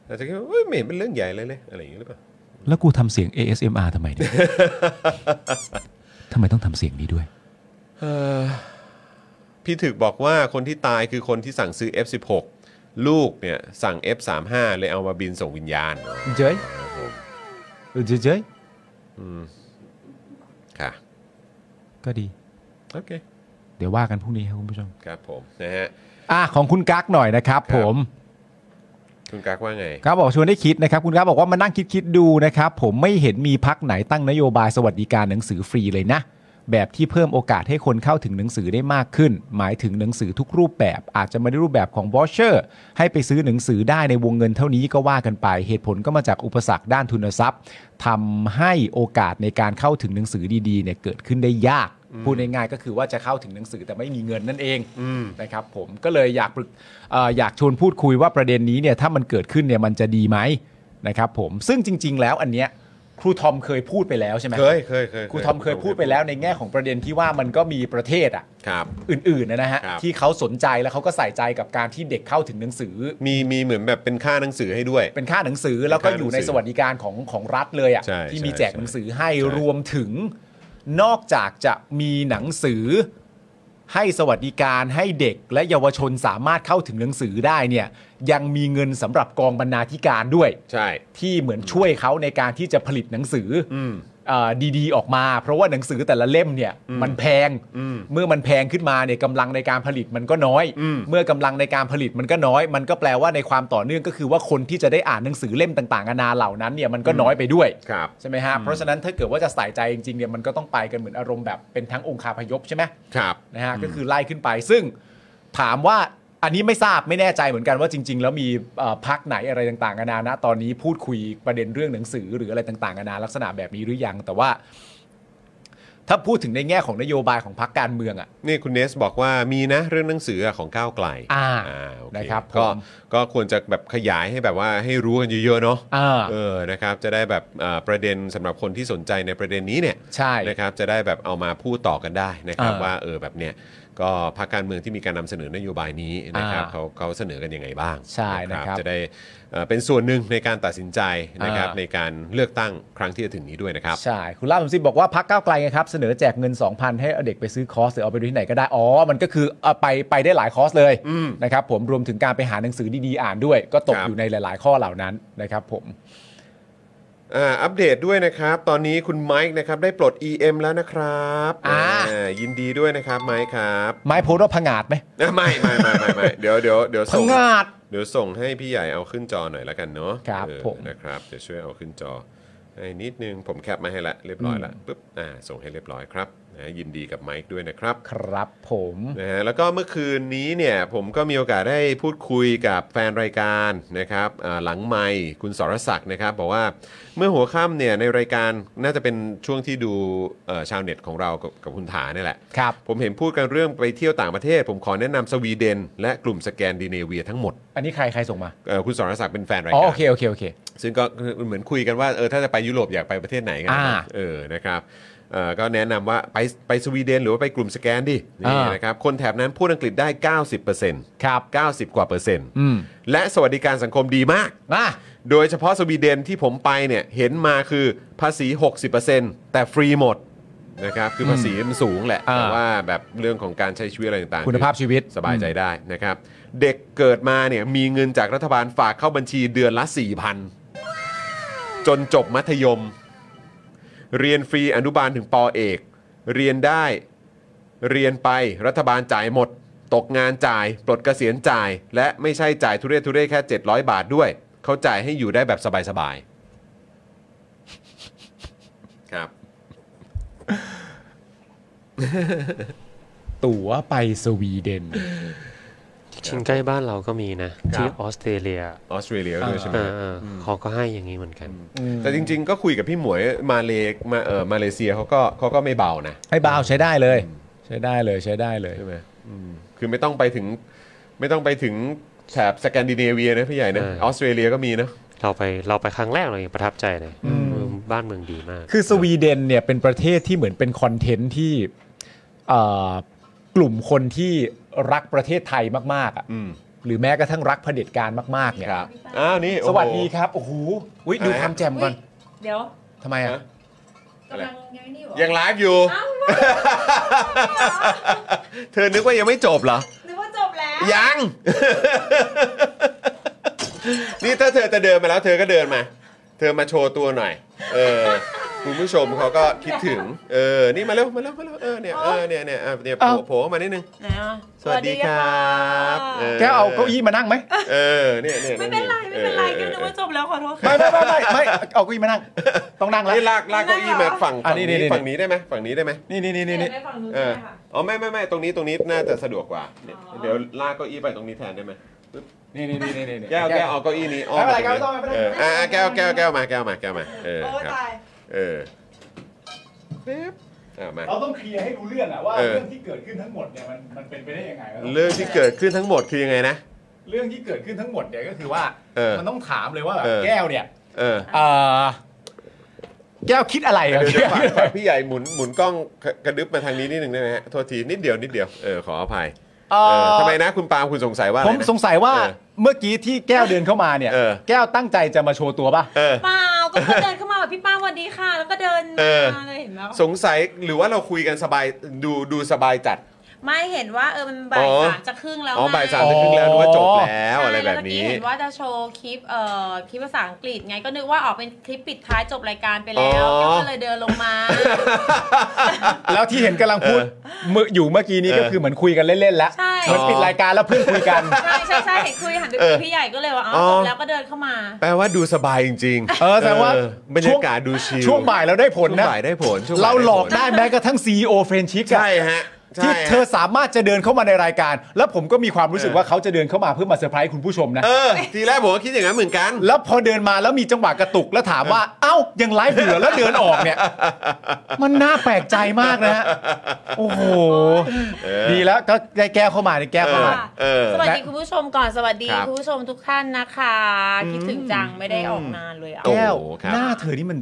A: อาจจะคิดว่าเฮ้ยไม่เห็นเป็นเรื่องใหญ่เลยเลยอะไรอย่างนี้หรือเปล่า
C: ำแล้วกูทำเสียง ASMR ทำไมเนี่ย ทำไมต้องทำเสียงนี้ด้วย
A: พี่ถึกบอกว่าคนที่ตายคือคนที่สั่งซื้อ F16 ลูกเนี่ยสั่ง F35 เลยเอามาบินส่งวิญญาณ
C: เจ้ยเจ้ย
A: ค่ะ
C: ก็ดี
A: โอเค
C: เดี๋ยวว่ากันพรุ่งนี้ครับคุณผู้ชม
A: ครับผมนะฮะ
C: อ่ะของคุณกั๊กหน่อยนะครับ
A: ครับ
C: ผม
A: คุณกักว่าไง
C: ครับบอกชวนได้คิดนะครับ คุณครับบอกว่ามานั่งคิดคิดๆดูนะครับ ผมไม่เห็นมีพักไหนตั้งนโยบายสวัสดิการหนังสือฟรีเลยนะ แบบที่เพิ่มโอกาสให้คนเข้าถึงหนังสือได้มากขึ้น หมายถึงหนังสือทุกรูปแบบ อาจจะไม่ได้รูปแบบของบอชเชอร์ให้ไปซื้อหนังสือได้ในวงเงินเท่านี้ก็ว่ากันไป เหตุผลก็มาจากอุปสรรคด้านทุนทรัพย์ทำให้โอกาสในการเข้าถึงหนังสือดีๆเนี่ยเกิดขึ้นได้ยาก พูดง่ายๆก็คือว่าจะเข้าถึงหนังสือแต่ไม่มีเงินนั่นเองนะครับผมก็เลยอยากปรึกเอ่ออยากชวนพูดคุยว่าประเด็นนี้เนี่ยถ้ามันเกิดขึ้นเนี่ยมันจะดีไหมนะครับผมซึ่งจริง ๆ แล้วอันเนี้ยครูทอมเคยพูดไปแล้วใช่ไหม
A: เคยเคยเคย
C: ครูทอมเคยพูดไปแล้วในแง่ของประเด็นที่ว่ามันก็มีประเทศอ่ะ
A: ครับ
C: อื่นๆนะฮะ
A: ครับ
C: ที่เขาสนใจแล้วเขาก็ใส่ใจกับการที่เด็กเข้าถึงหนังสือ
A: มีมีเหมือนแบบเป็นค่าหนังสือให้ด้วย
C: เป็นค่าหนังสือแล้วก็อยู่ในสวัสดิการของของรัฐเลย
A: ใช่
C: อะ่ะที่มี
A: ใช่
C: แจกหนังสือให้
A: ใช่
C: รวมถึงนอกจากจะมีหนังสือให้สวัสดิการให้เด็กและเยาวชนสามารถเข้าถึงหนังสือได้เนี่ยยังมีเงินสำหรับกองบรรณาธิการด้วย
A: ใช่
C: ที่เหมือนช่วยเขาในการที่จะผลิตหนังสืออ
A: ม
C: เอ่อดีๆ ออกมา เพราะว่าหนังสือแต่ละเล่มเนี่ยมันแพง
A: อืม
C: เมื่อมันแพงขึ้นมาเนี่ยกำลังในการผลิตมันก็น้อย
A: อืม
C: เมื่อกำลังในการผลิตมันก็น้อย มันก็แปลว่าในความต่อเนื่องก็คือว่าคนที่จะได้อ่านหนังสือเล่มต่างๆนานาเหล่านั้นเนี่ยมันก็น้อยไปด้วย
A: ครับ
C: ใช่ไหมฮะเพราะฉะนั้นถ้าเกิดว่าจะใส่ใจจริงๆเนี่ยมันก็ต้องไปกันเหมือนอารมณ์แบบเป็นทั้งองคาพยพใช่ไหม
A: ครับ
C: นะฮะก็คือไล่ขึ้นไปซึ่งถามว่าอันนี้ไม่ทราบไม่แน่ใจเหมือนกันว่าจริง ๆ แล้วมีเอ่อพักไหนอะไรต่างๆกันานานะตอนนี้พูดคุยประเด็นเรื่องหนังสือหรืออะไรต่างๆกันานาลักษณะแบบนี้หรือยัง แต่ว่า ถ้าพูดถึงในแง่ของนโยบายของพักการเมืองอ่ะ
A: นี่คุณเนสบอกว่ามีนะเรื่องหนังสืออะของก้าวไกล
C: อ่า
A: โอเ
C: นะครับผม
A: ก็ก็ควรจะแบบขยายให้แบบว่าให้รู้กันเยอะๆเนาะ
C: อ่า
A: เออนะครับจะได้แบบอ่าประเด็นสำหรับคนที่สนใจในประเด็นนี้เนี่ย
C: ใช่
A: นะครับจะได้แบบเอามาพูดต่อกันได้นะครับ
C: อ่า
A: ว่าเออแบบเนี้ยก็พรรคการเมืองที่มีการนำเสนอนโยบายนี้นะครับ
C: อ่า
A: เขาเขาเสนอกันยังไงบ้าง
C: ใช่นะครับ
A: จะได้เอ่อเป็นส่วนหนึ่งในการตัดสินใจนะครับ
C: อ่า
A: ในการเลือกตั้งครั้งที่จะถึงนี้ด้วยนะครับ
C: ใช่ คุณล่าสมศิษย์บอกว่าพักก้าวไกลไงครับ เสนอแจกเงิน 2,000 ให้เอาเด็กไปซื้อคอร์สหรือเอาไปดูที่ไหนก็ได้ อ๋อ มันก็คือเอาไปไปได้หลายคอร์สเลย
A: อืม
C: นะครับผมรวมถึงการไปหาหนังสือดีๆอ่านด้วย ก็ตก
A: ครับ
C: อยู่ในหลาย ๆ ข้อเหล่านั้นนะครับผม
A: อ่าอัปเดตด้วยนะครับ ตอนนี้คุณไมค์นะครับได้ปลด EM แล้วนะครับ
C: อ่า
A: ยินดีด้วยนะครับไมค์ครับ
C: ไม้โพสต์ว่าผงาดไหม
A: อ่ะไม่ไม่ไม่ไม่ไม่เดี๋ยวเดี๋ยวเดี๋ยว
C: ผ
A: ส่ง
C: งาด
A: เดี๋ยวส่งให้พี่ใหญ่เอาขึ้นจอหน่อยแล้วกันเนาะ
C: ครับ
A: เออ
C: ผม
A: นะครับเดี๋ยวช่วยเอาขึ้นจอให้นิดนึงผมแคปมาให้ละเรียบร้อยละปุ๊บอ่าส่งให้เรียบร้อยครับนะยินดีกับไมค์ด้วยนะครับ
C: ครับผม
A: นะฮะแล้วก็เมื่อคืนนี้เนี่ยผมก็มีโอกาสได้พูดคุยกับแฟนรายการนะครับอ่าหลังไมค์คุณสรศักดิ์นะครับ บอกว่าเมื่อหัวค่ำเนี่ยในรายการน่าจะเป็นช่วงที่ดูเอ่อชาวเน็ตของเรากับกับคุณถาเนี่ยแหละ
C: ครับ
A: ผมเห็นพูดกันเรื่องไปเที่ยวต่างประเทศ ผมขอแนะนำสวีเดน และกลุ่มสแกนดิเนเวียทั้งหมด
C: อันนี้ใครใครส่งมา
A: เอ่อคุณสรศักดิ์เป็นแฟนราย
C: อ๋อ
A: การ
C: โอเค โอเค โอเค
A: ซึ่งก็เหมือนคุยกันว่าเออถ้าจะไปยุโรปอยากไปประเทศไหนกัน
C: อ่า
A: นะครับเออนะครับเอ่อก็แนะนำว่าไปไปสวีเดนหรือว่าไปกลุ่มสแกนดิ
C: อ่า
A: นี่
C: น
A: นะครับ คนแถบนั้นพูดอังกฤษได้ 90%
C: ครับ
A: 90 กว่าเปอร์เซ็นต์
C: อืม
A: และสวัสดิการสังคมดีมาก
C: มา
A: โดยเฉพาะสวีเดนที่ผมไปเนี่ยเห็นมาคือภาษี 60%แต่ฟรีหมดนะครับคือภาษีมันสูงแหละ
C: อ่า
A: แต่ว่าแบบเรื่องของการใช้ชีวิตอะไรต่างๆ
C: คุณภาพชีวิต
A: สบายใจได้นะครับ เด็กเกิดมาเนี่ยมีเงินจากรัฐบาลฝากเข้าบัญชีเดือนละ 4,000 จนจบมัธยม เรียนฟรีอนุบาลถึงปอเอก เรียนได้เรียนไปรัฐบาลจ่ายหมด ตกงานจ่าย ปลดเกษียณจ่าย และไม่ใช่จ่ายทุเรศทุเรศแค่ 700 บาทด้วย เขาจ่ายให้อยู่ได้แบบสบายๆครับ
C: ตั๋วไปสวีเดน
D: จริงๆใกล้บ้านเราก็มีนะ
A: ครับ
D: ที่ออสเตรเลีย
A: ออสเตรเลียด้วยใช่ไหม
D: เอ
A: ฮะ
D: อๆเขาก็ให้อย่างนี้เหมือนกัน
A: แต่จริงๆ ก็คุยกับพี่หมวยมาเลมาเออมาเลเซียเขาก็เขาก็ไม่เบานะ
C: ให้บ้าวใช้ได้เลย ใช้ได้เลยใช้ได้เลย
A: ใช่ไหมอืมคือไม่ต้องไปถึงไม่ต้องไปถึงแถบสแกนดิเนเวียนะพี่ใหญ่นะ
D: เออ
A: ออสเตรเลียก็มีนะ
D: เราไปเราไปครั้งแรกเรายังประทับใจเลยเออบ้านเมืองดีมาก
C: คือสวีเดนเนี่ยเป็นประเทศที่เหมือนเป็นคอนเทนต์ที่เอ่อกลุ่มคนที่รักประเทศไทยมากๆอ่ะ
A: อืม
C: หรือแม้กระทั่งรักเผด็จการมากๆเนี่ย
A: ครับอ้าวนี่โอ้
C: ส
A: โห
C: วัสดีครับโอ้โหอุ๊ยดูความแจ่มก่อน
F: เดี๋ยว
C: ทำไมอ่ะ
A: ฮะ
F: กำลังยังนี่หรอ
A: ยังไลฟ์อยู่
F: อ้าว
A: เธอนึกว่ายังไม่จบเหรอ
F: นึกว่าจบแล้ว
A: ยัง นี่ถ้าเธอจะเดินมาแล้ว เธอก็เดินมา เธอมาโชว์ตัวหน่อย เออ คุณผู้ชมเขาก็คิดถึง เออ นี่มาเร็ว มาเร็ว มาเร็ว เออ เนี่ย เออ เนี่ยเนี่ยอ่ะเนี่ยโผล่โผล่มานิดนึง
F: นะ
A: สวัสดีครับ
C: แกเอาเก้าอี้มานั่งไหม
A: เออ เนี่ยเนี่ย
F: ไม่เป็นไร ไม่เป็นไรก็นึกว่าจบแล้วขอโทษค่ะ
C: ไม่ไม่ไม่ไม่ไม่เอาเก้าอี้มานั่ง ต้องนั่งแล้ว
A: นี่ลากลากเก้าอี้มาฝั่ง
C: อ่ะ
A: ฝั่ง
C: นี่
A: นี้
C: นี่
A: ฝั่งนี้ได้ไหมฝั่งนี้ได้ไหม
C: นี่นี่นี่
F: นี่
C: นี่
F: นี่
C: นี่
F: ฝั่งนู้น
A: เอ
F: ใช่
A: อ
F: ไหมค่ะ
A: อ๋อไม่ไม่ไม่ตรงนี้ตรงนี้น่าจะสะดวกกว่า
F: อ๋อ
A: เดี๋ยวลากเก้าอี้ไปตรงนี้แทนได้ไหม
C: นี่นี่นี่นี่นี่
A: แก้วแก้วเอาเก้าอี้นี้อ้อม
C: ไม่เป็นไร
A: ตง
C: แก้วไม่ต้องไม่เป็น
A: เอ
C: ไร
A: ออ่ะอ่ะแก้วแก้วแก้วมาแก้วมาแก้วมาเออ
F: โอ้ย
A: ครับ
F: ตาย
A: เออปึ๊บอ่ะมา
C: เราต้องเคลียร์ให้รู้เรื่องอะว่า
A: เออ
C: เรื่องที่เกิดขึ้นทั้งหมดเนี่ยมันมันเป็นไปได้ยังไงวะ
A: เรื่องที่เกิดขึ้นทั้งหมดคือยังไงนะ
C: เรื่องที่เกิดขึ้นทั้งหมดเนี่ยก็คือว่า
A: เออ
C: มันต้องถามเลยว่าแบบ
A: เออ
C: แก้วเนี่ย
A: เออ
C: เอ่อแก้วคิดอะไรอะ
A: เดี๋ยวเดี๋ยว
C: แก้ว
A: ฝากฝากพี่ใหญ่หมุนหมุนกล้องกระดึบมาทางนี้นิดหนึ่งได้ไหมฮะโทษทีนิดเดียวนิดเดียวเออขออภัย
C: เอ
A: เออ
C: อ
A: ทำไมนะคุณปาล์มคุณสงสัยว่าอะ
C: ผ
A: ไร
C: ม
A: นะ
C: สงสัยว่า
A: เออ
C: เมื่อกี้ที่แก้วเดินเข้ามาเนี่ย
A: เออ
C: แก้วตั้งใจจะมาโชว์ตัวป่ะ
A: เออ
F: เปล่าก็เขาเดินเข้ามาแบบพี่ป้าสวัสดีค่ะ แล้วก็เดิน
A: เออ
F: มาเลยเห็นไหม
A: สงสัยหรือว่าเราคุยกันสบายดูดูสบายจัด
F: ไม่เห็นว่าเออมันบ่าย
A: อ๋อ
F: สามจะครึ่งแล้ว
A: อ๋อ
F: ไง
A: บ่ายสามจะครึ่งแล้วนึกว่าจบแล้ว
F: ใช่
A: อะไรแบบ
F: ล้วเมื่อกี้
A: นี้
F: เห็นว่าจะโชว์คลิปเอ่อคลิปภาษาอังกฤษไงก็นึกว่าออกเป็นคลิปปิดท้ายจบรายการไปแล้ว
A: อ๋อ
F: แกก็เลยเดินลงมา
C: แล้วที่เห็นกำลังพูด
A: เออ
C: มืออยู่เมื่อกี้นี้ก็
A: เออ
C: คือเหมือนคุยกันเล่นๆแล้ว
F: ใช่
C: เหมือนปิดรายการแล้วเพื่อนคุยกัน
F: ใช่ใช่ใช่เห็นคุยหันไป
A: เอ
F: คุ
A: อย
F: พี่ใหญ่ก็เลยว่าอ๋อ
A: อ
F: จบแล้วก็เดินเข้ามา
A: แปลว่าดูสบายจริงๆ
C: เออแสดงว่า
A: บรรยากาศดูชิล
C: ช่วงบ่ายเราได้ผล
A: ช่วง
C: นะ
A: บ่ายได้ผลช่วงบ่ย
C: เราหลอก
A: ผ
C: ได้แม้กระทั่ง CEO เฟรนชิกอะ
A: ใช่ฮะใช่
C: ที่
A: ฮะ
C: เธอสามารถจะเดินเข้ามาในรายการ แล้วผมก็มีความรู้สึกว่าเขาจะเดินเข้ามาเพื่อมาเซอร์ไพรส์คุณผู้ชมนะ
A: เออ ทีแรกผมก็คิดอย่างนั้นเหมือนกัน
C: แล้วพอเดินมาแล้วมีจังหวะกระตุกแล้วถามว่า เอ้า ยังไลฟ์อยู่เหรอแล้วเดินออกเนี่ย มันน่าแปลกใจมากนะฮะโอ้โหดีแล้วก็ได้แก้วเข้ามาในแก้วเข้ามา
F: ค่ะ
A: เออ
F: สวัสดีคุณผู้ชมก่อนสวัสดี
A: ครับ
F: คุณผู้ชมทุกท่านนะคะคิดถึงจังไม่ได้ออกนานเลยอ่ะ
A: โอ้โห
C: แก้ว
A: ครับ
C: หน้าเธอนี่มัน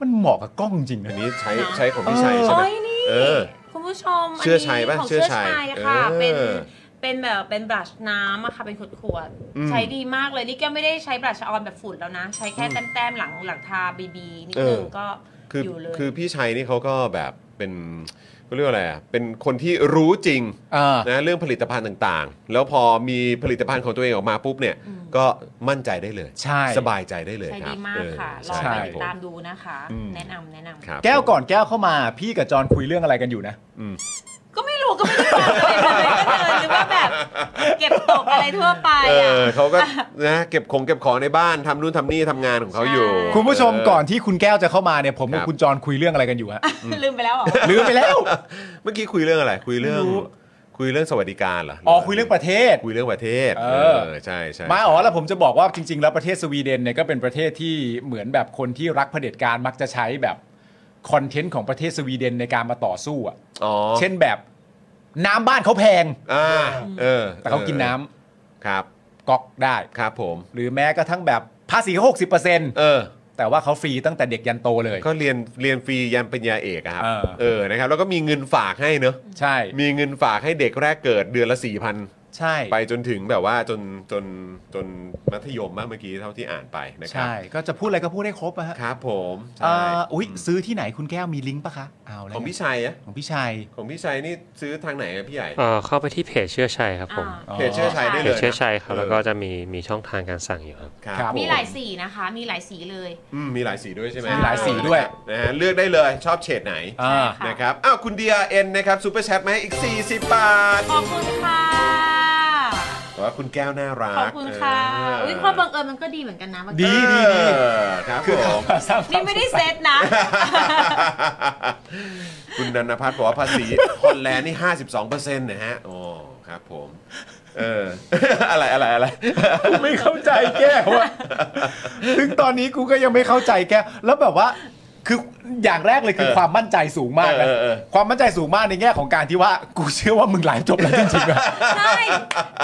C: มันเหมาะกับกล้องจริง
A: อัน
C: นะ
A: นี้ใช้ใช้ของพี่ชัยใช่ไหม
F: โอ้ยนี่
A: เออ
F: คุณผู้ชม
A: เชื่อชัยปะ
F: ของ
A: เชื่
F: เชื่
A: อ
F: อ
A: ชั
F: ชั
A: ย
F: ยค่ะ
A: เออ
F: เป็นเป็นแบบเป็นบลัชน้ำอะค่ะเป็นขวด
A: อืม
F: ๆใช้ดีมากเลยนี่แกไม่ได้ใช้บลัชออนแบบฝุ่นแล้วนะ ใช้แค่แต้มๆหลังหลังทาบีบีนิดนึง
A: เออ
F: ก็
A: คือ
F: อยู่เลย
A: คือพี่ชัยนี่เขาก็แบบเป็นเขาเรียกว่าอะไรอะเป็นคนที่รู้จริง
C: เออ
A: นะเรื่องผลิตภัณฑ์ต่างๆ แล้วพอมีผลิตภัณฑ์ของตัวเองออกมาปุ๊บเนี่ยก็มั่นใจได้เลย
C: ใช่
A: สบายใจได้เลย
F: ใช้
A: ครั
F: ดี
A: บ
F: มาก
A: เออ
F: ค่ะล
A: ใช่ค
F: องไป
A: รับ
F: ติด
A: ผม
F: ตามดูนะคะ แนะนำแนะนำ
A: ครับ
C: แก้วก่อนแก้วเข้ามา พี่กับจอนคุยเรื่องอะไรกันอยู่นะ
F: ก็ไม่รู้ก็ไม่ได้ตามอะไรเลยก็เดินหรือว่าแบบเก็บตกอะไรทั่วไป
A: เอ
F: อะ
A: อเขาก็นะเก็บของเก็บของในบ้านทำนู่นทำนี่ทำงานของเขาอยู่
F: ใช่
C: คุณผู้ชมก่อนที่คุณแก้วจะเข้ามาเนี่ยผมกั
A: ค
C: บ
A: รับ
C: คุณจรคุยเรื่องอะไรกันอยู่ฮะ
F: ลืมไปแล้วเหรอ
C: ลืมไปแล้ว
A: เมื่อกี้คุยเรื่องอะไร คุยเรื่อง
C: ไม่รู้
A: คุยเรื่องสวัสดิการเหรอ
C: อ๋อคุยเรื่องประเทศ
A: คุยเรื่องประเทศ
C: เอ
A: เอ
C: อ
A: อใช่ใช่
C: มาอ๋อแล้วผมจะบอกว่าจริง ๆ แล้วประเทศสวีเดนเนี่ยก็เป็นประเทศที่เหมือนแบบคนที่รักเผด็จการมักจะใช้แบบคอนเทนต์ของประเทศสวีเดนในการมาต่อสู้อ่ะ
A: อ๋อ
C: เช่นแบบน้ำบ้านเขาแพง
A: อ่าเออ
C: แต่เขากินน้
A: ครับ
C: ำก๊อกได้
A: ครับผม
C: หรือแม้กระทั่งแบบภาษีหกสิบเปอร์เซ็นต์
A: เออ
C: แต่ว่าเขาฟรีตั้งแต่เด็กยันโตเลย
A: ก็เรียนเรียนฟรียันปริญญาเอกอะครับ
C: เออ
A: เออนะครับแล้วก็มีเงินฝากให้เนอะ
C: ใช่
A: มีเงินฝากให้เด็กแรกเกิดเดือนละ 4,000
C: ใช่
A: ไปจนถึงแบบว่าจนจนจนมัธยมมากเมื่อกี้เท่าที่อ่านไปนะครั
C: ใช่ ก็จะพูดอะไรก็พูดได้ครบนะฮะ
A: ครับผมใช่
C: อ่าอุ้ยซื้อที่ไหนคุณแก้วมีลิงก์ปะคะเอาแล้ว
A: ของพี่ชัยอะ
C: ของพี่ชัย
A: ของพี่ชัยนี่ซื้อทางไหนอะพี่ใหญ่
D: เอ่อเข้าไปที่เพจเชื่อชัยครับผม
F: อ่า
A: เพจเชื่อชัยได้
D: เพ
A: เลย
D: จ
A: นะ
D: เชื่อชัยครับ
A: เออ
D: แล้วก็จะมีมีช่องทางการสั่งอยู่ครับ
A: ครับ
C: ครับ
A: ผ
F: มีหลายสีนะคะ มีหลายสีเลย
A: อืมมีหลายสีด้วยใช่ไหม
F: มีหลายสี
C: ด้วย
A: นะฮะเลือกได้เลยชอบเฉดไหน
C: อ่า
F: ค่ะ
A: นะครับอ้าวคุณเดียเอ็นนะครับซูเปอร์แชทมาให้อีก 40 บาท
F: ขอบคุณค่ะ
A: แต่ว่าคุณแก้วน่ารัก
F: ขอบคุณค่ะ
A: เ
F: อุ้ยความบังเอิญมันก็ดีเหมือนกันนะบางที
C: ดีดีดี
A: เออครับผม
F: นี่ไม่ได้เซตนะ
A: คุณนันพัฒน์บอกว่าภาษีฮอลแลนด์นี่ 52%นะฮะ โอ้ ครับผม เออ อะไรอะไรอะไร
C: ไม่เข้าใจแก้วอะถึงตอนนี้กูก็ยังไม่เข้าใจแก้วแล้วแบบว่า คืออย่างแรกเลยคือ
A: เออ
C: ความมั่นใจสูงมากนะ
A: เออเออเออ
C: ความมั่นใจสูงมากในแง่ของการที่ว่า กูเชื่อว่ามึงหลายจบแล้วจริงๆอะ
F: ใช่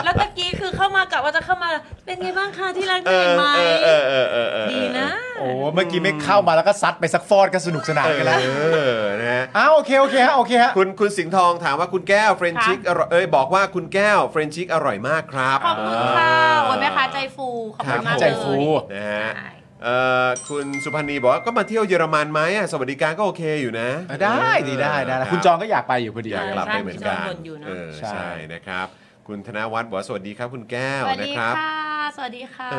F: แล้วตะกี้คือเข้ามากะว่าจะเข้ามา เป็นไงบ้างคะที่รักเห
A: เอ
F: นื่อย
A: อ
F: ไหม
A: เออเออเออเออเออ
F: ดีนะ
C: โอ้เมื่อกี้ไม่เข้ามาแล้วก็ซัดไปสักฟอดก็สนุกสนาน
A: เอ
C: กันแล้ว
A: อนะฮะ
C: อ้าวโอเคโอเคฮะโอเคฮะ
A: คุณคุณสิงห์ทองถามว่าคุณแก้วเฟรนชิก
F: ค่ะ
A: อร่อยเอ้ยบอกว่าคุณแก้วเฟรนชิกอร่อยมากครับ
F: ขอบคุณค่ะโอ้ยแม่ค้าใจฟู ขอบ
A: ค
F: คุ
A: รับ
F: ณมาก
C: ใจ
F: เลย
C: ฟู
A: นะฮะ
F: ใช่
A: เอ่อคุณสุพันธ์นีบอกว่าก็มาเที่ยวเยอรมันไหมอะสวัสดิการก็โอเคอยู่นะ
C: ได้ดีได้ได้
A: รับ
C: คุณจองก็อยากไปอยู่พอดี
A: อยากกลับไปเหมือนกัน
F: ใช่ที่จอดรถอยู่นะ
A: เออ
C: ใช่
A: ใช่นะครับ คุณธนวัฒน์บอกว่าสวัสดีครับคุณแก้ว
F: สวัส
A: นะ
F: ดี
A: ครับ
F: ค่ะ สวัสดีค่ะ
A: เ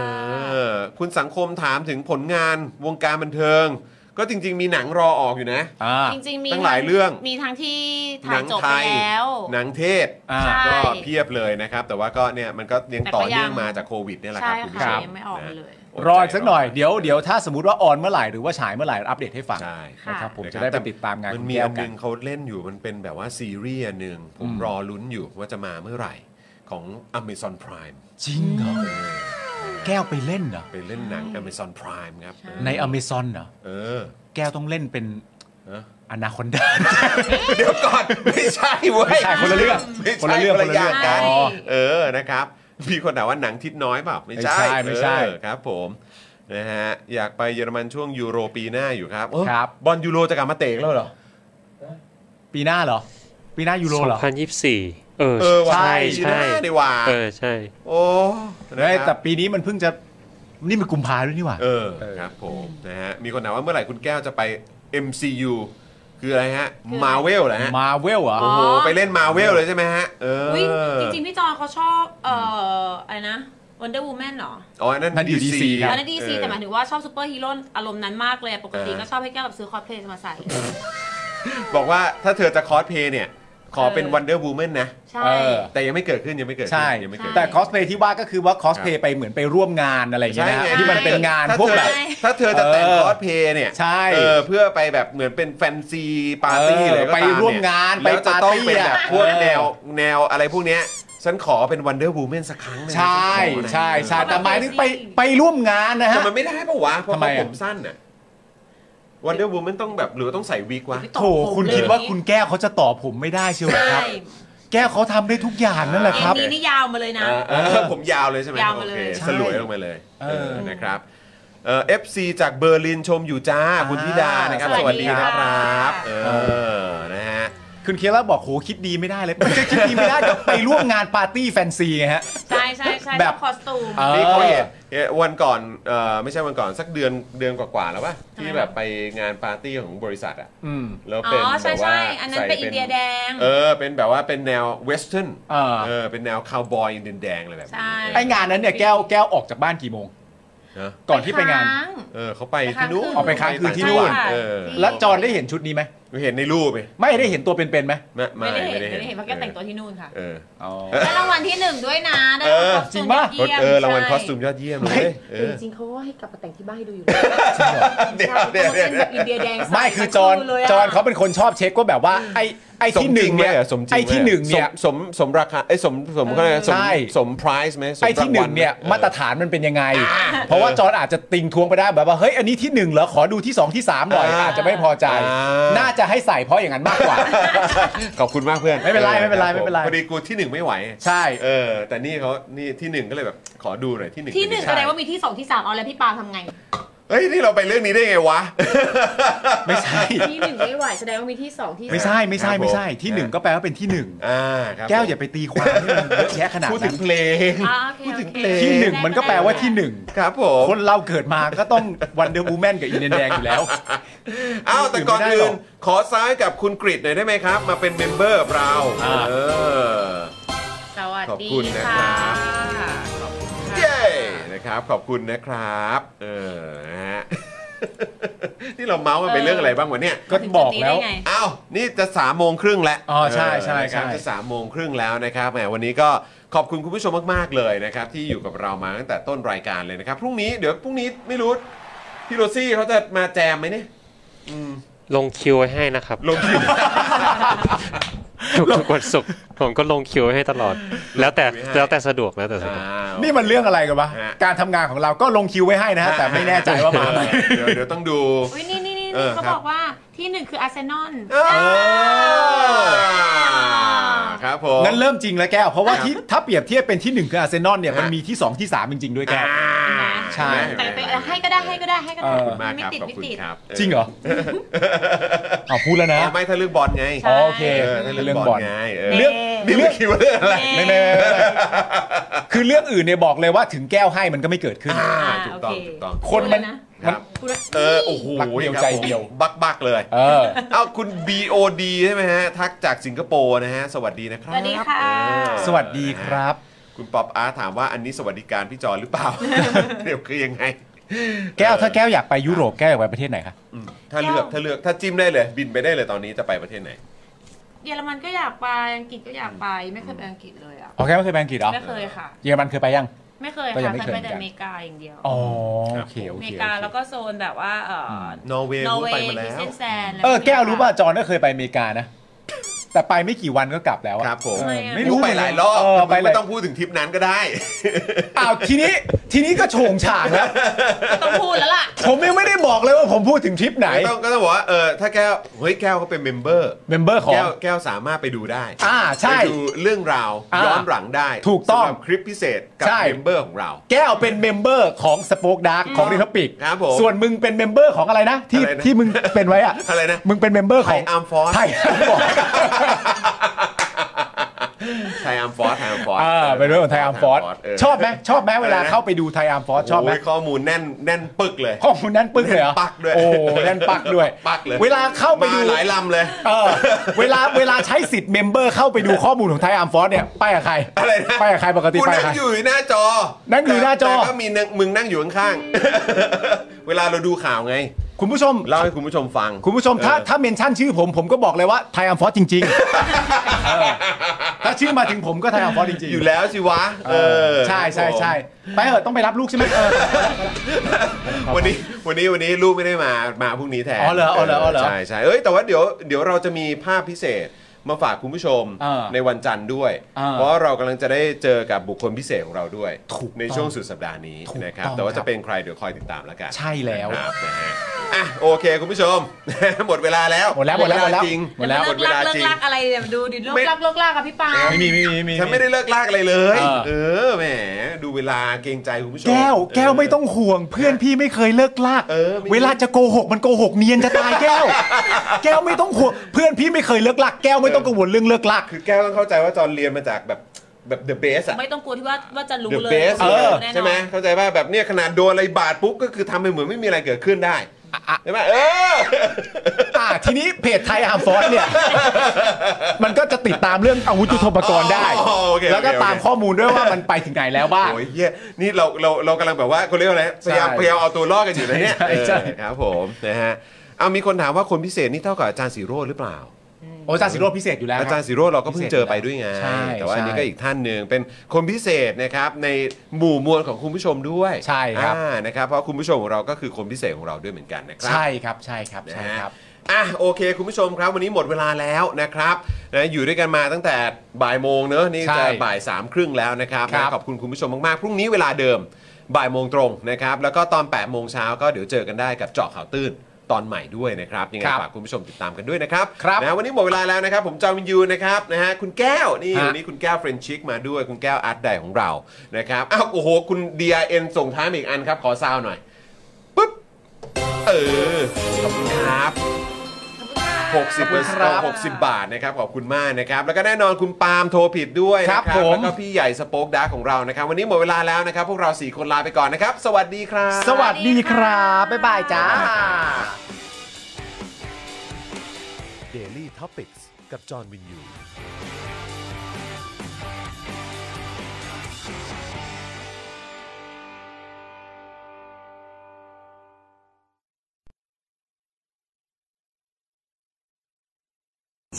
A: ออคุณสังคมถามถึงผลงานวงการบันเทิง ก็จริง ๆ มีหนังรอออกอยู่นะ
C: อ่า
F: จริงๆมี
A: ตั้งหลายเรื่อง
F: มีทั้งที่
A: ห
F: ถ่า
A: นั
F: ยจบ
A: ไท
F: ไป
A: ย
F: แล้ว
A: หนังเทศ
C: อ่า
F: ใช่
A: ก็เพียบเลยนะครับ แต่ว่าก็เนี่ยมันก็ยัง
F: แต่ก็
A: ต่อเนื่อง
F: ยัง
A: มาจากโควิดเนี่ยแหละค
F: ใช่
A: รับคุณผู้ช
F: ค่ะ
A: ม
F: ยังไม่ออกมา
A: นะ
F: เลย
A: ดใจ
C: รออีกสักหน่อยเดี๋ยวเดี๋ยวถ้าสมมติว่าออนเมื่อไหร่หรือว่าฉายเมื่อไหร่อัปเดตให้ฟัง
A: ใช่
F: ค่ะ
C: นะครับผม
A: นค
C: จะ
A: รับ
C: ได้ไป
A: แต่
C: ติดตามงาน
A: มัน
C: คุณ
A: มี
C: แก้
A: อั
C: วน
A: ห
C: กัน
A: นึงเขาเล่นอยู่มันเป็นแบบว่าซีรีส์อันหนึ่งผม
C: อืม
A: รอลุ้นอยู่ว่าจะมาเมื่อไหร่ของ Amazon Prime
C: จริงเหรอแก้วไปเล่นเหรอ
A: ไปเล่นหนัง Amazon Prime ครับ
C: ในอเมซอนเหรอ
A: เออ
C: แก้วต้องเล่นเป็น
A: เออ
C: อนาคอนดา
A: เดี๋ยวก่อน ไม่ใช่เว้ย
C: ไม่ใช่คนละเรื่อง
A: ไม่ใช่
C: คนละเรื่อง
A: คนละอย่าง
C: คนละเรื่
A: กั
C: อน ง
F: อ๋อ
A: เออนะครับ มีคนถามว่าหนังทิศน้อยเปล่าไม่ใช่
C: ไม่ใช่ไม่ใช่
A: เออครับผมนะฮะอยากไปเยอรมันช่วงยูโรปีหน้าอยู่ครับเอ้อ
C: ครับ
A: บอลยูโรจะกลับมาเตะอีกแล้วเหรอ
C: ปีหน้าเหรอ ปีหน้ายูโรเหรอ
D: 2024 เออ
A: เออว่ะ
D: ใช่
A: ปีห
D: ใช่
A: น้าดีกว่า
D: เออใช่
A: โอ้นะ
C: เฮ้ย
A: ครับ
C: แต่ปีนี้มันเพิ่งจะนี่มันกุมภาด้วยนี่หว่า
A: เออครับผมนะฮะมีคนถามว่าเมื่อไหร่คุณแก้วจะไป MCU คืออะไรฮะ
F: คืออะไร
A: มาเวลเหรอฮะ
C: มาเวลเหรอ
A: โอ้โหไปเล่นมาเวลเลยใช่ไหมฮะเออ
F: อุ๊ยจ
A: อ
F: ริงๆ พี่จอนเขาชอบเอ่ออะไรนะ Wonder Woman เหรอ
A: อ๋ออันนั้น
C: นั่นอยู่
A: DC
C: DC ครับ
F: อันนั้นดีซี
A: เออ
F: แต่หมายถึงว่าชอบซูเปอร์ฮีโร่อารมณ์นั้นมากเลยปกติ
A: เออ
F: ก็ชอบให้แก้วแบบซื้อคอสเพลย์มาใส่
A: บอกว่าถ้าเธอจะคอสเพลย์เนี่ย ขอเป็น
F: เออ
A: วันเดอร์วูแมนนะ
F: ใช่
C: เออ
A: แต่ยังไม่เกิดขึ้นยังไม่เกิดขึ้น
C: ใช่
A: ยังไม่เกิดขึ้น
C: แต่คอสเพลย์ที่ว่าก็คือว่าคอสเพลย์ไปเหมือนไปร่วมงานอะไรอย่างเงี้ยนะ
A: ใช่ไง
C: ที่มันเป็นงาน
A: ถ้า
C: พวก
A: เธอ
C: แบบ
A: ถ้าเธอจะแต่ง
C: เออ
A: คอสเพลย์เนี่ย
C: ใช่
A: เออเพื่อไปแบบเหมือนเป็นแฟนซีปาร์ตี้
C: เออ
A: เลยก็ตาม
C: ไปร่วมงาน
A: เนี่ยแล้ว
C: ไป
A: จะ
C: ปาร์ตี้
A: ต้องเป็นแบบ
C: อะ
A: พวก
C: เออ
A: แนวแนวอะไรพวกเนี้ยฉันขอเป็นวันเดอร์วูแมนสักครั้งหนึ่ง
C: ใช่
A: ฉันขอนะ
C: ใช่ใช่
F: เออ
C: แต่หมายถึงไปไปร่วมงานนะ
A: แต่
C: ฮะ
A: มันไม่ได้ปะวะเพราะ
C: ทำไม
A: เขา
C: อะ
A: ผมสั้นน่ะวันเดอร์วูแมนต้องแบบหรือต้องใส่วิกวะ
F: ไม่ตอบ
C: โถคุณ
F: ผมเลย
C: คิดว่าคุณแก้วเขาจะตอบผมไม่ได้เชียวเหรอครับ
F: ใช่
C: แก้วเขาทำได้ทุกอย่างนั่นแหละ
F: เก
C: ค
F: ม
C: รับ
F: นี้นี่ยาวมาเลยนะ
A: เออเออผมยาวเลยใช่ไหม
F: ยาวมาเลย
A: โอค
C: ใช่
A: สลวยลงมาเลย
C: เออ
A: เออนะครับเอ่อฟซีจากเบอร์ลินชมอยู่จ้า คุณธิดานะครับ
C: อ่า
A: สวัสดีนะครับเอ
C: เอ
A: อนะฮะ
C: คุณเคล่าบอกโหคิดดีไม่ได้เลยไม่ใช่คิดดีไม่ได้แต่ไปร่วมงานปาร์ตี้แฟนซีไงฮะ
F: ใช่ใช่ใช่
C: แบบ
F: คอสตูม
C: ออ
A: นี่เขาเห็นเอ่อวันก่อนเอ่อไม่ใช่วันก่อนสักเดือนเดือนกว่าๆแล้วป่ะ
F: ทำไม
A: ที่แบบไปงานปาร์ตี้ของบริษัทอ่ะ
C: อืม
A: แล้ว
F: อ๋
A: เป็น
F: อ
A: แบ
F: ใช่
A: บว่า
F: ใช่อันนั้นเป็นอินเดียแดง
A: เออเป็นแบบว่าเป็นแนวเวสเทิร์น
C: เออ
A: เออเป็นแนวคาวบอยอินเดียนแดงอะไรแบบนี้
F: ใช่
C: ไองานนั้นเนี่ยแก้วแก้วออกจากบ้านกี่โมง
A: นะ
C: ก่อนที่ไปงาน
F: ค้
A: เออเขาไปที่นู่น
C: เอาไปค้างคืนที่นู่น
A: ไปต่างจังหวัดเออ
F: ใช่ค่ะ
C: แล้วจอนได้เห็นชุดนี้ไหม
A: เห็นในรูปไหม
C: ไม่ได้เห็นตัวเป็นๆไหม
A: ไม่
F: ไม่ได้เห็น
A: ไม่
F: ไม่ได้เห็นเพราะแกแต่งตัวที่นู่นค่ะ
A: เออ
C: อ๋อ
A: เออ
F: ได้รางวัลที่หนึ่งด้วยนะได้
A: เออ
F: รางวัลคอส
C: จริ
F: ตู
C: ง
F: ม
A: รถ
C: ปะ
F: ยอดเยี่ยม
A: เออรางวัลคอสตูมยอดเยี่ยมเล
F: ใช่
A: ยเออ
G: จริงๆเขาก็ให้กลับมาแต่งที่บ้านให้ดูอยู่นะ
A: เดี๋ยว
G: ใช่
A: เดี๋ยว
G: ขา
A: เดี๋ยว
G: ป็นแบบอินเดียแดงใส่
C: ไม่คือจอน
G: ดูเลยะ
C: จอนเขาเป็นคนชอบเช็คว่าแบบว่าไอ้ไอ้ที่หนึ่งเนี่ย
A: สมจริไหมอะสมจริง
C: ไอ้ที่หนึ่งเนี่ย
A: สมสมสมราคาไอ้ยสมสมเขาเรียกอะไรสม
C: ใช่
A: สม price ไหมสม
C: ไอ้ที่หนึ่
A: รางวัล
C: เนี่ย
A: ไห
C: มาตรฐานมันเป็นยังไง เพราะว่าจอนอาจจะติงทวงไปได้แบบว่าเฮ้ยอันนี้ที่หนึ่งเหรอขอดูที่สองที่สามหน่อยอาจจะไม่พอใจ น่าจะให้ใส่เพราะอย่างนั้นมากกว่า
A: ขอบคุณมากเพื่อน
C: ไม่เป็นไร
A: ออ
C: ไม่เป็นไร
A: คบ
C: ไม่เป็นไร
A: พอดีกูที่หนึ่งไม่ไหว
C: ใช่
A: เออ แต่นี่เขานี่ที่หนึ่งก็เลยแบบขอดูหน่อยที่หนึ่ง
F: ที่หนึ่ง
A: เป็
F: แส
A: ยัไ
F: ดงว่ามีที่สองที่สามเอาแล้วพี่ปาทำไง
A: เฮ้ยนี่เราไปเรื่องนี้ได้ไงวะ
C: ไม่ใช่
G: ที่หนึ่งไม่ไหวแสดงว่ามีที่สองที่
C: ไม่ใช่ไม่ใช่ไม่ใช่
A: ครับผม
C: ที่หนึ่งก็แปลว่าเป็นที่หนึ่ง
A: อ่าครับ
C: แก้วอย่าไปตีความให้มันเยอะแยะขนาด
A: พูดถึ
C: นั้
A: ง
C: น
A: เพลง
F: อ่าโอเค
A: พูดถึง
F: โอ
A: เพ
F: เค
A: ลง
C: ที่หนึ่งมันก็แปลว่าที่หนึ่ง
A: ครับผม
C: คนเราเกิดมาก็ต้องวันเดอร์วูแมนกับอินเดียนแดงอยู่แล้ว
A: อ้าวแต่ก่อน
C: ไม่ได้หร
A: อื่
C: อน ก
A: ขอซ้ายกับคุณกริดหน่อยได้ไหมครับ มาเป็นเมมเบอร์เรา
C: อ่า
A: เออ
F: สวัส
A: ขอบ
F: ดี
A: คุณนะครั
F: ค่ะ
A: บ เย้นะครับ ขอบคุณนะครับ เออนะ ฮะ นี่เราเมาส์กันไป
F: เออ
A: เรื่องอะไรบ้างวะเนี่ย
C: ก็บอกแล้ว
F: ถึงจุดนี้ได้ไง
A: อ้าวนี่จะสามโมงครึ่งแล้ว
C: อ๋อใช่ใช่
A: เออนะครับ
C: ใช่
A: จะสามโมงครึ่งแล้วนะครับแหมวันนี้ก็ขอบคุณคุณผู้ชมมากๆเลยนะครับ ที่อยู่กับเรามาตั้งแต่ต้นรายการเลยนะครับพรุ่งนี้เดี๋ยวพรุ่งนี้ไม่รู้พี่โรซี่เขาจะมาแจมไหมเนี่ย
D: ลงคิวไว้ให้นะครับ
A: ลงคิว
D: ทุกๆวันศุกร์ผมก็ลงคิวไว้ให้ตลอด แล้วแต่
A: ไว้ให้
D: แล้วแต่สะดวกแล้วแต่สะดวก
A: อ้าว
C: นี่มันเรื่องอะไรกันวะ
A: ฮะ
C: การทำงานของเราก็ลงคิวไว้ให้นะฮะแต่ไม่แน่ใจว่ามาไหม
A: เดี๋ยวเดี๋ยวต้องดู
F: อุ้ยนี่นี่นี่
A: เออ
F: เขา
A: ครับ
F: บอกว่าที่หนึ่งคืออาร์เซนอล
A: เออครับผม
C: งั้นเริ่มจริงแล้วแก้ว เพราะว่า
A: ครับ
C: ที่ถ้าเปรียบเทียบเป็นที่ 1 คืออาร์เซนอลเนี่ย มันมีที่ 2 ที่ 3 จริง ๆ ด้วยแก้ว
A: อ่า
C: ใช่
F: แต่ไปให้ก็ได้ให้ก็ได้ให้ก็ได้
A: ข
C: เออ
A: อบคุณมาก
F: ไม่
A: ครับ
F: ติด
A: ขอบ
F: ไม่
A: คุณ
F: ติด
A: ครับ
C: จริงเหรอเอาพูดแล้วนะ
A: อ๋อไม่ถ้าเรื่องบอลไง
F: ใช่
C: อ๋อโอเค
A: เออถ้า
C: เรื่
A: เรื่อ
C: อง ง
A: บบ อ
C: อ
A: ล
C: ล
A: ไงเออ
C: เรื่อง
A: นี่ไม่คิดว่าเรื่องอะไร
C: ไม่ไม่ไม่ไม่ไม่คือเรื่องอื่นเนี่ยบอกเลยว่าถึงแก้วให้มันก็ไม่เกิดขึ้น
A: อ่า
F: อ่า
A: ถูกต้อง
F: โอเค
A: ถูกต้อง
C: คนมัน
F: นะ
A: ค
C: มัน
A: รับ
F: พูดแล้ว
A: เออโอ้โห
C: รักเดียว
A: ครับ
C: ใจเดียว
A: ผมบักบักเลย
C: เออ
A: เอ้าคุณ BOD ใช่ไหมฮะ ทักจากสิงคโปร์นะฮะ สวัสดีนะค
F: ส
A: รับ
F: วัสดีค่ะ
A: เออ
C: สวัสดีครับ
A: คุณป๊อปอาร์ตถามว่าอันนี้สวัสดิการพี่จอนหรือเปล่า เดี๋ยวคือยังไง
C: แก้วถ้าแก้วอยากไปยุโรปแก้วอยากไปประเทศไหนคะ
A: อืมถ้าเลือกถ้าเลือกถ้าจิ้มได้เลย บินไปได้เลยตอนนี้จะไปประเทศไหน
F: เยอรมันก็อยากไปอังกฤษก็อยากไปไม่เคยไปอังกฤษเลยอ่ะ
C: อ๋อแก้วไม่เคยไปอังกฤษเหรอ
F: ไม่เคยค่ะ
C: เยอรมันเคยไปยัง
F: ไม่เคย
C: ก็ยั
F: ค่ะ
C: งไม่
F: เคยไป
C: เคยเหมือนกัน
F: แต่อเมริกาอย่างเดียว
C: อ๋อโอเคโอ
F: อเม
C: เคโอก
F: ริา
C: เค
F: แล้วก็โซนแบบว่าเออ
A: นอร์เวย์
F: นอร์
A: รู้
F: เว
A: ไป
F: ย์
A: มา
F: นิ
A: แล้ว
F: เซนแซน
C: เออแก้วรู้ป่ะจอนก็เคยไปอเมริกานะ แต่ไปไม่กี่วันก็กลับแล้วอะ
A: ครับผม
F: ทำไมอะ
C: ไม่
A: รู้
C: รู้
A: ไปหลายรอบ
C: เไป
A: มึง
C: หลา
A: ไม่
C: ย
A: ต้องพูดถึงทริปนั้นก็ได้
C: อ้าวทีนี้ทีนี้ก็โฉงฉากแล้ว
F: ต้องพูดแล้วล่ะ
C: ผมยังไม่ได้บอกเลยว่าผมพูดถึงทริปไหน
A: ก็ต้องก็ต้องบอกว่าเออถ้าแก้วเฮ้ยแก้วเขาเป็นเมมเบอร์
C: เมมเบอร์ของ
A: แก้วแก้วสามารถไปดูได้
C: อ่าใช่
A: ไปดูเรื่องราว
C: อ่า
A: ย้อนหลังได้
C: ถูกต้อง
A: สำหรับคลิปพิเศษกับ
C: ใช่
A: เมมเบอร์ของเรา
C: แก้วเป็นเมมเบอร์ของสป o อ e ดาร์กของริพับปิก
A: ครับผม
C: ส่วนมึงเป็นเมมเบอร์ของอะไรนะ ที่
A: อะไรนะ
C: ที่มึงเป็นไว้อะ
A: อะไรนะ
C: มึงเป็นเมมเบอร์
A: ไท
C: ขอย ง
A: อาร์มฟอส
C: ไทยบอก
A: ไทยอาร์มฟอสไทยอาร์มฟอส
C: อ่าเป็นเรื่องของไทยอาร์มฟอร์ดชอบไหมชอบไหมเวลา
A: อะไรนะ
C: เข้าไปดูไทยอาร์มฟอร์ดชอบไหม
A: โยข้อมูลแน่นแน่นปึกเลย
C: ข้อมูลนั้นปึ้งเลยเหรอ
A: แน่นปักด้วย
C: โอ้แน่นปักด้วย
A: ปักเลย
C: เวลาเข้าไป
A: มา
C: ดู
A: หลายลำเลย
C: เออเวลาเวลาใช้สิทธิ์เมมเบอร์เข้าไปดูข้อมูลของไทยอาร์มฟอร์ดเนี่ยไปกับใคร
A: อะไรนะ
C: ไปกับใครปกติ
A: กู
C: ไปกั
A: นั่ง
C: บใคร
A: อยู่หน้าจอ
C: นั่งอยู่หน้าจอ
A: แต่แต่ก็มีนั่งมึงนั่งอยู่ข้างๆ เวลาเราดูข่าวไง
C: คุณผู้ชม
A: เล่าให้คุณผู้ชมฟัง
C: คุณผู้ชมถ้าถ้าเมนชั่นชื่อผมผมก็บอกเลยว่าไทอัมฟอสจริง ๆ เออถ้าชื่อมาถึงผมก็ไทอัมฟอสจริงๆ
A: อยู่แล้วสิวะ เออ
C: ใช่ใช่ใช่ไปเถอะต้องไปรับลูกใช่ไหมเออ
A: วันนี้วันนี้วันนี้ลูกไม่ได้มา มาพรุ่งนี้แทน
C: อ๋อเหรออ๋อเหรออ๋อเหรอ
A: ใช่ใช่เอ้ยแต่ว่าเดี๋ยวเดี๋ยวเราจะมีภาพพิเศษมาฝากคุณผู้ชม
C: เออ
A: ในวันจันทร์ด้วย
C: เออ
A: เพราะเรากำลังจะได้เจอกับบุคคลพิเศษของเราด้วย
C: ถูกต้อง
A: ในช่วงสุดสัปดาห์นี้
C: ถูก
A: นะครับ
C: ต้อง
A: แต่ว่า
C: ครั
A: จะ
C: บ
A: เป็นใครเดี๋ยวคอยติดตามแล้วกัน
C: ใช่แล้ว
A: ครับนะฮะอ่ะโอเค คุณผู้ชม หมดเวลาแล้ว
C: หมดแล้วหมดแล้วหมดแล้ว
A: จริง
C: หมดแล้ว
A: หม
F: เลิ
A: ด
F: ก
A: เว
F: ลั
A: ลาก
F: เลิ
A: จ
F: ก
A: ริง
F: ลักอะไรเดี๋ยวดูดิเลิ
A: ไม่
F: กลักเลิกลักอะพี่ปาล์ม
C: ไม่มีไม่มีไม่มี
A: ฉันไม่ได้เลิกลากอะไรเลย
C: เออ
A: เออแหมดูเวลาเกรงใจคุณผู้ชม
C: แก้ว
A: เ
C: แก้วไม่ต้องห่วง เพื่อนพี่ไม่เคยเลิกลาก
A: เออไม่
C: เวลาจะโกหกมันโกหกเนียนจะตายแก้ ว แก้วไม่ต้องห่วงเพื่อนพี่ไม่เคยเลิกลากแก้วไม่ต้องกังวลเรื่องเลิกลาก
A: คือแก้วต้องเข้าใจว่าจอนเรียนมาจากแบบแบบ the base อะ
F: ไม่ต้องกลัวที่ว่าว่าจะรู้
A: the
F: เลย
A: base
C: เออ
F: แน่นอน
A: ใช่ไหมเข้าใจว่าแบบเนี่ยขนาดโดนอะไรบาดปุ๊บก็คือทำไปเหมือนไม่มีอะไรเกิดขึ้นได้ใช่ไหมเออ
C: อ่าทีนี้เพจไทยอาร์มฟอส เนี่ย มันก็จะติดตามเรื่องอาวุธยุทโธปกรณ์ได้
A: อ๋อโอเคโอเค
C: แล้วก็ตามข้อมูลด้วยว่ามันไปถึงไหนแล้วบ้าง
A: โอ้ยเหี้ยนี่เราเราเรากำลังแบบว่าเขาเรียกว่าอะไรพยายาม
C: ใช่
A: พยายามเอาตัวรอดกันอยู่นะเนี่ย
C: ใช่ใช่
A: เออครับผมนะฮะเอามีคนถามว่าคนพิเศษนี่เท่ากับอาจารย์สีโรจน์หรือเปล่า
C: โอ้อาจารย์สิโรจน์พิเศษอยู่แล้วค
A: อา
C: บ
A: จารย์สีโรจน์เราก็เพิ่งเจอไปด้วยไง
C: ใช่
A: แต่ว่าอันนี้
C: ใช่
A: ก็อีกท่านหนึ่งเป็นคนพิเศษนะครับในหมู่มวลของคุณผู้ชมด้วย
C: ใช่ครับ
A: อ่านะครับเพราะคุณผู้ชมของเราก็คือคนพิเศษของเราด้วยเหมือนกันนะครั
C: ใช่ครับใช่ครับ
A: นะ
C: ใช่
A: ฮะ
C: ครับ
A: อ่ะโอเค คุณผู้ชมครับ วันนี้หมดเวลาแล้วนะครับนะอยู่ด้วยกันมาตั้งแต่บ่ายโมงเนอะนี่
C: ใช่
A: จะบ่ายสามครึ่งแล้วนะครับ
C: ครับ
A: นะขอบคุณคุณผู้ชมมากๆ พรุ่งนี้เวลาเดิมบ่ายโมงตรงนะครับ แล้วก็ตอน8ปดโมงเช้าก็เดี๋ยวเจอกันได้กับเจาะข่าวตื้นตอนใหม่ด้วยนะครับยังไง
C: ครับ
A: ฝากคุณผู้ชมติดตามกันด้วยนะครับ
C: ครับ
A: นะวันนี้หมดเวลาแล้วนะครับ ผมจอมยูนะครับนะฮะคุณแก้วนี่
C: ฮะ
A: วันนี้คุณแก้วเฟรนชิกมาด้วยคุณแก้วอาร์ตไดของเรานะครับอ้าวโอ้โหคุณ DRN ส่งท้ายมาอีกอันครับขอซาวหน่อยปึ๊บเออขอบคุณครับ 60เปอร์เซ็นต์เอา60 บาทนะครับ ขอบคุณมากนะครับ แล้วก็แน่นอนคุณปาล์มโทรผิดด้วยนะครับ
C: ผม
A: แล้วก็พี่ใหญ่สโป๊กดาร์กของเรานะครับ วันนี้หมดเวลาแล้วนะครับ พวกเรา 4 คนลาไปก่อนนะครับ สวัสดีครับ
C: สวัสดีครับ บ๊ายบายจ้า
A: Daily Topics กับจอห์นวินยู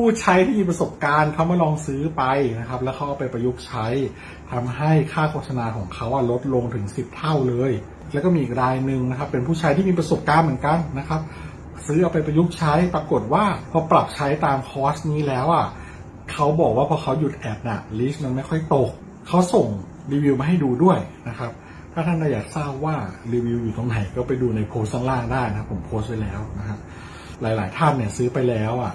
B: ผู้ใช้ที่มีประสบการณ์เขามาลองซื้อไปนะครับ แล้วเขาเอาไปประยุกต์ใช้ทำให้ค่าโฆษณาของเขาอะลดลงถึง 10 เท่าเลย แล้วก็มีอีกรายหนึ่งนะครับ เป็นผู้ใช้ที่มีประสบการณ์เหมือนกันนะครับ ซื้อเอาไปประยุกต์ใช้ปรากฏว่าพอปรับใช้ตามคอร์สนี้แล้วอ่ะเขาบอกว่าพอเขาหยุดแอดน่ะลิสต์มันไม่ค่อยตกเขาส่งรีวิวมาให้ดูด้วยนะครับ ถ้าท่านอยากทราบว่ารีวิวอยู่ตรงไหนก็ไปดูในโพสต์ข้างล่างได้นะครับผมโพสต์ไว้แล้วนะครับ หลาย ๆ ท่านเนี่ยซื้อไปแล้วอะ่ะ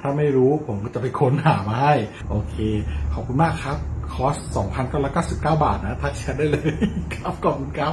B: ถ้าไม่รู้ผมก็จะไปค้นหามาให้ โอเค ขอบคุณมากครับ คอร์ส 2,999 บาทนะ ทักแชทได้เลยครับขอบคุณครับ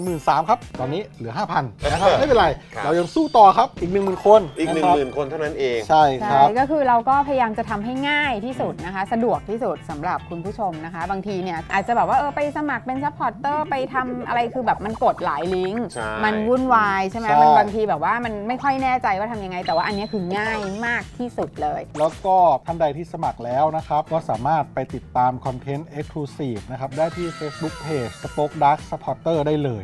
B: 1 3ื่นครับ ตอนนี้เหลือ 5,000นะครับ ไม่เป็นไร
A: ครับ
B: เรายังสู้ต่อครับอีก 10,000 คน
A: อีก1
B: ะครับ
A: 0,000คนเท่านั้นเอง
B: ใช่ค
H: ใช่
B: รับ
H: ก็คือเราก็พยายามจะทำให้ง่ายที่สุดนะคะ สะดวกที่สุดสำหรับคุณผู้ชมนะคะ บางทีเนี่ยอาจจะแบบว่าเออไปสมัครเป็นซัพพอร์ตเตอร์ไปทำอะไรคือแบบมันกดหลายลิงก์
A: ใช่
H: มันวุ่นวายใช่ไหม
B: ใช่
H: มันบางทีแบบว่ามันไม่ค่อยแน่ใจว่าทำยังไง แต่ว่าอันเนี้ยคือง่ายมากที่สุดเลย
B: แล้วก็ท่านใดที่สมัครแล้วนะครับ ก็สามารถไปติดตามคอนเทนต์ Exclusive นะครับ ได้ที่ Facebook Page Spoke Dark Supporter ได้เลย